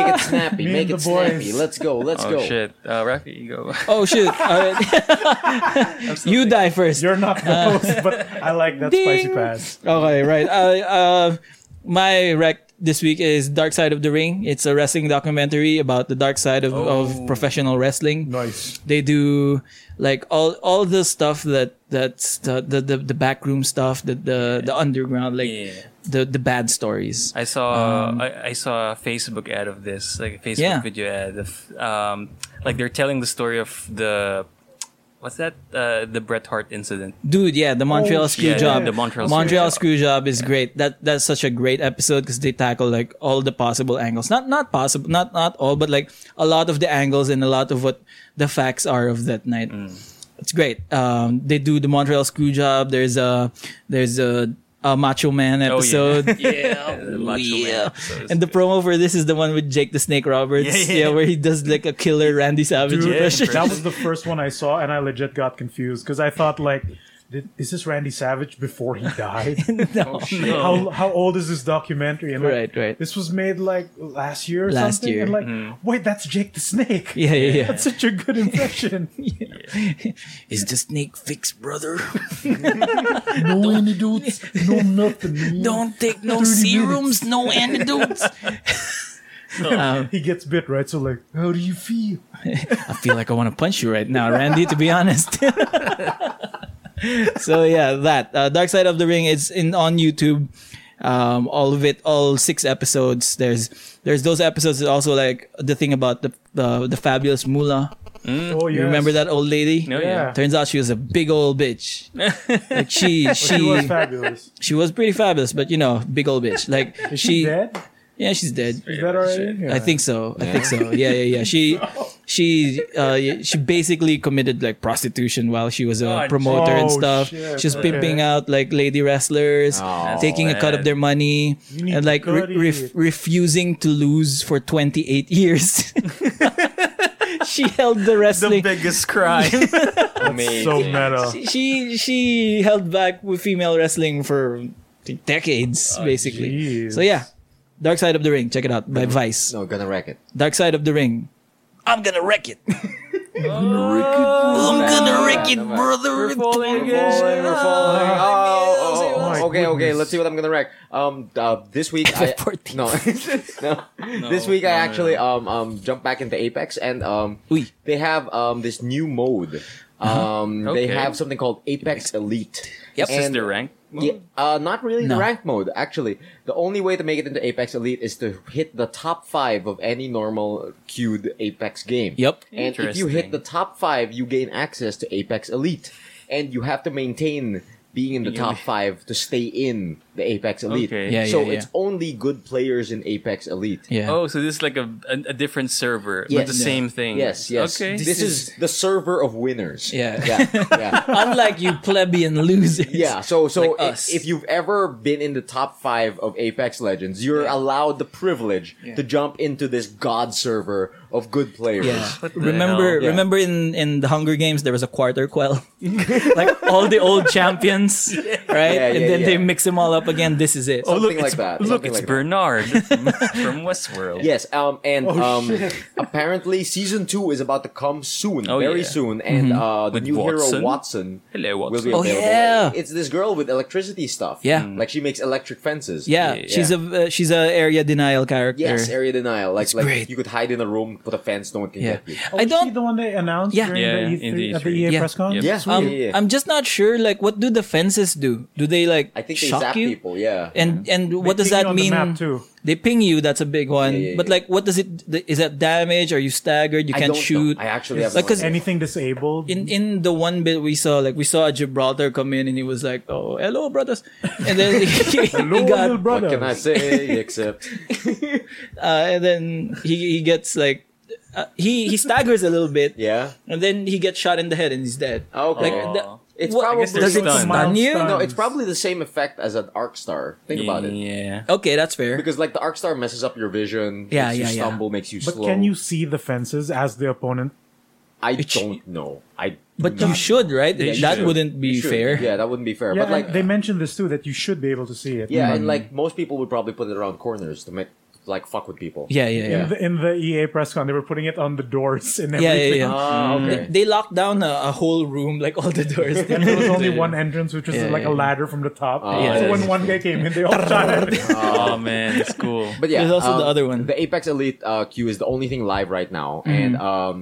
[SPEAKER 2] Make it snappy.
[SPEAKER 3] Me
[SPEAKER 2] make
[SPEAKER 3] and
[SPEAKER 2] it
[SPEAKER 3] the boys.
[SPEAKER 2] snappy. Let's go. Let's
[SPEAKER 4] oh
[SPEAKER 2] go.
[SPEAKER 4] shit! Uh, Rafi, you go.
[SPEAKER 1] Oh shit! All right. you die 1st
[SPEAKER 3] You're not the host, but I like that spicy
[SPEAKER 1] Ding.
[SPEAKER 3] pass.
[SPEAKER 1] Okay, right. Uh, uh, my rec this week is Dark Side of the Ring. It's a wrestling documentary about the dark side of, of professional wrestling.
[SPEAKER 3] Nice.
[SPEAKER 1] They do like all all the stuff that that's the the, the, the backroom stuff, the the, the underground, like
[SPEAKER 4] Yeah.
[SPEAKER 1] the the bad stories.
[SPEAKER 4] I saw
[SPEAKER 2] Um,
[SPEAKER 4] I, I saw a Facebook ad of this, like a Facebook
[SPEAKER 1] Yeah.
[SPEAKER 4] video ad of um, like they're telling the story of the what's that? Uh, the Bret Hart incident.
[SPEAKER 1] dude yeah the montreal
[SPEAKER 3] yeah,
[SPEAKER 1] screw
[SPEAKER 4] yeah,
[SPEAKER 1] job
[SPEAKER 4] the Montreal
[SPEAKER 1] montreal
[SPEAKER 4] Screwjob.
[SPEAKER 1] screw job is great that that's such a great episode because they tackle like all the possible angles not not possible not not all but like a lot of the angles and a lot of what the facts are of that night
[SPEAKER 4] Mm.
[SPEAKER 1] it's great um they do the montreal screw job there's a there's a, a macho man
[SPEAKER 4] Oh, yeah.
[SPEAKER 1] episode
[SPEAKER 4] Yeah, the Macho Man
[SPEAKER 1] yeah.
[SPEAKER 4] episode is
[SPEAKER 1] And the
[SPEAKER 4] good.
[SPEAKER 1] promo for this is the one with Jake the Snake Roberts.
[SPEAKER 4] Yeah,
[SPEAKER 1] Yeah,
[SPEAKER 4] yeah.
[SPEAKER 1] where he does like a killer Randy Savage
[SPEAKER 3] Dude,
[SPEAKER 1] impression.
[SPEAKER 3] that was the first one I saw, and I legit got confused because I thought like, did, is this Randy Savage before he died?
[SPEAKER 4] Oh,
[SPEAKER 1] No.
[SPEAKER 3] how how old is this documentary? And like,
[SPEAKER 1] Right, right.
[SPEAKER 3] This was made like last year. Or
[SPEAKER 1] Last
[SPEAKER 3] something?
[SPEAKER 1] year. Mm-hmm.
[SPEAKER 3] And like, wait, that's Jake the Snake.
[SPEAKER 1] Yeah, yeah, yeah.
[SPEAKER 3] That's such a good impression.
[SPEAKER 1] Is the snake fixed, brother?
[SPEAKER 3] no antidotes, no nothing. man.
[SPEAKER 1] Don't take no
[SPEAKER 3] 30
[SPEAKER 1] serums, no antidotes.
[SPEAKER 3] He gets bit, right? So like, how do you feel?
[SPEAKER 1] I feel like I want to punch you right now, Randy, to be honest. so yeah, that uh, Dark Side of the Ring is in on YouTube. Um, all of it, all six episodes. There's there's those episodes. that Also, like the thing about the the, the fabulous Mula.
[SPEAKER 3] Oh yeah.
[SPEAKER 1] Mm-hmm. You remember that old lady?
[SPEAKER 4] Oh, yeah.
[SPEAKER 3] Yeah.
[SPEAKER 1] Turns out she was a big old bitch. like she she
[SPEAKER 3] She was fabulous.
[SPEAKER 1] she was pretty fabulous, but you know, big old bitch. Like
[SPEAKER 3] Is
[SPEAKER 1] she
[SPEAKER 3] she dead?
[SPEAKER 1] yeah, she's dead.
[SPEAKER 3] Is that already?
[SPEAKER 1] I think so. I think so. Yeah, yeah, yeah. She she uh y- she basically committed like prostitution while she was a
[SPEAKER 4] Oh,
[SPEAKER 1] promoter and
[SPEAKER 3] oh,
[SPEAKER 1] stuff.
[SPEAKER 3] shit.
[SPEAKER 1] She was
[SPEAKER 3] Okay.
[SPEAKER 1] pimping out like lady wrestlers,
[SPEAKER 2] Oh,
[SPEAKER 1] taking a cut of
[SPEAKER 4] man.
[SPEAKER 1] their money
[SPEAKER 3] need
[SPEAKER 1] and like
[SPEAKER 3] to
[SPEAKER 1] re-
[SPEAKER 3] cut
[SPEAKER 1] ref-
[SPEAKER 3] it.
[SPEAKER 1] refusing to lose for 28 years. she held the
[SPEAKER 4] the
[SPEAKER 1] wrestling
[SPEAKER 4] biggest crime.
[SPEAKER 2] Amazing.
[SPEAKER 3] so meta.
[SPEAKER 1] she she held back with female wrestling for decades basically.
[SPEAKER 3] Oh, jeez.
[SPEAKER 1] So yeah, Dark Side of the Ring, check it out by Vice.
[SPEAKER 2] No, gonna wreck it.
[SPEAKER 1] Dark Side of the Ring. I'm gonna wreck it.
[SPEAKER 2] I'm
[SPEAKER 1] gonna wreck it, Ah,
[SPEAKER 2] brother. We're falling
[SPEAKER 4] again.
[SPEAKER 2] falling, we're falling. Oh, oh,
[SPEAKER 3] My
[SPEAKER 2] oh. okay, okay.
[SPEAKER 3] goodness.
[SPEAKER 2] Let's see what I'm gonna wreck. Um, uh, this week I
[SPEAKER 1] FF14.
[SPEAKER 2] no, no. This week I
[SPEAKER 4] no, no,
[SPEAKER 2] actually um um jump back into Apex and um
[SPEAKER 1] Uy.
[SPEAKER 2] they have um this new mode. Um,
[SPEAKER 4] Uh-huh. Okay.
[SPEAKER 2] they have something called Apex Elite.
[SPEAKER 1] Yep.
[SPEAKER 4] This is the rank.
[SPEAKER 2] Yeah, uh, not really
[SPEAKER 1] No.
[SPEAKER 2] the ranked mode. Actually, the only way to make it into Apex Elite is to hit the top five of any normal queued Apex game.
[SPEAKER 1] Yep.
[SPEAKER 2] And if you
[SPEAKER 4] Interesting.
[SPEAKER 2] hit the top five, you gain access to Apex Elite, and you have to maintain being in the top five to stay in the Apex Elite.
[SPEAKER 4] Okay.
[SPEAKER 1] Yeah,
[SPEAKER 2] so
[SPEAKER 1] yeah,
[SPEAKER 2] it's only good players in Apex Elite.
[SPEAKER 1] Yeah.
[SPEAKER 4] Oh, so this is like a a, a different server, but
[SPEAKER 2] Yes.
[SPEAKER 4] the
[SPEAKER 2] Yeah.
[SPEAKER 4] same thing.
[SPEAKER 2] Yes, yes.
[SPEAKER 4] Okay.
[SPEAKER 2] This, is, the server of winners.
[SPEAKER 1] Yeah.
[SPEAKER 2] yeah, yeah.
[SPEAKER 1] Unlike you plebeian losers.
[SPEAKER 2] Yeah, so so
[SPEAKER 1] Like
[SPEAKER 2] i-
[SPEAKER 1] us.
[SPEAKER 2] if you've ever been in the top five of Apex Legends, you're allowed the privilege to jump into this god server of good players.
[SPEAKER 1] Yeah.
[SPEAKER 4] the
[SPEAKER 1] Remember
[SPEAKER 4] hell?
[SPEAKER 2] Yeah.
[SPEAKER 1] remember in, in the Hunger Games there was a quarter quell. like all the old champions. Right?
[SPEAKER 2] Yeah,
[SPEAKER 1] and
[SPEAKER 2] yeah,
[SPEAKER 1] then they
[SPEAKER 2] yeah.
[SPEAKER 1] mix them all up again. This is it.
[SPEAKER 4] Oh, look,
[SPEAKER 2] Something like
[SPEAKER 4] it's-
[SPEAKER 2] that.
[SPEAKER 4] Look,
[SPEAKER 2] Something
[SPEAKER 4] it's
[SPEAKER 2] like that.
[SPEAKER 4] Bernard from, from Westworld.
[SPEAKER 2] Yes, um, and
[SPEAKER 3] Oh,
[SPEAKER 2] um,
[SPEAKER 3] shit.
[SPEAKER 2] apparently season two is about to come soon,
[SPEAKER 4] Oh,
[SPEAKER 2] very
[SPEAKER 4] yeah.
[SPEAKER 2] soon, and uh, the
[SPEAKER 4] With
[SPEAKER 2] new
[SPEAKER 4] Watson.
[SPEAKER 2] hero Watson
[SPEAKER 4] Hello,
[SPEAKER 2] will
[SPEAKER 4] Watson.
[SPEAKER 2] be
[SPEAKER 1] Oh,
[SPEAKER 2] available.
[SPEAKER 1] yeah.
[SPEAKER 2] It's this girl with electricity stuff.
[SPEAKER 1] Yeah. Mm.
[SPEAKER 2] like she makes electric fences.
[SPEAKER 1] yeah,
[SPEAKER 4] yeah.
[SPEAKER 1] she's a uh, she's a area denial character.
[SPEAKER 2] Yes, area denial. Like, like
[SPEAKER 1] great.
[SPEAKER 2] you could hide in a room, put a fence, no one can
[SPEAKER 1] Yeah.
[SPEAKER 2] get you.
[SPEAKER 1] I don't
[SPEAKER 3] See Oh, the one they announced
[SPEAKER 1] Yeah.
[SPEAKER 3] during
[SPEAKER 4] Yeah,
[SPEAKER 3] the
[SPEAKER 4] in
[SPEAKER 3] E3,
[SPEAKER 4] the
[SPEAKER 3] at the
[SPEAKER 4] E3.
[SPEAKER 3] EA
[SPEAKER 1] Yeah.
[SPEAKER 3] press con.
[SPEAKER 4] Yeah.
[SPEAKER 2] Yeah,
[SPEAKER 1] Um,
[SPEAKER 2] yeah, yeah.
[SPEAKER 1] I'm just not sure. Like, what do the fences do? Do they like
[SPEAKER 2] I think they
[SPEAKER 1] shock
[SPEAKER 2] zap
[SPEAKER 1] you?
[SPEAKER 2] people. Yeah,
[SPEAKER 1] And and what does
[SPEAKER 3] ping you
[SPEAKER 1] that
[SPEAKER 3] on the
[SPEAKER 1] mean?
[SPEAKER 3] map, too.
[SPEAKER 1] They ping you. That's a big one.
[SPEAKER 2] Yeah, yeah,
[SPEAKER 1] But
[SPEAKER 2] yeah.
[SPEAKER 1] like, what does it? th- Is that damage? Are you staggered? You
[SPEAKER 2] I
[SPEAKER 1] can't
[SPEAKER 2] don't
[SPEAKER 1] shoot.
[SPEAKER 2] know. I actually have
[SPEAKER 1] Like,
[SPEAKER 2] no
[SPEAKER 1] 'cause
[SPEAKER 2] idea.
[SPEAKER 3] Anything disabled?
[SPEAKER 1] in in the one bit we saw, like we saw Gibraltar come in and he was like, "Oh, hello, brothers," and then he, he
[SPEAKER 3] Hello,
[SPEAKER 1] got
[SPEAKER 3] little brother.
[SPEAKER 2] What can I say except
[SPEAKER 1] uh, and then he, he gets like uh, he he staggers a little bit,
[SPEAKER 2] yeah?
[SPEAKER 1] and then he gets shot in the head and he's dead.
[SPEAKER 4] Oh,
[SPEAKER 2] Okay.
[SPEAKER 1] Like, the-
[SPEAKER 2] it's
[SPEAKER 1] what-
[SPEAKER 2] probably
[SPEAKER 4] guess there's
[SPEAKER 1] does it
[SPEAKER 4] stun.
[SPEAKER 1] stun you?
[SPEAKER 3] Mild
[SPEAKER 2] no,
[SPEAKER 3] stun.
[SPEAKER 2] it's probably the same effect as an arc star. Think about it.
[SPEAKER 4] Yeah.
[SPEAKER 1] Okay, that's fair.
[SPEAKER 2] Because like the arc star messes up your vision,
[SPEAKER 1] Yeah,
[SPEAKER 2] makes
[SPEAKER 1] yeah,
[SPEAKER 2] you
[SPEAKER 1] yeah.
[SPEAKER 2] stumble, makes you
[SPEAKER 3] But
[SPEAKER 2] slow.
[SPEAKER 3] can you see the fences as the opponent?
[SPEAKER 2] I
[SPEAKER 1] It sh-
[SPEAKER 2] don't know. I do
[SPEAKER 1] but you
[SPEAKER 2] not-
[SPEAKER 1] should, right?
[SPEAKER 4] They
[SPEAKER 1] That
[SPEAKER 4] should.
[SPEAKER 1] wouldn't
[SPEAKER 2] you
[SPEAKER 1] be
[SPEAKER 2] should.
[SPEAKER 1] fair.
[SPEAKER 2] Yeah, that wouldn't be fair.
[SPEAKER 3] Yeah,
[SPEAKER 2] but like
[SPEAKER 3] and they mentioned this too that you should be able to see it.
[SPEAKER 2] yeah, and like most people would probably put it around corners to make like fuck with people.
[SPEAKER 1] yeah, yeah. yeah.
[SPEAKER 3] in, the, in the EA press con, they were putting it on the doors and
[SPEAKER 1] Yeah, yeah,
[SPEAKER 3] everything.
[SPEAKER 1] yeah.
[SPEAKER 2] Ah, okay.
[SPEAKER 1] They locked down a, a whole room, like all the doors.
[SPEAKER 3] And there was only one entrance, which was
[SPEAKER 1] Yeah,
[SPEAKER 3] like
[SPEAKER 1] yeah,
[SPEAKER 3] a
[SPEAKER 1] yeah.
[SPEAKER 3] ladder from the top.
[SPEAKER 2] Yeah.
[SPEAKER 3] so when one guy came in, they all shot at him.
[SPEAKER 4] Oh man, it's cool.
[SPEAKER 2] But yeah,
[SPEAKER 1] There's also
[SPEAKER 2] um,
[SPEAKER 1] the other one. Mm-hmm.
[SPEAKER 2] The Apex Elite uh, queue is the only thing live right now, and um,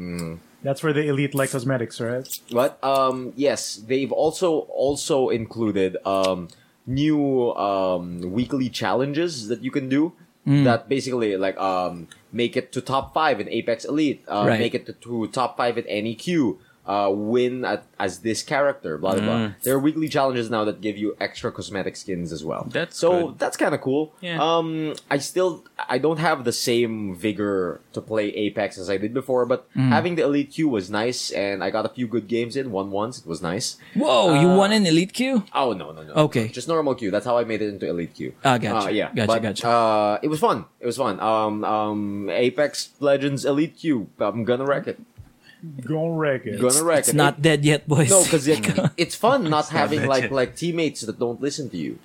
[SPEAKER 3] That's where the elite like cosmetics, right?
[SPEAKER 2] What? Um, yes, they've also also included um, new um, weekly challenges that you can do
[SPEAKER 1] Mm.
[SPEAKER 2] that basically like um, make it to top five in Apex Elite, uh,
[SPEAKER 1] Right.
[SPEAKER 2] make it to, to top five in any queue, uh, win at, as this character, blah, blah, blah.
[SPEAKER 1] Mm.
[SPEAKER 2] There are weekly challenges now that give you extra cosmetic skins as well.
[SPEAKER 4] That's
[SPEAKER 2] so
[SPEAKER 4] good.
[SPEAKER 2] that's kind of cool.
[SPEAKER 4] Yeah.
[SPEAKER 2] Um, I still, I don't have the same vigor to play Apex as I did before, but having the Elite Q was nice, and I got a few good games in, won once, it was nice.
[SPEAKER 1] Whoa, you won an elite queue?
[SPEAKER 2] Oh no, no, no.
[SPEAKER 1] Okay.
[SPEAKER 2] Just normal queue. That's how I made it into elite queue.
[SPEAKER 1] Ah, gotcha.
[SPEAKER 2] Uh, yeah,
[SPEAKER 1] Gotcha,
[SPEAKER 2] But,
[SPEAKER 1] gotcha.
[SPEAKER 2] Uh, it was fun. It was fun. Um, um, Apex Legends elite queue. I'm gonna wreck it.
[SPEAKER 3] Gonna wreck it.
[SPEAKER 2] Gonna wreck
[SPEAKER 1] It's
[SPEAKER 2] it.
[SPEAKER 1] not
[SPEAKER 2] It-
[SPEAKER 1] dead yet, boys.
[SPEAKER 2] no, because it's fun not having
[SPEAKER 4] not
[SPEAKER 2] like
[SPEAKER 4] legit.
[SPEAKER 2] like teammates that don't listen to you.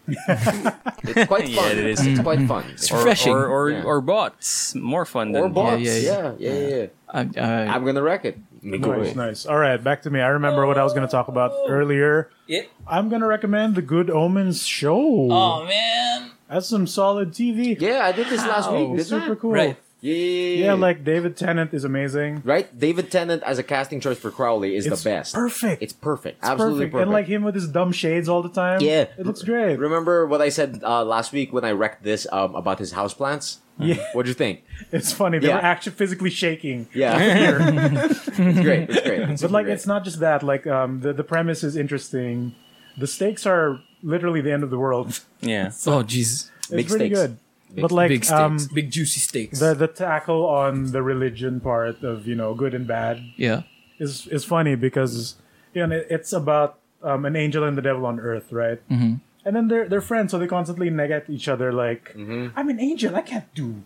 [SPEAKER 2] it's quite fun.
[SPEAKER 4] Yeah, it is.
[SPEAKER 2] It's quite fun. It's
[SPEAKER 4] Or,
[SPEAKER 1] refreshing.
[SPEAKER 4] or, or,
[SPEAKER 2] Yeah.
[SPEAKER 4] or bots. More fun
[SPEAKER 2] or
[SPEAKER 4] than
[SPEAKER 2] bots.
[SPEAKER 1] yeah,
[SPEAKER 2] Yeah
[SPEAKER 1] yeah.
[SPEAKER 2] yeah yeah, yeah,
[SPEAKER 1] I, I-
[SPEAKER 2] I'm gonna wreck it.
[SPEAKER 3] Nice, nice. All right, back to me. I remember what I was going to talk about earlier.
[SPEAKER 1] Oh. Yeah.
[SPEAKER 3] I'm going to recommend the Good Omens show.
[SPEAKER 1] Oh man.
[SPEAKER 3] That's some solid TV.
[SPEAKER 2] Yeah, I did this last week.
[SPEAKER 3] It's
[SPEAKER 2] didn't I?
[SPEAKER 3] super cool.
[SPEAKER 1] Oh. Right.
[SPEAKER 2] Yeah, yeah, yeah,
[SPEAKER 3] Yeah, like David Tennant is amazing.
[SPEAKER 2] right. David Tennant as a casting choice for Crowley is
[SPEAKER 3] It's
[SPEAKER 2] the best.
[SPEAKER 3] perfect.
[SPEAKER 2] It's perfect. Absolutely perfect.
[SPEAKER 3] And like him with his dumb shades all the time.
[SPEAKER 2] Yeah.
[SPEAKER 3] It looks great.
[SPEAKER 2] Remember what I said uh, last week when I wrecked this um, about his houseplants?
[SPEAKER 3] Yeah.
[SPEAKER 2] What'd you think?
[SPEAKER 3] It's funny. They
[SPEAKER 2] Yeah.
[SPEAKER 3] were actually physically shaking.
[SPEAKER 2] Yeah,
[SPEAKER 3] Here.
[SPEAKER 2] it's great. It's great. It's
[SPEAKER 3] but like
[SPEAKER 2] great.
[SPEAKER 3] it's not just that. Like um the, the premise is interesting. The stakes are literally the end of the world.
[SPEAKER 4] Yeah.
[SPEAKER 1] Oh jeez.
[SPEAKER 3] It's
[SPEAKER 2] Big
[SPEAKER 3] pretty
[SPEAKER 2] stakes.
[SPEAKER 3] good.
[SPEAKER 2] Big-
[SPEAKER 3] but like
[SPEAKER 1] Big stakes.
[SPEAKER 3] um
[SPEAKER 1] Big juicy stakes.
[SPEAKER 3] the the tackle on the religion part of, you know, good and bad
[SPEAKER 1] yeah.
[SPEAKER 3] is is funny because you know it- it's about um, an angel and the devil on earth, right? Mm-hmm. And then they're they're friends, so they constantly nag at each other like, "I'm an angel, I can't do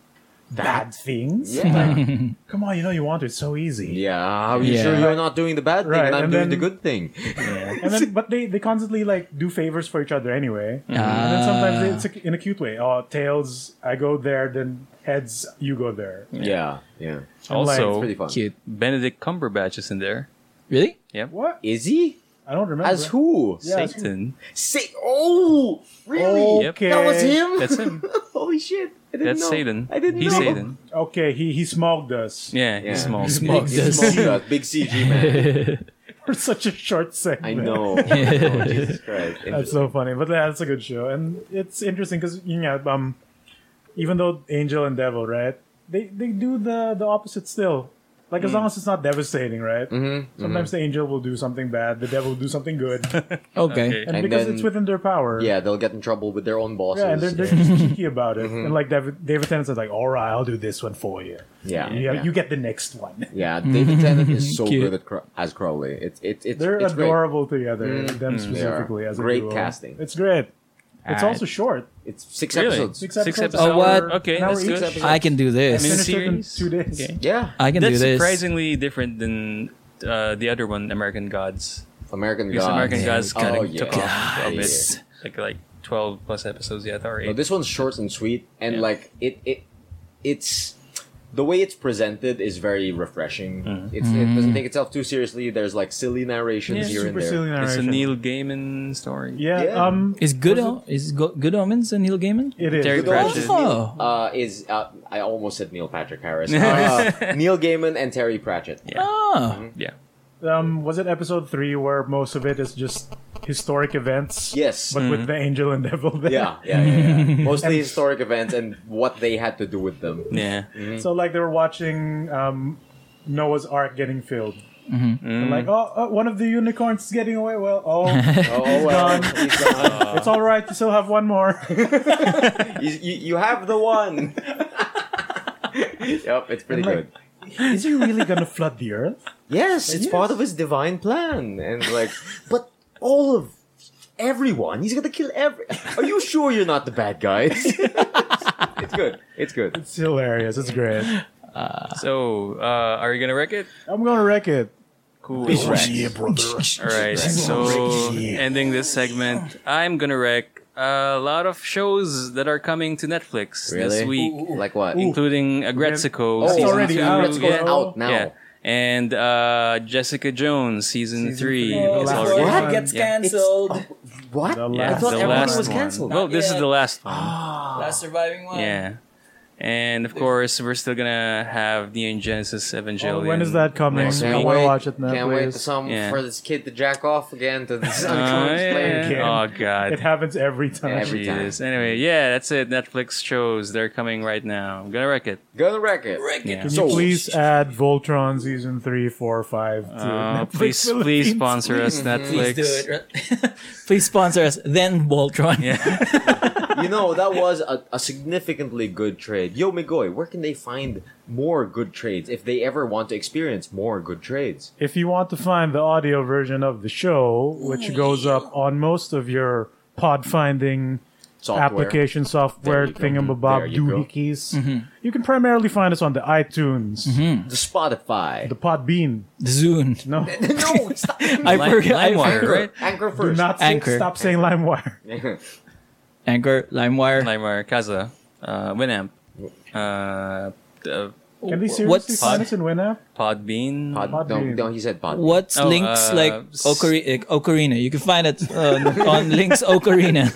[SPEAKER 3] bad things."
[SPEAKER 2] Mm-hmm. Yeah.
[SPEAKER 3] Come on, you know you want it it's so easy.
[SPEAKER 2] yeah. Are you
[SPEAKER 1] Yeah.
[SPEAKER 2] sure you're not doing the bad thing
[SPEAKER 3] Right,
[SPEAKER 2] and I'm
[SPEAKER 3] and
[SPEAKER 2] doing the
[SPEAKER 3] then-
[SPEAKER 2] good thing?
[SPEAKER 3] And then, but they they constantly like do favors for each other anyway. And then sometimes they- it's a, in a cute way. Oh, tails, I go there. Then heads, you go there.
[SPEAKER 2] Yeah. Yeah.
[SPEAKER 3] I'm like,
[SPEAKER 4] Also-
[SPEAKER 2] It's pretty fun.
[SPEAKER 1] Cute.
[SPEAKER 4] Benedict Cumberbatch is in there.
[SPEAKER 1] Really?
[SPEAKER 3] what?
[SPEAKER 2] Is he?
[SPEAKER 3] I don't remember.
[SPEAKER 2] As who?
[SPEAKER 3] Yeah. Yes.
[SPEAKER 4] Satan.
[SPEAKER 2] Say, oh, really?
[SPEAKER 4] Yep.
[SPEAKER 3] Okay.
[SPEAKER 2] That was him?
[SPEAKER 4] That's him.
[SPEAKER 2] Holy shit. I didn't
[SPEAKER 4] That's
[SPEAKER 2] know.
[SPEAKER 4] Satan.
[SPEAKER 2] I didn't
[SPEAKER 4] He's
[SPEAKER 2] know.
[SPEAKER 4] Satan.
[SPEAKER 3] Okay, he he smogged us
[SPEAKER 4] Yeah,
[SPEAKER 2] Yeah.
[SPEAKER 4] he's small.
[SPEAKER 1] He's
[SPEAKER 2] Big,
[SPEAKER 1] Smog does.
[SPEAKER 2] smog, big CG man.
[SPEAKER 3] for such a short segment.
[SPEAKER 2] I know. oh, Jesus Christ.
[SPEAKER 3] That's so funny, but that's a good show, and it's interesting because you know, um, even though Angel and Devil, right? They they do the the opposite still. Like
[SPEAKER 2] Mm.
[SPEAKER 3] as long as it's not devastating, right? Mm-hmm, Sometimes the angel will do something bad, the devil will do something good, and,
[SPEAKER 1] Okay.
[SPEAKER 4] Okay.
[SPEAKER 2] And
[SPEAKER 3] because
[SPEAKER 2] then-
[SPEAKER 3] it's within their power,
[SPEAKER 2] Yeah, they'll get in trouble with their own bosses.
[SPEAKER 3] yeah, and they're, they're just cheeky about it.
[SPEAKER 2] Mm-hmm.
[SPEAKER 3] And like David, David Tennant's like, "All right, I'll do this one for you.
[SPEAKER 2] Yeah,
[SPEAKER 3] you, you get the next one."
[SPEAKER 2] Yeah, David Tennant is so
[SPEAKER 1] Cute.
[SPEAKER 2] good at Crow- as Crowley. It's it's it's
[SPEAKER 3] They're
[SPEAKER 2] it's Mm-hmm.
[SPEAKER 3] adorable together, them
[SPEAKER 2] they are.
[SPEAKER 3] specifically as a
[SPEAKER 2] Great
[SPEAKER 3] duo.
[SPEAKER 2] casting.
[SPEAKER 3] It's great. It's
[SPEAKER 1] Alright.
[SPEAKER 3] also short.
[SPEAKER 2] Great. It's six
[SPEAKER 4] Really?
[SPEAKER 2] episodes.
[SPEAKER 3] Six
[SPEAKER 4] Six
[SPEAKER 3] episodes.
[SPEAKER 1] Oh,
[SPEAKER 4] episodes.
[SPEAKER 1] what?
[SPEAKER 4] Okay,
[SPEAKER 3] An hour
[SPEAKER 4] that's
[SPEAKER 3] each.
[SPEAKER 4] good.
[SPEAKER 2] episodes.
[SPEAKER 1] I can do this.
[SPEAKER 3] Finished it in
[SPEAKER 4] Miniseries?
[SPEAKER 3] two days.
[SPEAKER 4] Okay.
[SPEAKER 2] Yeah,
[SPEAKER 1] I can do
[SPEAKER 4] That's
[SPEAKER 1] this.
[SPEAKER 4] surprisingly different than uh, the other one, American Gods.
[SPEAKER 2] American
[SPEAKER 4] Because
[SPEAKER 2] Gods.
[SPEAKER 4] American Gods
[SPEAKER 2] Oh,
[SPEAKER 4] kind of
[SPEAKER 2] yeah.
[SPEAKER 4] took off a bit.
[SPEAKER 1] Gods.
[SPEAKER 4] Like like twelve plus episodes yet, or
[SPEAKER 2] No,
[SPEAKER 4] eight.
[SPEAKER 2] this one's short and sweet, and
[SPEAKER 4] Yeah.
[SPEAKER 2] like it it it's the way it's presented is very refreshing.
[SPEAKER 4] Mm-hmm.
[SPEAKER 2] It's, it doesn't take itself too seriously. There's like silly narrations here
[SPEAKER 4] Yeah,
[SPEAKER 2] and
[SPEAKER 3] Mm-hmm. Super
[SPEAKER 2] there.
[SPEAKER 3] silly
[SPEAKER 4] it's a
[SPEAKER 3] narration.
[SPEAKER 4] Neil Gaiman story.
[SPEAKER 3] Yeah,
[SPEAKER 2] Yeah.
[SPEAKER 3] um,
[SPEAKER 1] Is good o-
[SPEAKER 3] Was it-
[SPEAKER 1] is go- good omens a Neil Gaiman?
[SPEAKER 3] it is.
[SPEAKER 4] Terry
[SPEAKER 2] Good old
[SPEAKER 4] Pratchett.
[SPEAKER 1] Oh.
[SPEAKER 2] Uh, is uh, I almost said Neil Patrick Harris, uh, Neil Gaiman and Terry Pratchett.
[SPEAKER 1] Oh.
[SPEAKER 4] Yeah.
[SPEAKER 3] Um, was it episode three where most of it is just historic events?
[SPEAKER 2] Yes,
[SPEAKER 3] but
[SPEAKER 4] Mm-hmm.
[SPEAKER 3] with the angel and devil there.
[SPEAKER 2] yeah, yeah, yeah, yeah. mostly historic events and what they had to do with them.
[SPEAKER 4] Yeah.
[SPEAKER 3] So like they were watching um, Noah's Ark getting filled.
[SPEAKER 4] Mm-hmm. Mm.
[SPEAKER 3] And like, oh, oh, one of the unicorns is getting away. Well, oh,
[SPEAKER 2] Oh well, he's gone.
[SPEAKER 3] it's all right. You still have one more.
[SPEAKER 2] you, you, you have the one. yep, it's pretty
[SPEAKER 3] I'm like-
[SPEAKER 2] good.
[SPEAKER 3] is he really gonna flood the earth?
[SPEAKER 2] Yes, it's part of his divine plan, and like, but all of everyone, he's gonna kill every. Are you sure you're not the bad guys? it's good. It's good.
[SPEAKER 3] It's hilarious. It's great.
[SPEAKER 4] So, uh, are you gonna wreck it?
[SPEAKER 3] I'm gonna wreck it.
[SPEAKER 4] Cool.
[SPEAKER 3] Yeah, brother.
[SPEAKER 4] All right. So, ending this segment, I'm gonna wreck a lot of shows that are coming to Netflix this week,
[SPEAKER 2] Like what?
[SPEAKER 4] including Agretzico
[SPEAKER 2] Oh,
[SPEAKER 4] season
[SPEAKER 3] already
[SPEAKER 4] two.
[SPEAKER 3] out.
[SPEAKER 2] Let's go
[SPEAKER 4] Yeah.
[SPEAKER 2] out now.
[SPEAKER 4] Yeah. And uh, Jessica Jones season, three.
[SPEAKER 3] three.
[SPEAKER 4] It's
[SPEAKER 3] Last
[SPEAKER 4] already
[SPEAKER 2] one.
[SPEAKER 4] out.
[SPEAKER 1] gets
[SPEAKER 4] Yeah.
[SPEAKER 1] canceled.
[SPEAKER 2] What?
[SPEAKER 3] The
[SPEAKER 2] I
[SPEAKER 3] last
[SPEAKER 2] thought
[SPEAKER 3] one.
[SPEAKER 2] everything
[SPEAKER 4] last
[SPEAKER 2] was
[SPEAKER 4] one.
[SPEAKER 2] canceled.
[SPEAKER 4] Well, this is
[SPEAKER 3] Ah.
[SPEAKER 1] yet.
[SPEAKER 4] the last one.
[SPEAKER 1] Last surviving one.
[SPEAKER 4] Yeah. And of course, we're still gonna have Neon Genesis Evangelion.
[SPEAKER 3] Oh, when is that coming?
[SPEAKER 4] next
[SPEAKER 3] I
[SPEAKER 4] week.
[SPEAKER 3] want to watch it now.
[SPEAKER 5] Can't wait to
[SPEAKER 3] please.
[SPEAKER 5] some
[SPEAKER 4] Yeah.
[SPEAKER 5] for this kid to jack off again to
[SPEAKER 3] Oh,
[SPEAKER 5] this
[SPEAKER 4] Uh,
[SPEAKER 5] unexplained.
[SPEAKER 4] yeah.
[SPEAKER 3] Again.
[SPEAKER 4] Oh god.
[SPEAKER 3] It happens every time.
[SPEAKER 5] Every-
[SPEAKER 4] Jesus. Anyway, yeah, that's it. Netflix shows they're coming right now. I'm gonna wreck it.
[SPEAKER 2] Gonna wreck it.
[SPEAKER 4] Yeah.
[SPEAKER 3] Can
[SPEAKER 2] So-
[SPEAKER 3] you please add Voltron season three, four, five? To
[SPEAKER 4] Uh,
[SPEAKER 3] Netflix
[SPEAKER 4] please, please
[SPEAKER 3] Philippines?
[SPEAKER 4] sponsor us, Netflix.
[SPEAKER 1] Please do it. Please sponsor us, then Voltron.
[SPEAKER 4] Yeah.
[SPEAKER 2] You know, that was a, a significantly good trade. Yo, Migoy, where can they find more good trades if they ever want to experience more good trades?
[SPEAKER 3] If you want to find the audio version of the show, which goes up on most of your pod finding
[SPEAKER 2] Software.
[SPEAKER 3] application
[SPEAKER 2] There
[SPEAKER 3] software
[SPEAKER 2] you go. There
[SPEAKER 3] thingamabob
[SPEAKER 2] you go.
[SPEAKER 3] doohickeys, mm-hmm. you can primarily find us on the iTunes,
[SPEAKER 4] Mm-hmm.
[SPEAKER 2] The Spotify.
[SPEAKER 3] the Podbean.
[SPEAKER 1] Zune.
[SPEAKER 3] No,
[SPEAKER 2] no, stop.
[SPEAKER 1] I
[SPEAKER 4] Lime-
[SPEAKER 1] forget. I
[SPEAKER 4] LimeWire,
[SPEAKER 1] forgot.
[SPEAKER 4] right?
[SPEAKER 2] Anchor
[SPEAKER 3] do
[SPEAKER 2] first.
[SPEAKER 3] not say-
[SPEAKER 1] Anchor.
[SPEAKER 3] stop saying LimeWire.
[SPEAKER 1] Anchor, LimeWire.
[SPEAKER 4] LimeWire, Kaza, uh, Winamp, uh, uh,
[SPEAKER 3] Can they
[SPEAKER 1] Wh-
[SPEAKER 3] seriously
[SPEAKER 1] what's-
[SPEAKER 3] find us in Winamp?
[SPEAKER 4] Podbean.
[SPEAKER 2] Pod, no, no, he said pod.
[SPEAKER 1] What's
[SPEAKER 4] Oh,
[SPEAKER 1] links
[SPEAKER 4] uh,
[SPEAKER 1] like
[SPEAKER 4] s-
[SPEAKER 1] Ocarina? eh, Ocarina. You can find it uh, on, on links Ocarina.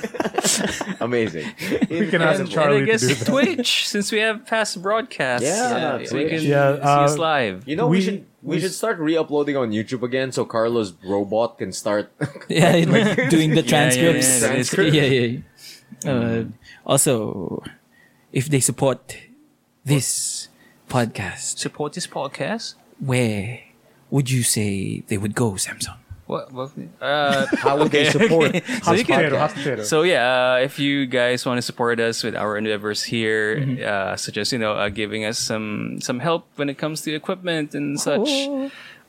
[SPEAKER 2] Amazing.
[SPEAKER 3] We can
[SPEAKER 2] Incredible.
[SPEAKER 3] ask
[SPEAKER 4] and
[SPEAKER 3] Charlie
[SPEAKER 4] I
[SPEAKER 3] to
[SPEAKER 4] guess
[SPEAKER 3] do that.
[SPEAKER 4] Twitch, since we have past broadcasts,
[SPEAKER 2] Yeah,
[SPEAKER 4] we
[SPEAKER 2] Twitch.
[SPEAKER 4] can
[SPEAKER 3] Yeah,
[SPEAKER 4] see us
[SPEAKER 3] uh,
[SPEAKER 4] live.
[SPEAKER 2] You know, we,
[SPEAKER 3] We-
[SPEAKER 2] should we,
[SPEAKER 3] we
[SPEAKER 2] should
[SPEAKER 3] s-
[SPEAKER 2] start re-uploading on YouTube again so Carlos robot can start.
[SPEAKER 1] yeah, like doing the
[SPEAKER 4] Yeah, yeah, yeah,
[SPEAKER 1] transcripts.
[SPEAKER 4] that is true.
[SPEAKER 1] Yeah, yeah. Uh, also, if they support this podcast,
[SPEAKER 4] Support this podcast.
[SPEAKER 1] where would you say they would go, Samsung?
[SPEAKER 4] What? what uh,
[SPEAKER 2] How would they
[SPEAKER 4] okay,
[SPEAKER 2] support?
[SPEAKER 4] okay. So
[SPEAKER 3] Hot
[SPEAKER 4] you can-
[SPEAKER 3] potato, hot potato.
[SPEAKER 4] So yeah, uh, if you guys want to support us with our endeavors here,
[SPEAKER 1] Mm-hmm.
[SPEAKER 4] uh, such as you know uh, giving us some some help when it comes to equipment and such,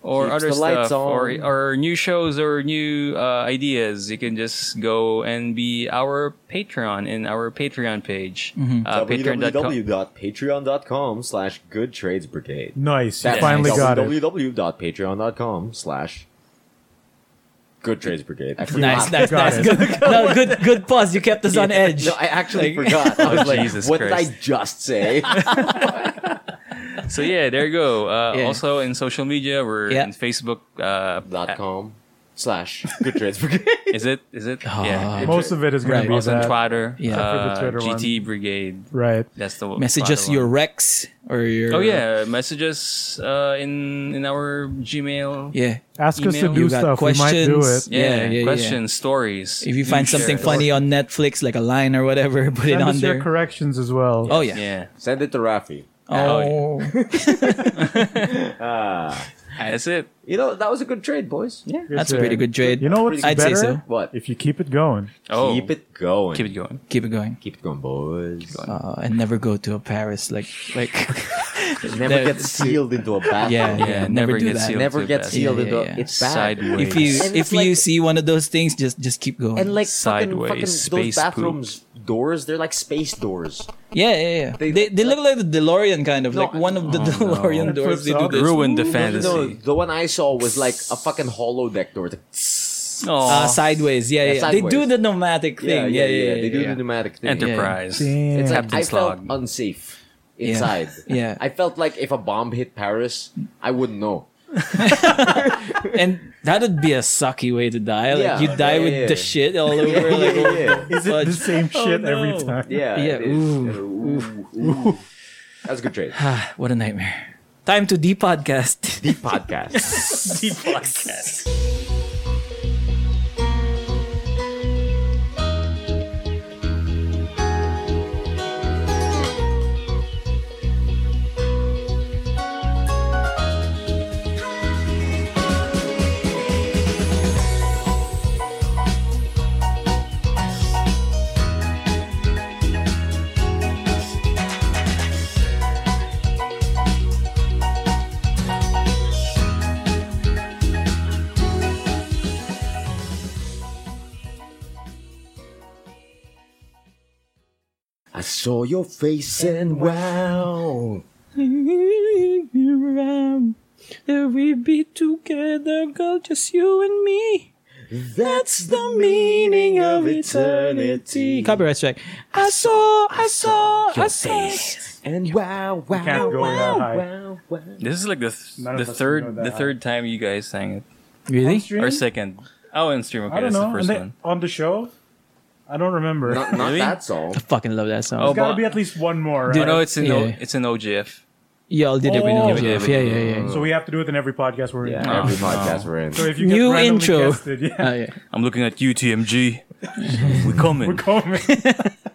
[SPEAKER 4] or
[SPEAKER 2] Keeps
[SPEAKER 4] other
[SPEAKER 2] the lights
[SPEAKER 4] stuff, or
[SPEAKER 2] on.
[SPEAKER 4] or new shows or new uh, ideas, you can just go and be our Patreon in our Patreon page,
[SPEAKER 1] Mm-hmm.
[SPEAKER 4] uh, patreon.com.
[SPEAKER 2] www.patreon.com slash good trades brigade.
[SPEAKER 3] Nice, you
[SPEAKER 2] That's
[SPEAKER 3] finally got it.
[SPEAKER 2] www.patreon.com slash good trades brigade. I forgot.
[SPEAKER 1] Nice, nice,
[SPEAKER 3] got
[SPEAKER 1] nice.
[SPEAKER 3] it.
[SPEAKER 1] Good, no, good, good pause. You kept us on edge.
[SPEAKER 2] No, I actually forgot. I was like,
[SPEAKER 4] Jesus
[SPEAKER 2] what
[SPEAKER 4] Christ.
[SPEAKER 2] did I just say?
[SPEAKER 4] So yeah, there you go. Uh,
[SPEAKER 1] Yeah.
[SPEAKER 4] Also in social media, we're
[SPEAKER 1] Yeah.
[SPEAKER 4] in Facebook. Uh,
[SPEAKER 2] dot com slash good trades brigade.
[SPEAKER 4] is it? Is it? yeah.
[SPEAKER 3] Most of it is going
[SPEAKER 1] Right.
[SPEAKER 3] to be
[SPEAKER 4] Also on
[SPEAKER 3] that.
[SPEAKER 4] Twitter,
[SPEAKER 1] Ah. Yeah.
[SPEAKER 4] uh,
[SPEAKER 3] Except for the Twitter
[SPEAKER 4] GT Brigade.
[SPEAKER 3] Right.
[SPEAKER 4] That's the
[SPEAKER 1] Message
[SPEAKER 4] Twitter
[SPEAKER 1] us your
[SPEAKER 4] one.
[SPEAKER 1] Rex or your.
[SPEAKER 4] Oh yeah, message us uh, in in our Gmail.
[SPEAKER 1] Yeah.
[SPEAKER 3] Ask us to
[SPEAKER 4] Email.
[SPEAKER 3] do
[SPEAKER 1] You got
[SPEAKER 3] stuff.
[SPEAKER 1] questions.
[SPEAKER 3] We might do it.
[SPEAKER 4] Yeah, questions, stories.
[SPEAKER 1] If you
[SPEAKER 4] do
[SPEAKER 1] find something
[SPEAKER 4] share.
[SPEAKER 1] funny on Netflix, like a line or whatever, put it
[SPEAKER 3] Send
[SPEAKER 1] on
[SPEAKER 3] us
[SPEAKER 1] there.
[SPEAKER 3] your corrections as well.
[SPEAKER 1] Oh yeah.
[SPEAKER 4] yeah,
[SPEAKER 2] Send it to Rafi.
[SPEAKER 1] Oh,
[SPEAKER 4] that's it.
[SPEAKER 2] Ah. You know, that was a good trade, boys. Yeah.
[SPEAKER 1] that's a pretty good trade.
[SPEAKER 3] You know what's
[SPEAKER 1] I'd
[SPEAKER 3] better?
[SPEAKER 1] say so.
[SPEAKER 2] What?
[SPEAKER 3] If you keep it going.
[SPEAKER 4] Oh,
[SPEAKER 2] Keep it going.
[SPEAKER 4] keep it going.
[SPEAKER 1] Keep it going.
[SPEAKER 2] Keep it going, boys.
[SPEAKER 1] Uh, and never go to a Paris like like
[SPEAKER 2] Never
[SPEAKER 1] That-
[SPEAKER 2] get sealed into a bathroom.
[SPEAKER 1] yeah yeah,
[SPEAKER 4] Yeah,
[SPEAKER 1] never,
[SPEAKER 4] never
[SPEAKER 1] do
[SPEAKER 4] get
[SPEAKER 1] that.
[SPEAKER 4] sealed.
[SPEAKER 2] Never
[SPEAKER 4] Guilty
[SPEAKER 2] get
[SPEAKER 4] bastard.
[SPEAKER 2] sealed
[SPEAKER 1] Yeah,
[SPEAKER 2] into
[SPEAKER 1] yeah,
[SPEAKER 2] a
[SPEAKER 1] yeah.
[SPEAKER 2] it's bad.
[SPEAKER 4] Sideways.
[SPEAKER 1] If you
[SPEAKER 2] And
[SPEAKER 1] if
[SPEAKER 2] it's
[SPEAKER 1] you
[SPEAKER 2] like-
[SPEAKER 1] see one of those things, just just keep going.
[SPEAKER 2] And like fucking,
[SPEAKER 4] Sideways
[SPEAKER 2] fucking those
[SPEAKER 4] space
[SPEAKER 2] bathrooms doors, they're like space doors.
[SPEAKER 1] yeah yeah yeah. They, they, look like the DeLorean kind of
[SPEAKER 2] Oh, No,
[SPEAKER 1] like one of the DeLorean
[SPEAKER 3] That
[SPEAKER 1] doors.
[SPEAKER 3] flips
[SPEAKER 1] They do
[SPEAKER 3] out.
[SPEAKER 1] this.
[SPEAKER 4] ruined the
[SPEAKER 2] No, no,
[SPEAKER 4] fantasy.
[SPEAKER 2] the one I saw was like a fucking hollow deck door. It's like,
[SPEAKER 1] Uh,
[SPEAKER 4] Oh,
[SPEAKER 1] sideways, yeah, yeah.
[SPEAKER 2] Yeah,
[SPEAKER 1] They do
[SPEAKER 2] sideways.
[SPEAKER 1] the nomadic thing, yeah, yeah, yeah.
[SPEAKER 2] They do
[SPEAKER 1] yeah.
[SPEAKER 2] the pneumatic thing.
[SPEAKER 4] Enterprise.
[SPEAKER 3] Damn.
[SPEAKER 2] It's like
[SPEAKER 4] Captain
[SPEAKER 2] I felt
[SPEAKER 4] Slog.
[SPEAKER 2] unsafe inside.
[SPEAKER 1] Yeah.
[SPEAKER 2] I felt like if a bomb hit Paris, I wouldn't know.
[SPEAKER 1] and that'd be a sucky way to die. Like
[SPEAKER 2] Yeah.
[SPEAKER 1] you die
[SPEAKER 2] Yeah,
[SPEAKER 1] with
[SPEAKER 2] yeah,
[SPEAKER 1] the
[SPEAKER 2] yeah.
[SPEAKER 1] shit all over. like, oh,
[SPEAKER 2] yeah, yeah.
[SPEAKER 3] Is it the
[SPEAKER 1] fudge. Oh,
[SPEAKER 3] same shit
[SPEAKER 1] no.
[SPEAKER 3] every time?
[SPEAKER 2] Yeah,
[SPEAKER 1] Yeah,
[SPEAKER 2] it is.
[SPEAKER 1] ooh,
[SPEAKER 2] Ooh, ooh. That's a good trade.
[SPEAKER 1] what a nightmare. Time to depodcast.
[SPEAKER 2] Deep podcast. I saw your face and wow.
[SPEAKER 1] There we be together, girl, just you and me.
[SPEAKER 2] That's the meaning of eternity.
[SPEAKER 1] Copyright strike. I saw, I saw, I
[SPEAKER 2] Your
[SPEAKER 1] saw.
[SPEAKER 2] face and wow, wow,
[SPEAKER 3] can't go that
[SPEAKER 2] wow,
[SPEAKER 3] high.
[SPEAKER 2] wow, wow.
[SPEAKER 4] This is like the th-
[SPEAKER 3] None of us
[SPEAKER 4] the
[SPEAKER 3] know
[SPEAKER 4] third
[SPEAKER 3] that.
[SPEAKER 4] the third time you guys sang it
[SPEAKER 1] Really?
[SPEAKER 4] or second. Oh, in stream. Okay,
[SPEAKER 3] I don't know.
[SPEAKER 4] that's the
[SPEAKER 3] On
[SPEAKER 4] first
[SPEAKER 3] the,
[SPEAKER 4] one.
[SPEAKER 3] on the show, I don't remember.
[SPEAKER 2] Not, not
[SPEAKER 4] Really?
[SPEAKER 2] that song.
[SPEAKER 1] Fucking love that song.
[SPEAKER 4] Oh,
[SPEAKER 3] There's gotta
[SPEAKER 4] but-
[SPEAKER 3] be at least one more, right?
[SPEAKER 4] Do you know Oh, it's an o,
[SPEAKER 1] Yeah.
[SPEAKER 4] it's an OGF?
[SPEAKER 1] Y'all did it with
[SPEAKER 3] Oh.
[SPEAKER 1] OGF. Yeah, yeah, yeah.
[SPEAKER 3] so we have to do it in every podcast we're in.
[SPEAKER 2] Every podcast we're in.
[SPEAKER 3] So if you get
[SPEAKER 1] New
[SPEAKER 3] randomly
[SPEAKER 1] intro.
[SPEAKER 3] guessed it, yeah,
[SPEAKER 1] Oh, yeah.
[SPEAKER 4] I'm looking at you, TMG. we coming.
[SPEAKER 3] we're coming.